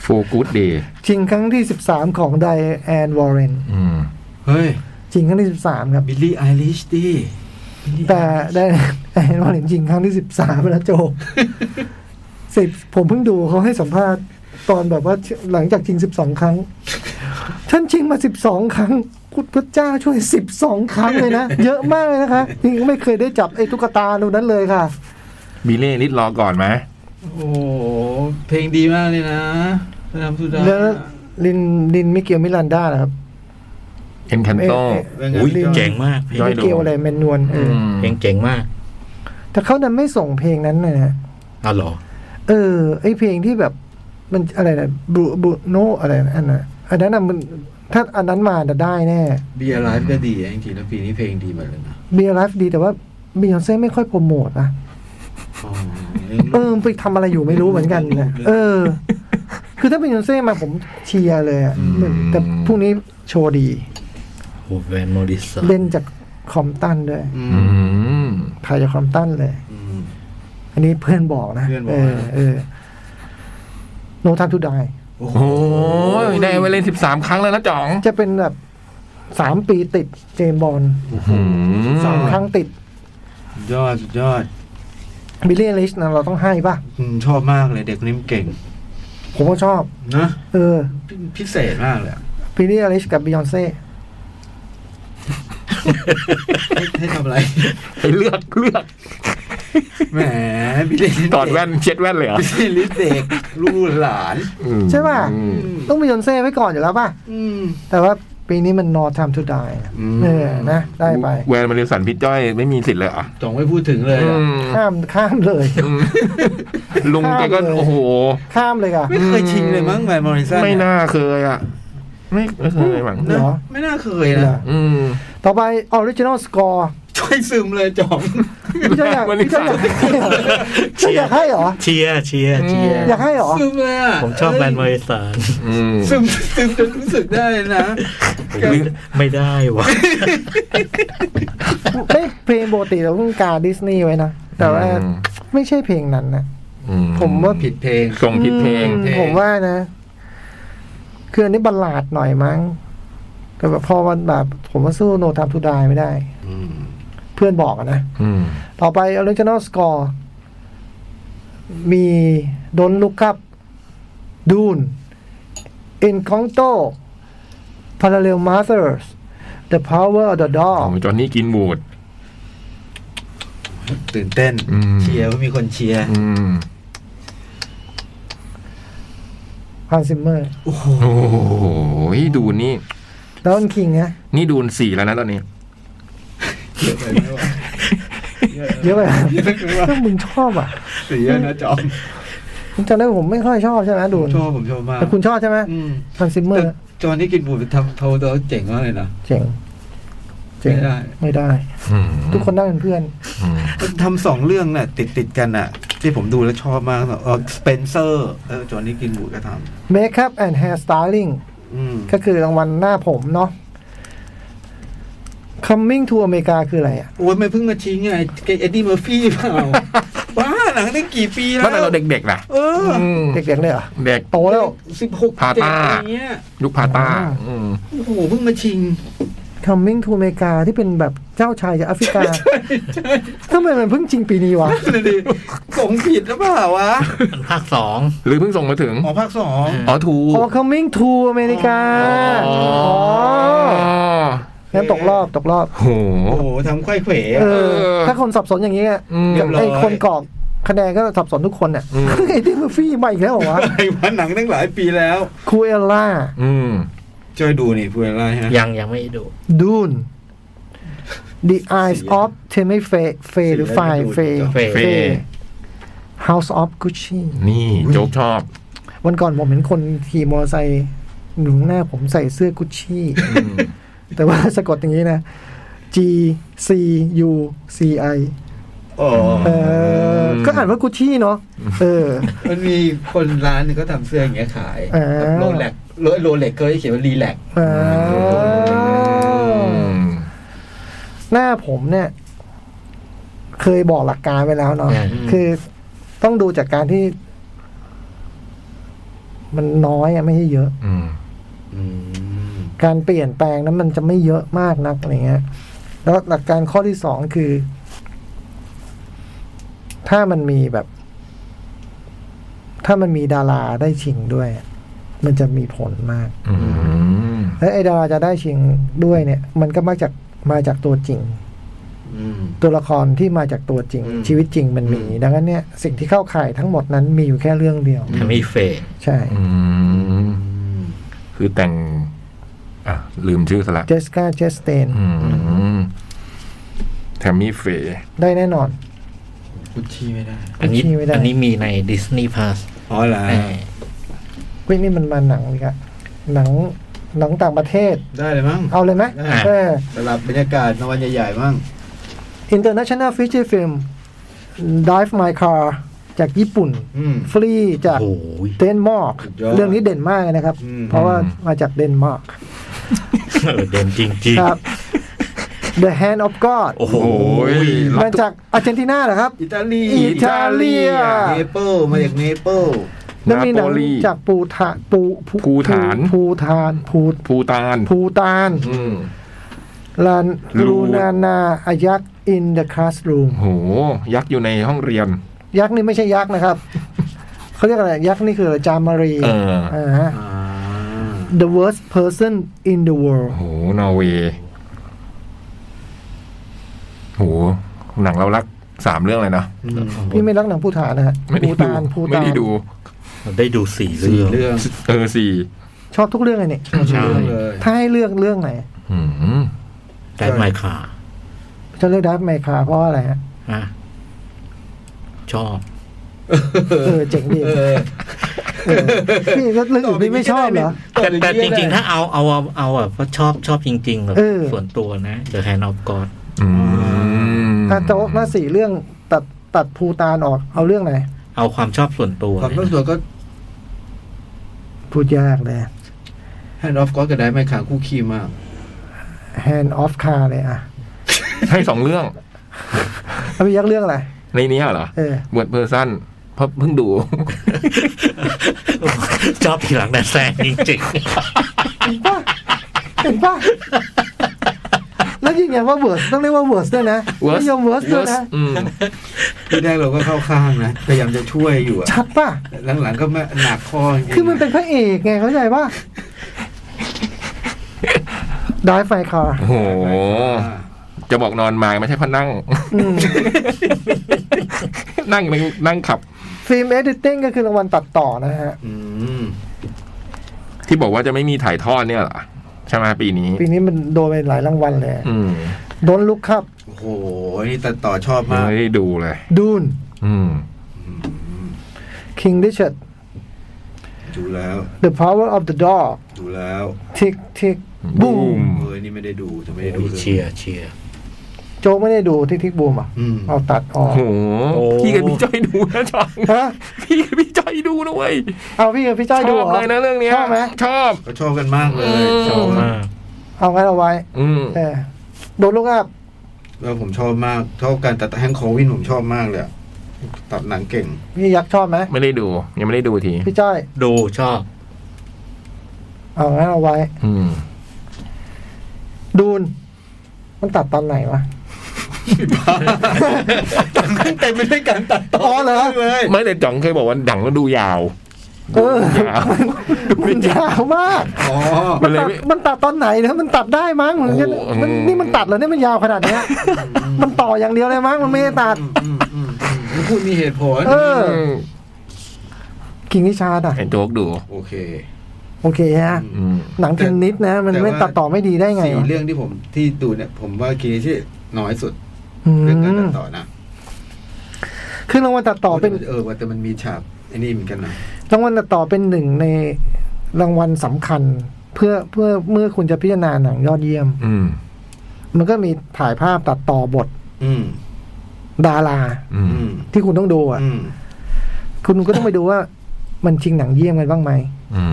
Speaker 4: โฟกูดเดย์
Speaker 2: จริงครั้งที่ 13 ของ Diane Warren
Speaker 5: เฮ้ย
Speaker 2: จริงครั้งที่ 13 ครับ
Speaker 5: บิลลี่ไอริชดิ
Speaker 2: แต่ Diane Warren จริงครั้ง ที่ 13 แล้วโจ บสิบผมเพิ่งดูเขาให้สัมภาษณ์ตอนแบบว่าหลังจากจริง 12 ครั้ง ท่านชิงมาสิบสองครั้งพุทธเจ้าช่วยสิบสองครั้ง เลยนะ เยอะมากเลยนะคะนี่ไม่เคยได้จับไอ้ตุ๊กตาดูนั้นเลยค่ะ
Speaker 4: บิเล่นิดรอก่อนไหม
Speaker 5: โอ้โห เพลงดีมากเลยนะเราทำสุดได้
Speaker 2: แล้วลินลินมิเกลมิลันดานะครับ
Speaker 4: เห็นแคนโต
Speaker 2: เอ๊ะ
Speaker 3: อุ้ยเจ๋งมาก
Speaker 4: ย้อย
Speaker 2: มิ
Speaker 4: ดู
Speaker 2: เกลอะไรแมนนวลเอออ
Speaker 3: เพลงเจ๋งมาก
Speaker 2: แต่เขาดันไม่ส่งเพลงนั้นเลยนะ
Speaker 3: เอาเหรอ
Speaker 2: เออไอ้เพลงที่แบบมันอะไรนะบูบูโนอะไรนะอันน่ะอันนั้นน่ะมันถ้าอันนั้นมาจะได้แน่
Speaker 5: เบียร์ไลฟ์ก็ดีอะจริงๆแล้วปีนี้เพลงดีหมด เลยนะ
Speaker 2: เบียร์ไลฟ์ดีแต่ว่าบียอนเซ่ไม่ค่อยโปรโมทอะ
Speaker 5: อ๋อ
Speaker 2: เออไปทำอะไรอยู่ไม่รู้เหมือนกันนะเออ คือถ้าบียอนเซ่มาผมเชียร์เลยอะแต่พรุ่งนี้โชว์ดี
Speaker 3: โอ้แวนเมอริสัน
Speaker 2: เล่นจากคอมตันด้วย
Speaker 5: อื
Speaker 4: อื
Speaker 5: ม
Speaker 4: ม
Speaker 2: พายจากคอมตันเลย
Speaker 5: อืม
Speaker 2: อันนี้เพื่อนบอกนะ
Speaker 5: เพื่อนบอก
Speaker 2: เออเออโนทามทูได
Speaker 5: โอ้โห
Speaker 4: โอ้ยได้ไว้เล่นสิบสามครั้งแล้วนะจ๋อง
Speaker 2: จะเป็นแบบสามปีติดเจมส์บอล
Speaker 4: อืม
Speaker 2: สามครั้งติด
Speaker 5: สุดยอดสุดยอด
Speaker 2: บิลลี่ลิชนะเราต้องให้ป่ะ
Speaker 5: อืมชอบมากเลยเด็กคนนี้มันเก่ง
Speaker 2: ผมก็ชอบ
Speaker 5: นะ
Speaker 2: เออ
Speaker 5: พิเศษมาก เลยอะ
Speaker 2: บิลลี่ลิชกับบิยอนเซ่
Speaker 5: ให้ให้ทำอะไร
Speaker 4: ไปเลือกเลือก
Speaker 5: แหมบิลลี่
Speaker 4: ตอดแว่น เช็ดแว่นเลยเหรอ
Speaker 5: บิลลี่ลิสเด็กลูกหลาน
Speaker 4: อืม
Speaker 2: ใช่ป่ะ
Speaker 4: อืม
Speaker 2: ต้องบิยอนเซ่ไว้ก่อนอยู่แล้วป่ะ
Speaker 5: อืม
Speaker 2: แต่ว่าปีนี้มันนอทามทูได
Speaker 5: อืม
Speaker 2: เออนะ ได้ไป
Speaker 4: แวนมาริสันพี่จ้อยไม่มีสิทธิ์เลยเหรอ่ะ
Speaker 5: จ่องไม่พูดถึงเลยอะ
Speaker 2: ข้ามข้ามเลย
Speaker 4: ลุงแกก็
Speaker 2: ข้ามเลย
Speaker 4: โอ้โห
Speaker 2: ข้ามเลยค่ะ
Speaker 5: ไม่เคยชิงเลยมั้งแวนมอริสัน
Speaker 4: ไม่น่าเคยอ่ะ ไม่ไม่เคยมั้ง
Speaker 2: เหรอ
Speaker 5: ไม่น่าเคยนะ
Speaker 4: อืม
Speaker 2: ต่อไปออริจินอลสกอร์
Speaker 5: ช่วยซึมเลยจ่อง
Speaker 2: พี่เจะอ ยากพี่เจะอยากให้เหรอพี่อยากให้เหรอ
Speaker 3: เชียร์เชียร์เชียร์
Speaker 2: อยากให้เหรอ
Speaker 5: ซึมเลยอะ
Speaker 3: ผมชอบแวนเมอริสัน
Speaker 4: อืม
Speaker 5: ซึมซึมจนรู้สึกได้เลยนะ
Speaker 3: ผมไม่ได้วะ
Speaker 2: ไม่เพลงปกติเราต้องการดิสนีย์ไว้นะ แต่ว่าไม่ใช่เพลงนั้นนะ
Speaker 4: อื
Speaker 2: ผมว่า
Speaker 5: ผิดเพลง
Speaker 4: ส่งผิดเพลง
Speaker 2: อืม
Speaker 5: เพลง
Speaker 2: ผมว่านะ คืออันนี้บัลลาดหน่อยมั้ง แต่แบบพอวันแบบ ผมว่าสู้โนทามทูดายไม่ได้ เพื่อนบอกอะนะ
Speaker 4: อืม
Speaker 2: ต่อไป original score มีดนลุกครับดูน Encanto Parallel Masters The Power of the
Speaker 4: ข
Speaker 2: Dog
Speaker 4: องจอห์นนี่กินบูด
Speaker 5: ตื่นเต้น
Speaker 4: อืม
Speaker 5: เชียร์ว่ามีคนเชียร์
Speaker 4: อืม
Speaker 2: ฮันซิมเมอร์
Speaker 5: โอ้โห
Speaker 4: โอ้โหดูนี่
Speaker 2: ดอนคิงนะ
Speaker 4: นี่ดูสี่แล้วนะตอนนี้
Speaker 5: เยอะไปไหมวะ
Speaker 2: เยอะไปอะ
Speaker 5: เยอะไปไหมวะ
Speaker 2: ซึ่งมึงชอบอ่ะ
Speaker 5: สีเยอะนะจอม
Speaker 2: ผมจำได้ว่าผมไม่ค่อยชอบใช่ไหมดูน
Speaker 5: ชอบผมชอบมาก
Speaker 2: แต่คุณชอบใช่ไหม
Speaker 5: อืม
Speaker 2: ฮันซิมเมอ
Speaker 5: แต่
Speaker 2: ร์
Speaker 5: จอนี่กินบูดทำโทรตัวเจ๋งมากเลยนะ
Speaker 2: เจ๋งเจ๋ง
Speaker 5: ไม่ได้
Speaker 2: ไม่ได้ ทุกคนได้เป็นเพื่อน
Speaker 5: มันทำสองเรื่องน่ะ ติดติดๆกันน่ะ ที่ผมดูแล้วชอบมากเออสเปนเซอร์เออจอนี่กินบูดกระท
Speaker 2: Makeup and Hair Styling
Speaker 5: ำอืม
Speaker 2: ก็คือรางวัลหน้าผมเนาะ Coming to America คืออะไรอ่ะ
Speaker 5: โอ้ยไม่เพิ่งมาชิงไงไอ้เอ็ดดี้เมอร์ฟี่เปล่าบ้าหนังนี่กี่ปีแล้ว
Speaker 4: ตั้งแต่เราเด็กๆนะ
Speaker 5: เออ
Speaker 4: ม
Speaker 2: เด็กๆเลยเหรอ
Speaker 4: เด็ก
Speaker 2: โตแล้ว
Speaker 5: สิบหก
Speaker 4: พา
Speaker 5: เจ็ด
Speaker 4: ต้า
Speaker 5: อะไรเงี้ย
Speaker 4: ยุคพาต้า
Speaker 2: อ่า
Speaker 4: อืม
Speaker 5: โอ้โหเพิ่งมาชิง
Speaker 2: Coming to America ที่เป็นแบบเจ้าชายจากแอฟริกาทำไมมันเพิ่งจริงปีนี้วะ
Speaker 5: นั่นนะดิส่งผิดหรือเปล่าวะ
Speaker 3: มันภาคสอง
Speaker 4: หรือเพิ่งส่งมาถึง
Speaker 5: หมอภาคสอง
Speaker 4: อ๋อถูก
Speaker 2: อ๋อ Coming to America อ๋องั้นตกรอบตกรอบ
Speaker 4: โอ้โห
Speaker 5: โอ้โหทำไขว้เขว
Speaker 2: เออ
Speaker 4: เออ
Speaker 2: ถ้าคนสับสนอย่างนี้อะ
Speaker 4: อืม
Speaker 5: เรียบร้อย
Speaker 2: ไอ้คนกรอกคะแนนก็สับสนทุกคนอ่ะ
Speaker 4: อืม
Speaker 2: ไอ้ดิมฟี่มาอีกแล้วเหรอวะ
Speaker 5: อะไรวะหนังตั้งหลายปีแล้ว
Speaker 2: คูเอล่า
Speaker 4: อืม
Speaker 5: ช่วยดูนี่พูดอะไรฮะ
Speaker 3: ยังยังไม่ดู
Speaker 2: ดูน The Eyes
Speaker 5: เสีย
Speaker 2: of t e m e f e f e หรือ f i f
Speaker 5: เสี
Speaker 2: e
Speaker 5: ยแล้ว
Speaker 3: ไม่ดู
Speaker 2: f e House of Gucci
Speaker 4: นี่โจ๊กชอบ
Speaker 2: วันก่อนผมเห็นคนขี่มอเตอร์ไซค์หนุงหน้าผมใส่เสื้อ Gucci แต่ว่าสะกดอย่างนี้นะ G C U C I
Speaker 5: อ๋อ
Speaker 2: เอออ
Speaker 4: ม
Speaker 2: ก็อ่านว่า Gucci เนาะเออ
Speaker 5: มันมีคนร้านหนึงก็ทำเสื้ออย่างเงี้ยขาย
Speaker 2: อ่า
Speaker 5: โรเล็กโรเล็กก็เขียนว่ารีแลก
Speaker 2: อ่า
Speaker 4: อืม
Speaker 2: หน้าผมเนี่ย เคยบอกหลักการไปแล้วเนาะ
Speaker 3: อืม
Speaker 2: คือต้องดูจากการที่ มันน้อยอะไม่ใช่เยอะ
Speaker 4: อืม
Speaker 2: การเปลี่ยนแปลงนั้นมันจะไม่เยอะมากนักอะไรเงี้ย แล้วหลักการข้อที่สองคือ ถ้ามันมีแบบ ถ้ามันมีดาราได้ชิงด้วย มันจะมีผลมาก
Speaker 4: อืม
Speaker 2: และไอ้ดาราจะได้ชิงด้วยเนี่ย มันก็มาจากมาจากตัวจริง
Speaker 5: อืม
Speaker 2: ตัวละครที่มาจากตัวจริง
Speaker 5: อืม
Speaker 2: ชีวิตจริงมันมี
Speaker 5: อืม
Speaker 2: ดังนั้นเนี่ยสิ่งที่เข้าข่ายทั้งหมดนั้นมีอยู่แค่เรื่องเดียว
Speaker 3: ทำไมเฟย
Speaker 2: ใช่
Speaker 4: อืมคือแต่ง อ่ะ ลืมชื่อซะละ
Speaker 2: เจสกาเจสเตน
Speaker 4: อืมแทมมี่เฟย์
Speaker 2: ได้แน่นอน
Speaker 5: กุชชี่ไม่ได้
Speaker 3: อันนี้
Speaker 2: ชี้ไม่ได้
Speaker 3: อันนี้มีในดิสนีย์พาส
Speaker 5: อ๋อเหรอ
Speaker 2: เว้ยนี่มันมาหนังเลยอะหนังหนังต่างประเทศ
Speaker 5: ได้เลยมั้ง
Speaker 2: เอาเลยไหม
Speaker 5: ได้ครับ
Speaker 2: เออ
Speaker 5: สลับบรรยากาศนวันใหญ่ๆมั่ง
Speaker 2: International Feature Film Dive My Car จากญี่ปุ่น
Speaker 5: อืม
Speaker 2: ฟรีจาก
Speaker 3: โอ้ย
Speaker 2: เดนมาร์ก
Speaker 5: สุดยอด
Speaker 2: เรื่องนี้เด่นมากเลยนะครับ
Speaker 5: อืม
Speaker 2: เพราะว่ามาจากเดนมาร์ก
Speaker 3: เออเด่นจริงจริงๆ
Speaker 2: ครับ The Hand of God
Speaker 3: โอ้โห
Speaker 4: ย
Speaker 2: มาจากอาร์เจนตินาเหรอครับ
Speaker 5: อิตาลี
Speaker 2: อิตาเลีย
Speaker 5: เนเปิลมาจากเนเปิล
Speaker 2: แล้วมีหนัง
Speaker 4: โปลี
Speaker 2: จากปูทาปู
Speaker 4: ภูฐาน
Speaker 2: ภูฐานภู
Speaker 4: ภูตาน
Speaker 2: ภูตาน
Speaker 4: อืม
Speaker 2: ลาน
Speaker 4: รู
Speaker 2: ลูนานาอายักษ์ in the classroom
Speaker 4: โห ยักษ์อยู่ในห้องเรียน
Speaker 2: ยักษ์นี่ไม่ใช่ยักษ์นะครับ เขาเรียกอะไร ยักษ์นี่คืออะไรจามารี
Speaker 4: เออ
Speaker 2: อ่าฮะ the worst person in the world
Speaker 4: โห นอร์เวย์โห หนังเรารักสามเรื่องเลยเนาะ
Speaker 2: พี่ไม่รักหนังภูฐานนะฮะ
Speaker 4: ไม่
Speaker 2: ภู
Speaker 4: ได้ดู
Speaker 2: ตานภู
Speaker 4: ไม่
Speaker 2: ตาน
Speaker 4: ได้ดู
Speaker 3: ได้ดูสี่
Speaker 5: สี่
Speaker 3: เรื่อง
Speaker 5: เรื่อง
Speaker 4: เออสี่
Speaker 2: ชอบทุกเรื่องเลยเนี่ย
Speaker 3: ใช่
Speaker 5: เรื่องเลย
Speaker 2: ถ้าให้เลือกเรื่องไหน
Speaker 4: อืม
Speaker 3: แต่ไมค์ขา
Speaker 2: จะเลือกดับไมคาเพราะอะไรฮะ
Speaker 3: ฮะชอบ
Speaker 2: เออเจ๋งดี
Speaker 5: เออ
Speaker 2: เออพี่แล้วเรื่องอื่นพี่ไม่ชอบเหรอ
Speaker 5: อ
Speaker 3: แต่
Speaker 5: ไป
Speaker 3: แต่จ
Speaker 5: เย
Speaker 3: ริงๆ ถ้าเอาเอาเอาเอาแบบว่าชอบชอบจริงๆแบบ
Speaker 2: เออ
Speaker 3: ส่วนตัวนะ The Hand of God
Speaker 4: อืม
Speaker 2: ถ้าโต๊ะมาสี่เรื่องตัดตัดภูตานออกเอาเรื่องไหน
Speaker 3: เอาความชอบส่วนตัว
Speaker 5: ความ
Speaker 3: เลย
Speaker 5: รู้สึกก็
Speaker 2: พูดยากเลย
Speaker 5: แฮนด์ออฟก็จะได้ไม่ขาคู่คีมาก
Speaker 2: hand off car เลยอ่ะ
Speaker 4: ให้สองเรื่อง
Speaker 2: แล้วพี่ยักษ์เรื่องอะไร
Speaker 4: ในเนี้ยเหรอ
Speaker 2: เออ
Speaker 4: เวิร์ดเพอร์ซันเพราะเพิ่งดู
Speaker 3: ชอบทีหลังแต่แซงจริง
Speaker 2: เห็นป่ะเห็นป่ะแล้วยืนยันว่าเวิร์สต้องเรียกว่าเวิร์สด้วยนะ
Speaker 4: Worst
Speaker 2: ไม่ ยอมเวิร์สด้วย
Speaker 4: Worst
Speaker 2: นะ
Speaker 4: อืม
Speaker 5: ที่แรกเราก็เข้าข้างนะพยายามจะช่วยอยู่อะ
Speaker 2: ชัดป่ะ
Speaker 5: หลังๆก็ไม่หนักข้อจริงๆ
Speaker 2: คือมันเป็นพระเอกไงเข้าใจป่ะได้ไฟคาร์
Speaker 4: โอ้โห
Speaker 5: อ่า
Speaker 4: จะบอกนอนมาไม่ใช่เพราะนั่ง นั่งนึงนั่งขับ
Speaker 2: ฟิล์มเอดิติ้งก็คือรางวัลตัดต่อนะฮะ
Speaker 5: อืม
Speaker 4: ที่บอกว่าจะไม่มีถ่ายทอดเนี่ยเหรอใช่ไหมปีนี้
Speaker 2: ปีนี้มันโดนไปหลายรางวัลเลย
Speaker 4: อืม
Speaker 2: โดนลุกครับ
Speaker 5: โอ้โหนี่ตัดต่อชอบ
Speaker 4: ยั
Speaker 5: มาง ก
Speaker 4: ไม่ได้ดูเลย
Speaker 2: ดูน
Speaker 4: อืม
Speaker 2: คิงดิชัด
Speaker 5: ดูแล้ว
Speaker 2: The Power of the Dog
Speaker 5: ดูแล้ว
Speaker 2: ทิกทิก
Speaker 4: บู
Speaker 2: บูม
Speaker 4: ม
Speaker 5: เอ้ยนี่ไม่ได้ดูจะไม่ได้ดู
Speaker 3: โอ้ย
Speaker 5: ล
Speaker 3: เชียร์เชียร์
Speaker 2: โจไม่ได้ดูทิกทิกบูมอ่ะ
Speaker 5: อืม
Speaker 2: เอาตัดออ
Speaker 4: โอ้
Speaker 2: ก
Speaker 4: โห
Speaker 3: โอ้
Speaker 4: พี่กับพี่จ้อยดูนะจอง
Speaker 2: ฮะ
Speaker 4: พี่กับพี่จ้อยดูนะเว้ย
Speaker 2: เอาพี่กับพี่จ้อย
Speaker 4: ช
Speaker 2: ดู
Speaker 4: อ
Speaker 2: ห
Speaker 4: บเลยนะเรื่องเนี้ย
Speaker 2: ชอบไหม
Speaker 4: ชอบ
Speaker 5: ก็ชอบกันมากเลย
Speaker 4: อืม
Speaker 5: ชอบ
Speaker 3: มาก
Speaker 2: เอางั้นเอาไว้
Speaker 4: อืม
Speaker 2: เออโดนลุกอัพ
Speaker 5: แล้วผมชอบมากชอบการตัดแฮงค์โควินผมชอบมากเลยอะตัดหนังเก่ง
Speaker 2: พี่ยักษ์ชอบไหม
Speaker 4: ไม่ได้ดู ยังไม่ได้ดูที
Speaker 2: พี่จ้อย
Speaker 3: ดูชอบ
Speaker 2: เอางั้นเอาไว้
Speaker 4: อืม
Speaker 2: ดูน มันตัดตอนไหนวะ
Speaker 5: แต่ไม่ได้การตัดต่อ
Speaker 2: อเหรอ
Speaker 5: เลย
Speaker 4: ไม่แต่จ๋องเคยบอกว่าดังแล้วดูยาว
Speaker 2: เออ
Speaker 4: ยาวดู
Speaker 2: มั
Speaker 4: ไม่
Speaker 2: น
Speaker 4: ยาว
Speaker 2: ยาวมาก
Speaker 5: อ๋อ
Speaker 4: มันเลย
Speaker 2: ตัด
Speaker 4: ไม่
Speaker 2: มันตัดตอนไหนนะมันตัดได้มั้งหรือจะ
Speaker 4: โอ้โห
Speaker 2: มันนี่มันตัดเหรอเนี่ยมันยาวขนาดเนี้ย มันต่ออย่างเดียวเลยมั้งมันไม่ได้ตัด
Speaker 5: อืมอืมอืมอืมพูดมีเหตุผล
Speaker 2: เออ
Speaker 4: อืม
Speaker 2: กิงนิชาดอ่ะ
Speaker 4: ไอ้โจ๊กดู
Speaker 5: โอเค
Speaker 2: โอเคฮะ
Speaker 4: อืม
Speaker 2: หนังเทนนิสนะ มัน
Speaker 5: แต่
Speaker 2: ไม่
Speaker 5: ว่า
Speaker 2: ตัดต่อไม่ดีได้ไง
Speaker 5: สี่
Speaker 2: วะ
Speaker 5: เรื่องที่ผมที่ดูเนี่ย ผมว่ากีที่น้อยสุด
Speaker 2: อืม
Speaker 5: เรื่องการตัดต่อนะ
Speaker 2: คือรางวัลตัดต่อเป็น
Speaker 5: เออว่าแต่มันมีฉากไอ้นี่เหมือนกันนะ
Speaker 2: รางวัลตัดต่อเป็นหนึ่งในรางวัลสำคัญ เพื่อเพื่อเมื่อคุณจะพิจารณาหนังยอดเยี่ยม
Speaker 4: อืม
Speaker 2: มันก็มีถ่ายภาพตัดต่อบท
Speaker 5: อืม
Speaker 2: ดารา
Speaker 4: อืม
Speaker 5: อืม
Speaker 2: ที่คุณต้องดูอ่ะ
Speaker 5: อืม
Speaker 2: คุณก็ต้องไปดูว่า มันชิงหนังเยี่ยมกันบ้างไหม
Speaker 4: อื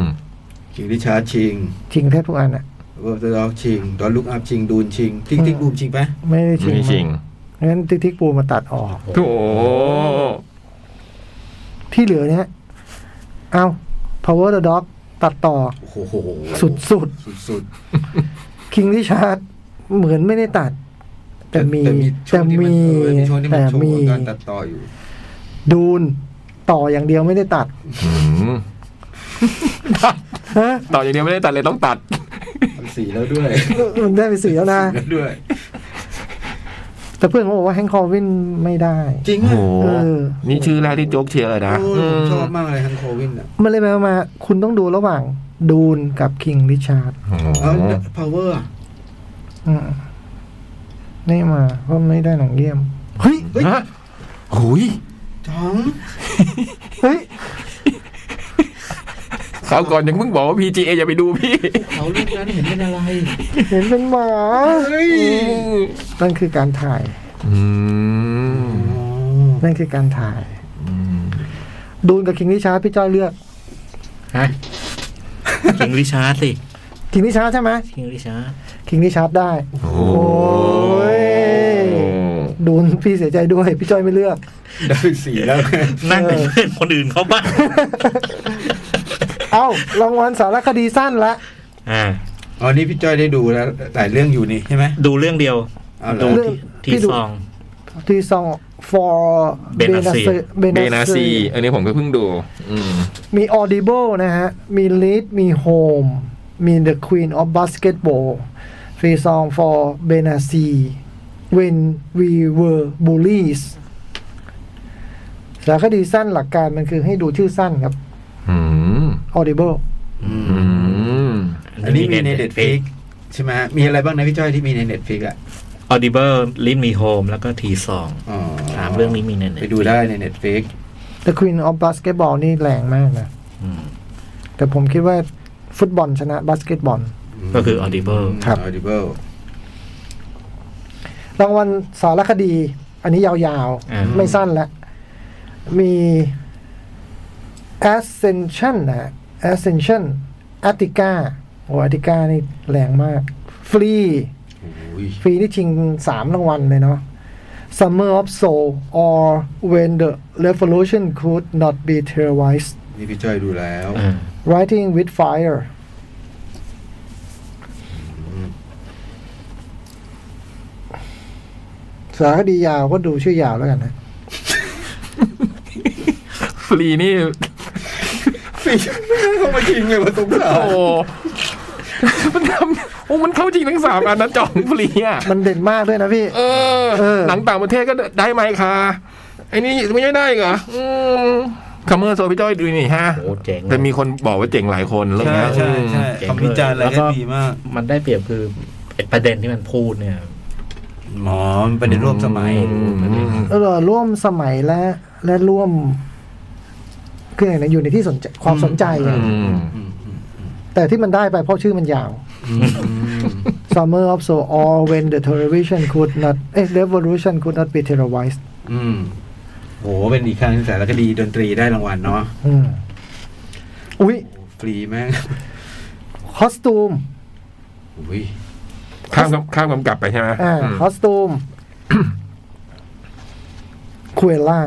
Speaker 4: ม
Speaker 5: คิงริชาร์ดชิง
Speaker 2: ชิงแทบทุกอันอ่ะ
Speaker 5: เวอร์ดด็อกชิงดอนลุกอัพชิงดูนชิงติ๊กติ๊ก
Speaker 2: อืม
Speaker 5: บูมชิงปะ
Speaker 2: ไม่ได้ชิง
Speaker 4: ไม่จริง
Speaker 2: งั้นทิกทิกปูมาตัดออก
Speaker 4: โถ
Speaker 2: ที่เหลือเนี้ยเอา power the dog ตัดต่อ
Speaker 5: โอ้โห
Speaker 2: สุดสุด
Speaker 5: สุดสุด
Speaker 2: ๆ คิงริชาร์ดเหมือนไม่ได้ตัด
Speaker 5: ๆ
Speaker 2: แต่มี
Speaker 5: ช่
Speaker 2: แต่
Speaker 5: วงที่
Speaker 2: มี
Speaker 5: นเออมีช่วงที่มัน
Speaker 2: แต่
Speaker 5: โชว์
Speaker 2: มี
Speaker 5: การตัดต่ออยู่
Speaker 2: ดูนต่ออย่างเดียวไม่ได้ตัด
Speaker 4: อืม
Speaker 2: ฮะ
Speaker 4: ต่ออย่างเดียวไม่ได้ตัดเลยต้องตัด
Speaker 5: ทำสีแล้วด้วย
Speaker 2: มันได้ไปสี่แล้วนะ
Speaker 5: แล้วด้วย
Speaker 2: แต่เพื่อนเขาบอกว่าแฮงค์คอวินไม่ได้
Speaker 5: จริง
Speaker 4: โอ้
Speaker 5: อ่ะ
Speaker 4: โห
Speaker 2: เออ
Speaker 4: นี่ชื่อแรกที่โจ๊กเชียร์เลยนะ
Speaker 5: โอ้ยผมชอบมากเลยฮังโควินอ่ะ
Speaker 2: มันเลยมามา คุณต้องดูระหว่างดูนกับคิงริชาร์ด
Speaker 4: โอ้โห
Speaker 5: แล้วพาวเวอร์
Speaker 2: นี่มาเพราะไม่ได้หนังเยี่ยม เฮ้ย
Speaker 4: ฮะหุย
Speaker 5: จ้อง
Speaker 2: เฮ้ย
Speaker 4: คราวก่อนยังเพิ่งบอกว่า PGA อย่าไปดูพี่
Speaker 5: เขาเรื่องนั้นเห็นเป็นอะไร
Speaker 2: เห็นเป็นหมา
Speaker 5: เฮ้ย
Speaker 2: นั่นคือการถ่าย
Speaker 4: อืม
Speaker 5: อ๋อ
Speaker 2: นั่นคือการถ่าย ดูนกับคิงริชาร์ดพี่จ้อยเลือก
Speaker 3: ฮะคิงริชาร์ดสิ
Speaker 2: คิงริชาร์ดใช่ไหม
Speaker 3: คิงริชาร์ด
Speaker 2: คิงริชาร์ดได้
Speaker 4: โอ้โห
Speaker 2: โอ้ย ดูนพี่เสียใจด้วย พี่จ้อยไม่เลือก
Speaker 5: ได้เป็นสีแล้ว
Speaker 3: นั่งเป็นเพื่อนคนอื่นเขาบ้าง
Speaker 2: เอ้ารางวัลสารคดีสั้นละ
Speaker 3: อ่า
Speaker 5: อ๋อนี่พี่จ้อยได้ดูแล้วหลายเรื่องอยู่นี่ใช่ไหม
Speaker 3: ดูเรื่องเดียว
Speaker 5: เอาเหรอ
Speaker 3: ดู
Speaker 2: เรื่อง
Speaker 3: ที่
Speaker 2: ที่
Speaker 3: ที่
Speaker 2: ดู
Speaker 3: ซอง
Speaker 2: ที่ซอง for
Speaker 3: Benassi
Speaker 2: เบ
Speaker 4: เบ
Speaker 2: นา
Speaker 4: นา
Speaker 2: ซี
Speaker 4: ซี อันนี้ผมก็เพิ่งดู อืม
Speaker 2: มี audible นะฮะ มี lead มี home มี the queen of basketball ฟรีซอง for เบนาซี when we were bullies สารคดีสั้นหลักการมันคือให้ดูชื่อสั้นครับ
Speaker 4: อืม
Speaker 2: audible
Speaker 5: อืม
Speaker 4: อืม
Speaker 5: อันนี้มีในเน็ตฟิกใช่ไหมมีอะไรบ้างนะพี่จ้อยที่มีในเน็ตฟิกอ่ะ
Speaker 3: Audible ลินมีโฮมแล้วก็ทีซอง
Speaker 5: อ๋อ
Speaker 3: สามเรื่องนี้มีในเน็ต
Speaker 5: ไปดูได้ในเน็ตฟิก
Speaker 2: the queen of basketball นี่แรงมากนะ แต่ผมคิดว่าฟุตบอลชนะบาสเกตบอล
Speaker 3: ก็คือ Audible
Speaker 2: ครับ
Speaker 5: ออดิเบิล
Speaker 2: รางวัลสารคดี อันนี้ยาว
Speaker 3: อ่า
Speaker 2: ๆ ไม่สั้นละ มี Ascension นะ Ascension Attica โอ้ Attica นี่แรงมาก ฟรี
Speaker 5: โอ้ย
Speaker 2: ฟรีนี่ชิงสามรางวัลเลยเนาะ Summer of Soul or When the Revolution Could Not Be Terrorized
Speaker 5: นี่พี่จ้อยดูแล้ว
Speaker 3: อ่า
Speaker 2: Writing with Fire สารคดียาวก็ดูชื่อยาวแล้วกันนะ
Speaker 4: ฟรีนี่
Speaker 5: ไม่ใช่เข้ามาชิงเลยมาสงสา
Speaker 4: โอ้
Speaker 5: ร
Speaker 4: โหมันทำ โอ้มันเข้าจริงทั้งสามอันนะจองฟรีอ่ะ
Speaker 2: มันเด่นมากด้วยนะพี่
Speaker 4: เออ
Speaker 2: เออ
Speaker 4: หนังต่างประเทศก็ได้ไหมคะไอ้นี่ไม่ได้เหรออืมคัมเมอร์โซพี่จ้อยดูนี่ฮะ
Speaker 3: โอ้เจ๋ง
Speaker 4: แต่มีคนบอกว่าเจ๋งหลายคนเรื่อง
Speaker 5: ใช่
Speaker 4: เนี้ย
Speaker 5: ใช่ใช่
Speaker 3: เจ๋งเลย
Speaker 5: คำวิจารณ์อะไรก็ดีมาก
Speaker 3: มันได้เปรียบคือไอ้ประเด็นที่มันพูดเนี่ย
Speaker 5: หมอมันเป็นร่วมสมัย
Speaker 4: อืม
Speaker 2: เออร่วมสมัยและและร่วมคืออย่างไรอยู่ในที่สนใจความสนใจอะ
Speaker 4: อืม
Speaker 5: อืมอืม
Speaker 2: แต่ที่มันได้ไปเพราะชื่อมันยาว
Speaker 5: อืมอืม
Speaker 2: Summer of Soul or when the television could not เอ๊ะ revolution could not be terrorized
Speaker 5: อืมโหเป็นอีกครั้งที่สารคดีดนตรีได้รางวัลเนาะ
Speaker 2: อืมอุ๊ย
Speaker 5: โอ้ฟรีแม่ง
Speaker 2: คอสตูม
Speaker 5: อุ้ย
Speaker 4: ข้ามกำข้ามกำกับไปใช่ไหม
Speaker 2: อ่า
Speaker 4: อืม
Speaker 2: คอสตูมคุเอล่า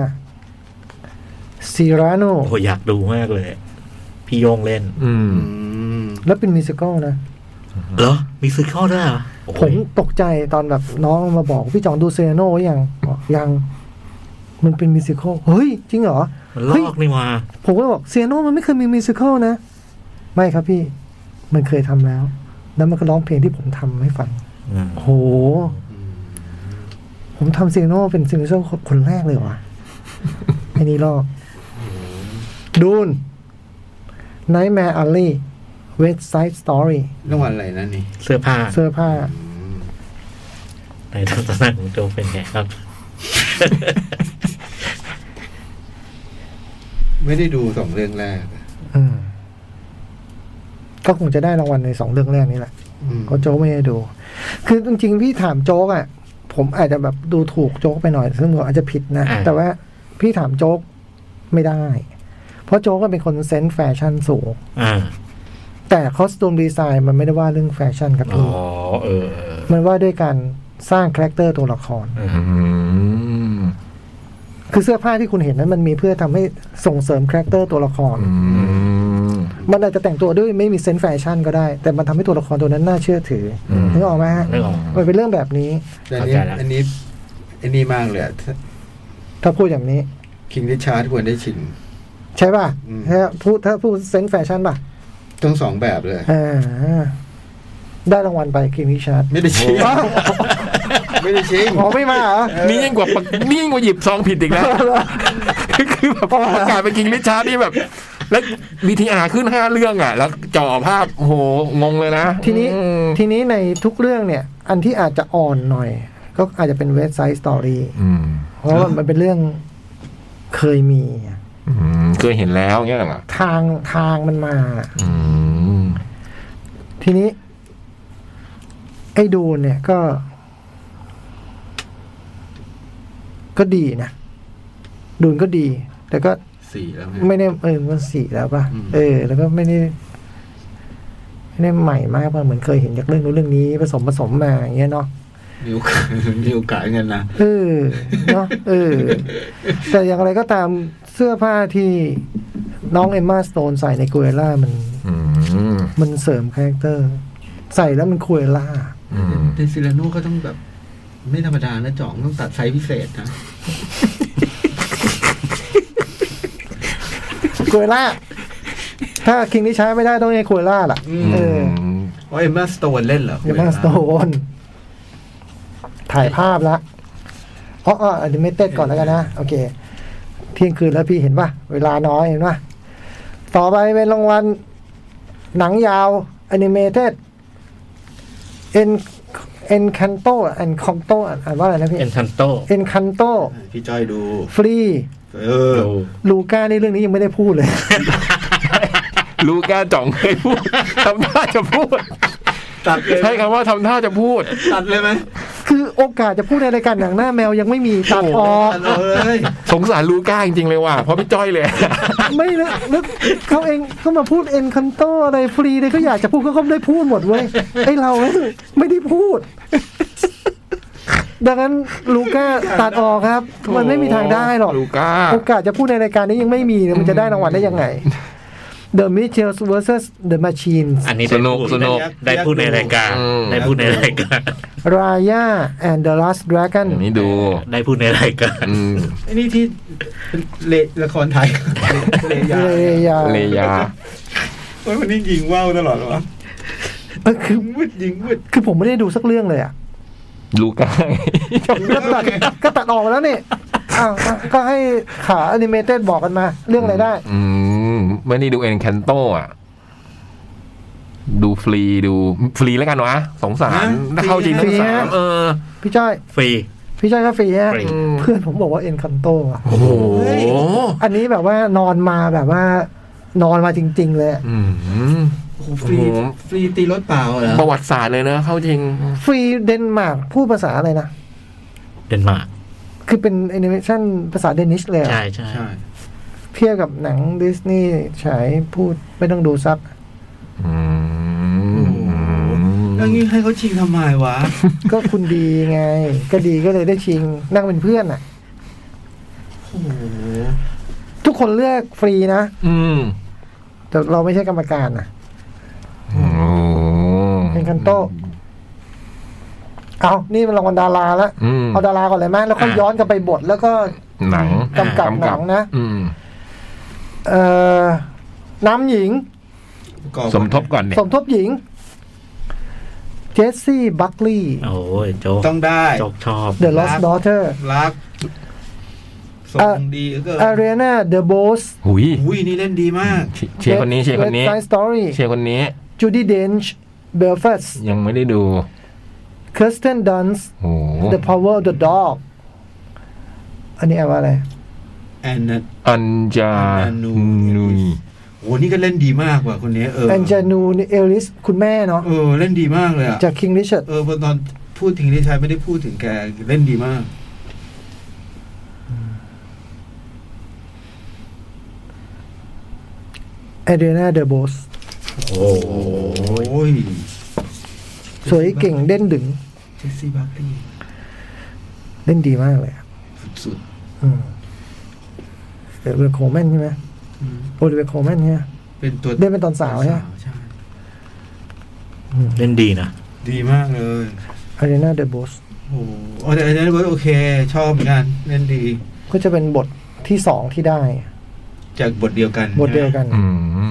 Speaker 2: ซีราโน
Speaker 3: โอ้อยากดูมากเลย พี่โยงเล่น
Speaker 4: อืม
Speaker 5: อืม
Speaker 2: แล้วเป็นมิวสิควลนะ
Speaker 3: เหรอ มีซื้อข้อด้วยเหรอโอ้ย
Speaker 2: ผมตกใจตอนแบบน้องมาบอก พี่จองดูเซราโนหรือยังบอกยัง มันเป็นมิวสิควลเฮ้ย จริงเหรอ
Speaker 3: มันล
Speaker 2: เฮ้ย
Speaker 3: อกนี่มา
Speaker 2: ผมก็เลยบอกเซราโนมันไม่เคยมีมิวสิควลนะ ไม่ครับพี่ มันเคยทำแล้ว แล้วมันก็ร้องเพลงที่ผมทำให้ฟัง
Speaker 3: อืม
Speaker 2: โอ้โห ผมทำเซโนเป็นซิงเกิลคนแรกเลยวะไอ้นี่ลอกดูน Nightmare Alley West Side Story
Speaker 5: รางวัลอะไรนะนี่
Speaker 3: เสื้อผ้า
Speaker 2: เสื้อผ้า
Speaker 5: อืม
Speaker 3: ในทัศนะของโจเป็นไงครับ
Speaker 5: ไม่ได้ดูสองเรื่องแรก
Speaker 2: อืม ก็คงจะได้รางวัลในสองเรื่องแรกนี้แหละ
Speaker 5: อืม
Speaker 2: เพราะโจ๊กไม่ได้ดู คือจริงๆ พี่ถามโจ๊กอ่ะ ผมอาจจะแบบดูถูกโจ๊กไปหน่อย ซึ่งผมอาจจะผิดนะ
Speaker 3: อ่า
Speaker 2: แต่ว่าพี่ถามโจ๊กไม่ได้ เพราะโจ๊กก็เป็นคนเซนส์แฟชั่นสูง
Speaker 3: อ่า
Speaker 2: แต่คอสตูมดีไซน์มันไม่ได้ว่าเรื่องแฟชั่นครับ
Speaker 3: อ๋อ
Speaker 2: พี่
Speaker 3: เออเออ
Speaker 2: มันว่าด้วยการสร้างคาแรคเตอร์ตัวละคร
Speaker 3: เออ
Speaker 4: อืม
Speaker 2: คือเสื้อผ้าที่คุณเห็นนั้นมันมีเพื่อทำให้ส่งเสริมคาแรคเตอร์ตัวละคร
Speaker 4: อืม
Speaker 2: มันอาจจะแต่งตัวด้วยไม่มีเซนส์แฟชั่นก็ได้ แต่มันทำให้ตัวละครตัวนั้นน่าเชื่อถืออ
Speaker 4: ม
Speaker 2: นึกออกไหมฮะ
Speaker 3: นึกออก
Speaker 2: มันเป็นเรื่องแบบนี้
Speaker 5: แต่อันนี้
Speaker 3: เข้าใจละ
Speaker 5: อันนี้อันนี้มากเลยอะ
Speaker 2: ถ้าพูดอย่างนี้
Speaker 5: คิงริชาร์ดควรได้ชิง
Speaker 2: ใช่ป่ะ
Speaker 5: อืม
Speaker 2: ถ้าพูดถ้าพูดเซนส์แฟชั่นป่ะ
Speaker 5: ทั้งสองแบบเลย
Speaker 2: อ่าได้รางวัลไปคิงริชาร์ด
Speaker 5: ไม่ได้ชิงไม่ได้ชิง
Speaker 2: อ๋อไม่มาเหรอ
Speaker 4: นี่ยิ่งกว่าปะนี่ยิ่งกว่าหยิบซองผิดอีกนะคือแบบประกาศไปกินลิชาร์ดนี่แบบ แล้วบีทีอาขึ้นห้าเรื่องอ่ะ แล้วจ่อภาพโอ้โหงงเลยนะ
Speaker 2: ทีนี้
Speaker 4: อืม
Speaker 2: ทีนี้ในทุกเรื่องเนี่ย อันที่อาจจะอ่อนหน่อย ก็อาจจะเป็นเว็บไซต์สตอรี่
Speaker 4: อืม
Speaker 2: เพราะว่ามันเป็นเรื่องเคยมีอะ
Speaker 4: อืมเคยเห็นแล้วเงี้ยเหรอ
Speaker 2: ทางทางมันมา
Speaker 4: อืม
Speaker 2: ทีนี้ ไอ้ดูนเนี่ยก็ ก็ดีนะ ดูนก็ดี แต่ก็
Speaker 5: สี่แล้วไง
Speaker 2: ไม่ได้เออมันสีแล้วป่ะ
Speaker 5: อืม
Speaker 2: เออ แล้วก็ไม่ได้ไม่ได้ใหม่มากป่ะเหมือนเคยเห็นจากเรื่องนู้นเรื่องนี้ผสมผสมมาอย่างเงี้ยเนาะ
Speaker 5: มีโอกาสมีโอกาสเงินนะ
Speaker 2: เออเนาะเออ แต่อย่างไรก็ตามเสื้อผ้าที่น้องเอมมาสโตนใส่ในกูเอล่ามัน
Speaker 4: อืม
Speaker 2: มันเสริมคาแรคเตอร์ ใส่แล้วมันกูเอล่า
Speaker 4: อืม
Speaker 5: เดซิลาโน่ก็ต้องแบบ ไม่ธรรมดานะจ่องต้องตัดไซส์พิเศษนะ
Speaker 2: กูเอล่าถ้าคิงที่ใช้ไม่ได้ต้องให้กูเอล่าล่ะ
Speaker 5: อืม
Speaker 2: เออ
Speaker 5: อ๋อเอ็มมาสโตนเล่นเหรอ
Speaker 2: เอมมาสโตนถ่ายภาพละอ๋ออ๋อเดเมเต็ดก่อนแล้วกันนะ โอเค เที่ยงคืนแล้วพี่เห็นป่ะ เวลาน้อยเห็นป่ะ ต่อไปเป็นรางวัลหนังยาวอนิเมเต็ดเอ็นเอ็นคันโตเอ็นคองโตอ่านว่าอะไรนะพี่
Speaker 3: เอ็นทันโต
Speaker 2: เอ็นคันโต
Speaker 5: พี่จ้อยดู
Speaker 2: ฟรี
Speaker 5: เออ
Speaker 3: ดู
Speaker 2: ลูก้าในเรื่องนี้ยังไม่ได้พูดเลย
Speaker 4: ลูก้าจ่องเคยพูดทำท่าจะพูด
Speaker 5: ตัดเลย
Speaker 4: ใช้คำว่าทำท่าจะพูด
Speaker 5: ตัดเลยไหม
Speaker 2: คือโอกาสจะพูดในรายการหนังหน้าแมวยังไม่มีตัดออก
Speaker 5: ตัดเลย
Speaker 4: สงสารลูก้าจริงๆเลยว่ะเพราะพี่จ้อยเลย
Speaker 2: ไม่นะนึกเขาเองก็มาพูดเอ็นคันโตอะไรฟรีเลยเขาอยากจะพูดเขาก็ไม่ได้พูดหมดเว้ยไอเราเนี่ยไม่ได้พูด ดังนั้นลูก้าตัดออกครับ มันไม่มีทางได้หรอก
Speaker 4: ลูก้า
Speaker 2: โอกาสจะพูดในรายการนี้ยังไม่มีเลยมันจะได้รางวัลได้ยังไง The Mitchells vs The Machines
Speaker 3: อันนี้ได้พูด
Speaker 4: สนุก
Speaker 3: ได้พูดในรายการ
Speaker 4: อืม
Speaker 3: ได้พูดในรายการ
Speaker 2: Raya and the Last Dragon
Speaker 4: อันนี้ดู
Speaker 3: ได้พูดในรายการ
Speaker 4: อืม
Speaker 5: ไอ้นี่ที่เละละครไทยเลยา
Speaker 2: เลยา
Speaker 4: เลยา
Speaker 5: โอ้ยวันนี้ยิงว่าวตลอดเลยวะ
Speaker 2: เออคือ
Speaker 5: มืดยิงมืด
Speaker 2: คือผมไม่ได้ดูสักเรื่องเลยอ่ะ
Speaker 4: ลูก้า
Speaker 2: ก็ตัดก็ตัดออกมาแล้วนี่อ้าวก็ให้ขาอนิเมเต็ดบอกกันมา เรื่องอะไรได้
Speaker 4: อืมไม่ได้ดูเอ็นแคนโตอ่ะ ดูฟรีดูฟรีแล้วกันวะสงสาร
Speaker 5: นะ
Speaker 4: ถ้าเข้าจริง
Speaker 5: ฟ
Speaker 4: ส
Speaker 5: รี
Speaker 4: ง
Speaker 5: นะ
Speaker 4: สารเออ
Speaker 2: พี่จ้อย
Speaker 3: ฟรี
Speaker 2: พี่จ้อยก็ฟรีฮะ
Speaker 3: ฟรี
Speaker 4: อืม
Speaker 2: เพื่อนผมบอกว่าเอ็นคันโตอ่ะ
Speaker 4: โอ้โห
Speaker 2: อันนี้แบบว่านอนมาแบบว่า นอนมาจริง ๆ เลยอะ
Speaker 4: อืม
Speaker 5: โอ้โหฟรี
Speaker 4: โอ้โห
Speaker 5: ฟรีตีรถเปล่าเหรอ
Speaker 4: ประวัติศาสตร์เลยเนอะเข้าจริง
Speaker 2: ฟรีเดนมาร์กพูดภาษาอะไรนะ
Speaker 3: เดนมาร์ก
Speaker 2: คือเป็นแอนิเมชันภาษาเดนิชเลยอะ
Speaker 3: ใช่ใช่
Speaker 5: ใช่
Speaker 2: เทียบกับหนังดิสนีย์ฉายพูดไม่ต้องดูซับ
Speaker 4: อื
Speaker 5: โอ้
Speaker 4: ม
Speaker 5: โหแล้วงี้ให้เขาชิงทำไมวะ
Speaker 2: ก็คุณดีไง ก็ดีก็เลยได้ชิงนั่งเป็นเพื่อนอ่ะ
Speaker 5: โอ้โห
Speaker 2: ทุกคนเลือกฟรีนะ
Speaker 4: อืม
Speaker 2: แต่เราไม่ใช่กรรมการนะ
Speaker 4: โอ้โห
Speaker 2: เป็นคันโต้เอานี่เป็นรางวัลดาราละ
Speaker 4: อืม
Speaker 2: เอาดาราก่อนเลยไหมแล้วก็ย้อนกลับไปบทแล้วก็
Speaker 4: หนัง
Speaker 2: กำกับหนังนะ
Speaker 4: อืม
Speaker 2: เอ่อน้ำหญิง
Speaker 5: กรอบ
Speaker 4: สมทบก่อนเนี่ย
Speaker 2: สมทบหญิง เจสซี่บัคลีย์
Speaker 3: โอ้ยโจ๊ก
Speaker 5: ต้องได้
Speaker 3: โจ๊กชอบ
Speaker 2: เดอะลอสดอเตอร์
Speaker 5: รักส่
Speaker 2: เอ่อ
Speaker 5: งดีก็
Speaker 2: อารีนาเดอะโบส
Speaker 4: หุย
Speaker 5: อุ้ยนี่เล่นดีมาก
Speaker 4: เชียร์คนนี้เชียร์คนนี้
Speaker 2: ไซส์สตอรี่
Speaker 4: เชียร์คนนี้
Speaker 2: จูดี้เดนช์เบลฟัส
Speaker 4: ยังไม่ได้ดู
Speaker 2: คริสเตนดันส์
Speaker 4: โอ้โห
Speaker 2: เดอะพาวเวอร์เดอะด็อกอันนี้แอลว่าอะไร
Speaker 5: แอนนา
Speaker 4: อัญจา
Speaker 5: อัญญานุ
Speaker 4: นุย
Speaker 5: โอ้นี่ก็เล่นดีมากว่ะคนนี้เออ
Speaker 2: แอนเจนูเอลิสคุณแม่เนาะ
Speaker 5: เออเล่นดีมากเลยอ่ะ
Speaker 2: จากคิงริชาร์ด
Speaker 5: เออตอนพูดถึงที่ใช้ไม่ได้พูดถึงแกเล่นดีมาก
Speaker 2: อารีนาเดอะโบส
Speaker 3: โอ้โห
Speaker 5: โอ้ย
Speaker 2: สวยเก่งเด่นดึง
Speaker 5: เจสซี่บาร์ตี้
Speaker 2: เล่นดีมากเลยอะ
Speaker 5: สุด
Speaker 2: อืมเดวิดโคลแมนใช่ไหม
Speaker 5: ๆอืม
Speaker 2: โอลิเวอร์โคลแมนเนี่ย
Speaker 5: เป็นตัว
Speaker 2: เล่นเป็นตอนสาวใช่ไหม
Speaker 5: ใช่
Speaker 3: เล่นดีนะ
Speaker 5: ดีมากเลย
Speaker 2: อารีนาเดอะโบส
Speaker 5: โอ้โหโอ้แต่อันนั้นเวิร์ดโอเค ชอบเหมือนกันเล่นดี
Speaker 2: ก็จะเป็นบทที่สองที่ได้
Speaker 5: จากบทเดียวกัน
Speaker 2: บทเดียวกัน
Speaker 4: อืม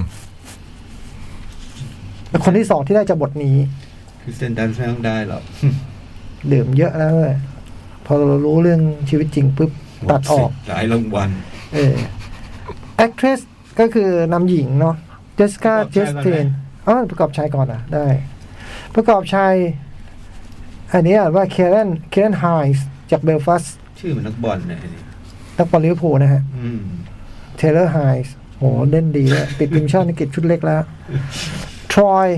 Speaker 2: แต่คนที่สองที่ได้จะบทนี้
Speaker 5: คริสเตนดันไม่ต้องได้หรอก
Speaker 2: ดื่มเยอะแล้วเลยพอเรารู้เรื่องชีวิตจริงปุ๊บ ตัดออก
Speaker 5: หลายรางวัล
Speaker 2: เออ actress ก็คือนำหญิงเนาะเจสกาเจสตินอ๋อประกอบชายก่อนอ่ะ ได้ ประกอบชาย อันนี้อ่านว่าเคเรนเคเรนไฮส์จากเบลฟัสต์
Speaker 5: ชื่อเหมันนักบอลเนี่ยอันนี้
Speaker 2: นักบอลลิเวอร์พูลนะฮะ
Speaker 5: อืม
Speaker 2: เทเลอร์ไฮส์โหเล่นดีเลยติดทีมชาติอังกฤษชุดเล็กแล้ว ทรอย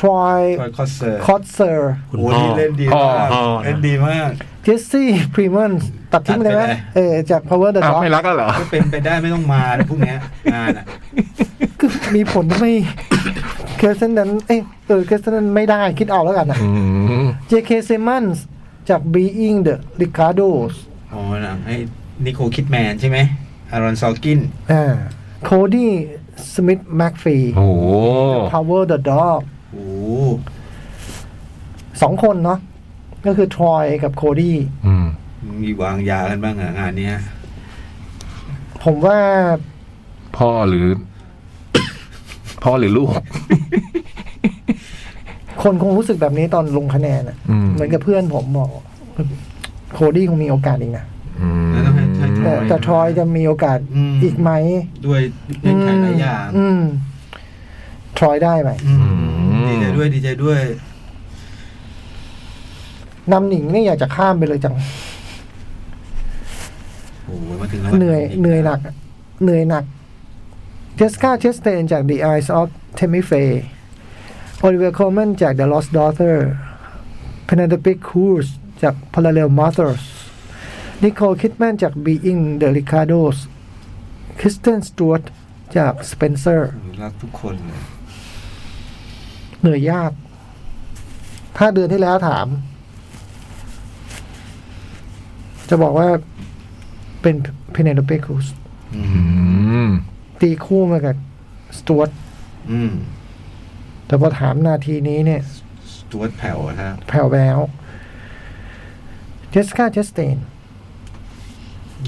Speaker 2: ทรอย
Speaker 5: ทรอยคอสเซอร์
Speaker 2: คอตเซอร์
Speaker 3: คุณ
Speaker 5: โอ้
Speaker 3: พ่อ
Speaker 5: นี่เล่นดี
Speaker 4: พ่อ
Speaker 5: มาก
Speaker 3: พ่อนะ
Speaker 5: เล่นดีมาก
Speaker 2: เจสซี่ พรีเมนตัดทิ้งเลยไหม
Speaker 5: ตัดไปเลย
Speaker 2: เออ จาก Power the
Speaker 4: อ้าว
Speaker 2: Dog
Speaker 4: ไม่รักแล้วเหรอ
Speaker 5: ก็เป็นไปได้ไม่ต้องมานะพวกเนี้ยงานอ่ะ
Speaker 2: คือมีผลทำไม่ เคสเซนนั้น เอ้ยเออ เคสเซนนั้นไม่ได้คิดเอาแล้วกันนะ
Speaker 4: อืม
Speaker 2: JK Simmons จาก Being the Ricardos
Speaker 5: อ๋อหนังไอ้นิโคลคิดแมนใช่ไหมอารอนซอลกิน
Speaker 2: อ่าโคดี้สมิธแม็กฟี
Speaker 4: โอ้โห
Speaker 2: Power the Dog
Speaker 5: โอ้
Speaker 2: สองคนเนาะก็คือทรอยกับโคดี้
Speaker 4: อืม
Speaker 5: มีวางยากันบ้างเหรองานเนี้ย
Speaker 2: ผมว่า
Speaker 4: พ่อหรือ พ่อหรือลูก
Speaker 2: คนคงรู้สึกแบบนี้ตอนลงคะแนนอะ
Speaker 4: อืม
Speaker 2: เหมือนกับเพื่อนผมบอกโคดี้คงมีโอกาสอีกนะ
Speaker 4: อืม
Speaker 5: แล้วต้องให้ให้
Speaker 2: แต่
Speaker 5: อย
Speaker 2: แต่ทรอยจะมีโอกาส
Speaker 5: อืม
Speaker 2: อีกไหม
Speaker 5: ด้วยเงื่อนไขหลายอย่าง
Speaker 2: อืมทรอยได้ไหม
Speaker 5: อืมดีใจด้วยดีใจด้วย
Speaker 2: นำหนิงนี่อยากจะข้ามไปเลยจัง
Speaker 5: โอ้โหมาถึงรางวัล
Speaker 2: เหนื่อยเหนื่อยหนัก เหนื่อยหนักเจสกาเชสเตนจาก The Eyes of Tammy Faye Oliver Coleman จาก The Lost Daughter Penelope Cruz จาก Parallel Mothers Nicole Kidman จาก Being the Ricardos Kristen Stewart จาก Spencer
Speaker 5: รักทุกคนเลย
Speaker 2: เหนื่อยยาก ถ้าเดือนที่แล้วถาม จะบอกว่าเป็น Penelope Cruz
Speaker 5: อื
Speaker 4: อื
Speaker 5: ม
Speaker 4: ม
Speaker 2: ตีคู่มากับ Stewart
Speaker 5: อืม
Speaker 2: แต่พอถามนาทีนี้เนี่ย
Speaker 5: สตูดแผ่วอะฮะ
Speaker 2: แผ่วแววเจสกาเจสเตน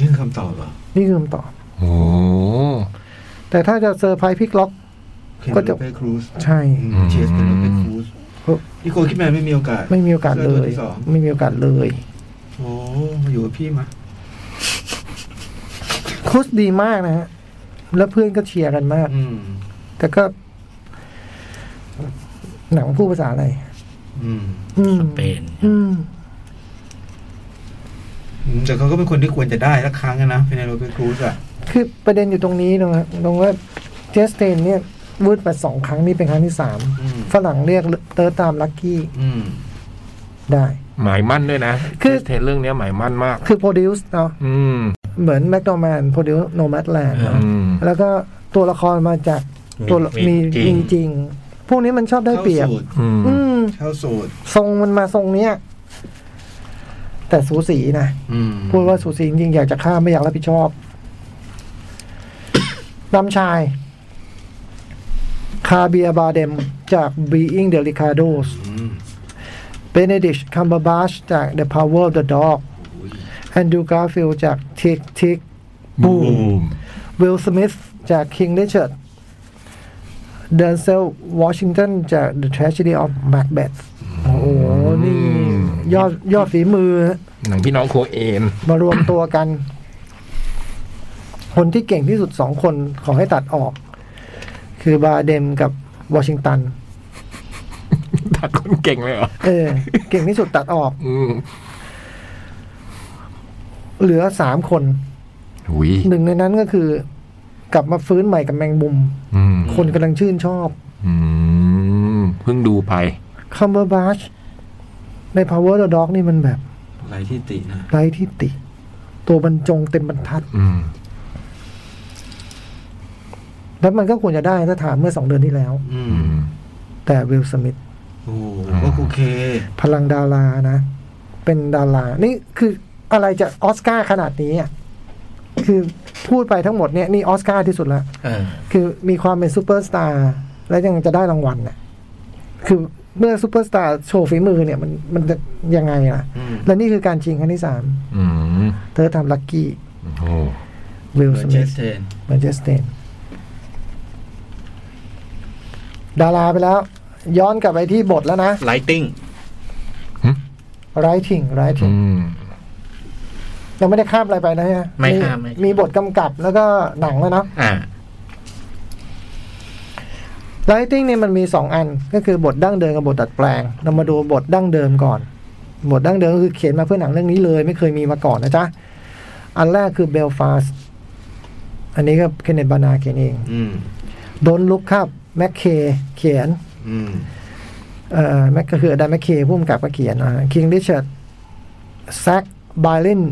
Speaker 5: ยื่นคำตอบเหรอ
Speaker 2: นี่คือคำตอบ
Speaker 4: โอ้โห
Speaker 2: แต่ถ้าจะเซอร์ไพรส์พิกล็อก
Speaker 5: เคน
Speaker 2: ก็จะ
Speaker 5: โลเปครูซ
Speaker 2: ใช่
Speaker 5: เชสเคนโลเปครูซ นิโคลคิดแมนไม่มีโอกาส
Speaker 2: ไม่มีโอกาสเล
Speaker 5: สื้ตัวย ที่สอง
Speaker 2: ไม่มีโอกาสเลย
Speaker 5: โอ้มาอยู่กับพี่มา
Speaker 2: โค้ชดีมากนะฮะแล้วเพื่อนก็เชียร์กันมาก
Speaker 5: อืม
Speaker 2: แต่ก็ หนังพูดภาษาอะไร
Speaker 5: อืม
Speaker 2: อืม
Speaker 3: สเปน
Speaker 2: อืม
Speaker 5: อืมแต่เขาก็เป็นคนที่ควรจะได้สักครั้งอะนะเปนโรเบร์ตครูซอะ
Speaker 2: คือประเด็นอยู่ตรงนี้ตรงนะตรงว่าเจสเตนเนี่ยวูดไปสองครั้งนี่เป็นครั้งที่สาม
Speaker 5: อืม
Speaker 2: ฝรั่งเรียกเตอร์ตามลักกี้
Speaker 5: อืม
Speaker 2: ได้
Speaker 4: หมายมั่นด้วยนะ
Speaker 2: คือ
Speaker 4: เทรนเรื่องเนี้ยหมายมั่นมาก
Speaker 2: คือโปรดิวส์เนาะ
Speaker 4: อืม
Speaker 2: เหมือนแม d โ m แมนโปรดิวส์โนแมดแลนด์
Speaker 3: อื
Speaker 4: อืม
Speaker 2: แล้วก็ตัวละครมาจาก
Speaker 3: มี
Speaker 2: ตัวละมีจ
Speaker 3: มีจริ
Speaker 2: ริง
Speaker 3: ง
Speaker 2: จริง พวกนี้มันชอบได้เปรียบ
Speaker 5: เข้าสูตร
Speaker 4: อืม
Speaker 2: อืม
Speaker 5: เข้าสูตร
Speaker 2: ทรงมันมาทรงเนี้ย แต่สูสีนะ
Speaker 5: อืม
Speaker 2: พูดว่าสูสีจริงๆอยากจะฆ่าไม่อยากรับผิดชอบดำชาย คาเบียบาเดมจาก Being the Ricardos
Speaker 5: อืม
Speaker 2: Benedict Cumberbatch จาก The Power of the Dog
Speaker 5: โอ้ย
Speaker 2: Andrew Garfield จาก Tick Tick Boom Will Smith จาก King Richard Denzel Washington จาก The Tragedy of Macbeth โอ้โห นี่ ยอดยอดฝีมือ
Speaker 4: หนังพี่น้องโคเอน
Speaker 2: มารวมตัวกัน คนที่เก่งที่สุดสองคนขอให้ตัดออก คือบาเดมกับวอชิงตัน
Speaker 4: ตัดคนเก่งเลยเหรอ
Speaker 2: เออ เก่งที่สุดตัดออก
Speaker 4: อืม
Speaker 2: เหลือสามคน
Speaker 4: หุย
Speaker 2: หนึ่งในนั้นก็คือ กลับมาฟื้นใหม่กับแมงมุม
Speaker 4: อืม
Speaker 2: คนกำลังชื่นชอบ
Speaker 4: อืม เพิ่งดูไป
Speaker 2: คัมเบอร์บัชใน Power the Dog นี่มันแบบ
Speaker 5: อะไรที่ตินะ
Speaker 2: ไร้ที่ติ ตัวบรรจงเต็มบรรทัด
Speaker 4: อืม
Speaker 2: แล้วมันก็ควรจะได้ถ้าถามเมื่อสองเดือนที่แล้ว
Speaker 5: อื
Speaker 4: อื
Speaker 5: ม
Speaker 4: ม
Speaker 2: แต่วิลสมิธ
Speaker 5: โอ้ก็โอเค
Speaker 2: พลังดารานะ เป็นดารา นี่คืออะไรจะออสการ์ขนาดนี้อ่ะคือพูดไปทั้งหมดเนี่ยนี่ออสการ์ที่สุดละ
Speaker 3: เออ
Speaker 2: คือมีความเป็นซูเปอร์สตาร์และยังจะได้รางวัลน่ะคือเมื่อซูเปอร์สตาร์โชว์ฝีมือเนี่ย มันมันจะยังไงล่ะ
Speaker 5: อืม
Speaker 2: และนี่คือการชิงครั้งที่สาม
Speaker 4: อืม
Speaker 2: เธอทำลักกี้
Speaker 4: โอ้
Speaker 2: วิล
Speaker 5: เบอ
Speaker 2: ส
Speaker 5: ร์เจ
Speaker 2: มิธ
Speaker 5: สเทน
Speaker 2: เบอร์เจสเตนดาราไปแล้ว ย้อนกลับไปที่บทแล้วนะ
Speaker 3: lighting
Speaker 2: ไรทิงไรทิ
Speaker 4: อื
Speaker 2: ง
Speaker 4: ม
Speaker 2: ยังไม่ได้ข้ามอะไรไปนะเนี่ย
Speaker 3: ไม่ข้ามไม่ข้าม
Speaker 2: มีบทกำกับแล้วก็หนังแล้วเนาะ
Speaker 3: อ่า
Speaker 2: ไลติ้งเนี่ยมันมีสองอันก็คือบทดั้งเดิมกับบทดัดแปลง เรามาดูบทดั้งเดิมก่อน บทดั้งเดิมก็คือเขียนมาเพื่อหนังเรื่องนี้เลย ไม่เคยมีมาก่อนนะจ๊ะ อันแรกคือเบลฟาสอันนี้ก็เคนเนตบานาเขียนเอง
Speaker 5: อืม
Speaker 2: โดนลุกครับแม็คเคเขียน
Speaker 5: อืม
Speaker 2: เอ่อแม็กก็คือดันแมคเคผู้กำกับก็เขียนอ่ะคิงริชาร์ดแซกบาลิน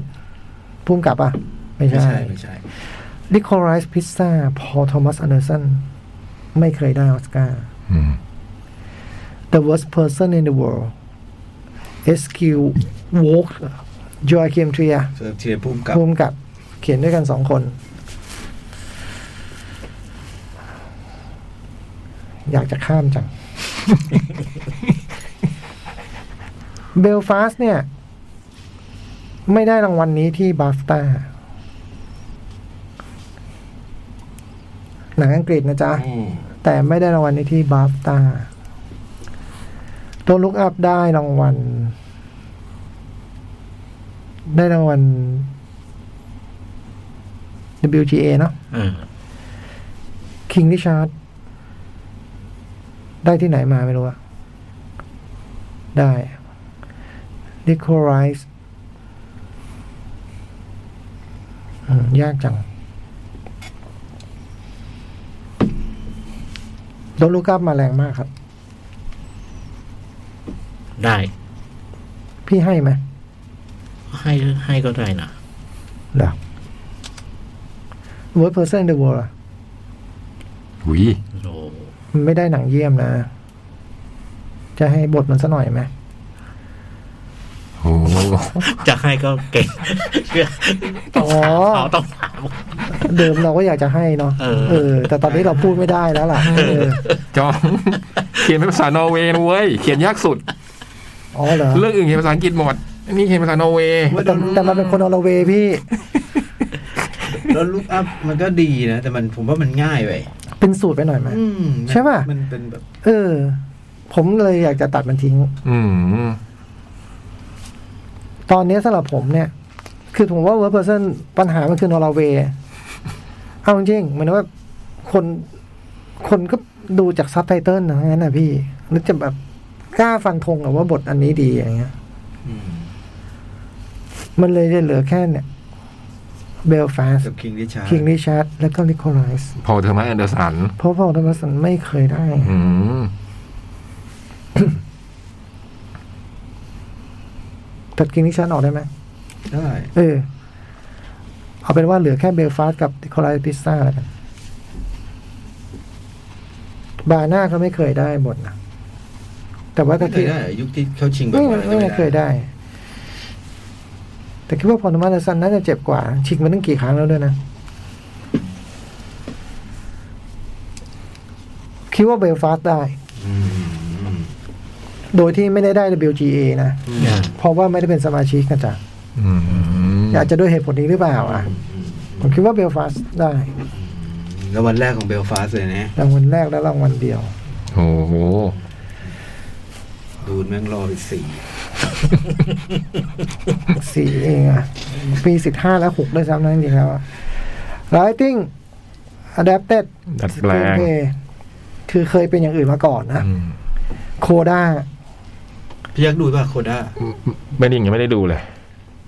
Speaker 2: ผู้กำกับอ่ะ ไม่
Speaker 5: ไม่
Speaker 2: ใช่
Speaker 5: ใช่ ไม่ใช่
Speaker 2: นิโคลัสพิซซ่าพอลโทมัสอันเดอร์สันไม่เคยได้ออสการ์
Speaker 4: อืม
Speaker 2: The worst person in the world S.Q. Walk จอ a เ h มเทีย
Speaker 5: เซอร์เทียพุ่มกับ
Speaker 2: ร่วมกับเขียนด้วยกันสองคน อยากจะข้ามจัง เบลฟาสเนี่ย ไม่ได้รางวัลนี้ที่บาฟตาหนังอังกฤษนะจ๊ะ
Speaker 5: อืม
Speaker 2: แต่ไม่ได้รางวัลในที่บาฟตาตัวลุกอัพได้รางวัล ได้รางวัล WGA เนาะ
Speaker 3: อ่า
Speaker 2: King Richard ได้ที่ไหนมาไม่รู้อะได้ n i c o l i z e ยากจัง โดนลูกกลับมาแรงมากครับ
Speaker 3: ได้
Speaker 2: พี่ให้ไหม
Speaker 3: ให้ให้ก็ได้นะ
Speaker 2: เดี๋ยว Worst Person in the World อะ
Speaker 4: หุย
Speaker 3: โอ้
Speaker 2: มันไม่ได้หนังเยี่ยมนะ จะให้บทมันสักหน่อยไหม
Speaker 4: โอ้
Speaker 3: จะให้ก็เก่ง ต้องถาม
Speaker 2: อ๋อ
Speaker 3: เขาต้องถาม
Speaker 2: เดิมเราก็อยากจะให้เนาะ
Speaker 3: เออ
Speaker 2: แต่ตอนนี้เราพูดไม่ได้แล้วล่ะเออ
Speaker 4: จอง เขียนเป็นภาษานอร์เวย์นะเว้ย เขียนยากสุด
Speaker 2: อ๋อเหรอ
Speaker 4: เรื่องอื่นเขียนภาษาอังกฤษหมด อันนี้เขียนภาษานอร์เวย์
Speaker 2: แต่แต่มันเป็นคนออลเวย์พี่
Speaker 5: แล้วลุกอัพมันก็ดีนะ แต่มันผมว่ามันง่ายไป
Speaker 2: เป็นสูตรไปหน่อยไหม
Speaker 5: อืม
Speaker 2: ใช่ป่ะ
Speaker 5: มันเป็นแบบ
Speaker 2: เออ ผมเลยอยากจะตัดมันทิ้ง
Speaker 4: อืม
Speaker 2: ตอนนี้สำหรับผมเนี่ย คือผมว่าเวอร์เพอร์เซนปัญหามันคือนอร์เวย์เอาจริงๆเหมือนว่าคนคนก็ดูจากซับไตเติลนะงั้นนะพี่นึกจะแบบกล้าฟันธงอะว่าบทอันนี้ดีอย่างเงี้ย
Speaker 5: อืม
Speaker 2: มันเลยจะเหลือแค่เนี่ยเบลฟาส
Speaker 5: กับคิงดิชาร์
Speaker 2: คิง i ิชาร์ดแล้วก็ n ิโคลัส
Speaker 4: พอเธอมาแอนเดอร์สัน
Speaker 2: เพราะพอลทอมัสันไม่เคยได้
Speaker 4: อืม
Speaker 2: ตัดคิง i ิชาร์ดออกได้ไหม
Speaker 5: ได้
Speaker 2: เออ เอาเป็นว่าเหลือแค่เบลฟาสกับ n ิโคลัสพิซซ่าแล้วกัน บาหน้าก็ไม่เคยได้บทนะแต่ว่า
Speaker 5: ไม่
Speaker 2: ถ้า
Speaker 5: เค
Speaker 2: ที่
Speaker 5: ยได้เหรอยุคที่เขาชิงแบบ
Speaker 2: ไม่
Speaker 5: ห
Speaker 2: ไม่
Speaker 5: น
Speaker 2: ไม่เคยได้ แต่คิดว่าพอลทอมัสันน่าจะเจ็บกว่า ชิงมาตั้งกี่ครั้งแล้วด้วยนะคิดว่าเบลฟาสได้
Speaker 5: อืมอืม
Speaker 2: โดยที่ไม่ได้ได้ WGA นะ เพราะว่าไม่ได้เป็นสมาชิกนะจ๊ะ
Speaker 4: อืม
Speaker 2: อยากจะด้วยเหตุผลนี้หรือเปล่าอ่ะ ผมคิดว่าเบลฟาสได้
Speaker 5: แล้ววันแรกของเบลฟาสเลยนะ
Speaker 2: รางวัลแรกและรางวัลเดียว
Speaker 4: โอ้โห
Speaker 5: ดูนแม่งรอไปสี่
Speaker 2: สี่เองอ่ะ ปีสิบห้าและหกด้วยซ้ำนั่นจริงๆแล้วอะ Writing Adapted
Speaker 4: ดัดแปลง
Speaker 2: Screenplay คือเคยเป็นอย่างอื่นมาก่อนนะ
Speaker 4: อืม
Speaker 2: โคด้า
Speaker 5: พี่ยักษ์ดูป่ะโคด้า
Speaker 4: ไม่ได้ยังไม่ได้ดูเลย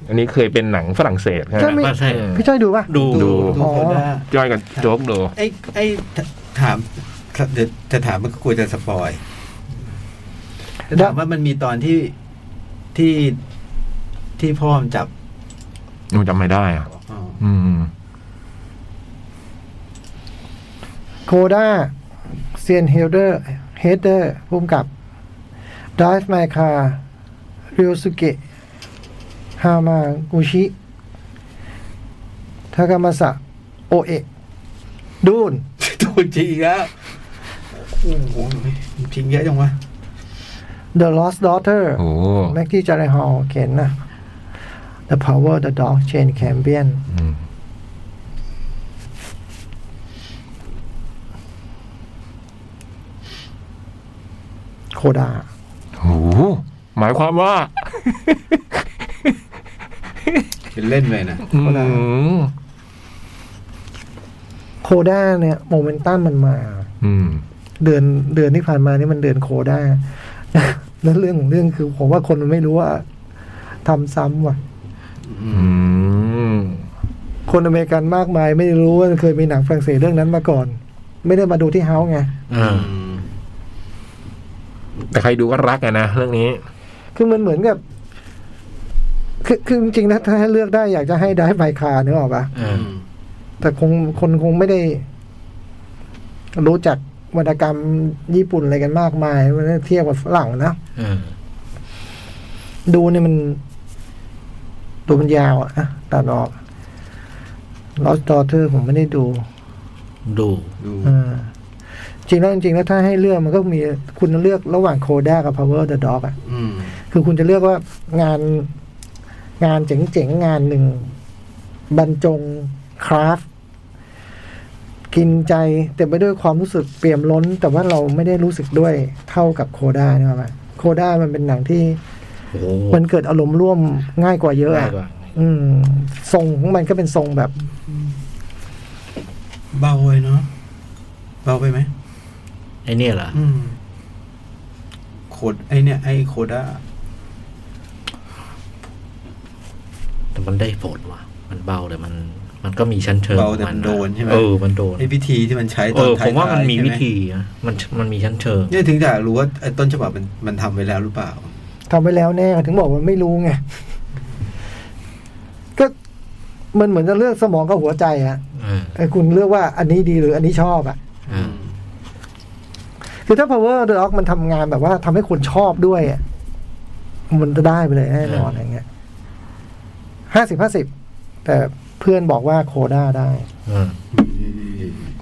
Speaker 4: อันนี้เคยเป็นหนังฝรั่งเศสใช่ไหม
Speaker 3: ว่าใช่
Speaker 2: พี่จ้อยดูป่ะ
Speaker 3: ดู
Speaker 4: ดู
Speaker 5: ดูโคด้า
Speaker 4: จ้อยกับโจ๊กดู
Speaker 5: ไอ้ไอ้ถถามเดี๋ยวจะถามมันก็กลัวจะสปอยจะถามว่ามันมีตอนที่ที่ที่พ่อมันจับ
Speaker 4: หนูจำไม่ได้อ่ะ
Speaker 5: อ๋ อ
Speaker 4: อืม
Speaker 2: โคด้าเซียนเฮเดอร์เฮเดอร์พุ่มกับ Drive My Car ริวสุเกะฮามากุชิทากามาสะโอเอะดูน
Speaker 5: ถูกจริงแล้วโอ้โหจริงเยอะจังวะ
Speaker 2: The Lost Daughter
Speaker 4: โอ้
Speaker 2: แม็กกี้จาริฮอลเขียนนะ The Power the Dog Jane Campion
Speaker 4: อืม
Speaker 2: โคดา
Speaker 4: โอ้โหหมายความว่า
Speaker 5: เป็นเล่นเลยนะ
Speaker 4: อืม
Speaker 2: โคด้าเนี่ยโมเมนตัมมันมา
Speaker 4: อืม
Speaker 2: เดือนเดือนที่ผ่านมานี่มันเดือนโคด้า แล้วเรื่องของเรื่องคือผมว่าคนมันไม่รู้ว่าทำซ้ำว่ะ
Speaker 5: อื
Speaker 4: อื
Speaker 5: ม
Speaker 4: ม
Speaker 2: คนอเมริกันมากมายไม่รู้ว่าเคยมีหนังฝรั่งเศสเรื่องนั้นมาก่อน ไม่ได้มาดูที่เฮาส์ไง
Speaker 3: อ่า
Speaker 4: แต่ใครดูก็รักอะนะเรื่องนี้
Speaker 2: คือมันเหมือนกับ คือคือจริงๆนะถ้าให้เลือกได้อยากจะให้ได้ไบคาร์นึกออกปะ
Speaker 5: อื
Speaker 3: อ่า
Speaker 5: ม
Speaker 2: แต่คงคนคงไม่ได้ รู้จักวรรณกรรมญี่ปุ่นอะไรกันมากมายเมื่อเทียบกับฝรั่งนะ
Speaker 3: อ่า
Speaker 2: ดูเนี่ยมันตัวมันยาวอะอะตัดออกลอสตอเทอร์ผมไม่ได้ดู
Speaker 3: ดู
Speaker 5: ดู
Speaker 2: อ่าจริงแล้วจริงๆแล้วถ้าให้เลือกมันก็มีคุณเลือกระหว่างโคด้ากับ Power the Dog อะ
Speaker 5: อืม
Speaker 2: คือคุณจะเลือกว่างานงานเจ๋งๆ งานหนึ่ง บรรจงคราฟต์กินใจแต่ไปด้วยความรู้สึกเปี่ยมล้น แต่ว่าเราไม่ได้รู้สึกด้วยเท่ากับโคด้านี่ครับโคด้ามันเป็นหนังที่
Speaker 3: โอ้โห
Speaker 2: มันเกิดอารมณ์ร่วมง่ายกว่าเยอะ
Speaker 3: ง่า
Speaker 2: อะ
Speaker 3: ยกว่า
Speaker 2: อืม ทรงของมันก็เป็นทรงแบบ
Speaker 5: เบาเลยเนาะเบาไปไหม
Speaker 3: ไอ้เนี่ยเหรอ
Speaker 5: อืมโคดไอเนี่ย ไอโคด้า
Speaker 3: แต่มันได้ผลว่ะ มันเบาแต่มัน มันก็มีชั้นเชิง
Speaker 5: เบาแต่
Speaker 3: ของ
Speaker 5: มันโดนใช่ไหม
Speaker 3: เออ มันโดน
Speaker 5: ไอวิธีที่มันใช้ต
Speaker 3: เอ
Speaker 5: อน
Speaker 3: อ
Speaker 5: ท้
Speaker 3: ผ
Speaker 5: ย
Speaker 3: ม
Speaker 5: ๆ
Speaker 3: ว่ามันมี
Speaker 5: ใช่ไห
Speaker 3: วิธีนะ มัน มันมีชั้นเชิง
Speaker 5: เนี่ยถึงจะรู้ว่าไอ้ต้นฉบับมันมันทำไปแล้วหรือเปล่า
Speaker 2: ทำไว้แล้วแน่ถึงบอกว่าไม่รู้ไง ก็มันเหมือนจะเลือกสมองกับหัวใจอะ
Speaker 3: อ่า
Speaker 2: ไอ้คุณเลือกว่าอันนี้ดีหรืออันนี้ชอบอะ
Speaker 3: อ่า
Speaker 2: คือถ้า power the dog มันทำงานแบบว่าทำให้คนชอบด้วยอะมันจะได้ไปเลยแน่นอน
Speaker 3: เอออ
Speaker 2: อย่างเงี้ยห้าสิบห้าสิบแต่เพื่อนบอกว่าโคด้าได้
Speaker 3: อ่า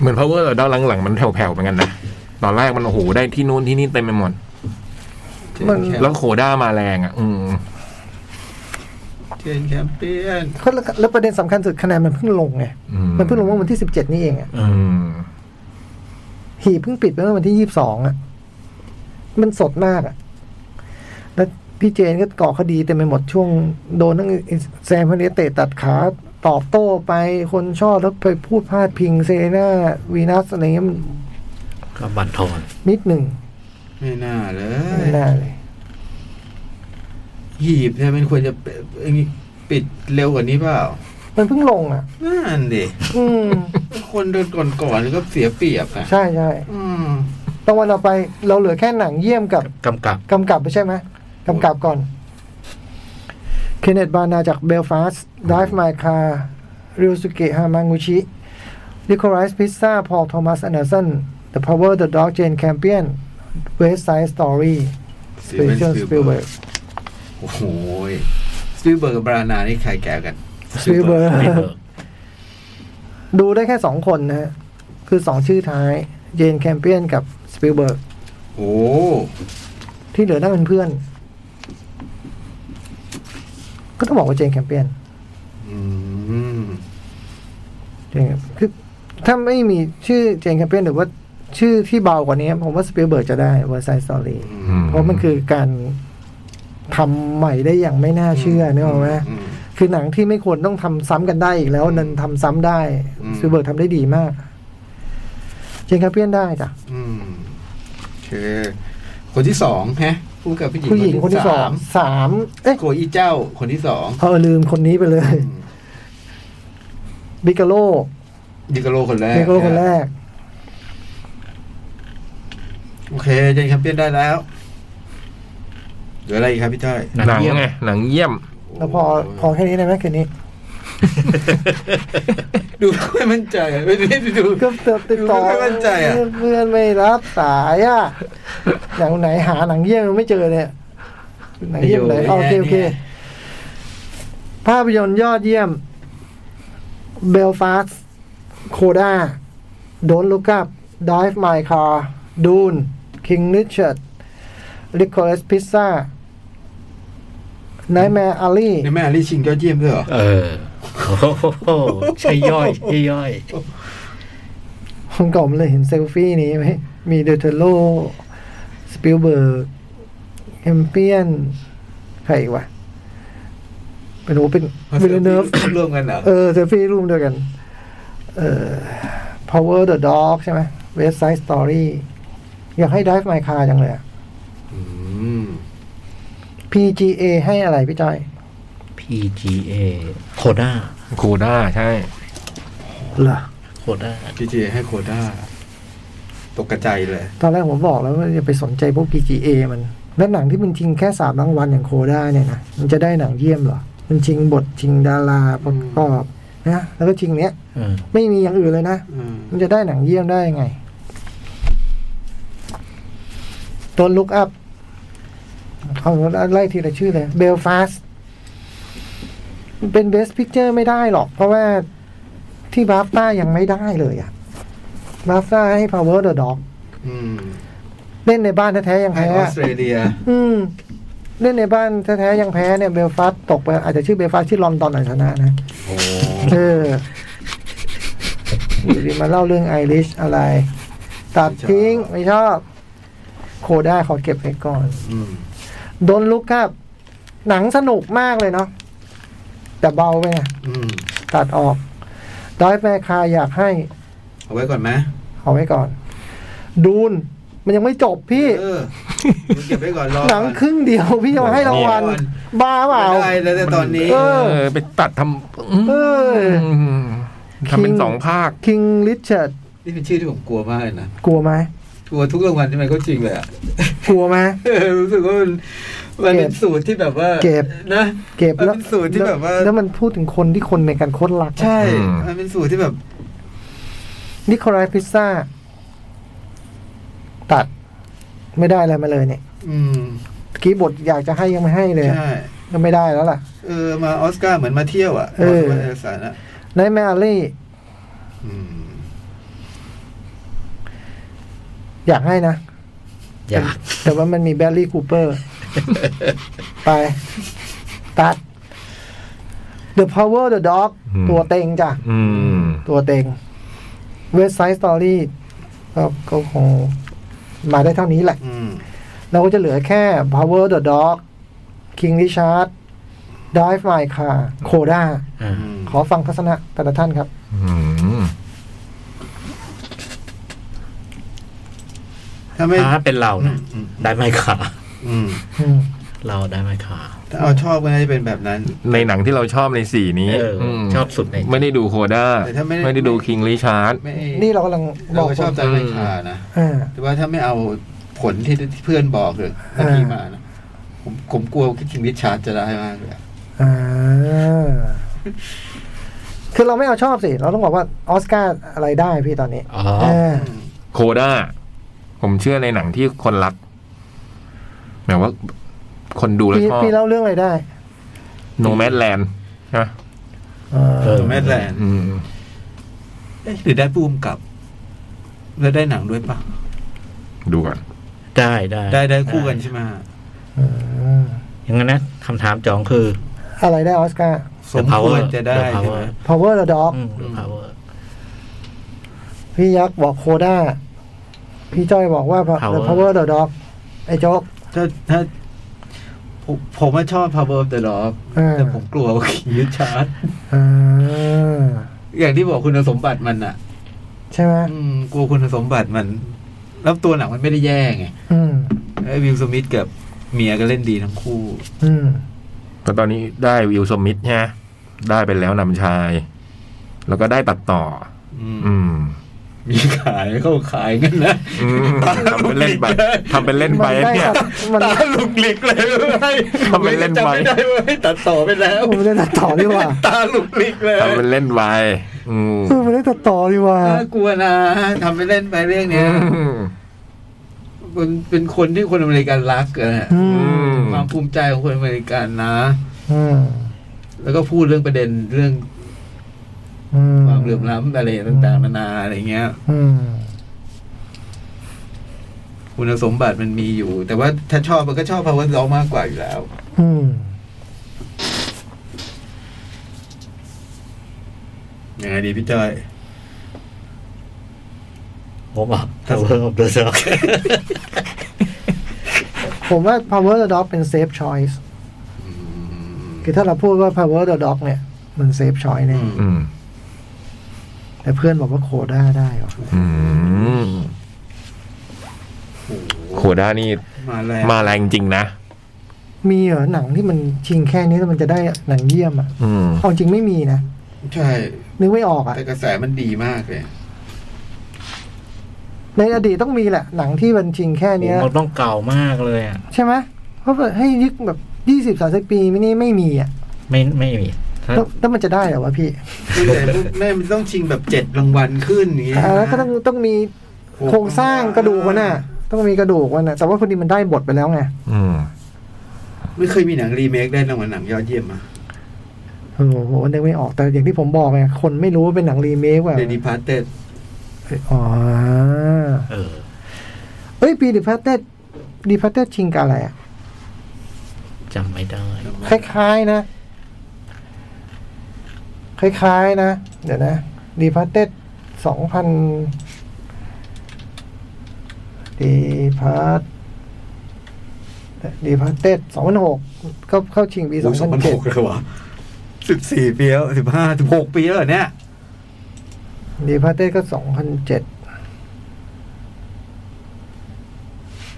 Speaker 4: เหมือน power ด้านหลังๆมันแผ่วๆเหมือนกันนะ ตอนแรกมันโอ้โหได้ที่นู่นที่นี่เต็มไปหมด
Speaker 2: มัน
Speaker 4: แล้วโคด้ามาแรงอ่ะ อืม
Speaker 5: เจนแคมเปี้ยน
Speaker 2: ก็แล้วแล้วประเด็นสำคัญสุดคะแนนมันเพิ่งลงไง
Speaker 4: อืม
Speaker 2: มันเพิ่งลงเมื่อวันที่สิบเจ็ดนี่เองอะ
Speaker 4: อืม
Speaker 2: หีบเพิ่งปิดไปเมื่อวันที่ยี่สิบสองอ่ะ มันสดมากอะแล้วพี่เจนก็ก่อคดีเต็มไปหมดช่วงโดนทั้งแซมพเนเตะตัดขาตอบโต้ไปคนชอบแล้วไปพูดพาดพิงเซเรนาวีนัสอะไรเงี้ยมัน
Speaker 3: ก็บั่นทอน
Speaker 2: นิดหนึ่ง
Speaker 5: ไม่น่าเล
Speaker 2: ไม่
Speaker 5: ย
Speaker 2: น่าเลย
Speaker 5: หีบเนี่ยมันควรจะปิดปิดเร็วกว่านี้เปล่า
Speaker 2: มันเพิ่งลงอ่ะ
Speaker 5: นั่นดิ
Speaker 2: อืม
Speaker 5: คนเดินก่อนๆก็เสียเปรียบอ่ะ
Speaker 2: ใช่ใช่
Speaker 5: อืม
Speaker 2: ตะวันเราไปเราเหลือแค่หนังเยี่ยมกับ
Speaker 3: กำกับ
Speaker 2: กำกับไปใช่ไหมกำกับก่อน เคนเนตบานาจากเบลฟาสต์ด i ฟ e My Car ริวสุเกะฮามางูชินิโคลัสพิซซ่าพอลโทมัสแอนเดอร์สัน The Power the Dog Jane Campion West Side Story
Speaker 5: ส
Speaker 2: Steven Spielberg
Speaker 5: โอ้โหสปีลเบิร์กกับบรานานี่ใครแก่กัน
Speaker 2: Spielberg
Speaker 3: ไม่เบิก
Speaker 2: ดูได้แค่สองคนนะฮะ คือสองชื่อท้าย Jane Campion กับ Spielberg
Speaker 5: โอ้
Speaker 2: ที่เหลือนั่งเป็นเพื่อน ก็ต้องบอกว่า Jane Campion
Speaker 5: อืม
Speaker 2: จริงครับคือถ้าไม่มีชื่อเจนแคมเปญหรือว่าชื่อที่เบากว่านี้ ผมว่าสปีลเบิร์กจะได้เวอร์ไซส์สตอรี่
Speaker 5: อืม
Speaker 2: เพราะมันคือการทำใหม่ได้อย่างไม่น่าเชื่อนี่หรอกไหม
Speaker 5: อืม
Speaker 2: คือหนังที่ไม่ควรต้องทำซ้ำกันได้อีกแล้วนั้นทำซ้ำได้
Speaker 5: อืม
Speaker 2: สปีลเบิร์กทำได้ดีมาก เจนแคมเปญได้จ้ะ
Speaker 5: อืมโอเคคนที่สองฮะคู่กับผู้หญิง
Speaker 2: ผู้หญิงคนที่สองสามเอ๊ะ
Speaker 5: โกอีเจ้าคนที่สอง
Speaker 2: เออลืมคนนี้ไปเลยบิกาโล
Speaker 5: ดิกาโลคนแรก
Speaker 2: บิกาโลคนแรก
Speaker 5: โอเคเจนแชมเปี้ยนได้แล้วเหลืออะไรอีกครับพี่จ้ อย
Speaker 4: หนัง
Speaker 3: เยี่ยม
Speaker 4: ไงหนังเยี่ยม
Speaker 2: แล้วพอพอแค่นี้ได้ไหมคืนนี้
Speaker 5: ดูไม่มั่นใจไม่ ได้ดู
Speaker 2: ก็เติบติดต่อ
Speaker 5: ไม่มั่นใจอะ
Speaker 2: เพื่อนไม่รับสายอ่ะหนังไหนหาหนังเยี่ยมไม่เจอเนี่ยหนังเยี่ยมไหนอ๋อโอเคโอเค ภาพยนตร์ยอดเยี่ยมเบลฟาสโคด้าโดนลูกับดิฟไมค์คาร์ดูนคิงริชาร์ดลิคอสพิซซ่าไนแมร์อาลี
Speaker 5: ในแม่อาลิชิงยอดเยี่ยมด้วยเหรอ
Speaker 3: เออโอ้โหใช่ย่อยใช่ย่อย
Speaker 2: ผมก่อนเลยเห็นเซลฟี่นี้ไหมมีเดอเทโลสปิลเบิร์กแฮมเปียน ใครอีกวะเป็นโอเป็นวิลเลเนฟ
Speaker 5: ร่วมกันเหรอ
Speaker 2: เออเซลฟี่รูมเดียวกัน เออ Power the Dog ใช่ไหม West Side Story อยากให้ Drive My Car จังเลยอะ
Speaker 5: ม
Speaker 2: PGA ให้อะไรพี่จ้อย
Speaker 3: PGA โคด้า
Speaker 4: โคด้าใช่
Speaker 2: เหรอ
Speaker 3: โคด้า
Speaker 5: พีเจให้โคด้าตกกระจายเลย
Speaker 2: ตอนแรกผมบอกแล้วว่าอย่าไปสนใจพวก PGA มัน แล้วหนังที่มันชิงแค่สามรางวัลอย่างโคด้าเนี่ยนะ มันจะได้หนังเยี่ยมเหรอ มันชิงบทชิงดาราประกอบนะแล้วก็ชิงเนี้ย
Speaker 3: เออ
Speaker 2: ไม่มีอย่างอื่นเลยนะ
Speaker 5: อืม
Speaker 2: มันจะได้หนังเยี่ยมได้ยังไงตัวลุกอัพเอาไล่ทีละชื่อเลยเบลฟาสเป็นเบสพิกเจอร์ไม่ได้หรอก เพราะว่าที่บาฟต้ายังไม่ได้เลยอะบาฟต้าให้ Power the Dog
Speaker 5: อืม
Speaker 2: เล่นในบ้านแท้ๆยัง
Speaker 5: ให้
Speaker 2: แพ้
Speaker 5: ออสเตรเลีย
Speaker 2: อืม เล่นในบ้านแท้ๆยังแพ้เนี่ยเบลฟาสตกไปอาจจะชื่อเบลฟาสชื่อลอนดอนหน่อยชนะ นะ
Speaker 5: โอ้
Speaker 2: เอออยู่ดีมาเล่าเรื่องไอริชอะไร ตัดทิ้ง ไม่ชอบ โคด้าขอเก็บไว้ก่อน
Speaker 5: อืม
Speaker 2: โดนลุกครับ หนังสนุกมากเลยเนาะแต่เบาไปนะ
Speaker 5: อืม
Speaker 2: ตัดออกดอยแมคาอยากให้
Speaker 5: เอาไว้ก่อนไหม
Speaker 2: เอาไว้ก่อน ดูน มันยังไม่จบพี่
Speaker 5: เออเก็บไว้ก่อนรอ
Speaker 2: หนังครึ่งเดียวพี่เอาให้รางวัลบ้าเปล่า
Speaker 5: ไม่ได้แล้วแต่ตอนนี้
Speaker 2: เอ
Speaker 4: เออ ไปตัดทำ
Speaker 2: เออ
Speaker 4: มทำเป็นสองภาค
Speaker 2: คิงลิชาร์ด
Speaker 5: นี่เป็นชื่อที่ผมกลัวมากเลยนะ
Speaker 2: กลัวไหม
Speaker 5: กลัวทุกรางวัลที่มันก็จริงเลยอะ
Speaker 2: กลัวไหม
Speaker 5: เออรู้สึกว่ามันมันเป็น
Speaker 2: เก็บ
Speaker 5: สูตรที่แบบว่า
Speaker 2: เก็บ
Speaker 5: นะ
Speaker 2: เก็บแล้ว
Speaker 5: มันเป็นสูตรที่แบบว่า
Speaker 2: แล้วมันพูดถึงคนที่คนในการโคตรรักนะ
Speaker 5: ใช่
Speaker 4: อืม
Speaker 5: มันเป็นสูตรที่แบบ
Speaker 2: นิโคลายพิซซ่า ตัดไม่ได้อะไรมาเลยเนี่ย
Speaker 5: อืม
Speaker 2: เมื่อกี้บทอยากจะให้ยังไม่ให้เลย
Speaker 5: ใช่
Speaker 2: ก็ไม่ได้แล้วล่ะ
Speaker 5: เออมาออสการ์เหมือนมาเที่ยวอ่ะ
Speaker 2: เออ
Speaker 5: มาเอกสารอ่ะ
Speaker 2: ไนแมรี่
Speaker 5: อืม
Speaker 2: อยากให้นะ
Speaker 3: อยาก
Speaker 2: แต่ว่ามันมีแบลลี่คูเป อร์ ไป ตัด The Power the Dog
Speaker 4: อืม
Speaker 2: ตัวเต็งจ้ะ
Speaker 4: อืม
Speaker 2: ตัวเต็ง West Side Story ก็ก็คงมาได้เท่านี้แหละ
Speaker 5: อืม
Speaker 2: เราก็จะเหลือแค่ Power the Dog King Richard Dive My Car Coda
Speaker 3: อ่า
Speaker 5: อืม
Speaker 2: ขอฟังทัศนะแต่ละท่านครับ
Speaker 4: อืม
Speaker 5: ถ้าไม่
Speaker 3: ถ้าเป็นเรานะ
Speaker 5: อืม
Speaker 3: ได้ไหมขา
Speaker 5: อืม
Speaker 2: อืม
Speaker 3: เราได้ไหมขา
Speaker 5: ถ้าเอาชอบก็น่าจะเป็นแบบนั้น
Speaker 4: ในหนังที่เราชอบในสี่นี้
Speaker 3: เออ
Speaker 4: ม
Speaker 3: ชอบสุดใน
Speaker 4: ไม่ได้ดูโคด้า
Speaker 5: แต่ถ้าไม่ได้
Speaker 4: ไม่ได้ดูคิง r ิชาร์ด
Speaker 5: ไม่
Speaker 2: นี่เรากำลังบ
Speaker 5: เรา
Speaker 2: อก
Speaker 5: ก็ชอบใจไม่ขาดนะ
Speaker 2: อ่า
Speaker 5: แต่ว่าถ้าไม่เอาผลที่ที่เพื่อนบอกหรือ
Speaker 2: อ่า
Speaker 5: ที่มานะผมผมกลัวคิดถึงวิชาร์ดจะได้มากเลยอะ
Speaker 2: อ่าคือเราไม่เอาชอบสิ เราต้องบอกว่าออสการ์อะไรได้พี่ตอนนี้
Speaker 3: อ๋อ
Speaker 2: อ
Speaker 4: โคด้าผมเชื่อในหนังที่คนรักหมายว่า คนดูแล้ว
Speaker 2: พี่
Speaker 4: ชอบ
Speaker 2: พี่เล่าเรื่องอะไรได้
Speaker 4: โนแมดแลนด์ใช่ไหม
Speaker 2: อ่า
Speaker 5: เออแมดแลนด์
Speaker 4: อืม
Speaker 5: เอ๊ะหรือได้ปูมกับ แล้วได้หนังด้วยปะ
Speaker 4: ดูก่อน
Speaker 3: ได้ได้
Speaker 5: ได้ได้คู่กันใช่ไหมฮะ
Speaker 2: อืม
Speaker 3: อย่างนั้นนะคำถามจองคือ
Speaker 2: อะไรได้ออสการ์
Speaker 5: สมควรจะได้
Speaker 3: The
Speaker 5: ใช่ไห
Speaker 3: Power
Speaker 5: ม
Speaker 2: Power the Dog
Speaker 3: อืม The Power
Speaker 2: พี่ยักษ์บอกโคด้า พี่จ้อยบอกว่า The
Speaker 3: Power
Speaker 2: Power the Dog ไอ้โจ๊ก
Speaker 5: ถ้าถ้าผมผมว่าชอบ Power of the Dog
Speaker 2: อ่า
Speaker 5: แต่ผมกลัวคิงวิชาร์ด
Speaker 2: อ่า
Speaker 5: อย่างที่บอกคุณสมบัติมันอ่ะ
Speaker 2: ใช่ไหม
Speaker 5: อืมกลัวคุณสมบัติมัน แล้วตัวหนังมันไม่ได้แย่ไง
Speaker 2: อืม
Speaker 5: ไอ้วิลสมิธกับเมียก็เล่นดีทั้งคู่
Speaker 2: อืม
Speaker 4: แต่ตอนนี้ได้วิลสมิธใช่ไหมได้ไปแล้วนำชาย แล้วก็ได้ตัดต่อ
Speaker 5: อืม
Speaker 4: อืม
Speaker 5: มีขายเข้าขายกันนะ
Speaker 4: อืมทำเป็นเล่นไปทำเป็นเล่นไป
Speaker 2: มันได้
Speaker 4: เนี่ย
Speaker 2: ตัดมัน
Speaker 5: ตาลุกหลิกเลยไม่
Speaker 4: ทำเป็นเล่นไป
Speaker 5: จำไม่ได้เว่าตัดต่อไปแล้ว
Speaker 2: ผมไม่ได้ตัดต่อดีกว่า
Speaker 5: ตาลุกหลิกเลย
Speaker 4: ทำเป็นเล่นไปอืม
Speaker 2: เออไม่ได้ตัดต่อดีกว่า
Speaker 5: น่ากลัวนะทำไปเล่นไปเรื่องเนี้ย
Speaker 4: อืม
Speaker 5: มันเป็นคนที่คนอเมริกันรักอะนะ
Speaker 2: อื
Speaker 4: อื
Speaker 2: ม
Speaker 4: ม
Speaker 5: ความภูมิใจของคนอเมริกันนะ
Speaker 2: อืม
Speaker 5: แล้วก็พูดเรื่องประเด็นเรื่อง
Speaker 2: อืม
Speaker 5: ความเหลื่อมล้ำอะไรต่างๆนานาอะไรเงี้ย
Speaker 2: อืม
Speaker 5: คุณสมบัติมันมีอยู่ แต่ว่าถ้าชอบมันก็ชอบ power dog มากกว่าอยู่แล้ว
Speaker 2: อืม
Speaker 5: ยังไงดีพี่จ้อย
Speaker 3: ผมบอก Power of the Dog
Speaker 2: ผมว่า power the dog เป็น safe choice คือถ้าเราพูดว่า power the dog เนี่ย มัน safe choice แน่
Speaker 5: อื
Speaker 4: อืม
Speaker 2: แต่เพื่อนบอกว่าโคด้าได้เหรอ
Speaker 4: อืม
Speaker 5: โอ้โห
Speaker 4: โคด้านี่
Speaker 5: มาแล้ว
Speaker 4: มาแรงจริงนะ
Speaker 2: มีเหรอหนังที่มันชิงแค่นี้แล้วมันจะได้หนังเยี่ยมอ่ะ
Speaker 4: อืม
Speaker 2: เอาจริงไม่มีนะ
Speaker 5: ใช่
Speaker 2: นึกไม่ออกอ่ะ
Speaker 5: แต่กระแสมันดีมากเลย
Speaker 2: ในอดีตต้องมีแหละ หนังที่มันชิงแค่
Speaker 3: ผ
Speaker 2: เนี้
Speaker 3: ม
Speaker 2: ย
Speaker 3: ว่าต้องเก่ามากเลยอ่ะ
Speaker 2: ใช่ไหมเพราะแบบให้ยึกแบบยี่สิบสามสิบปีไม่นี่ไม่มีอ่ะ
Speaker 3: ไม่ไม่มีถ้า
Speaker 2: แล้วแล้วมันจะได้เหรอวะพี่
Speaker 5: คือแต่พวกแม่มันต้องชิงแบบเจ็ดรางวัลขึ้นอย่างเงี้ย
Speaker 2: เออแล้วก็ต้องต้องมีโครงสร้างกระดูกมันน่ะ ต้องมีกระดูกมันน่ะ แต่ว่าพอดีมันได้บทไปแล้วไง
Speaker 4: อืม
Speaker 5: ไม่เคยมีหนังรีเมคได้รางวัลหนังยอดเยี่ยมมา
Speaker 2: โอ้โหนึกไม่ออกแต่อย่างที่ผมบอกไงคนไม่รู้ว่าเป็นหนังรีเมคแบบ
Speaker 5: เดนิพาร์เต็ด
Speaker 2: อ๋อ
Speaker 3: เออ
Speaker 2: เอ้ย ปีดิพัตเตดดิพัตเตดชิงกับอะไรอะ
Speaker 3: จำไม่ได้
Speaker 2: คล้ายๆนะ คล้ายๆนะ เดี๋ยวนะดิพัตเตดสองพันดิพัตดิพัตเตดสองพันหกก็เข้าชิงปีสอง
Speaker 5: สอง
Speaker 2: พั
Speaker 5: พั
Speaker 2: น
Speaker 5: น
Speaker 2: เจ็
Speaker 5: ห
Speaker 2: ด
Speaker 5: กเลยวะสิบสี่ปีแล้วสิบห้าสิบหกปีแล้วเหรอเนี่ย
Speaker 2: ดิพัตเตดก็สองพันเจ็ด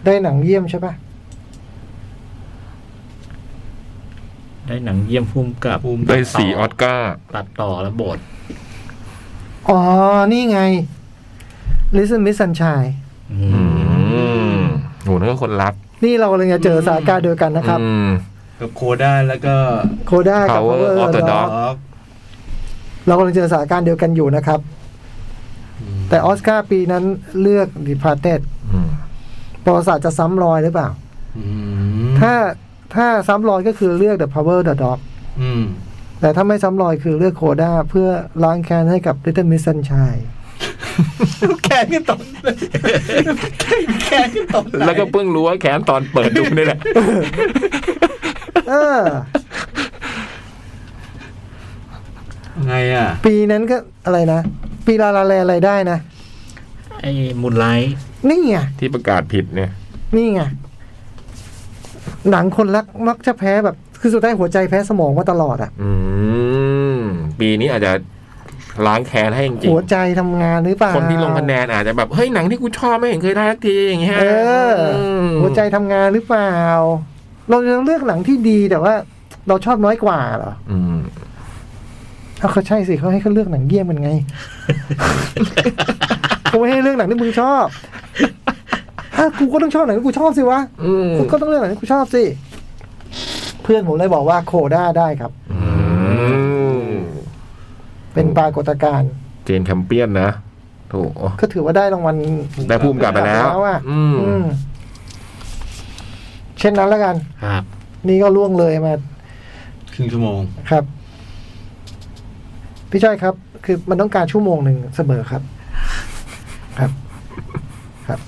Speaker 2: ได้หนังเยี่ยมใช่ปะ
Speaker 3: ได้หนังเยี่ยมพุ่มกับ
Speaker 5: ภูมิ
Speaker 4: ได้สี่ออสการ์
Speaker 3: ตัดต่อและบท
Speaker 2: อ๋อ นี่ไง Listen Miss Sunshine
Speaker 3: อื
Speaker 4: อืม
Speaker 3: ม
Speaker 4: โหนั่นก็คนรัก
Speaker 2: นี่เราเลยจะเจอสถานการณ์เดียวกันนะครับ
Speaker 4: อืม
Speaker 5: กับโคด้าแล้วก็
Speaker 2: โคด้ากับ
Speaker 4: Power
Speaker 2: Power
Speaker 4: of the
Speaker 2: Dog
Speaker 4: Dog
Speaker 2: เรากำลังเจอสถานการณ์เดียวกันอยู่นะครับ แต่ออสการ์ปีนั้นเลือก Departed
Speaker 4: อืม
Speaker 2: ประวัติศาสตร์จะซ้ำรอยหรือเปล่า
Speaker 5: อืม
Speaker 2: ถ้าถ้าซ้ำรอยก็คือเลือก The Power the Dog
Speaker 5: อืม
Speaker 2: แต่ถ้าไม่ซ้ำรอยคือเลือกโคด้าเพื่อล้างแค้นให้กับ Little Miss Sunshine
Speaker 5: แขนกันตอนแขนกันตอนไหน
Speaker 4: แล้วก็เพิ่งรู้ว่าแขนตอนเปิดดูนี่แหละ
Speaker 2: เอ อ
Speaker 5: ไงอ่ะ
Speaker 2: ปีนั้นก็อะไรนะ ปีลาลาแลอะไรได้นะ
Speaker 3: ไอ้มูนไลท์
Speaker 2: นี่ไง
Speaker 4: ที่ประกาศผิดเนี่ย
Speaker 2: นี่ไง หนังคนรักมักจะแพ้แบบ คือสุดท้ายหัวใจแพ้สมองมาตลอดอ่ะ
Speaker 4: อืม ปีนี้อาจจะล้างแค้นให้จริง
Speaker 2: หัวใจทำงานหรือเปล่า
Speaker 4: ๆคนที่ลงคะแนนอาจจะแบบ เฮ้ยหนังที่กูชอบไม่เห็นเคยได้สักทีอย่างเงี้ย
Speaker 2: เอออ
Speaker 4: ม
Speaker 2: หัวใจทำงานหรือเปล่า เราจะเลือกหนังที่ดีแต่ว่า เราชอบน้อยกว่าเหรอ
Speaker 4: อืม
Speaker 2: เอาเขาใช่สิเขาให้เขาเลือกหนังเยี่ยมกันไง เขาไม่ให้เลือกหนังที่มึงชอบอ่ะกูก็ต้องชอบหนังที่กูชอบสิวะ
Speaker 4: อืม
Speaker 2: คุณก็ต้องเลือกหนังที่คุณชอบสิ เพื่อนผมเลยบอกว่าโคด้าได้ครับ
Speaker 4: อืม
Speaker 2: เป็นปรากฏการณ์
Speaker 4: เจนแคมเปี้ยนนะโถ
Speaker 2: ก็ถือว่าได้รางวัล
Speaker 4: ได้ภูมิกลับไปแล้ว
Speaker 2: อ่ะ
Speaker 4: อืม
Speaker 2: อืม เช่นนั้นแล้วกัน
Speaker 3: ครับ
Speaker 2: นี่ก็ล่วงเลยมา
Speaker 5: ครึ่งชั่วโมง
Speaker 2: ครับ พี่จ้อยครับ คือมันต้องการชั่วโมงหนึ่งเสมอครับ ครับ ครับ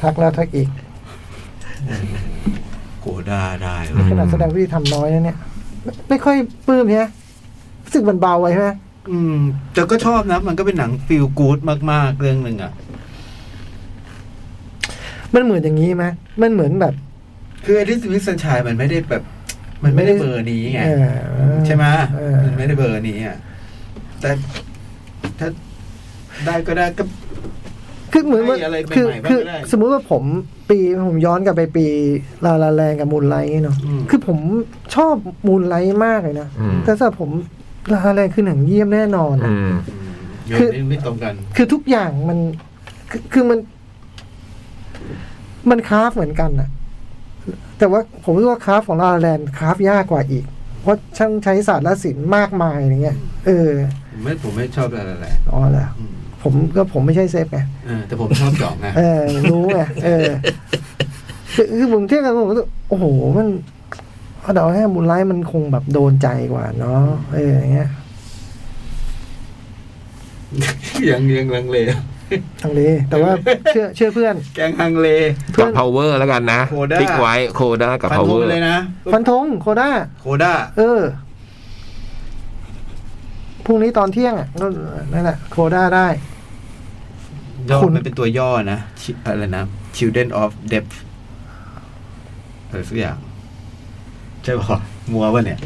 Speaker 2: ทักแล้วทักอีก
Speaker 5: โกด้าได้
Speaker 4: อืม
Speaker 2: ขนาดแสดงวิธีทำน้อยนะเนี่ยไม่ไม่ค่อยปลื้มเนี่ยรู้สึกมันเบาไว้ใช่ไหม
Speaker 5: อืมแต่ก็ชอบนะ มันก็เป็นหนังฟีลกู๊ดมาก ๆ เรื่องหนึ่งอ่ะ
Speaker 2: มันเหมือนอย่างนี้ไหมมันเหมือนแบบ
Speaker 5: คืออลิสวิสันชายมันไม่ได้แบบ มันไม่ได้เบอร์นี้ไง
Speaker 2: เออ
Speaker 5: ใช่ไหม
Speaker 2: เออ
Speaker 5: มันไม่ได้เบอร์นี้อ่ะ แต่ถ้าได้ก็ได้ก็
Speaker 2: คือเหมือนว่า
Speaker 5: ให้อะไรใหม่ๆ
Speaker 2: คือ
Speaker 5: บ้าง
Speaker 2: คือ
Speaker 5: ก็ได้
Speaker 2: สมมุติว่าผมปีผมย้อนกลับไปปีลาลาแรงกับมูนไลท์เนาะ
Speaker 5: อืม
Speaker 2: คือผมชอบมูนไลท์มากเลยนะ
Speaker 4: อืม
Speaker 2: แต่สำหรับผมลาลาแรงคือหนังเยี่ยมแน่นอนอะ
Speaker 4: อืม
Speaker 5: โยน
Speaker 2: คือ
Speaker 5: ไม่ไม่ตรงกัน
Speaker 2: คือทุกอย่างมันคือคือมัน มันคราฟเหมือนกันอะแต่ว่าผมรู้ว่าคราฟของลาลาแลนคราฟยากกว่าอีก เพราะช่างใช้ศาสตร์และศิลป์มากมายอย่างเงี้ย เออ
Speaker 5: ผมไม่ผมไม่ชอบอะไรแหละ
Speaker 2: อ๋อเหรอ
Speaker 5: อืม
Speaker 2: ผมก็ผมไม่ใช่เซฟไง
Speaker 5: เออแต่ผมชอบจ่องนะ
Speaker 2: เออรู้ไงเออคือคือผมเทียบกันผมก็รู้สึกโอ้โห มันเดาให้บุญไลท์มันคงแบบโดนใจกว่าเนาะเอออย่างเงี้ย
Speaker 5: ยังยังลังเล
Speaker 2: ทางเลแต่ว่าเชื่อเชื่อเพื่อน
Speaker 5: แกงฮังเล
Speaker 4: กับ power แล้วกันนะ
Speaker 5: Coda
Speaker 4: ติ๊กไว้โคด้ากับ
Speaker 5: ฟันธง
Speaker 4: power
Speaker 5: ไปเลยนะ
Speaker 2: ฟันธงโคด้า
Speaker 5: โคด้า
Speaker 2: เออพรุ่งนี้ตอนเที่ยงอ่ะก็นั่นแหละโคด้าได้
Speaker 5: ย่อ
Speaker 2: คุณ
Speaker 5: มันเป็นตัวย่อนะชิอะไรนะ Children of Depth อะไรสักอย่าง ใช่ป่ะมัวป่ะเนี่ย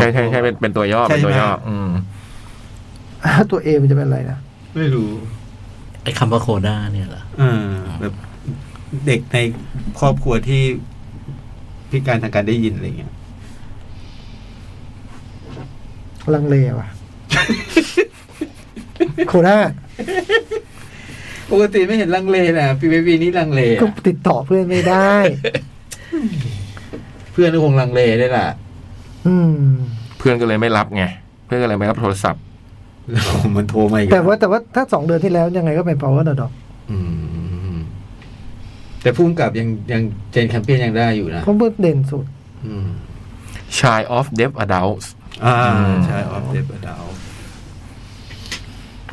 Speaker 4: ใช่ใช่ใช่เป็นเป็นตัวย่อเป็นตัวย่อ
Speaker 5: ใช่ไหม
Speaker 4: อืม
Speaker 2: อ่ะตัวเอมันจะเป็นอะไรนะ
Speaker 5: ไม่รู้
Speaker 3: ไอ้คำว่าโคด้าเนี่ยเหรอ
Speaker 5: เออแบบเด็กในครอบครัวที่พิการทางการได้ยินอะไรเงี้ย
Speaker 2: ลังเลว่ะ โคด้า
Speaker 5: ปกติไม่เห็นลังเลนะปีเบบีนี้ลังเลอะ
Speaker 2: ก็ติดต่อเพื่อนไม่ได้
Speaker 5: เพื่อนก็คงลังเลได้ล่ะ
Speaker 2: อืม
Speaker 4: เพื่อนก็เลยไม่รับไง เพื่อนก็เลยไม่รับโทรศัพท์
Speaker 5: แล้วมันโทรมาอีก
Speaker 2: แต่ว่าแต่ว่าถ้าสองเดือนที่แล้วยังไงก็เป็น power ดอก
Speaker 5: อืมแต่พุ่มกับยังยังเจนแคมเปี้ยนยังได้อยู่นะ
Speaker 2: เพราะเบิร์ดเด่นสุด
Speaker 5: อืม
Speaker 4: Shy of Deaf Adults
Speaker 5: อ่า
Speaker 4: อืม
Speaker 5: ใช่ออฟเดบดาว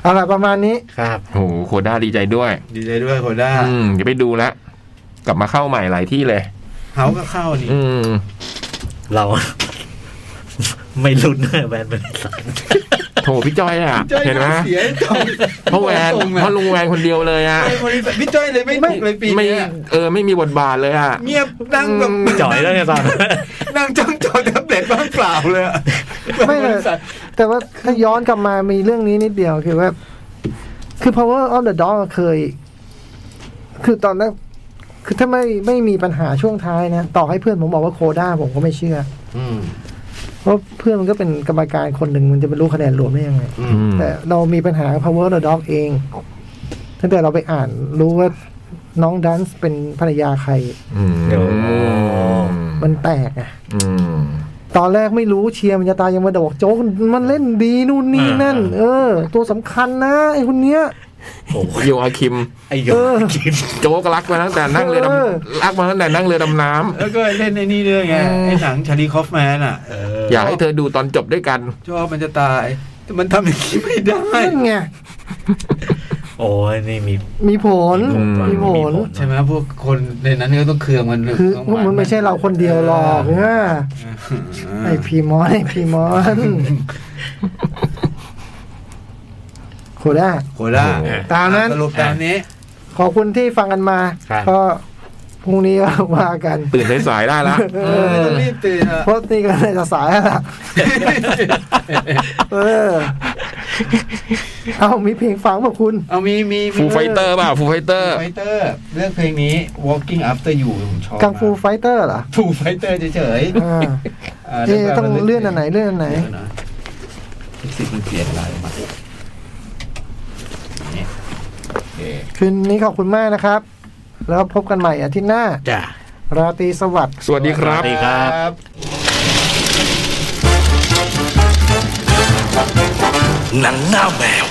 Speaker 2: เอาล่ะ ประมาณนี้
Speaker 3: ครับ
Speaker 4: โหโคด้าดีใจด้วย
Speaker 5: ดีใจด้วยโคด้า
Speaker 4: อืมเดี๋ยวไปดูละกลับมาเข้าใหม่หลายที่เลย
Speaker 5: เฮาก็เข้านี่
Speaker 4: อืม
Speaker 3: เรา ไม่ลุ้นนะแบรนด์บริษัท
Speaker 4: โถพี่จ้อยอ่ะ
Speaker 5: จ้อย
Speaker 4: เห็นไหม
Speaker 5: เสียตรง
Speaker 4: เพราะแวนเพราะลุงแวนคนเดียวเลยอ่ะ
Speaker 5: ไม่บริษัทพี่จ้อยเลยไม่ถูกเลยปี
Speaker 4: ไม่
Speaker 5: เนี้ย
Speaker 4: เออไม่มีบทบาทเลยอ่ะ
Speaker 5: เงียบนั่งแบบ
Speaker 3: จ่อยแล้วไงตอนนั้น
Speaker 5: นั่งจ้องจอแท็บเล็ตบ้างเปล่าเลยอะ
Speaker 2: ไม่เลย แต่ว่าถ้าย้อนกลับมามีเรื่องนี้นิดเดียวคือว่า คือ power of the dog เคย คือตอนนั้นคือถ้าไม่ไม่มีปัญหาช่วงท้ายนะ ต่อให้เพื่อนผมบอกว่าโคด้าผมก็ไม่เชื่อ
Speaker 5: อืม
Speaker 2: เพราะเพื่อนมันก็เป็นกรรมการคนหนึ่งมันจะไปรู้คะแนนรวมได้ยังไง
Speaker 5: อื
Speaker 4: อื
Speaker 5: ม
Speaker 4: ม
Speaker 2: แต่เรามีปัญหา power of the dog เอง ตั้งแต่เราไปอ่านรู้ว่าน้องดันส์เป็นภรรยาใคร
Speaker 4: อืม
Speaker 3: โอ้
Speaker 2: มันแตกอะ
Speaker 4: อืม
Speaker 2: ตอนแรกไม่รู้เชียร์มันจะตายยังมาบอกโจ๊กมันเล่นดีนู่นนี่นั่น
Speaker 3: อ่า
Speaker 2: เออ ตัวสำคัญนะไอ้คนเนี้ย
Speaker 3: โอ้ย
Speaker 4: โยอาคิม
Speaker 3: ไอ้โย
Speaker 2: เออ
Speaker 3: กิน
Speaker 4: โจ๊กรักมาตั้งแต่นั่งเรือด
Speaker 2: เอ
Speaker 4: ำ
Speaker 2: อ
Speaker 4: รักมาตั้งแต่นั่งเรือดำน้
Speaker 5: แล้วก็เล่นในนี่ด้วยไงไอ้หนังชาลีคอฟแมนอ่ะ
Speaker 3: เออ
Speaker 4: ำอยากให้เธอดูตอนจบด้วยกัน
Speaker 5: ชอบมันจะตาย แต่มันทำอย่างนี้ไม่ได้
Speaker 2: นั่นไง
Speaker 3: โอ้ยนี่มี
Speaker 2: มีผล
Speaker 4: อืม
Speaker 2: มีผล
Speaker 5: ใช่ไหมพวกคนในนั้นก็ต้องเคืองมัน
Speaker 2: คือ
Speaker 5: ต้อง
Speaker 2: พวก
Speaker 5: หา
Speaker 2: มันไม่ใช่เราคนเดียวหรอก
Speaker 5: เ
Speaker 2: นะ
Speaker 5: ออ
Speaker 2: ไอ้พีมอนไอ้พีมอนโคด้า
Speaker 5: โคด้า
Speaker 2: ตามนั้น
Speaker 5: สรุปตามนี้
Speaker 2: ขอบคุณที่ฟังกันมา
Speaker 3: ครับ
Speaker 2: ก็พรุ่งนี้ก็ว่ากัน
Speaker 4: ตื่นสายๆได้ละ
Speaker 5: เออไม่ต้องรีบตื่นอะ
Speaker 2: โพสต์นี่ก็เลยจะสายแล้วล่ะ เออ เอามีเพลงฟังป่ะคุณ
Speaker 5: เอามีมีมี
Speaker 4: ฟูไฟเตอร์ป่ะฟูไฟเตอร์
Speaker 5: ไฟเตอร์เลือกเพลงนี้ Walking After You ผมชอบ
Speaker 2: กังฟูไฟเตอร์เหรอ
Speaker 5: ฟูไฟเตอร์เฉย
Speaker 2: อ่า
Speaker 5: ๆา
Speaker 2: เอ๊ะต้องเลื่อนอันไหนเลื่อนอันไหน
Speaker 5: เดี๋ยวนะลิขสิทธิ์มันเปลี่ยนอะไรมาเนี่ยโอเค
Speaker 2: คืนนี้ขอบคุณมากนะครับ แล้วพบกันใหม่อาทิตย์หน้า
Speaker 3: จ้า
Speaker 2: ราตรีสวัสดิ์
Speaker 4: สวัสดีครับ
Speaker 3: สวัสดี
Speaker 5: ครับ
Speaker 1: หนังหน้าแมว